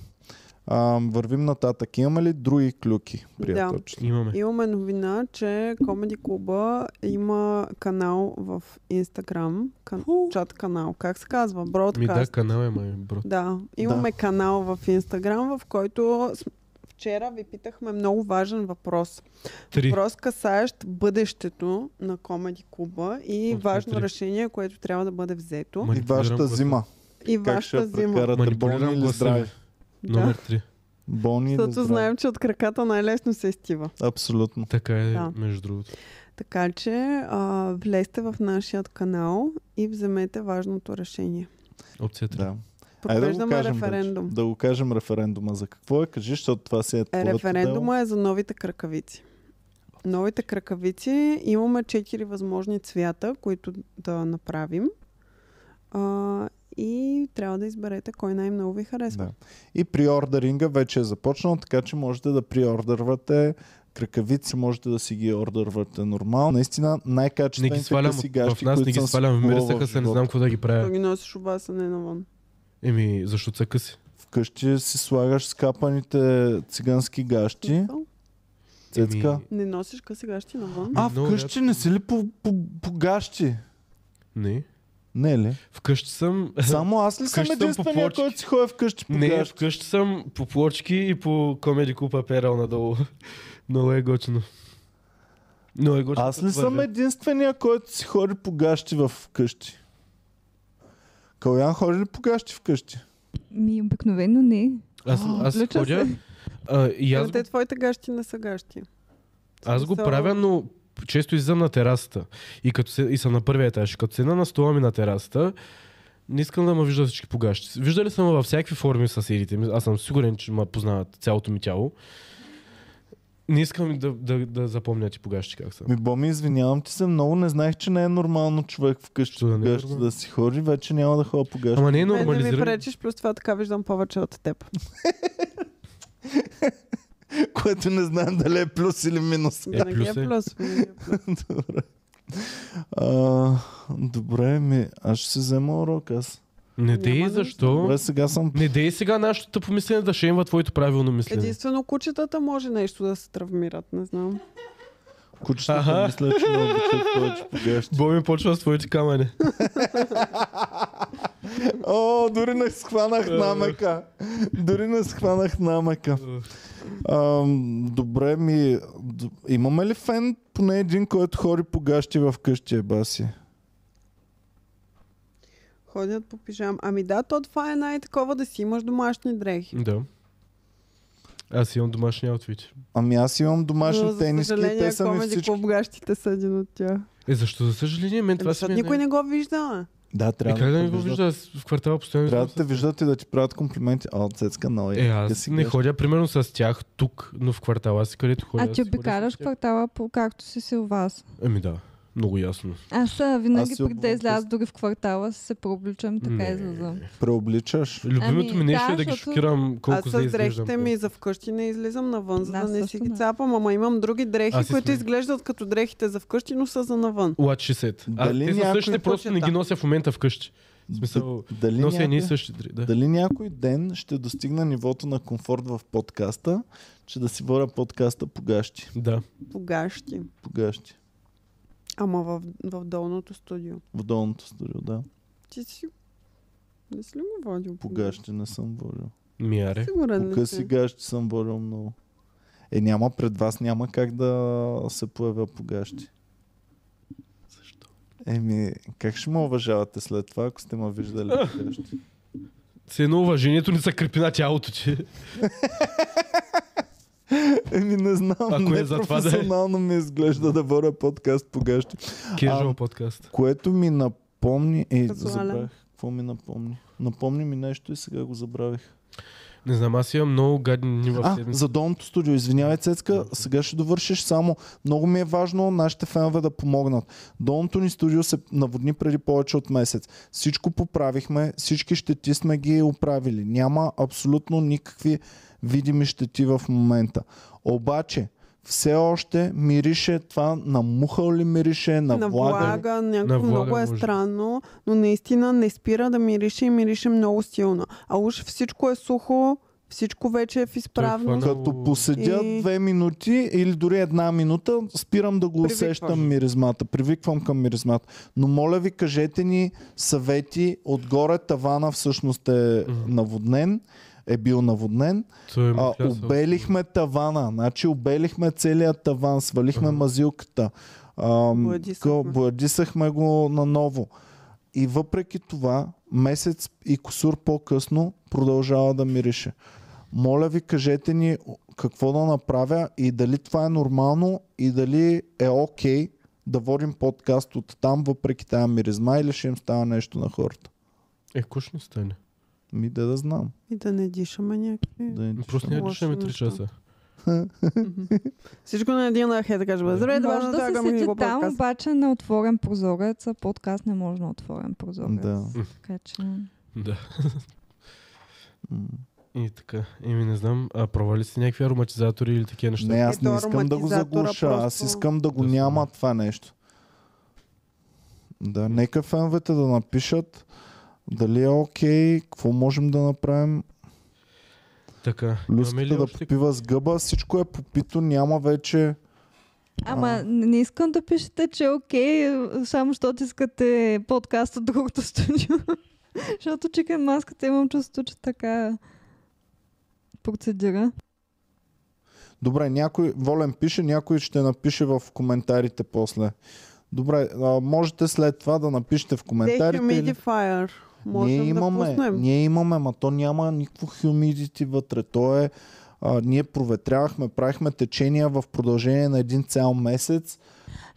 А, вървим нататък. Имаме ли други клюки, приятелчета?
Имаме.
Имаме новина, че Комеди Клуба има канал в Инстаграм. Кан... Чат канал. Как се казва?
Ми да,
Бродкаст.
канал е май, бро.
Да, имаме канал в Инстаграм, в който с- вчера ви питахме много важен въпрос.
Три.
Въпрос касаещ бъдещето на Комеди Клуба и
От
важно
три.
решение, което трябва да бъде взето.
Ма-
И вашата
Манипулирам
зима.
и
Как ще
вашата
я
зима.
прекарате? Болни
Манипулирам
или
гласа
здрави?
ми. Номер
Да.
три.
Болни или
Защото
здрави?
знаем, че от краката най-лесно се изтива.
Абсолютно.
Така е,
Да.
между другото.
Така че а, влезте в нашия канал и вземете важното решение.
Опция 3.
Да. Айде да го
Провеждаме
кажем,
референдум. Е,
вече. Да го кажем референдума. За какво е? Кажи, защото това си е твоето дело.
Референдума е за новите кракавици. Новите кракавици имаме четири възможни цвята, които да направим. А, и трябва да изберете кой най-много ви харесва.
Да. И приордеринга вече е започнал, така че можете да приордервате кракавици, можете да си ги ордървате нормално. Наистина
Не ги
най-качествените
свалям от-
късигащи,
в нас, не
които
ги
съм си
свалям в
купувал
мирисака се, не
живота.
знам какво да ги
Да
правя.
ги носиш обаса не навън.
Еми, защо цъка си?
Вкъщи си слагаш скапаните цигански гащи, цецка.
Еми,
Не носиш къси гащи навън.
А,
много
вкъщи
рядко.
не си ли по, по, по гащи?
Не.
Не ли?
Вкъщи съм...
Само аз ли съм
Вкъщи съм по
единствения,
плочки.
който си ходи вкъщи по
Не,
гащи?
вкъщи съм по плочки и по Comedy Club Apparel надолу. Много е готино. Много е готино.
Аз ли
Това
съм
е.
единствения, който си ходи по гащи в къщи? Калян ходи ли по гащи вкъщи?
Ми обикновено не.
Аз, аз
Влече
ходя... А, и аз,
Аз... Ами Те
го,
твоите гащи не са гащи.
аз го
Смисъл-
правя, но често излизам на терасата. И, като се, и съм на първия етаж. Като седна на стола ми на терасата, не искам да ме виждат всички погащи. Виждали съм ме във всякакви форми съседите ми. Аз съм сигурен, че ме познават цялото ми тяло. Не искам да, да, да запомнят и погащи как съм.
Ми, Ами, Боми, извинявам ти се, много не знаех, че не е нормално човек вкъщи
Що да
по
не е
гащи
нормално?
да си ходи, вече няма да ходя по гащи.
Ама не е
Не, не ми
нормализирано.
пречиш, плюс това така виждам повече от теб.
Е,
Което не знам дали е плюс или минус.
Винаги е
плюс е.
плюс. винаги е плюс.
добре. А, добре, ми, аз ще си взема урок аз.
Не дей,
Няма
защо?
Добре, сега съм...
Не дей сега нашето тъпо мислене да шемва твоето правилно мислене.
Единствено кучетата може нещо да се травмират, не знам.
Кучетата
Аха.
мисля, че ме обичат повече по гащи.
Боми почва с твоите камъни.
О, дори не схванах намека. Дори не схванах намека. Ам, добре ми... д- Имаме ли фен поне един, който хори по гащи в къщи, е баси?
Ходят по пижам. Ами да, то това е най-такова да си имаш домашни дрехи.
Да. Аз имам домашни аутфити.
Ами аз имам домашни
Но,
тениски и те са ми
Comedy
всички.
Club гащите са един от тях.
Е, защо за съжаление? Мен
Е,
това си
защото
ми е
никой
най-
не го вижда.
Да,
Е,
трябва
как да
да,
не го вижда? Аз в квартала постоянно
Трябва да
съм
те виждат и да ти правят комплименти. А, цецка, нали? много
с- Е, аз
къси
не
гащи.
ходя примерно с тях тук, но в квартала си, където ходя.
А ти
аз си ходя с
обикаляш
тях.
квартала по както си си у вас.
Ами да, много ясно.
Аз а, винаги
Аз си
преди да
обувам
изляза дори в квартала си се пообличам, така
Не.
излизам.
Преобличаш.
Любимото ми
Ами,
нещо
да,
е да ги
защото-
шокирам колко
Аз
да
с
изглеждам.
дрехите ми за вкъщи не излизам навън, за
Да,
да, не
също
си ги
не.
цапам, ама имам други дрехи,
Аз си
които
сме.
изглеждат като дрехите за вкъщи, но са за навън.
What she said. А,
Дали
те са
някой
същите, просто не ги
почета?
нося в момента вкъщи. В смисъл,
Д- дали,
Нося едни и
някой,
същи дри. Да.
дали някой ден ще достигна нивото на комфорт в подкаста, че да си водя подкаста по гащи.
Да.
Погащи.
По гащи.
Ама в, в долното студио.
В долното студио, да.
Ти си... Не си ли го водил?
По гащи не съм водил.
Мияре.
Сигурен
По
не
къси
си.
гащи съм водил много. Е, няма пред вас, няма как да се появя по гащи. Защо? Еми, как ще ме уважавате след това, ако сте ме виждали по гащи?
С едно уважението не се крепи на тялото ти.
Еми, не знам.
Ако
не
е за това да е.
професионално ми изглежда да водя подкаст по гащи.
Кежуал подкаст.
Което ми напомни... Е,
Казуален.
забравих. Какво ми напомни? Напомни ми нещо и сега го забравих.
Не знам, аз имам много гадни дни в
А,
седмица.
за Долното студио, извинявай, Цецка, сега ще довършиш само. Много ми е важно нашите фенове да помогнат. Долното ни студио се наводни преди повече от месец. Всичко поправихме, всички щети сме ги оправили. Няма абсолютно никакви видими щети в момента. Обаче, все още мирише това на мухъл ли мирише, на,
На
влага. ли?
влага, някакво
На влага
много е
може.
странно, но наистина не спира да мирише и мирише много силно. А уж всичко е сухо, всичко вече е в изправност.
хвана-
Като поседя
И-
две минути или дори една минута, спирам да го
Привикваш.
усещам миризмата. Привиквам към миризмата. Но моля ви, кажете ни съвети. Отгоре тавана всъщност е наводнен. Е бил наводнен.
Той е
А,
махлясал.
обелихме тавана. Значи обелихме целият таван. Свалихме мазилката. Ам,
Бладисахме.
къл- бладисахме го наново. И въпреки това, месец и косур по-късно продължава да мирише. Моля ви, кажете ни какво да направя и дали това е нормално и дали е окей да водим подкаст от там, въпреки тази миризма или ще им става нещо на хората.
Е, куш не стане.
Ми да да знам.
И да не дишаме някакви.
Да не
Просто
дишам.
няма да
Лоши
дишаме 3
неща.
часа.
Всичко на един лъх е да кажем. Здравейте,
може
важно
да се седи там, обаче на отворен прозорец, а подкаст не може на отворен прозорец.
Да.
Така че...
Да.
М.
И така. Еми не знам, а пробвали сте някакви ароматизатори или такива неща?
Не, аз не
Ето,
искам да го
ароматизатора
заглуша. Аз
просто-
искам да го
Да,
няма
сме.
това нещо. Да, нека феновете да напишат дали е окей, какво можем да направим.
Така. Имаме ли
Люската да
още
попива с гъба, всичко е попито, няма вече...
Ама не не искам да пишете, че е окей, само защото искате подкаст от другото студио. защото чикен маската имам чувство, че така процедира.
Добре, някой, Волен пише, някой ще напише в коментарите после. Добре, а, можете след това да напишете в коментарите. или-
Dehumidifier. Можем
ние имаме,
да пуснем.
ние имаме, ма то няма никакво хюмидити вътре. То е, а, ние проветрявахме, правихме течения в продължение на един цял месец.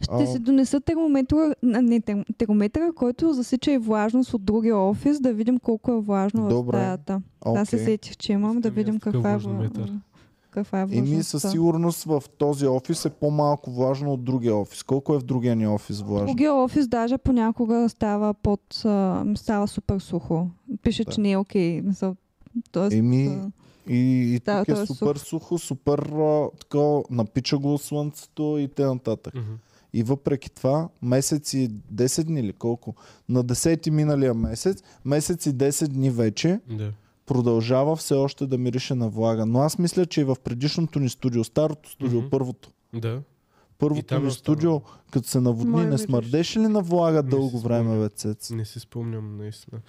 Ще
А,
си донеса термометъра, а, не, терм- термометъра, който засича и влажност от другия офис, да видим колко е влажно
Добре.
в стаята. Okay.
окей.
Аз се сетих, че имам, да
Искам и аз
видим
такъв
каква е,
влажнометър.
вла- каква е
Еми със
влажността.
сигурност в този офис е по-малко влажно от другия офис. Колко е в другия ни офис влажно?
Другия офис даже понякога става под, а, става супер сухо. Пише,
Да.
че не е окей. Мисъл, Тоест,
Еми,
а,
И, и
Да,
тук
то
е
е
супер сухо, супер а, така, напича го слънцето и т.н.
Мгм.
И въпреки това, месец и 10 дни или колко? На 10 миналия месец, месец и 10 дни вече,
Да.
продължава все още да мирише на влага. Но аз мисля, че и в предишното ни студио, старото студио,
Мгм.
mm-hmm. първото,
Да. И
първото
там е
ни
останало.
студио, като се наводни,
Май
не
мириш.
смърдеше ли на влага
Не
дълго
си
време,
спомням.
бе, цец?
Не си спомням наистина.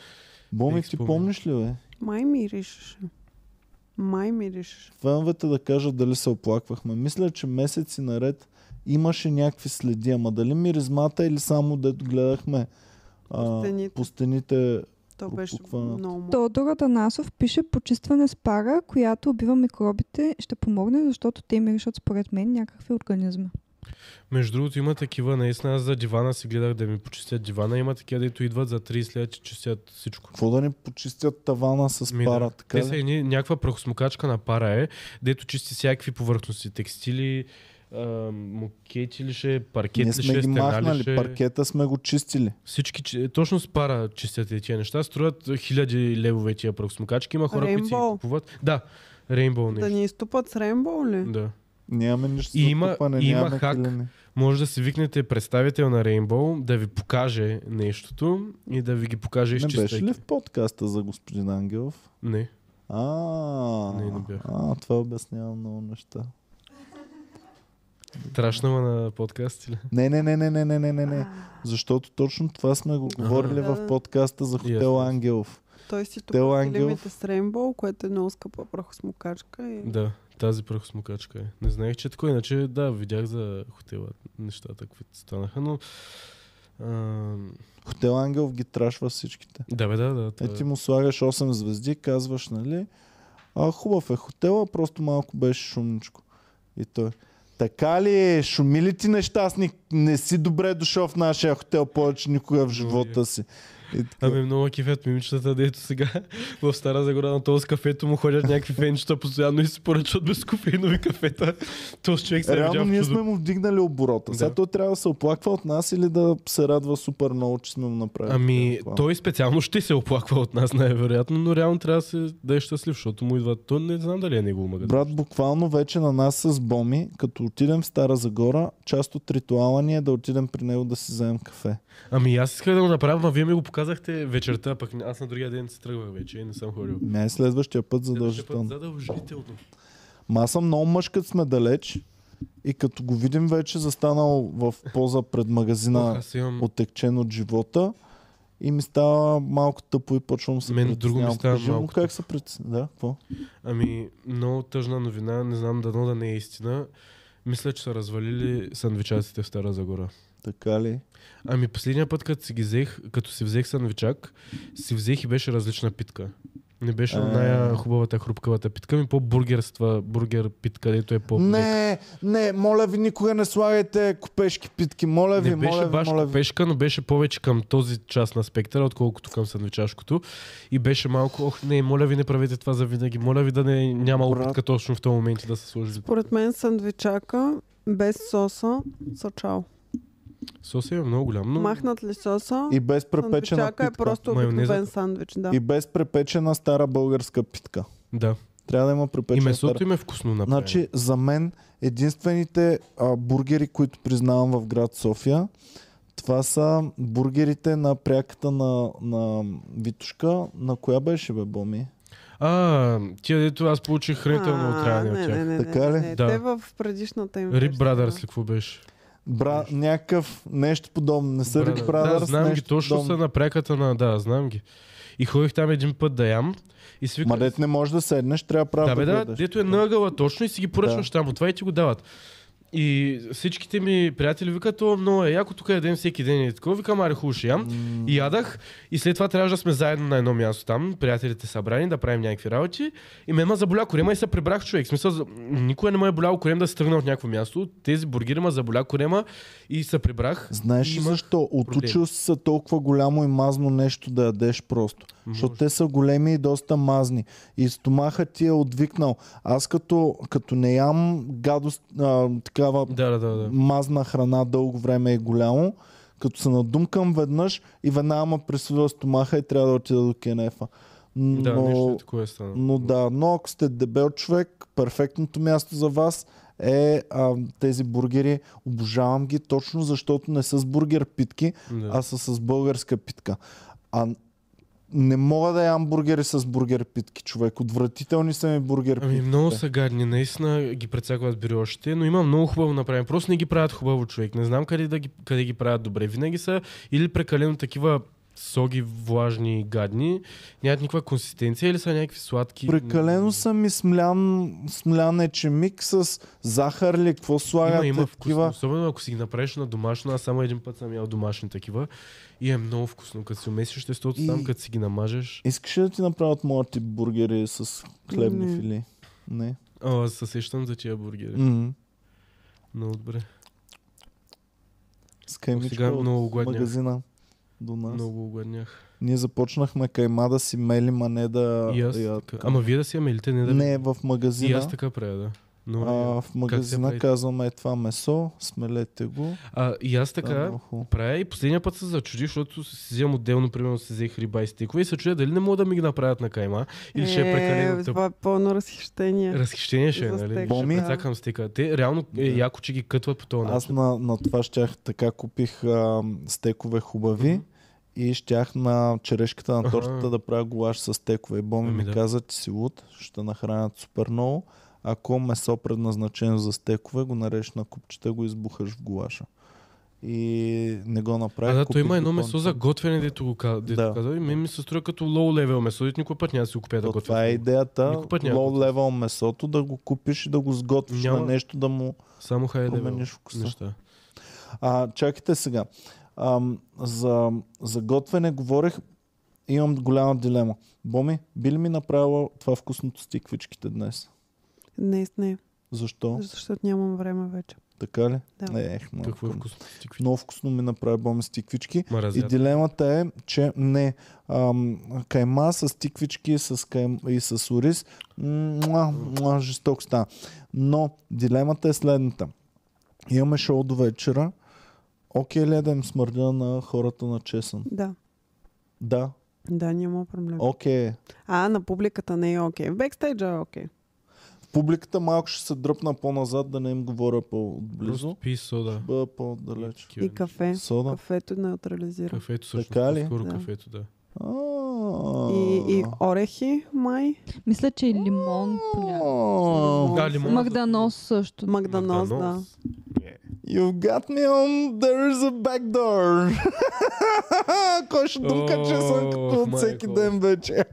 Боми,
Не
ти
спомням.
помниш ли, бе?
Май миришеше. Май миришеше.
Феновете да кажат дали се оплаквахме. Мисля, че месеци наред имаше някакви следи, ама дали миризмата или само дето гледахме а,
стените.
по стените
То беше
Пропукването.
много мъ-
Теодор Атанасов пише почистване с пара, която убива микробите, ще помогне, защото те миришат според мен някакви организми.
Между другото има такива, наистина аз за дивана си гледах да ми почистят дивана. Има такива, дето идват за 30 лет, че чистят всичко.
Какво да ни почистят тавана с
Ми,
пара,
Ами да.
така
Те са
ли?
едни, някаква прахосмокачка на пара е, дето чисти всякакви повърхности, текстили, ам, мокети ли ще, паркет
Ние
ли
сме
ще, е,
ги
стена ли
махнали,
ще.
паркета сме го чистили.
Всички, чи- точно с пара чистят и тия неща. Струват а, хиляди левове тия прахосмокачки. Има хора, които си ги
Rainbow.
купуват. Да, Rainbow
Да
нещо.
ни изтупат с Рембо ли?
Да.
Нямаме нищо
И
за
има-
купане,
и има
нямаме
хак.
килими.
Може да си викнете представител на Rainbow, да ви покаже нещото и да ви ги покаже
Не беше
изчистайки.
ли в подкаста за господин Ангелов?
Не.
А,
Не, не бях.
а това обяснява много неща.
Трашнала на подкаст или?
Не, не, не, не, не, не, не, не, не. Защото точно това сме го говорили в
Да, да.
подкаста за
Ясно,
Хотел
ясно.
Ангелов.
Той си
Тел
тупа
Ангелов.
килимите с Рембо, което е много скъпа прахосмокачка. И...
Да, тази прахосмукачка е. Не знаех, че е такова. Иначе, да, видях за хотела нещата, които станаха, но... А,
Хотел Ангелов ги трашва всичките.
да, бе, да, да.
Е,
Това...
ти
е.
му слагаш 8 звезди, казваш, нали? А, хубав е хотела, просто малко беше шумничко. И той. Така ли е? Шуми ли ти нещастник? Не си добре дошъл в нашия хотел повече никога в живота си. И така.
Ами много кефят мимичетата, дето сега в Стара Загора на този кафето му ходят някакви фенчета постоянно и си поръчват безкофеинови кафета. Този човек се е
Реално
видял в
ние
чудо.
сме му вдигнали оборота. Да. Сега
Да.
той трябва да се оплаква от нас или да се радва супер много, че сме му направили.
Ами,
това.
той специално ще се оплаква от нас, най-вероятно, но реално трябва да, се, да е щастлив, защото му идва. То не знам дали е негов магазин.
Брат, буквално вече на нас с Боми, като отидем в Стара Загора, част от ритуала ни е да отидем при него да си вземем кафе.
Ами аз исках да го направя, но вие ми го показахте вечерта, пък аз на другия ден се тръгвах вече и не съм ходил.
Не, следващия път
Следващия път
задължително.
Задължително.
Ма аз съм много мъж, като сме далеч и като го видим вече застанал в поза пред
Ох,
магазина,
аз имам...
отекчен от живота, и ми става малко тъпо и почвам да се
Мен друго ми
притеснявам.
става
Кажи му
малко
как
тъпо.
се притеснявам. Да, какво?
Ами, много тъжна новина, не знам дано да не е истина. Мисля, че са развалили сандвичаците в Стара Загора.
Така ли?
Ами последния път, като си ги взех, като си взех сандвичак, си взех и беше различна питка. Не беше
А.
най-хубавата хрупкавата питка, ми по-бургер с това, бургер питка, където е по
Не, не, моля ви, никога не слагайте купешки питки. Моля ви,
не беше
моля ви,
баш
моля ви.
пешка, но беше повече към този част на спектъра, отколкото към сандвичашкото. И беше малко, ох, не, моля ви, не правете това за винаги. Моля ви да не, няма
Брат.
опитка точно в този момент да се сложи.
Според мен сандвичака без соса са чао.
Соса е много голям, но...
Махнат ли соса?
И без препечена
сандвичака
питка.
е просто
Майонезата.
обикновен сандвич. Да.
И без препечена стара българска питка.
Да.
Трябва да има
И
припечен стар.
месото им е вкусно направено.
Значи, за мен единствените а, бургери, които признавам в град София, това са бургерите на пряката на, на Витушка. На коя беше, бе, Боми?
А, тия дето аз получих хранително
А,
отравяне от
Не,
тях.
не, не,
Така
не,
ли?
не.
Да.
Те в предишната им
Риб
версия, да.
Брадърс ли какво беше?
Бра, някакъв нещо подобно. Не са Рик Брадърс,
Да, знам ги,
нещо
точно са
подобно.
на пряката на... Да, знам ги. И ходих там един път да ям и
Ма
свиках...
дет не можеш да седнеш, трябва право
Да, бе, да,
гледаш.
дето е нъгъла точно и си ги поръчваш там, от това и ти го дават. И всичките ми приятели викат, о, много е яко, тук ядем всеки ден и такова. Викам, аре, хубаво ще ям. И ядах. И след това трябваше да сме заедно на едно място там, приятелите събрани, да правим някакви работи. И ме ма заболя корема и се прибрах човек. В Смисъл, за- никога не ме е боляло корем да се тръгна от някакво място. Тези бургери ма заболя корема и се прибрах.
Знаеш ли
Имах
защо? Отучил си се толкова голямо и мазно нещо да ядеш просто.
Може.
Защото те са големи и доста мазни. И стомаха ти е отвикнал. Аз като, като не ям гадост, а, такава
Да, да, да. да.
мазна храна дълго време и голямо, като се надумкам веднъж и веднага ме пресува стомаха и трябва да отида до кенефа. Но,
Да, нещо такова е станало.
но да, но ако сте дебел човек, перфектното място за вас е а, тези бургери. Обожавам ги точно защото не са с бургер питки,
Да.
а са с българска питка. А не мога да ям бургери с бургер питки, човек. Отвратителни са ми бургер питки.
Ами много са гадни, наистина ги прецакват бери още, но има много хубаво направено. Просто не ги правят хубаво човек. Не знам къде, да ги, къде ги правят добре. Винаги са или прекалено такива соги, влажни, и гадни, нямат никаква консистенция или са някакви сладки.
Прекалено съм и смлян, смлян е чемик с захар ли, какво
има,
слагате,
има вкусно,
такива.
особено ако си ги направиш на домашно, аз само един път съм ял домашни такива и е много вкусно, като си умесиш тестото
И-
там, като си ги намажеш,
Искаш ли да ти направят моят тип бургери с хлебни
Не.
фили? Не.
а, се сещам за тия бургери.
Mm-hmm.
Много добре.
С каймичка
Сега
от
много огладнях.
магазина до нас. Много.
Много огладнях.
Ние започнахме кайма да си мелим, а не да
И аз
я...
така. Ама вие да си ямелите, не да...
Не, в
и
магазина.
аз така правя, да. Но,
А, в магазина
прави?
казваме е това месо, смелете го.
А, и аз
Това е
така
много хубаво.
правя и последния път се зачудих, защото си вземам отделно, примерно си взех риба и стейкове и се чудя дали не могат да ми ги направят на кайма или ще е прекалено
Е,
тъп.
това е пълно разхищение.
Разхищение ще е,
за
нали?
стейк,
Боми?
Ще прецакам стейка. Те реално е
Да.
яко, че ги кътват по този
Аз
начин.
на, на това щях така купих а, стекове хубави
Мгм.
и щях на черешката на
Аха.
тортата да правя голаш с стекове. И Боми
Ами
ми
да.
каза, че си луд, ще нахранят супер много. Ако месо предназначено за стекове, го нарежеш на купчета, го избухаш в голаша. И не го
А,
направих.
да, то има
купих
едно месо за
допълнително.
готвене, дето го ка- дето
Да.
казва. И мен ми се струва като low level месо, дето никой път няма да си го купя да
То
готвя.
това е идеята.
Никой път няма да
Лоу левел месото да го купиш и да го сготвиш
Няма-
на нещо да му
Само хай level
промениш вкуса.
неща.
А, чакайте сега. А, за, за готвене говорех. Имам голяма дилема. Боми, би ли ми направила това вкусното с тиквичките днес?
Днес не,
Защо?
защото нямам време вече.
Така ли?
Да.
Ех, много,
Какво е
вкусно.
вкусно? Какви
много вкусно ми направи Боми с тиквички. И
маразят.
дилемата е, че не, ам, кайма с тиквички с кайм, и с ориз, муа, муа, жесток става. Но дилемата е следната. Имаме шоу до вечера. Окей ли е да им смърдя на хората на чесън?
Да,
Да,
да, няма проблем.
окей. Okay.
А, на публиката не е окей. В бекстейджа е окей.
В публиката малко ще се дръпна по-назад, да не им говоря
Просто
по-близо.
пи сода.
Бъда по-далеч.
Такива
И кафе.
Сода.
Кафето е неутрализира.
Кафето също.
Така ли?
Скоро
Да.
кафето, да.
А.
И, и орехи, май.
Мисля, че и лимон понякога.
А.
Да, лимон.
Магданос също.
Магданос, да.
Магданос.
You've got me on there is a back door. Кой ще думка, че съм като
Ох,
от всеки
майко.
ден вече.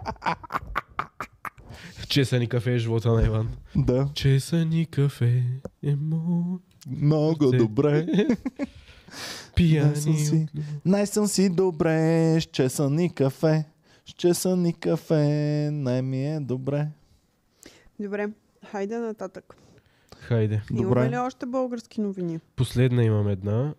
Чесани кафе е живота на Иван.
Да,
Чесани кафе е мой.
много
Се-
добре.
Пияни.
Аз съм си.
от любов.
Най съм си добре, с чесън и кафе. С чесън и кафе, най ми е добре.
Добре, хайде нататък.
Хайде.
Имаме ли
Добре.
още български новини?
Последна имам една.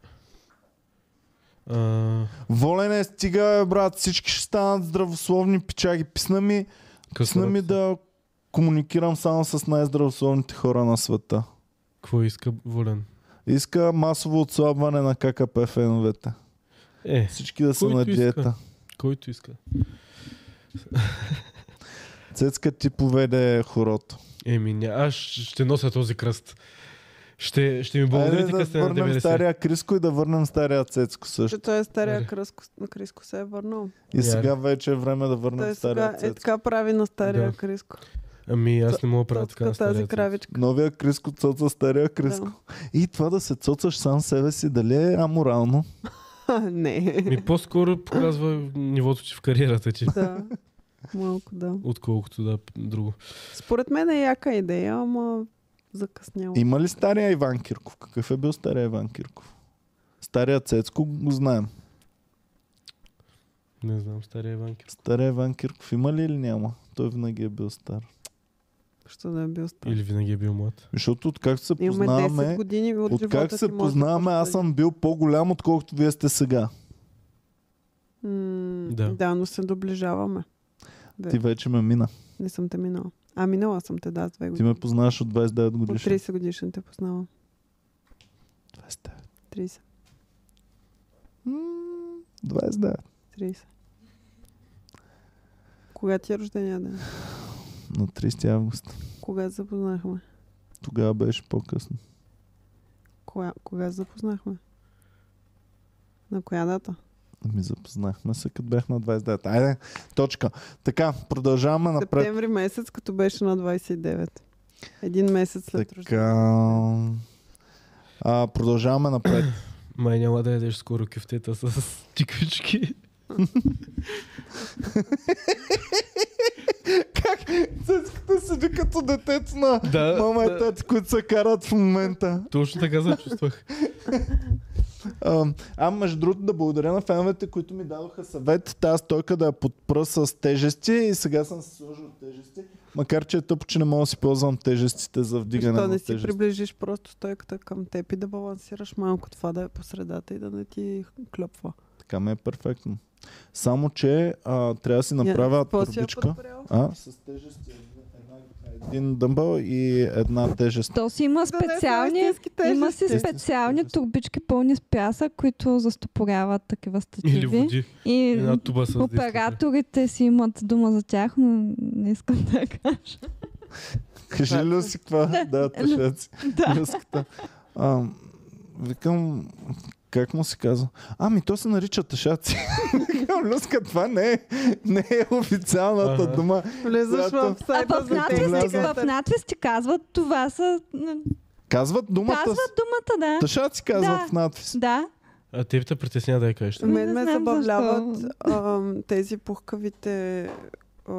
А,
Волене, е, стига, бе, брат, всички ще станат здравословни пичаги. Писна ми, писна
късна
ми да комуникирам само с най-здравословните хора на света.
Какво иска Волен?
Иска масово отслабване на ККП феновете.
Е,
Всички да са
Който
на
иска.
диета.
който иска.
Цецка ти поведе хорото.
Еми, ня- аз ще нося този кръст. Ще, ще ми благодарите
да
кръста на
върнем
90.
стария Криско и да върнем стария Цецко също.
Че той е стария
Аре.
кръско, на Криско се е върнал.
И
Яре.
сега вече е време да
Той
върнем
сега
стария
е
Цецко.
така прави на стария
Да.
Криско.
Ами аз не мога да правя така на
Точка
стария
тази
цвет.
кравичка.
Новия Криско цоца стария Криско. И това да се цоцаш сам себе си, дали е аморално?
Да. Не.
Ми по-скоро показва нивото ти в кариерата ти,
Да. Малко да.
отколкото да друго.
Според мен е яка идея, ама закъсняла.
Има ли стария Иван Кирков? Какъв е бил стария Иван Кирков? Стария Цецко го знаем.
Не знам, стария банкер.
Стария Иван Кирков има ли или няма? Той винаги е бил стар.
Що да е бил стар.
Или винаги е бил млад.
Защото откакто се
Имаме 10
познаваме,
години от,
откакто
живота ти,
се
може да
познаваме, аз съм бил по-голям, отколкото вие сте сега.
М,
Да.
да, но се доближаваме. Да.
Ти вече ме мина.
Не съм те минала. А, минала съм те, да, с 2
Ти
години.
ме познаваш от 29
От
годишни.
30 годишен те познавам.
29.
30.
М, 29.
30. Кога ти е рождения ден?
На 30 август.
Кога се запознахме?
Тогава беше по-късно.
Кога, кога се запознахме? На коя дата?
Ми Ами, запознахме се, като бях на 29. Айде, точка. Така, продължаваме напред.
Септември месец, като беше на 29. Един месец след рождения.
Така. А, продължаваме напред.
Май няма да ядеш скоро кюфтета с тиквички.
как цецката седи като детето на
Да,
мама и
да.
тати, които се карат в момента.
Точно така се чувствах.
А, а между другото да благодаря на феновете, които ми дадоха съвет тази стойка да я подпра е с тежести и сега съм се сложил тежести. Макар че е тъпо, че не мога да си ползвам тежестите за вдигане
Защо
на
не си
тежести.
приближиш просто стойката към теб и да балансираш малко това да е по средата и да не ти клепва.
Така ме е перфектно. Само, че а, трябва да си направя
Какво си я
турбичка.
подбрал?
А? С тежести. е Една, един дъмбъл и една тежест.
То си
Да
има
не са
специални...
истински тежести.
Има си
Истински
специални
тежести.
турбички пълни с пясък, които застопоряват такива
Или
стативи.
води.
И
Една туба с дивката.
операторите си имат дума за тях, но не искам да я кажа. е
Кажи ли си каква? Да, тъшеци. Връзката. А, викам, как му се казва? Ами, то се нарича тъшаци. Викам, Люска, това не е, не е официалната
Ага.
дума.
Влизаш
Която-
в
А
сайта
в
за
надвис,
влязат.
в
техниката.
надвис ти казват, това са...
Казват думата.
Казват думата, да.
Тъшаци казват
Да.
в надпис.
Да.
А теб те притесня да я кажеш.
Ами,
Мен
не
ме
знам
забавляват
защо.
ам, тези пухкавите а,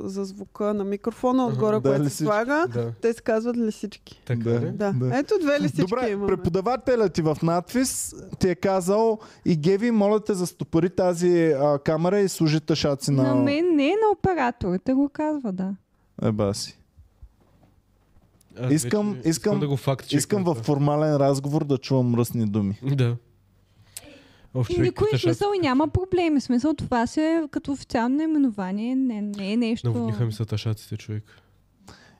за звука на микрофона
Аха,
отгоре,
да,
което се
лисички.
слага.
Да.
Те се казват лисички.
Така ли?
Да.
Да.
Ето две лисички
Добре,
имаме.
преподавателят ти в надпис ти е казал и Геви, моля те, застопори тази а, камера и служи тъшаци на...
На мен не, на операторите го казва, да.
Еба си.
Аз
Искам-
вече
искам-
да го факт
Искам в формален разговор да чувам мръсни думи.
Да. Оф,
И
човек,
никой
тъшаци.
смисъл и няма проблеми. Смисъл това си е като официално наименование, не, не е нещо.
Наводниха ми са ташаците, човек.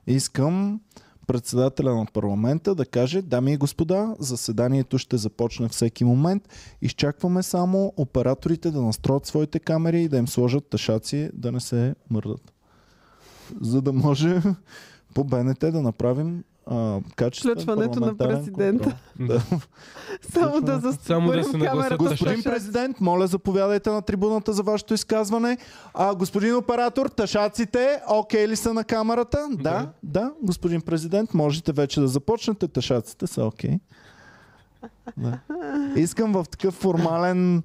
Искам председателя на парламента да каже, дами и господа, заседанието ще започне всеки момент. Изчакваме само операторите да настроят своите камери и да им сложат тъшаци да не се мърдат. За да може по БНТ да направим а, качествен
Включването на
парламентарен
президента.
контрол.
Да.
Само да
Само
Само да
застопорим
се
камерата.
нагласят
Господин
Тъшаци.
президент, моля заповядайте на трибуната за вашето изказване. А, господин оператор, тъшаците, окей ли са на камерата? Да, да,
Да.
господин президент, можете вече да започнете. Тъшаците са окей. Да. Искам в такъв формален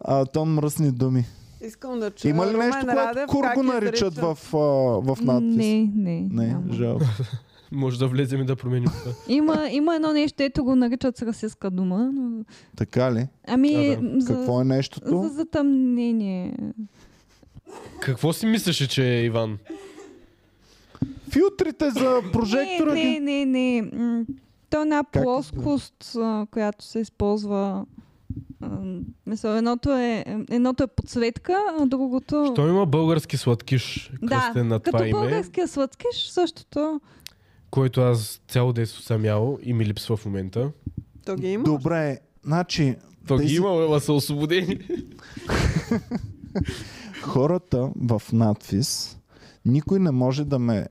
а, тон мръсни думи.
Искам да чуя
Има ли
Румен
нещо, което
Радев,
кур
как
го
изрича-
наричат в, а, в надпис?
Не, не.
Не,
няма.
жалко.
Може да влезем и да променим това.
Има, има едно нещо, ето го наричат с расистска дума. Но...
Така ли?
Ами,
А, да.
за,
Какво е
за
нещото?
затъмнение.
Какво си мислеше, че е Иван?
Филтрите за прожектора. ги-
Не, не, не. не. М, То е една
Как-
плоскост, а, която се използва. а, Мисъл, едното е, едното е подсветка, а другото...
Той има български сладкиш,
Да,
е кръстен на това
като
име,
българския сладкиш, същото.
който аз цяло детство съм ял и ми липсва в момента.
То ги има.
Добре, значи
То ги
Тези-
има, ама са освободени.
хората в надфис Никой не може да ме,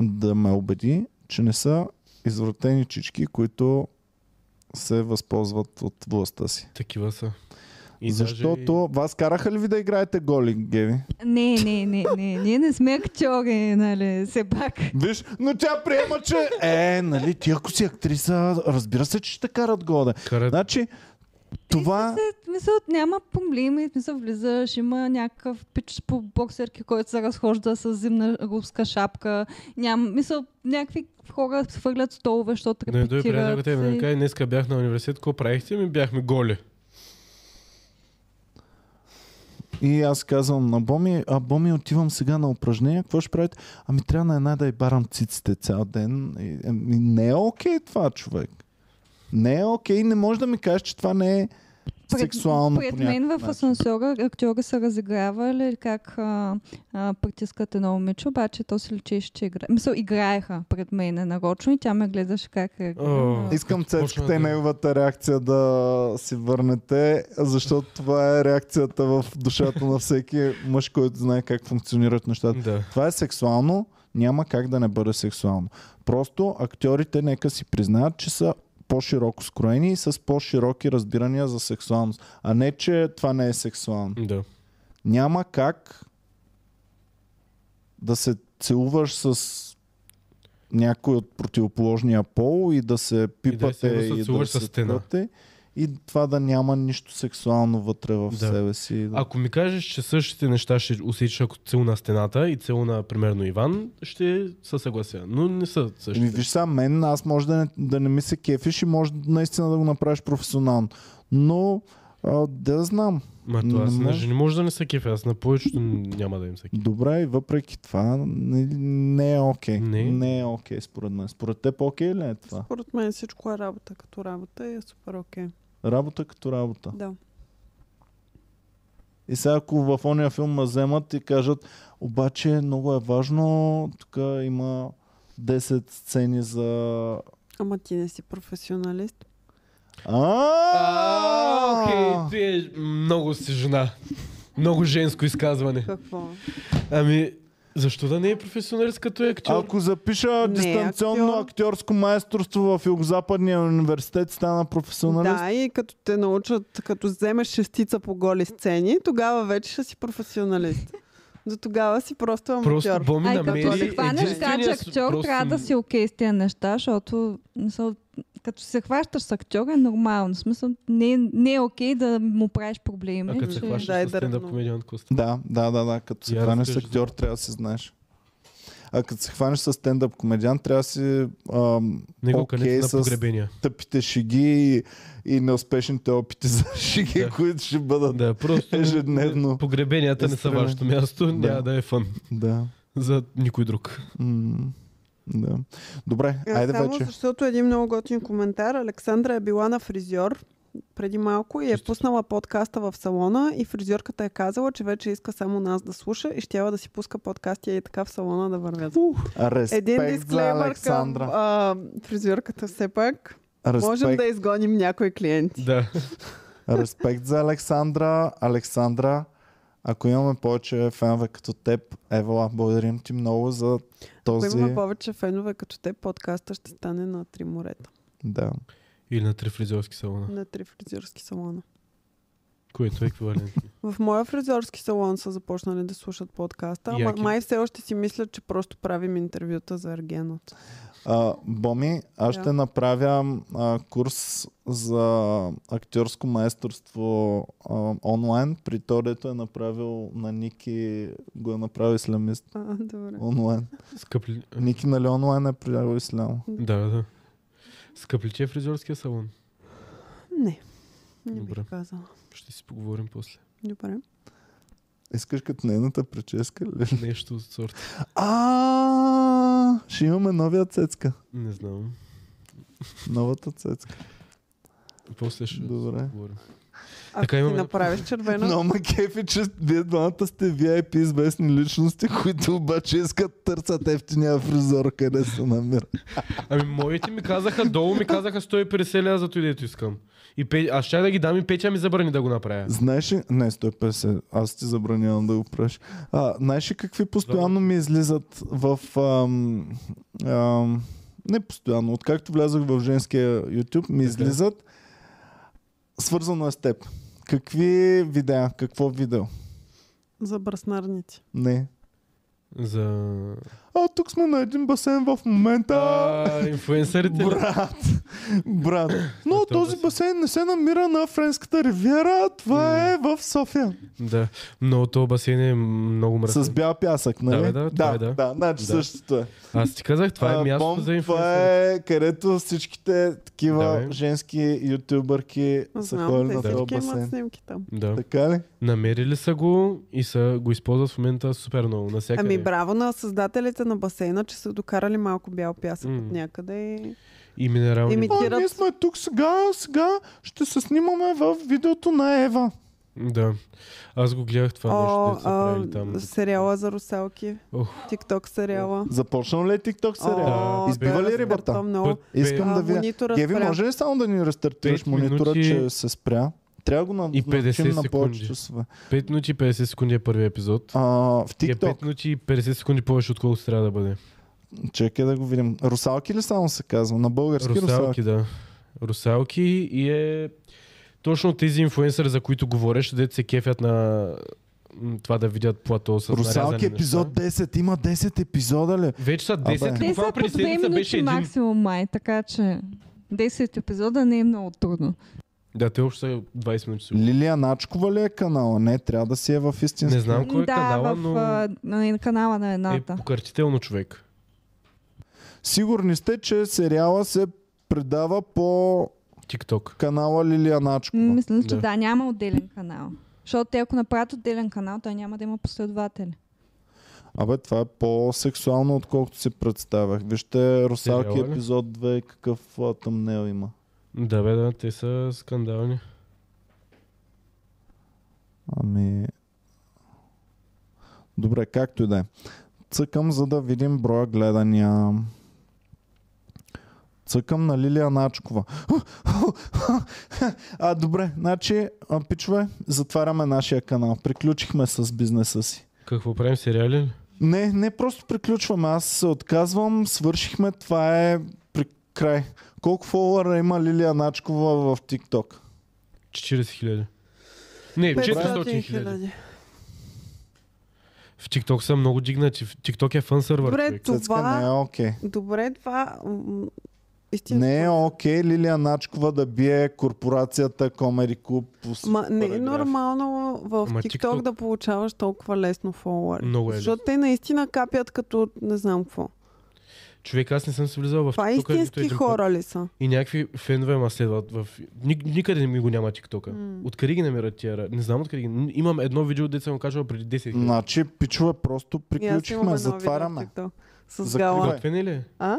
да ме убеди, че не са извратени чички, които се възползват от властта си.
Такива са.
И Защото даже... вас караха ли ви да играете голи, Геви?
Не, не, не, не. Ние не сме актьори, нали, все пак.
Виж, но тя приема, че... Е, нали, ти ако си актриса, разбира се, че ще карат года.
Карат.
Значи, това...
Се, мисъл, няма проблеми, мисъл, влизаш, има някакъв пич по боксерки, който се разхожда с зимна руска шапка. Няма, мисъл, някакви хора свърлят столове, защото
Не, е,
репетират.
дой при другата ми каже, днеска бях на университет, какво правихте? Ми бяхме голи.
И аз казвам на Боми, а Боми отивам сега на упражнение, какво ще правите? Ами трябва на една да й барам циците цял ден. И, ами, не е окей това, човек. Не е окей, не може да ми кажеш, че това не е сексуално. значи.
Пред
по
мен
Значи,
някакъв
в
начин.
асансьора актьори са разигравали как а, а, притискат едно момиче, обаче то се лечеше, че игра... Мисъл, играеха пред мен нарочно и тя ме гледаше как реагира.
О.
Искам
Като почна
цецката и
да-
неговата реакция да си върнете, защото това е реакцията в душата на всеки мъж, който знае как функционират нещата.
Да.
Това е сексуално, няма как да не бъде сексуално. Просто актьорите нека си признаят, че са по-широко скроени и с по-широки разбирания за сексуалност, а не, че това не е сексуално.
Да.
Няма как да се целуваш с някой от противоположния пол и да се пипате
да се
и да
целуваш
се
с стена.
тръгате и това да няма нищо сексуално вътре в
Да.
себе си. Да.
Ако ми кажеш, че същите неща ще усетиш ако цел на стената и цел на, примерно, Иван, ще се съглася. Но не са
Еми,
същите.
Ами, виж сега, мен, аз може да не, да не ми се кефиш и може наистина да го направиш професионално. Но а, да знам.
Ма
не
това аз на
може.
жени може да не са кефи. Аз на повечето няма да им са кефи.
Добре, и въпреки това не, не е окей.
Не.
не е окей, според мен. Според теб окей ли е това?
Според мен всичко е работа като работа и е супер окей.
Работа като работа.
Да.
И сега ако в ония филм ме вземат и кажат, обаче много е важно, тук има 10 сцени за...
Ама ти не си професионалист.
А!
А, Окей, ти е много си жена. Много женско изказване.
Какво?
Ами, защо да не е професионалист като е актьор?
Ако запиша
Не е
дистанционно
актьор.
актьорско майсторство в Югозападния университет, стана професионалист.
Да, и като те научат, като вземеш шестица по голи сцени, тогава вече ще си професионалист. До тогава си просто
Просто
аматьор.
Боми
Ай,
на
като
мен
намери
се хванеш как
единствения с-
актьор,
просто-
трябва да си окей с тези неща, защото мисъл, като се хващаш с актьор е нормално. В смисъл, не, не е окей да му правиш проблеми.
А като се
че-
хващаш
Да, е
с стендъп
дървно.
комедиан, какво става?
Да, да, да, да. Като се
Я
хванеш с
разкажи за-
актьор, трябва да си знаеш. А като се хванеш с стендъп комедиан, трябва да си ам,
Не го
окей
канете на
с
погребения.
тъпите шеги и, и неуспешните опити за шеги,
Да.
които ще бъдат. Да.
Да, просто
Ежедневно.
погребенията не са
Естествено.
вашето място,
Да.
няма да е фън
да.
за никой друг.
М, да. Добре,
А,
айде
Само
вече.
защото един много готин коментар. Александра е била на фризьор преди малко и е пуснала подкаста в салона и фризьорката е казала, че вече иска само нас да слуша и щяла да си пуска подкасти и така в салона да вървят.
Респект
Един
за
дисклеймър към
Александра.
а, фризьорката все пак. Можем
Респект,
да изгоним някои клиенти.
Да.
респект за Александра. Александра, ако имаме повече фенове като теб, Евала, благодарим ти много за
Ако
този...
имаме повече фенове като те, подкаста ще стане на три морета.
Да.
Или на три фризьорски салона,
На три фризьорски салона.
което е еквивалент.
В моя фризьорски салон са започнали да слушат подкаста, ама
Яки.
май все още си мислят, че просто правим интервюта за Аргенот.
А, Боми, аз
Да.
ще направя а, курс за актьорско майсторство а, онлайн. При то, дето е направил на Ники, го е направил исламист
А, добре.
онлайн.
Скъп ли...
Ники, нали онлайн е правил ислям?
Да, да, да. Скъп ли ти е фризьорския салон?
Не. Не бих
Добре.
казала.
Ще си поговорим после.
Добре.
Искаш като нейната прическа ли?
Нещо от сорта.
А, ще имаме новия цецка.
Не знам.
Новата цецка.
После ще
Добре.
говорим.
Ако
Така
ти
имаме-
направиш червено,
Но ма кефи, че вие двамата сте VIP известни личности, които обаче искат търсят ефтиния фризор, къде се намира.
Ами моите ми казаха, долу ми казаха 150 лева за той дето искам. И пе... Аз ще да ги дам и Петя ми забрани да го направя.
Знаеш ли... Не, 150. Аз ти забранявам да го правиш. А, знаеш ли какви постоянно ми излизат в... Ам, ам, не постоянно. Откакто влязох в женския YouTube, ми излизат свързано е с теб. Какви видеа? Какво видео?
за бръснарници.
Не.
За...
А, тук сме на един басейн в момента.
А, инфуенсърите. ли?
Брат, брат. Но
Е, то
този
басейн.
басейн не се намира на Френската ривиера, това е в София.
Да. Но то басейн е много мръсно.
С бял пясък, нали?
Да, бе, да, това
да,
е, да.
да, значи
Да.
същото е.
Аз ти казах, това
А,
е място
Бом,
за инфуенсърите.
Това е където всичките такива
Да, бе.
женски ютубърки са
Знам,
ходили
те
на този
всички имат
басейн.
снимки там.
Да.
Така ли?
Намерили са го и са го използват в момента супер много. Насякъде.
Ами браво на създателите на басейна, че са докарали малко бял пясък
М.
от някъде и...
И минерални.
Ими-
А,
Тират-
ние сме тук сега, сега ще се снимаме в видеото на Ева.
Да. Аз го гледах това нещо,
О,
дето са
а,
правили там.
сериала за русалки.
Ох,
Тикток сериала.
Започна ли е TikTok сериал?
О,
да,
Избива ли
да,
рибата?
стартува Много.
Път-
Искам
А,
да видя.
мониторът
Геви,
спря.
може ли само да ни рестартираш
Пет
монитора,
минути-
че се спря? Трябва го на,
И 50
научим на
секунди.
повечето све.
5 минути и 50 секунди е първият епизод.
А, в
И е
TikTok,
5 минути и 50 секунди повече, отколкото трябва да бъде.
чакай да го видим. Русалки ли само се казва? На български русалки.
Русалки, да. Русалки и е точно тези инфуенсъри, за които говориш, дете се кефят на м, това да видят плато с
Русалки
нарязани
епизод
неща.
10. Има 10 епизода ли?
Вече са
Абе. Те
10,
Те
буквално
са по
преди
две
седмица беше
минути
един.
максимум май, така че 10 епизода не е много трудно.
Да, те общо са 20 минути. сигурно.
Лилия Начкова ли е канала? Не, трябва да си е в истински.
Не знам кой е
да,
канала,
в
но
а, на канала на
е
едната.
покъртително човек.
Сигурни сте, че сериала се предава по
Тикток.
канала Лилия Начкова.
М, Мисля, че
Да.
да. няма отделен канал. Защото те ако направят отделен канал, той няма да има последователи.
Абе, това е по-сексуално, отколкото си представях. Вижте, Русалки
Сериала ли?
епизод 2, какъв а, тъмнел има.
Да, бе, да, те са скандални.
Ами... Добре, както и да е. Цъкам, за да видим броя гледания. Цъкам на Лилия Начкова. А, добре, значи, а, пичове, затваряме нашия канал. Приключихме с бизнеса си.
Какво правим сериали? ли?
Не, не, просто приключваме. Аз се отказвам, свършихме, това е при край. Колко фолуара има Лилия Начкова в TikTok?
40 хиляди. Не, 400 хиляди.
хиляди.
В TikTok са много дигнати. В TikTok е фън сървър.
Добре,
човек.
Цецка не е
това...
окей.
Добре, това... м, Истинско.
Не е окей Лилия Начкова да бие корпорацията Комери Клуб по с-
Ма, не е
параграф.
нормално в
Ама
TikTok,
TikTok-
да получаваш толкова лесно фолуари.
Много е
Защото те наистина капят като не знам какво.
Човек, аз не съм се влизал в
Това е
TikTok-а е нито
истински
един път.
хора ли са?
И някакви фенове ма следват. В... Ник- никъде не ми го няма тиктока.
М.
Откъде ги намират тия? ра- Не знам откъде ги. Н- Имам едно видео, дето съм го кажал преди 10 хиляди.
Значи, пичове, просто
И аз имам
приключихме,
едно видео в
затваряме.
TikTok С
Закривай.
гала.
Готвени ли? е?
А?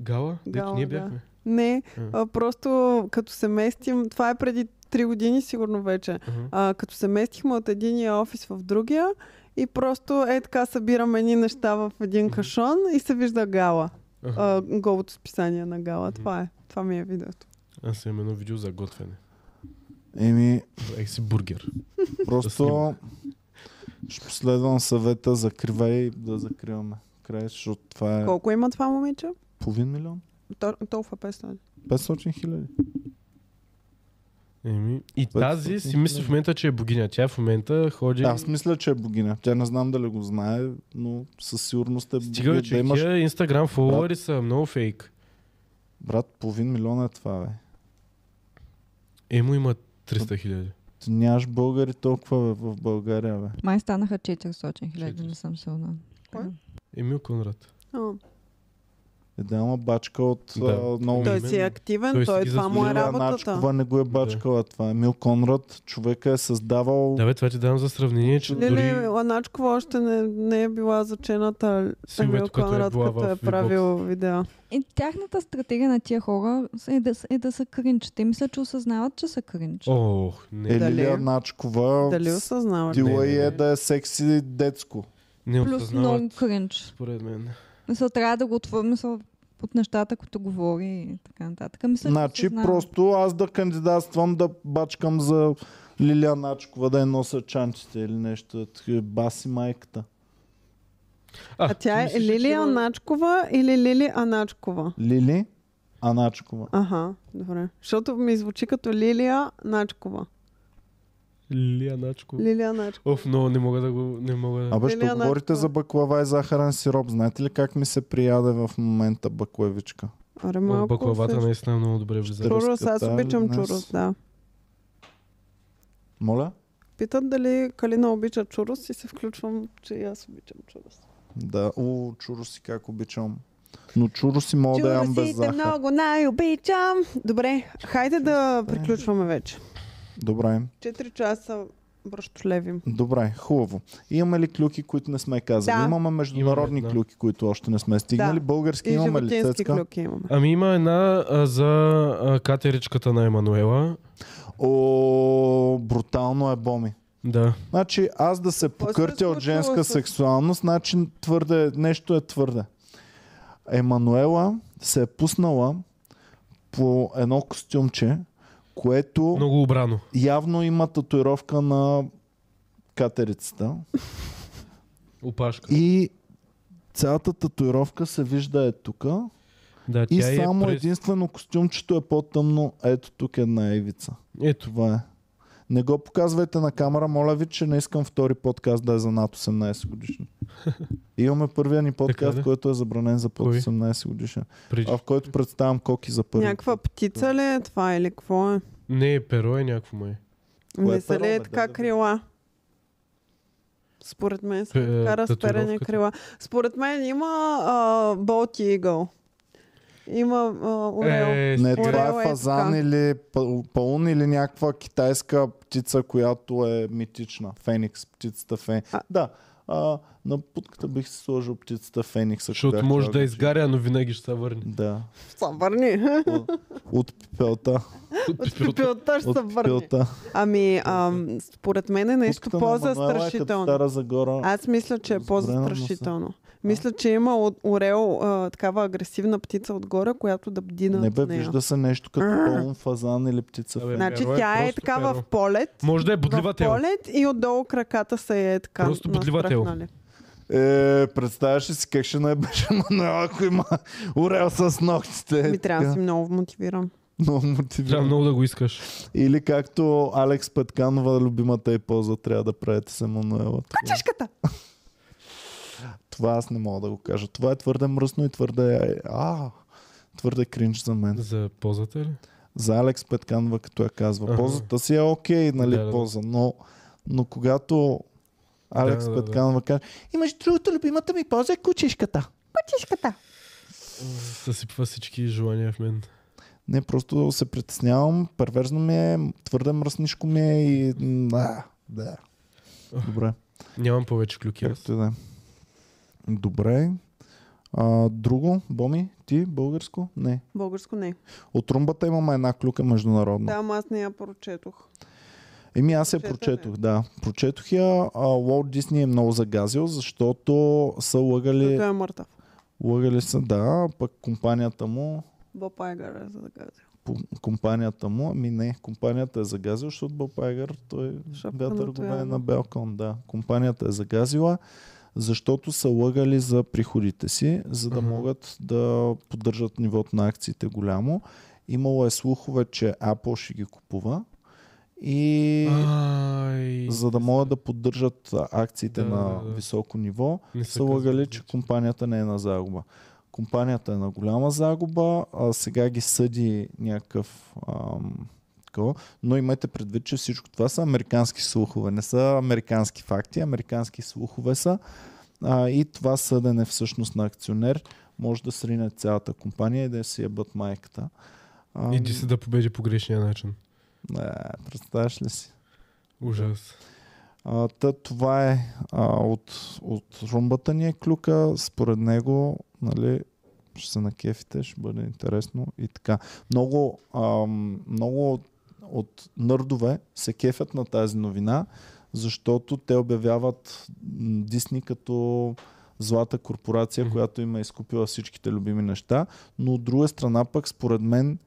Гала? Дето
Гала,
ние
да.
бяхме.
Не,
М.
а, просто като се местим, това е преди 3 години сигурно вече,
Ага.
а, като се местихме от единия офис в другия и просто е така събираме едни неща в един
Мгм.
кашон и се вижда гала.
Ага.
А, голото списание на гала.
Мгм.
Това е. Това ми е видеото.
Аз имам едно видео за готвене.
Еми,
Ех си бургер.
просто ще последвам съвета, закривай да закриваме. Край, защото това е
Колко има това момиче?
половин милион?
То, толкова 500.
500 хиляди.
Еми. И
Пет
тази си
стотин
мисли
хиляди.
в момента, че е богиня. Тя в момента ходи...
Аз мисля, че е богиня. Тя не знам дали го знае, но със сигурност е
Стига,
богиня. Да
че
имаш...
тия инстаграм фолуари са много фейк.
Брат, половин милион е това, бе.
Емо има 300 хиляди.
Ти нямаш българи толкова бе, в България, бе.
Май станаха 400 хиляди, не съм сигурна.
Кой?
Емил Конрад.
А,
Е, Да, ама бачка от
Да.
а, много
Той си е
Именно.
активен, той,
Ами, Той
той
си ги
това му е
Лила
работата.
Начкова не го е бачкала това. Емил Конрад, човека е създавал...
Да, бе, това ти давам за сравнение, че
Лили
дори...
Ланачкова още не, не е била зачената
Силвето,
Емил
като е
Конрад,
била
като
в
е
Big
правил видео.
И тяхната стратегия на тия хора е да, с- е да са кринч. Те мисля, че осъзнават, че са кринч.
Ох, не.
Е,
Дали?
Лилия Начкова...
Дали осъзнава? ли?
Не,
Дила
не,
и е
не.
да е секси детско.
Не
Плюс много
осъзнават,
кринч.
според мен.
Мисля, трябва да го отворим мисля, от нещата, които говори и така нататък. Мисля, че
Значи
осъзнават.
просто аз да кандидатствам да бачкам за Лилия Начкова да я носа чанчите или нещо. такива, Баси майката.
А тя е Лили Аначкова или Лили Аначкова?
Лили Аначкова.
Аха, добре. Защото ми звучи като Лилия Начкова.
Лилия Начко.
Лилия Начкова.
Оф, но не мога да го... Не мога да...
Абе, ще
Лилия
говорите
Начкова.
за баклава и захарен сироп. Знаете ли как ми се прияде в момента баклавичка?
Аре,
О,
малко
Баклавата
усещам.
наистина много добре влиза.
Чурос, аз
разкатали
обичам
е днес.
чурос, да.
Моля?
Питат дали Калина обича чурос и се включвам, че и аз обичам чурос.
Да. О, чуроси как обичам. Но чуроси мога да ям без
Чуросите
захар.
много най-обичам. Добре, хайде да приключваме вече.
Добре.
Четири часа бръщолевим.
Добре, хубаво. Имаме ли клюки, които не сме казали?
Да.
Имаме международни
Имаме, да.
клюки, които още не сме стигнали.
Да.
Български
И
имаме ли?
животински
Цецка?
клюки имаме.
Ами има една а, за а, катеричката на Емануела.
О, брутално е боми.
Да.
Значи аз да се
Какво се е
покъртя от женска
случило с-
сексуалност, значи твърде, нещо е твърде. Емануела се е пуснала по едно костюмче, което
Много обрано.
явно има татуировка на катерицата.
Опашка.
И цялата татуировка се вижда е тук.
Да,
И
тя
само
е през...
единствено костюмчето е по-тъмно. Ето тук е една ивица.
Ето.
Това е. Не го показвайте на камера, моля ви, че не искам втори подкаст да е за над 18 годишни. Имаме първия ни подкаст,
Така ли?
който е забранен за под
Кой?
18 годишен,
Прич...
а в който представям коки за първи.
Някаква птица ли е това или какво е?
Не е перо, е някакво май.
Кое е
Не са ли
перо,
е
бе?
така
Дай да
крила? Според мен са
Е,
така разперени
татуировката.
крила. Според мен има а, Болти Игъл. Има а, Орел.
Е,
Не,
стига.
Орел
това
е
е фазан
така.
или па- паун или някаква китайска птица, която е митична. Феникс, птицата Феникс.
А-
Да, а, на путката бих си сложил птицата Феникс. ако
Защото
бях
може да
тогава
изгаря, но винаги ще се върне.
Да,
Са върни.
от, от пепелта.
От пипилта ще
От
се върни.
пепелта.
Ами, ам, според мен е нещо
Путката на Мануела е като
по-застрашително.
Стара Загора.
Аз мисля, че е
Разбрана носа.
по-застрашително. Мисля, че има от орел а, такава агресивна птица отгоре, която да бди над
Не бе,
нея.
вижда се нещо като
Ар.
пълн фазан или птица.
Абе,
Абе,
Значи
Перо е
тя е,
просто
така в
перо.
полет.
Може да е
В
бодлива тел.
полет и отдолу краката се е така
Просто бодлива тел.
настръхнали.
е, представяш ли си как ще наебеше Мануела, ако има орел с ногтите? Е,
Ми трябва да си много мотивирам.
Много
Трябва
мотивиран.
много да го искаш.
Или както Алекс Петканова, любимата е поза, трябва да правите с Емануела. Това,
Чешката!
това аз не мога да го кажа. Това е твърде мръсно и твърде... е, А, твърде кринч за мен.
За позата ли?
За Алекс Петканова, като я казва.
Ага.
Позата си е окей, нали,
Да, да, да.
поза, но, но когато Алекс
Да, да, да.
Петканова каже, имаш другото, любимата ми поза е кучешката.
Чешката!
Съсипва всички желания в мен.
Не, просто се притеснявам. Перверзно ми е, твърде мръснишко ми е и... м, А, да. Добре,
Нямам повече клюки. аз.
както и да е. Добре. А, друго, Боми, ти българско? Не.
Българско не.
От румбата имаме една клюка международна.
Да, ама аз не я прочетох.
Еми аз я
Прочета,
прочетох, да. Прочетох я. А, Walt Disney е много загазил, защото са лъгали,
Той е мъртъв.
лъгали са, да, пък компанията му,
Боб Айгър е за да кажа.
по- компанията му, ами не, компанията е загазила, защото Боб Айгър, той
Шапка
бе
на
търгове
тояга.
на Белкон, да. Компанията е загазила, защото са лъгали за приходите си, за да
Мгм.
могат да поддържат нивото на акциите голямо. Имало е слухове, че Apple ще ги купува и
Ай,
за да могат да поддържат а, акциите
Да,
на
да, да.
високо ниво,
не се
са лъгали,
казва,
че компанията не е на загуба. Компанията е на голяма загуба, а сега ги съди някакъв ам, такова, но имайте предвид, че всичко това са американски слухове, не са американски факти, американски слухове са а, и това съдене всъщност на акционер може да срине цялата компания и да я си ебат майката. Ам,
Иди се да побежи по грешния начин.
Не, представяш ли си?
Ужас.
А, та, това е а, от, от румбата ни е клюка. Според него, нали, ще се накефите, ще бъде интересно и така. Много, ам, много от, от нърдове се кефят на тази новина, защото те обявяват м, Дисни като злата корпорация,
Мгм.
която им е изкупила всичките любими неща, но от друга страна пък според мен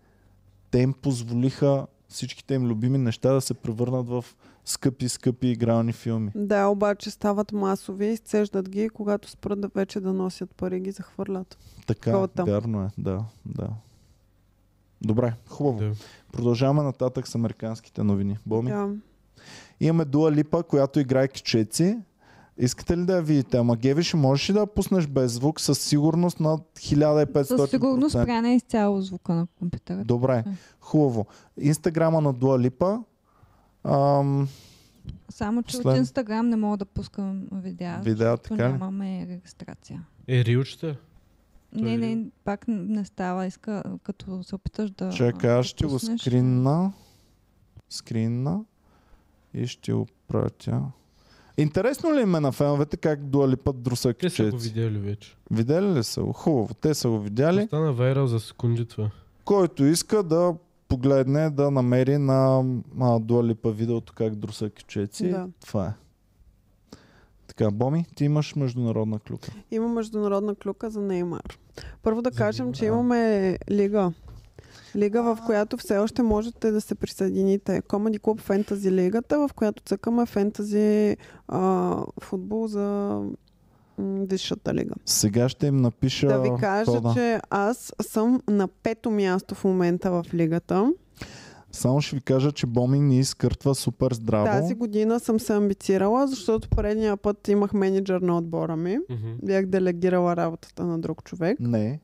те им позволиха всичките им любими неща да се превърнат в скъпи, скъпи игрални филми.
Да, обаче стават масови, изцеждат ги и когато спрат да вече да носят пари, ги захвърлят.
Така,
Такова там.
вярно е, да, да. Добре, хубаво.
Да.
Продължаваме нататък с американските новини. Боми.
Да.
Имаме Дуа Липа, която играе кичеци. Искате ли да я видите? Ама Геви, ще можеш ли да я пуснеш без звук? Със сигурност над 1500%.
Със сигурност спряна изцяло звука на компютъра.
Добре, хубаво. Инстаграма на Дуа Липа. Ам,
Само, че
След-
от Инстаграм не мога да пускам видеа, защото
видео, така ли?
нямаме регистрация.
Е, рилчета?
Не,
Той-
не, пак не става. Иска, като се опиташ да.
Чакай, аз ще го
пуснеш.
скринна. Скринна. И ще го пратя. Интересно ли им е на феновете как дуали път друса
Те са го
кичеци?
видяли вече.
Видели ли са го? Хубаво, те са го видяли.
Стана вайрал за секунди това.
Който иска да погледне, да намери на а, Dua Lipa видеото как друса кичеци.
Да.
Това е. Така, Боми, ти имаш международна клюка.
Има международна клюка за Неймар. Първо да
За
кажем, че
Неймар.
имаме лига. Лига, в която все още можете да се присъедините. Comedy Club Fantasy лигата, в която цъкаме фентази а, футбол за м, висшата лига.
Сега ще им напиша
Да ви кажа,
кода.
че аз съм на пето място в момента в лигата.
Само ще ви кажа, че Боми ни изкъртва супер здраво.
Тази година съм се амбицирала, защото предния път имах менеджер на отбора ми. Бях делегирала работата на друг човек.
Не,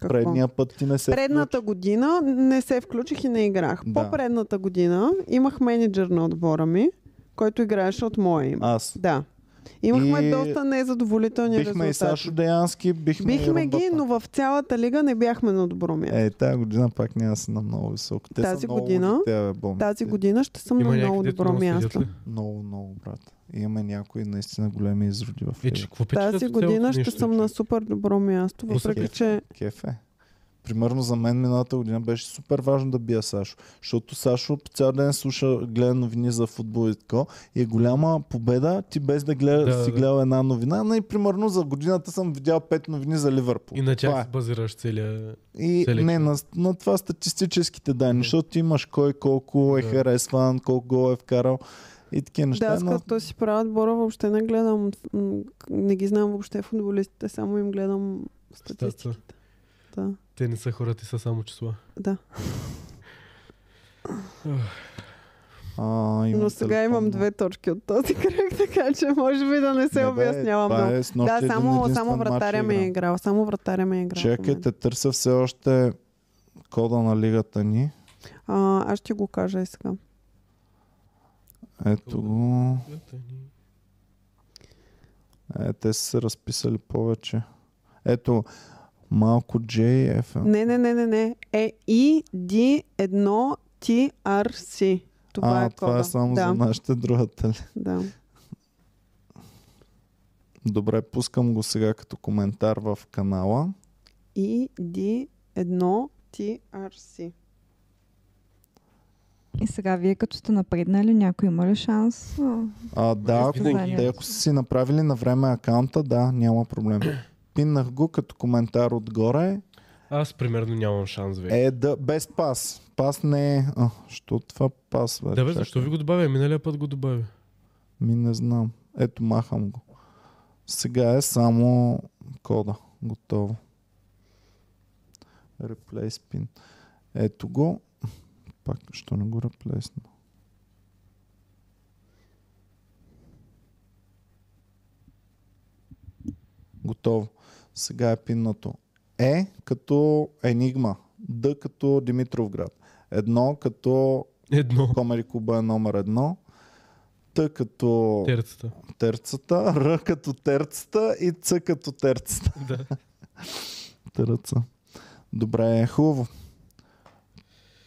Какво?
Предния път ти не се
Предната година не се включих и не играх.
Да.
По-предната година имах менеджер на отбора ми, който играеше от моя име.
включи. Аз.
Да. Имахме
И-
доста незадоволителни
Бихме и
резултати.
Сашо Деянски, бихме, и
Бихме ги,
Румбата.
но в цялата лига не бяхме на добро място.
Е, тази година пак няма да си на много високо. Те
Тази
са много
година-
луди, Те, бе, бомбите.
Тази година ще съм на много добро място.
Много, много, брат. Имаме някои наистина големи изроди в
Е,
Лига.
че, какво печелят
Тази
от цялото
година ще
нещо,
съм
че?
на супер добро място, въпреки
Успех.
че
Кеф е. Примерно за мен миналата година беше супер важно да бия Сашо, защото Сашо по цял ден слуша, гледа новини за футбол и така. И е голяма победа ти без да, гледа,
Да,
си
да.
гледал една новина. Но и примерно за годината съм видял пет новини за Ливърпул.
И на
Това е.
тях се базираш целия...
И
Селектор.
не, на, на това статистическите данни,
Да.
защото имаш кой колко е
Да.
харесван, колко гол е вкарал и такива
да,
неща.
аз
но-
като си правя отбора въобще не гледам, м, не ги знам въобще футболистите, само им гледам статистиката. Да.
Те не са хора, те са само числа.
Да.
а, имам
Но сега
телефон,
имам
да.
две точки от този кръг, така че може би да не се
Не, бе,
обяснявам
това
много.
е с нощи
да,
един
само,
единствен
само
матч е
вратаря ми е
игран.
играл. Само вратаря ми е играл. в момента.
Чакайте, търся все още кода на лигата ни.
А, аз ще го кажа и сега.
Ето го. Е, те са се разписали повече. Ето, малко JFM.
Не, не, не, не, не. Е и D 1 TRC. Това
а,
е кода.
това е само
да,
за нашите другата ли?
да.
Добре, пускам го сега като коментар в канала.
И D 1 TRC.
И сега, вие като сте напреднали, някой има ли шанс? А,
А, да, ако,
винаги.
те, ако са си направили на време акаунта, да, няма проблем. Пиннах го като коментар отгоре.
Аз примерно нямам шанс вече.
Е, да, без пас. Пас не е... А, що това пас, бе?
Да бе,
Е, Чакай.
защо ви го добавя? Миналия път го добавя.
Ми не знам. Ето, махам го. Сега е само кода. Готово. Replace pin. Ето го. Пак, що не го реплейсна? Готово. Сега е пиннато. Е като Енигма. Д като Димитровград. Едно като
Едно.
Комери клуба е номер едно. Т като
Терцата.
терцата, Р като терцата и Ц като терцата.
Да.
Потърът са. Добре, хубаво.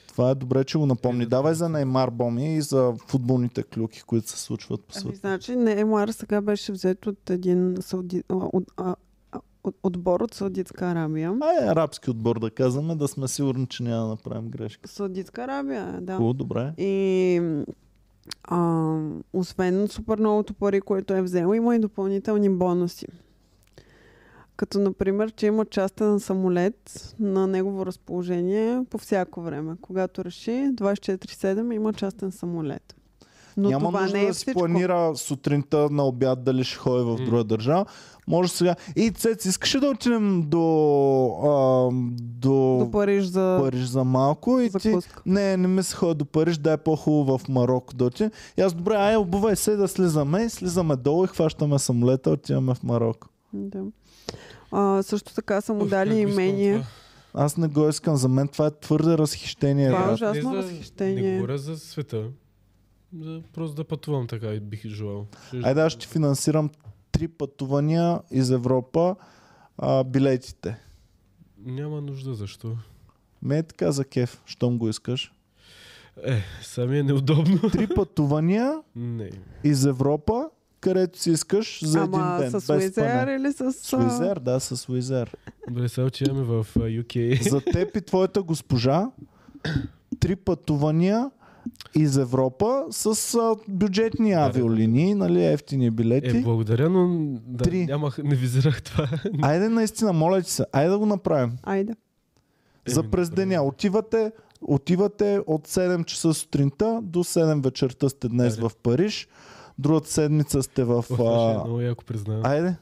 Това е добре, че го напомни. Давай за Неймар Боми и за футболните клюки, които се случват по
Ами,
света.
значи, Неймар сега беше взет от един сауди... а, от, а, а, от, отбор от Саудитска Арабия.
А е арабски отбор, да казваме, да сме сигурни, че няма да направим грешка.
Саудитска Арабия, е, да.
Хубаво, добре.
И а, освен супер многото пари, което е взел, има и допълнителни бонуси. Като, например, че има частен самолет на негово разположение по всяко време. Когато реши, 24-7 има частен самолет. Но
Няма
това
нужда
не е
да си
всичко.
планира сутринта на обяд дали ще ходи в друга държава. Може сега. И Цец, искаш ли да отидем до, а, до,
До Париж за
Париж за малко и ти...
закуска.
Не, не ми се ходи до Париж, дай по-хубаво в Марокко да отидем. И аз, добре, ай, обувай се да слизаме. И слизаме долу и хващаме самолета, отиваме в Марокко.
Да. А, също така са му
Уф,
дали
как го искам
имение.
това.
Аз не го искам. За мен това е твърде разхищение.
Това е
брат.
ужасно
Не за- Не
разхищение.
говоря за света. За, просто да пътувам така и бих желал. Ще-
Айде, аз ще ти финансирам три пътувания из Европа, а, билетите.
Няма нужда, защо?
Ме е така за кеф, щом го искаш.
Е, сами е неудобно.
Три пътувания
Не.
из Европа, където си искаш за
Ама
един ден.
с
без
Уизер
спане.
или с... а,
С Уизер, да, с Уизер.
Добре, сега отиваме в а, UK.
За теб и твоята госпожа три пътувания из Европа с а, бюджетни авиолинии, нали, ефтини
Е,
билети.
благодаря, но да,
Три.
нямах, не визирах това.
Айде наистина, моля ти се, айде да го направим.
Айде.
За
Еми,
през
добре.
деня. Отивате, отивате от 7 часа сутринта до 7 вечерта сте днес
Добре.
в Париж. Другата седмица сте в...
О, това ще е
а...
много яко признавам.
Айде.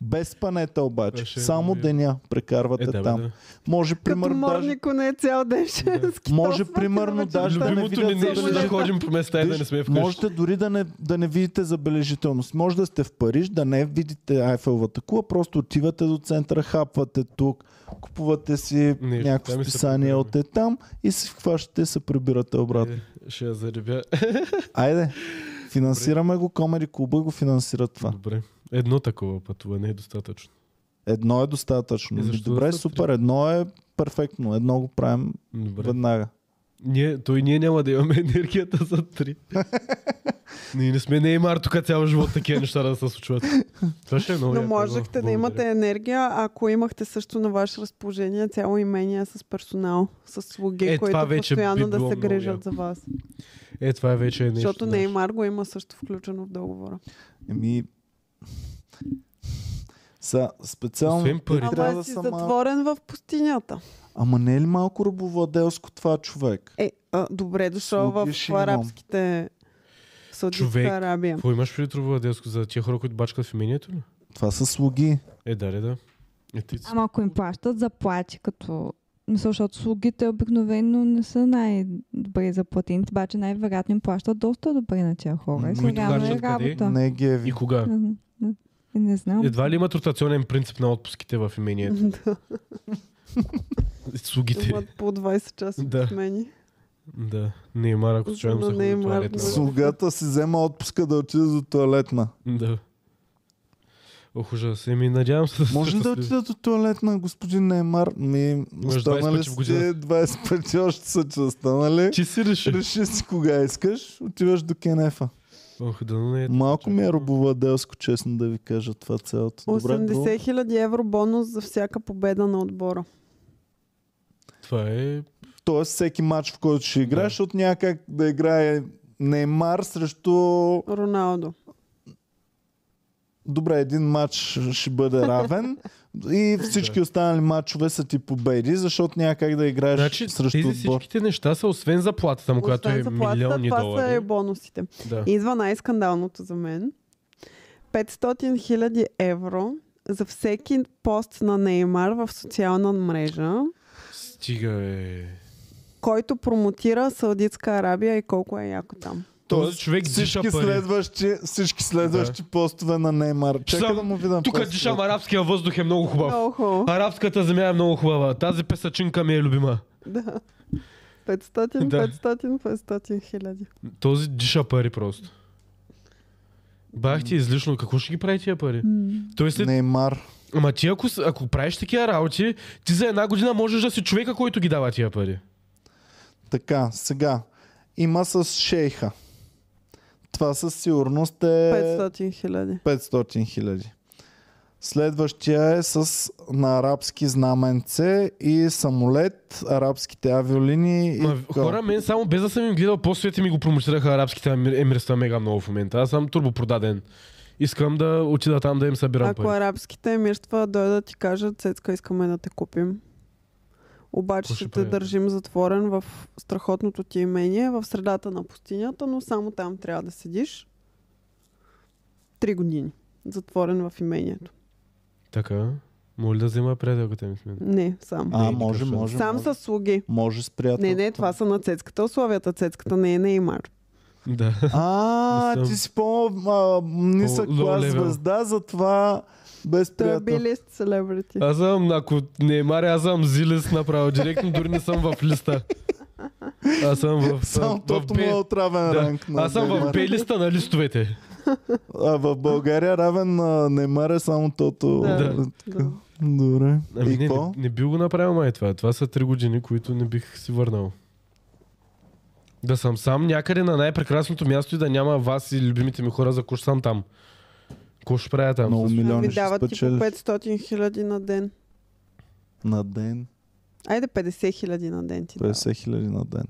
Без панета обаче.
Това ще е
Само
много
деня прекарвате
Е, да, бе,
там.
да.
Може,
Като
примерно, даже,
морнико не е цял ден ще
Да.
скитосвате
може,
на
примерно,
вечерта.
даже да не
Любимото ни
видят
нещо да
забележителност.
ходим по места и да не сме
Виж,
вкъщи.
Можете дори да не, да не видите забележителност. Може да сте в Париж, да не видите Айфелвата кула, просто отивате до центъра, хапвате тук, купувате си
Не,
някакво
там и се
списание
прибираме.
от е там и се хващате и се прибирате обратно.
Е, Ще я заребя.
Айде, финансираме го, Комери клуба го финансира това.
Добре. Едно такова пътуване е достатъчно.
Едно е достатъчно.
Е, защо да
Добре,
са
супер, едно е перфектно. Едно го правим
Добре.
веднага.
Ние, той ние няма да имаме енергията за три. ние не сме Неймар тук цял живот такива неща да се случват. Това ще е много
Но
яко,
можехте да
благодаря.
имате енергия, ако имахте също на ваше разположение цяло имение с персонал, с слуги,
Е, това
които
вече би
постоянно да
било
се
много
грижат
яко.
за вас.
Е, това е вече нещо.
Защото
наше.
Неймар го има също включено в договора.
Еми... Са, специално...
Освен
те
пари.
трябва
Ама
да
си
са малко-
затворен в пустинята.
Ама не е ли малко рабовладелско това човек?
Е, а, добре дошъл в
Слуги ще имам.
арабските... в Саудитска
Човек.
Арабия.
Какво имаш преди трудова детско за тия хора, които бачкат в имението ли?
Това са слуги.
Е, да, ли, да. Е, ти...
Ама ако им плащат заплати, като... Мисля, защото слугите обикновено не са най-добре заплатени, обаче най-вероятно им плащат доста добре на тия хора. И
Които
сега е
харчат къде?
работа.
Не ги е
И
ви.
кога?
Не знам. Не, не знам.
Едва ли имат ротационен принцип на отпуските в имението?
Да.
Слугите.
Имат по 20 часа
Да.
да. смени.
Да, Неймар, ако
За
случайно
да
се
не
ходи
им
в туалетна.
радост.
Слугата си взема отпуска да отиде до туалетна.
Да. Ох, ужас. Еми, надявам се да сте
Може ли да
щастливи.
отида до туалетна, господин Неймар? Ми,
20
останали
пъти в
сте
годината.
20 пъти още са че останали.
Ти си реши.
Реши си кога искаш, отиваш до Кенефа.
Ох, да не е.
Малко ми е рабовладелско, честно да ви кажа това цялото. Добре, друго?
80 хиляди евро бонус за всяка победа на отбора.
Това е...
Тоест всеки матч, в който ще играеш, защото няма как да играе Неймар срещу...
Роналдо.
Добре, един матч ще бъде равен и всички останали матчове са ти победи, защото няма как да играеш
Значи,
срещу
тези
отбор.
всичките неща са освен заплатата му, която
Освен
е
заплатата,
милиони
това са е и
долари.
бонусите.
Да.
Идва най-скандалното за мен. 500 хиляди евро за всеки пост на Неймар в социална мрежа,
Стига е...
който промотира Саудитска Арабия и колко е яко там.
Този човек диша
всички
пари.
следващи, всички следващи постове на Неймар. Чакай
Сам-
да му видам.
Тук
постове.
дишам арабския въздух е много хубав.
Много хубаво.
Арабската земя е много хубава. Тази песачинка ми е любима.
Да. 500,
Да.
500, 500 хиляди.
Този диша пари просто. Бах ти излишно, какво ще ги прави тия пари? Тоест, след...
Неймар.
ама ти ако, с- ако правиш такива работи, ти за една година можеш да си човека, който ги дава тия пари.
Така, сега. Има с шейха. Това със сигурност е...
500 хиляди.
500 хиляди. Следващия е с на арабски знаменце и самолет, арабските авиолини и...
Ма,
така.
хора, мен само без да съм им гледал по-свете ми го промотираха арабските емир- емирства мега много в момента. Аз съм турбо продаден. Искам да отида там да им събирам
Ако
пари.
арабските емирства дойдат и кажат, Цецка, искаме да те купим. Обаче
Какво
ще
ще
те
правим?
държим затворен в страхотното ти имение, в средата на пустинята, но само там трябва да седиш. Три години. Затворен в имението.
е-
Така. Моля да взема приятелката ми с мен.
Не, сам.
А, може,
Сам
може.
сам
може.
с слуги.
Може с приятел.
Не, не, това са на цецката условията. Цецката не е Неймар.
Да.
А,
Не съм.
ти си по-нисък
По-low
клас
level.
звезда, затова без
Той е
приятел.
билист селебрити.
Аз съм, ако не е Мария, аз съм зилес направо. Директно дори не съм в листа. Аз съм в...
Само
в,
тото му е от равен ранг. на
Аз съм в
Неймар.
бейлиста на листовете.
А в България равен на Неймар е само тото.
Да. Да.
Добре.
Ами
и
не,
какво?
не, не би го направил май това. Това са три години, които не бих си върнал. Да съм сам някъде на най-прекрасното място и да няма вас и любимите ми хора, за кого ще съм там. Какво ще правя там?
Много милиони
Ами
ще
дават ти по
спечелиш
500 хиляди на ден.
на ден.
Айде 50 хиляди на ден ти
50 хиляди на ден.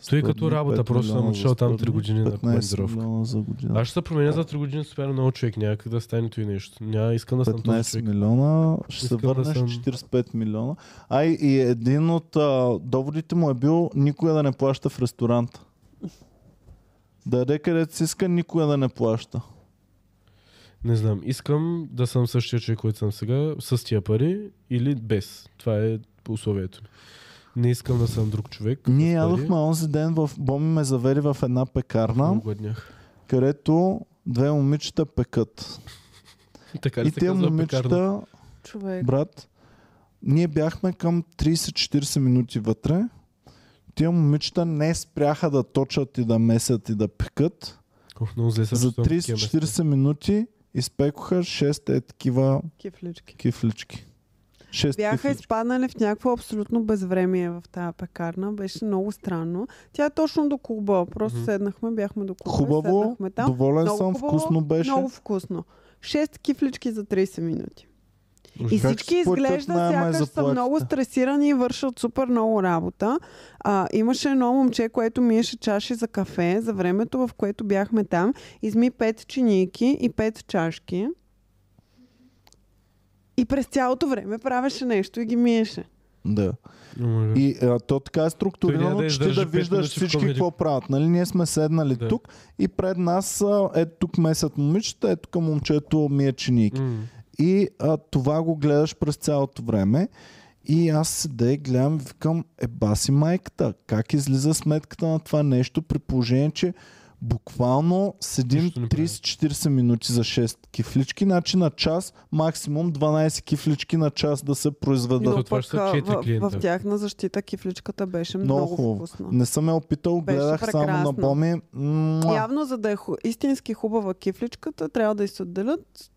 Стои като работа, просто съм отишъл там три години на командировка.
за година.
Аз ще се променя за 3 години супер много човек, някак да стане той нещо. Няма, искам да съм този
15
човек.
милиона, ще се
Искам да
върнеш
съм-
45 милиона. А и- и един от а, доводите му е бил никога да не плаща в ресторанта. Да яде където си иска, никога да не плаща.
Не знам, искам да съм същия човек, който съм сега, с тия пари или без. Това е условието ми. Не искам да съм друг човек. с
Ние
пари.
ядохме онзи ден в Боми ме завери в една пекарна,
Угоднях.
където две момичета пекат.
Така ли
И
се
те
казва пекарна?
момичета
Човек.
Брат, ние бяхме към 30-40 минути вътре. Тия момичета не спряха да точат и да месят и да пекат.
Ох, много зле се
За
чувствам в такива места.
30-40 минути изпекоха 6 е такива
Кифлички.
кифлички. 6
Бяха
кифлички.
изпаднали в някакво абсолютно безвремие в тази пекарна. Беше много странно. Тя е точно до клуба. Просто
Мгм.
седнахме, бяхме до клуба.
Хубаво,
седнахме там.
доволен
Много
съм,
хубаво,
вкусно беше.
Много вкусно. Шест кифлички за 30 минути. И
Как ще
всички
си платят
изглежда
найема и
сякаш са
заплатите?
много стресирани и вършат супер много работа. А, имаше едно момче, което миеше чаши за кафе за времето, в което бяхме там. Изми пет чинийки и пет чашки. И през цялото време правеше нещо и ги миеше.
Да.
Ама, да.
И а, то така е
Той няма
структурирано,
да
че ти
издържи
да
пет
виждаш
минути в
всички
комеди.
какво правят. Нали? Ние сме седнали
Да.
тук и пред нас а, е тук месят момичета, ето към момчето ми е чиник.
М.
И а, това го гледаш през цялото време. И аз седя и гледам и викам, е баси майката, как излиза сметката на това нещо, при положение, че буквално седим
Нищо не правим.
30-40 минути за 6 кифлички, значи на час, максимум 12 кифлички на час да се
Но
произведат.
Защото това ще са
пък, а,
четири
в- в,
клиента.
в тяхна защита кифличката беше
Много
много,
хубаво.
вкусна.
Не съм я опитал,
Беше
гледах само на
прекрасно.
Боми. Муа,
Явно, за да е ху... истински хубава кифличката, трябва да й се отделят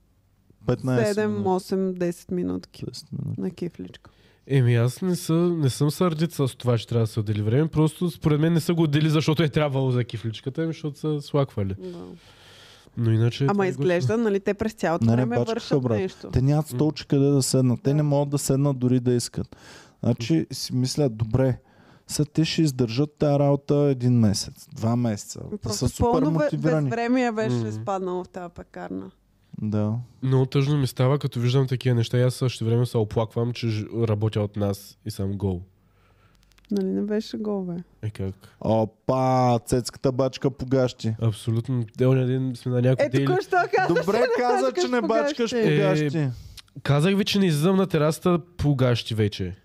15
7,
минути.
8, 10 минутки
10 минути.
на кифличка.
Еми аз не, са, не съм сърдит с това, че трябва да се отдели време. Просто според мен не са го отдели, защото е трябвало за кифличката, ами защото са слаквали.
Да.
Но иначе... това
Ама
е
изглежда, нали, те през цялото
Не, не,
време
бачкаха,
вършат
брат.
нещо.
Те нямат столче къде да седнат. Те не могат да седнат дори да искат. Значи си мислят, добре, са те ще издържат тази работа един месец, два месеца. Те
Просто
са супер
пълно бе-
мотивирани.
безвремие беше
Мгм.
изпаднало в тази пекарна.
Да.
Много тъжно ми става, като виждам такива неща и аз също време се оплаквам, че ж- работя от нас и съм гол.
Нали не беше гол, бе?
Е как?
Опа, цецката бачка погащи.
Абсолютно. Делния ден сме на някой
Е,
дейли.
току-що каза.
Добре каза, че не
погащи.
бачкаш
Е,
погащи.
Казах ви, че не излизам на терасата по гащи вече.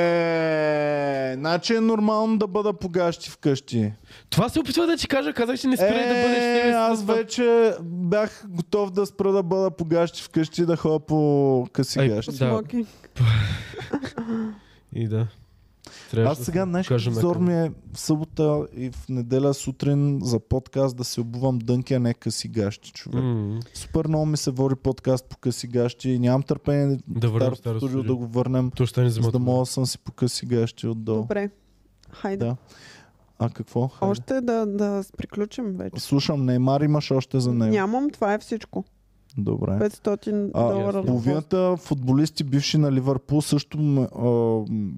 Е, значи е нормално да бъда погащи вкъщи.
Това се опитва да ти кажа, казах, че не спирай да бъдеш
Е,
себе си
аз
с това.
вече бях готов да спра да бъда погащи вкъщи и да ходя по къси
Ай,
гащи.
Да.
Смокинг.
И да. Трябваше
Аз
да
сега
се
нашия
кажем
обзор
към-
ми е в събота и в неделя сутрин за подкаст да се обувам дънки, а не къси гащи, човек. Mm.
М,
Супер много ми се вори подкаст по къси гащи и нямам търпение
Да върнем
старото
старо
студио
студио.
да го върнем,
То ще ни
за
вземат.
да мога да съм си по къси гащи отдолу.
Добре. Хайде.
Да. А какво? Хайде.
Още да, да с- приключим вече.
Слушам, Неймар имаш още за него.
Нямам, това е всичко.
Добре.
500
А,
долара.
Половината футболисти, бивши на Ливърпул, също м, а, м,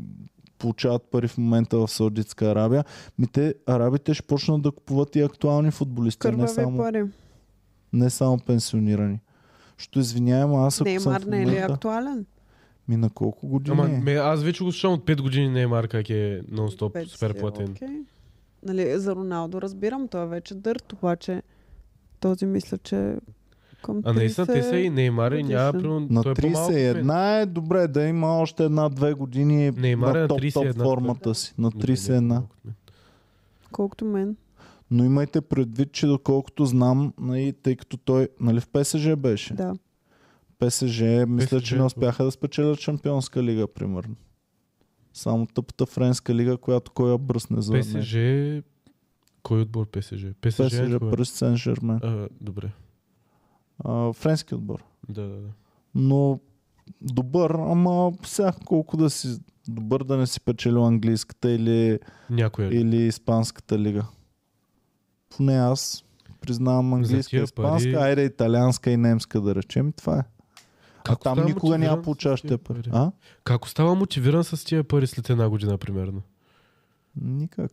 получават пари в момента в Саудитска Арабия. Ми те, арабите ще почнат да купуват и актуални футболисти, не
Кървави
само,
пари.
не само пенсионирани. Що извинявам, аз ако съм
Неймар
в
не е ли
момента...
актуален?
Ми на колко години
Ама,
е?
ме, аз вече го слушам от 5 години, не е марка, е нон-стоп,
Пет
супер
си,
платен.
окей. Нали, за Роналдо разбирам, той е вече дърт, обаче този мисля, че към
А наистина
30
те са и Неймар и няма
годишен.
примерно...
На
той е по-малко от мен.
31 е добре да има още една-две години
Неймар е
на
на
топ-топ
31,
формата си. На
Добре, не е
31.
по-малко от мен.
колкото мен.
Но имайте предвид, че доколкото знам, нали, тъй като той нали, в ПСЖ беше.
Да.
ПСЖ, мисля, че не успяха да спечелят Шампионска лига, примерно. Само тъпата френска лига, която кой я бръсне за нея.
ПСЖ... Кой отбор ПСЖ? ПСЖ,
ПСЖ,
е кой?
Париж Сен Жермен.
А, добре.
Френски отбор.
Да, да, да.
Но добър, ама сега колко да си добър да не си печелил английската или,
Някоя.
или испанската лига. Поне аз признавам английска,
тия
испанска,
пари-
айде италианска и немска да речем. и Това е. А
Как
там
става
никога няма
мотивиран
получаваш
с
те
тия
пари.
пари?
А?
Как остава мотивиран с тия пари след една година, примерно?
Никак.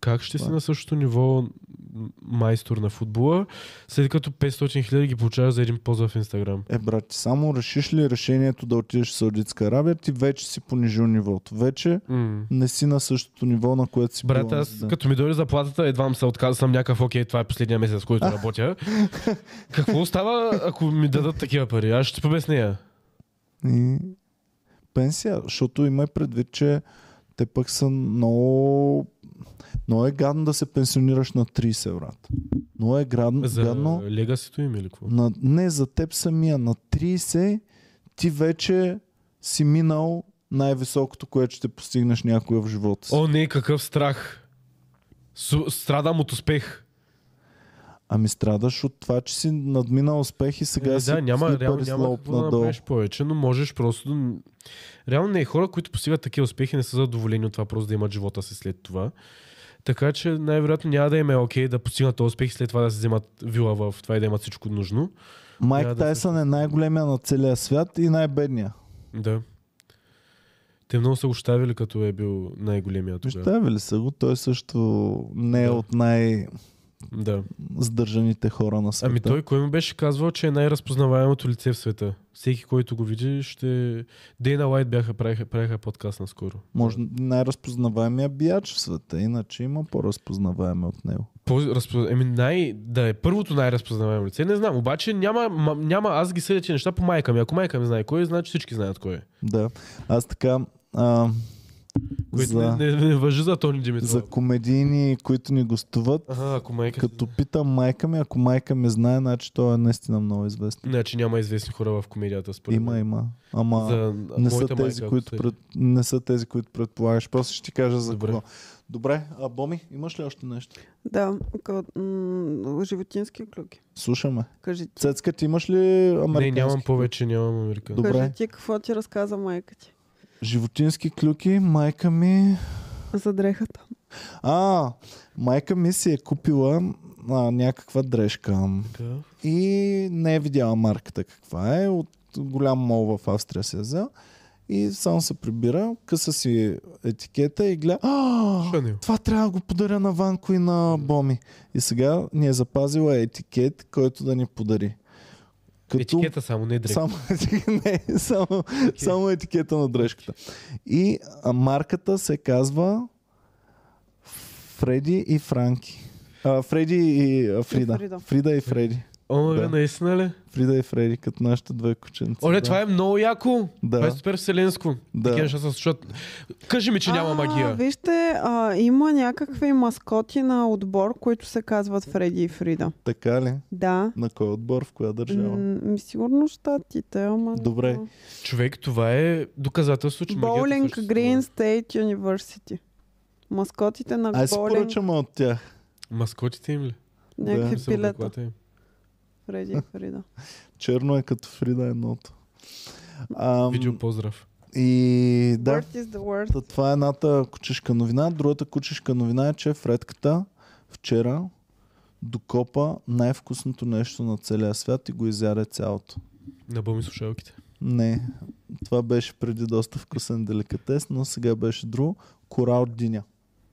Как ще си
Това е.
на същото ниво м, майстор на футбола, след като 500 хиляди ги получаваш за един пост в Инстаграм?
Е, брат, ти само решиш ли решението да отидеш в Саудитска Арабия, ти вече си понижил нивото. Вече
М.
не си на същото ниво, на което си
Брат,
бил
аз
онзи ден.
като ми дойде заплатата, едва му се отказа, съм някакъв, окей, това е последния месец, който работя. Какво става, ако ми дадат такива пари? Аз ще ти побесня.
И... Пенсия, защото има предвид, че те пък са много... Но е гадно да се пенсионираш на 30, брат. Но е гадно,
За
гадно
легасито им или какво?
на... не за теб самия, на 30 ти вече си минал най-високото, което ще постигнеш някога в живота си.
О, не, какъв страх. Су- страдам от успех.
Ами страдаш от това, че си надминал успех и сега
Е,
си
да, няма,
sleeper
реално, няма
slope
какво да
надолу.
направиш повече, но можеш просто... да- Реално не, хора, които постигат такива успехи, не са задоволени от това просто да имат живота си след това. Така че най-вероятно няма да им е окей да постигнат този успех и след това да си вземат вила в това и да имат всичко нужно.
Майк
Трябва да
Тайсън е най-големия на целия свят и най-бедния.
Да. Те много са го щавили, като е бил най-големия тогава.
Вижте, ли са го? Той също не е
Да.
от най-здържаните
Да.
хора на света.
Ами той, кой му беше казвал, че е най-разпознаваемото лице в света? Всеки, който го види, ще... Дейна Лайт бяха, правиха, правиха подкаст наскоро.
Може най-разпознаваемия бияч в света, иначе има по-разпознаваеме от него.
По-разпозна... Еми ами най... Да е първото най-разпознаваемо лице, не знам. Обаче няма, ма- няма аз ги съдя, че неща по майка ми. Ако майка ми знае кой е, значи всички знаят кой е.
Да. Аз така... А,
Което
за,
не, не, не, въжи за Тони Димитров.
за комедийни, които ни гостуват,
Ага, ако майка
като питам майка ми, ако майка ми знае, значи той е наистина много известен.
Значи няма известни хора в комедията, според
Има,
мен.
има. Ама...
За
Не са,
моята
тези,
майка,
които
ако е
пред... не са тези, които предполагаш. После ще ти кажа за
Добре.
кого. Добре, а Боми, имаш ли още нещо?
Да, къ- м- животински клюки.
Слушаме.
Кажи ти.
Цецка, ти имаш ли
се- Не,
американски?
нямам повече, нямам американски.
Добре.
Кажи ти какво ти разказа майка ти
Животински клюки, майка ми...
за дрехата.
А, майка ми си е купила а, някаква дрежка.
Да.
И не е видяла марката каква е. От голям мол в Австрия се е взел. И само се прибира, къса си етикета и гледа. А,
Шанил.
Това трябва да го подаря на Ванко и на Боми. И сега ни е запазила етикет, който да ни подари.
Етикета само, не
Е,
дрек.
Само, не, само, само етикета на дръжката. И а, марката се казва Фреди и Франки. А, Фреди и а, Фрида.
Фрида.
Фрида и Фреди.
О,
Да.
да. наистина ли?
Фрида и Фреди, като нашите две кученца.
Оле,
да.
това е много яко.
Да.
Това е супер вселенско.
Да.
Такива ще се случат. Кажи ми, че няма магия.
Вижте, а, има някакви маскоти на отбор, които се казват Фреди и Фрида.
Така ли?
Да.
На кой отбор, в коя държава?
М- ми сигурно щатите, ама... не
Добре.
знам.
Човек, това е доказателство, че магията
Bowling
съществува.
Green State University. Маскотите на
Аз си
боулинг.
поръчам от тях.
Маскотите им ли? Ами
Някакви
Са
пилета.
облеклата им.
Фреди и Фрида.
Черно е като Фрида едното. Ам,
Видео поздрав.
и да,
Word is the word.
Та Това е едната кучешка новина. Другата кучешка новина е, че Фредката вчера докопа най-вкусното нещо на целия свят и го изяде цялото.
Набълми слушалките.
Не, това беше преди доста вкусен деликатес, но сега беше друго. Кора от диня.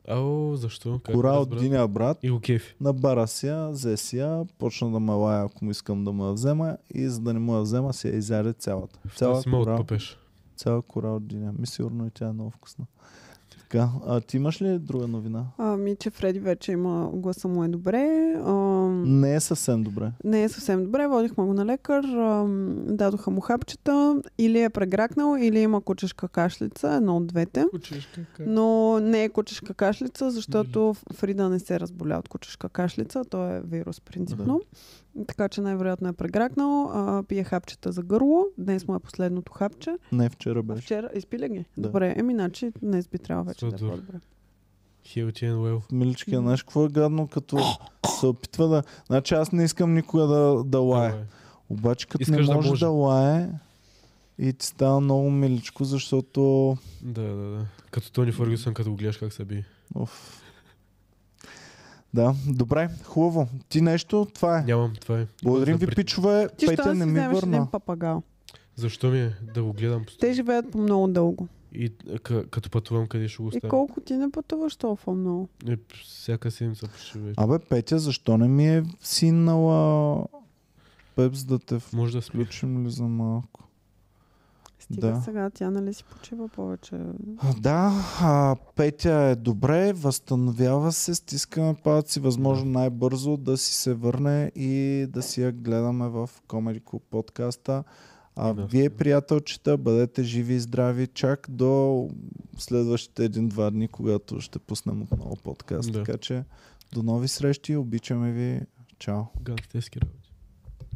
Ао, защо?
е,
Как
Кора от
разбра?
диня, брат.
И го кефи.
На бара си я, взе си я, почна да ме лая, ако му искам да му я взема и за да не му я взема, си я изяде цялата.
Цяла
Цяла
си ме
кора,
отпъпеш.
цяла кора от диня. Ми сигурно и тя е много вкусна. Така, а ти имаш ли друга новина?
Ами, че Фреди вече има гласа му е добре. Ам,
Не е съвсем добре.
не е съвсем добре. Водихме го на лекар. Ам, дадоха му хапчета. Или е прегракнал, или има кучешка кашлица. Едно от двете.
Кучешка, как?
Но не е кучешка кашлица, защото Фрида не се разболя от кучешка кашлица. То е вирус, принципно. Така че най-вероятно е прегракнал. А, пие хапчета за гърло. Днес му е последното хапче.
Не вчера
А
беше.
вчера изпиля ги.
Да.
Добре, еми, значи днес би трябвало вече да
Сладур.
е по-добре.
Healthy and well.
Миличкия, знаеш какво е гадно, като се опитва да... Значи аз не искам никога да, да лае.
Ама е.
Обаче като
Искаш
не
да
може да,
може.
лае и ти става много миличко, защото...
Да, да, да. Като Тони Фъргюсън, като го гледаш как се би.
Оф. Да, добре, хубаво. Ти нещо, това е.
Нямам, това е.
Благодарим
Да
ви,
пред-
пичове.
Ти ще
Петя
си
не ми
вземеш един
върна.
папагал.
Защо ми е да го гледам?
Те живеят по много дълго.
И а, к- като пътувам, къде ще го
И
оставя?
колко ти не пътуваш толкова много?
Е, п- всяка седмица почти вече.
Абе, Петя, защо не ми е синала Пепс да те
Може да сме.
включим ли за малко?
Стига
Да.
сега, тя нали си почива повече.
Да, а, Петя е добре, възстановява се, стискаме палци, възможно най-бързо да си се върне и да си я гледаме в Comedy Club подкаста. А
Да,
вие,
да.
приятелчета, бъдете живи и здрави чак до следващите един-два дни, когато ще пуснем отново подкаст.
Да.
Така че до нови срещи, обичаме ви. Чао!
Гангстески работи.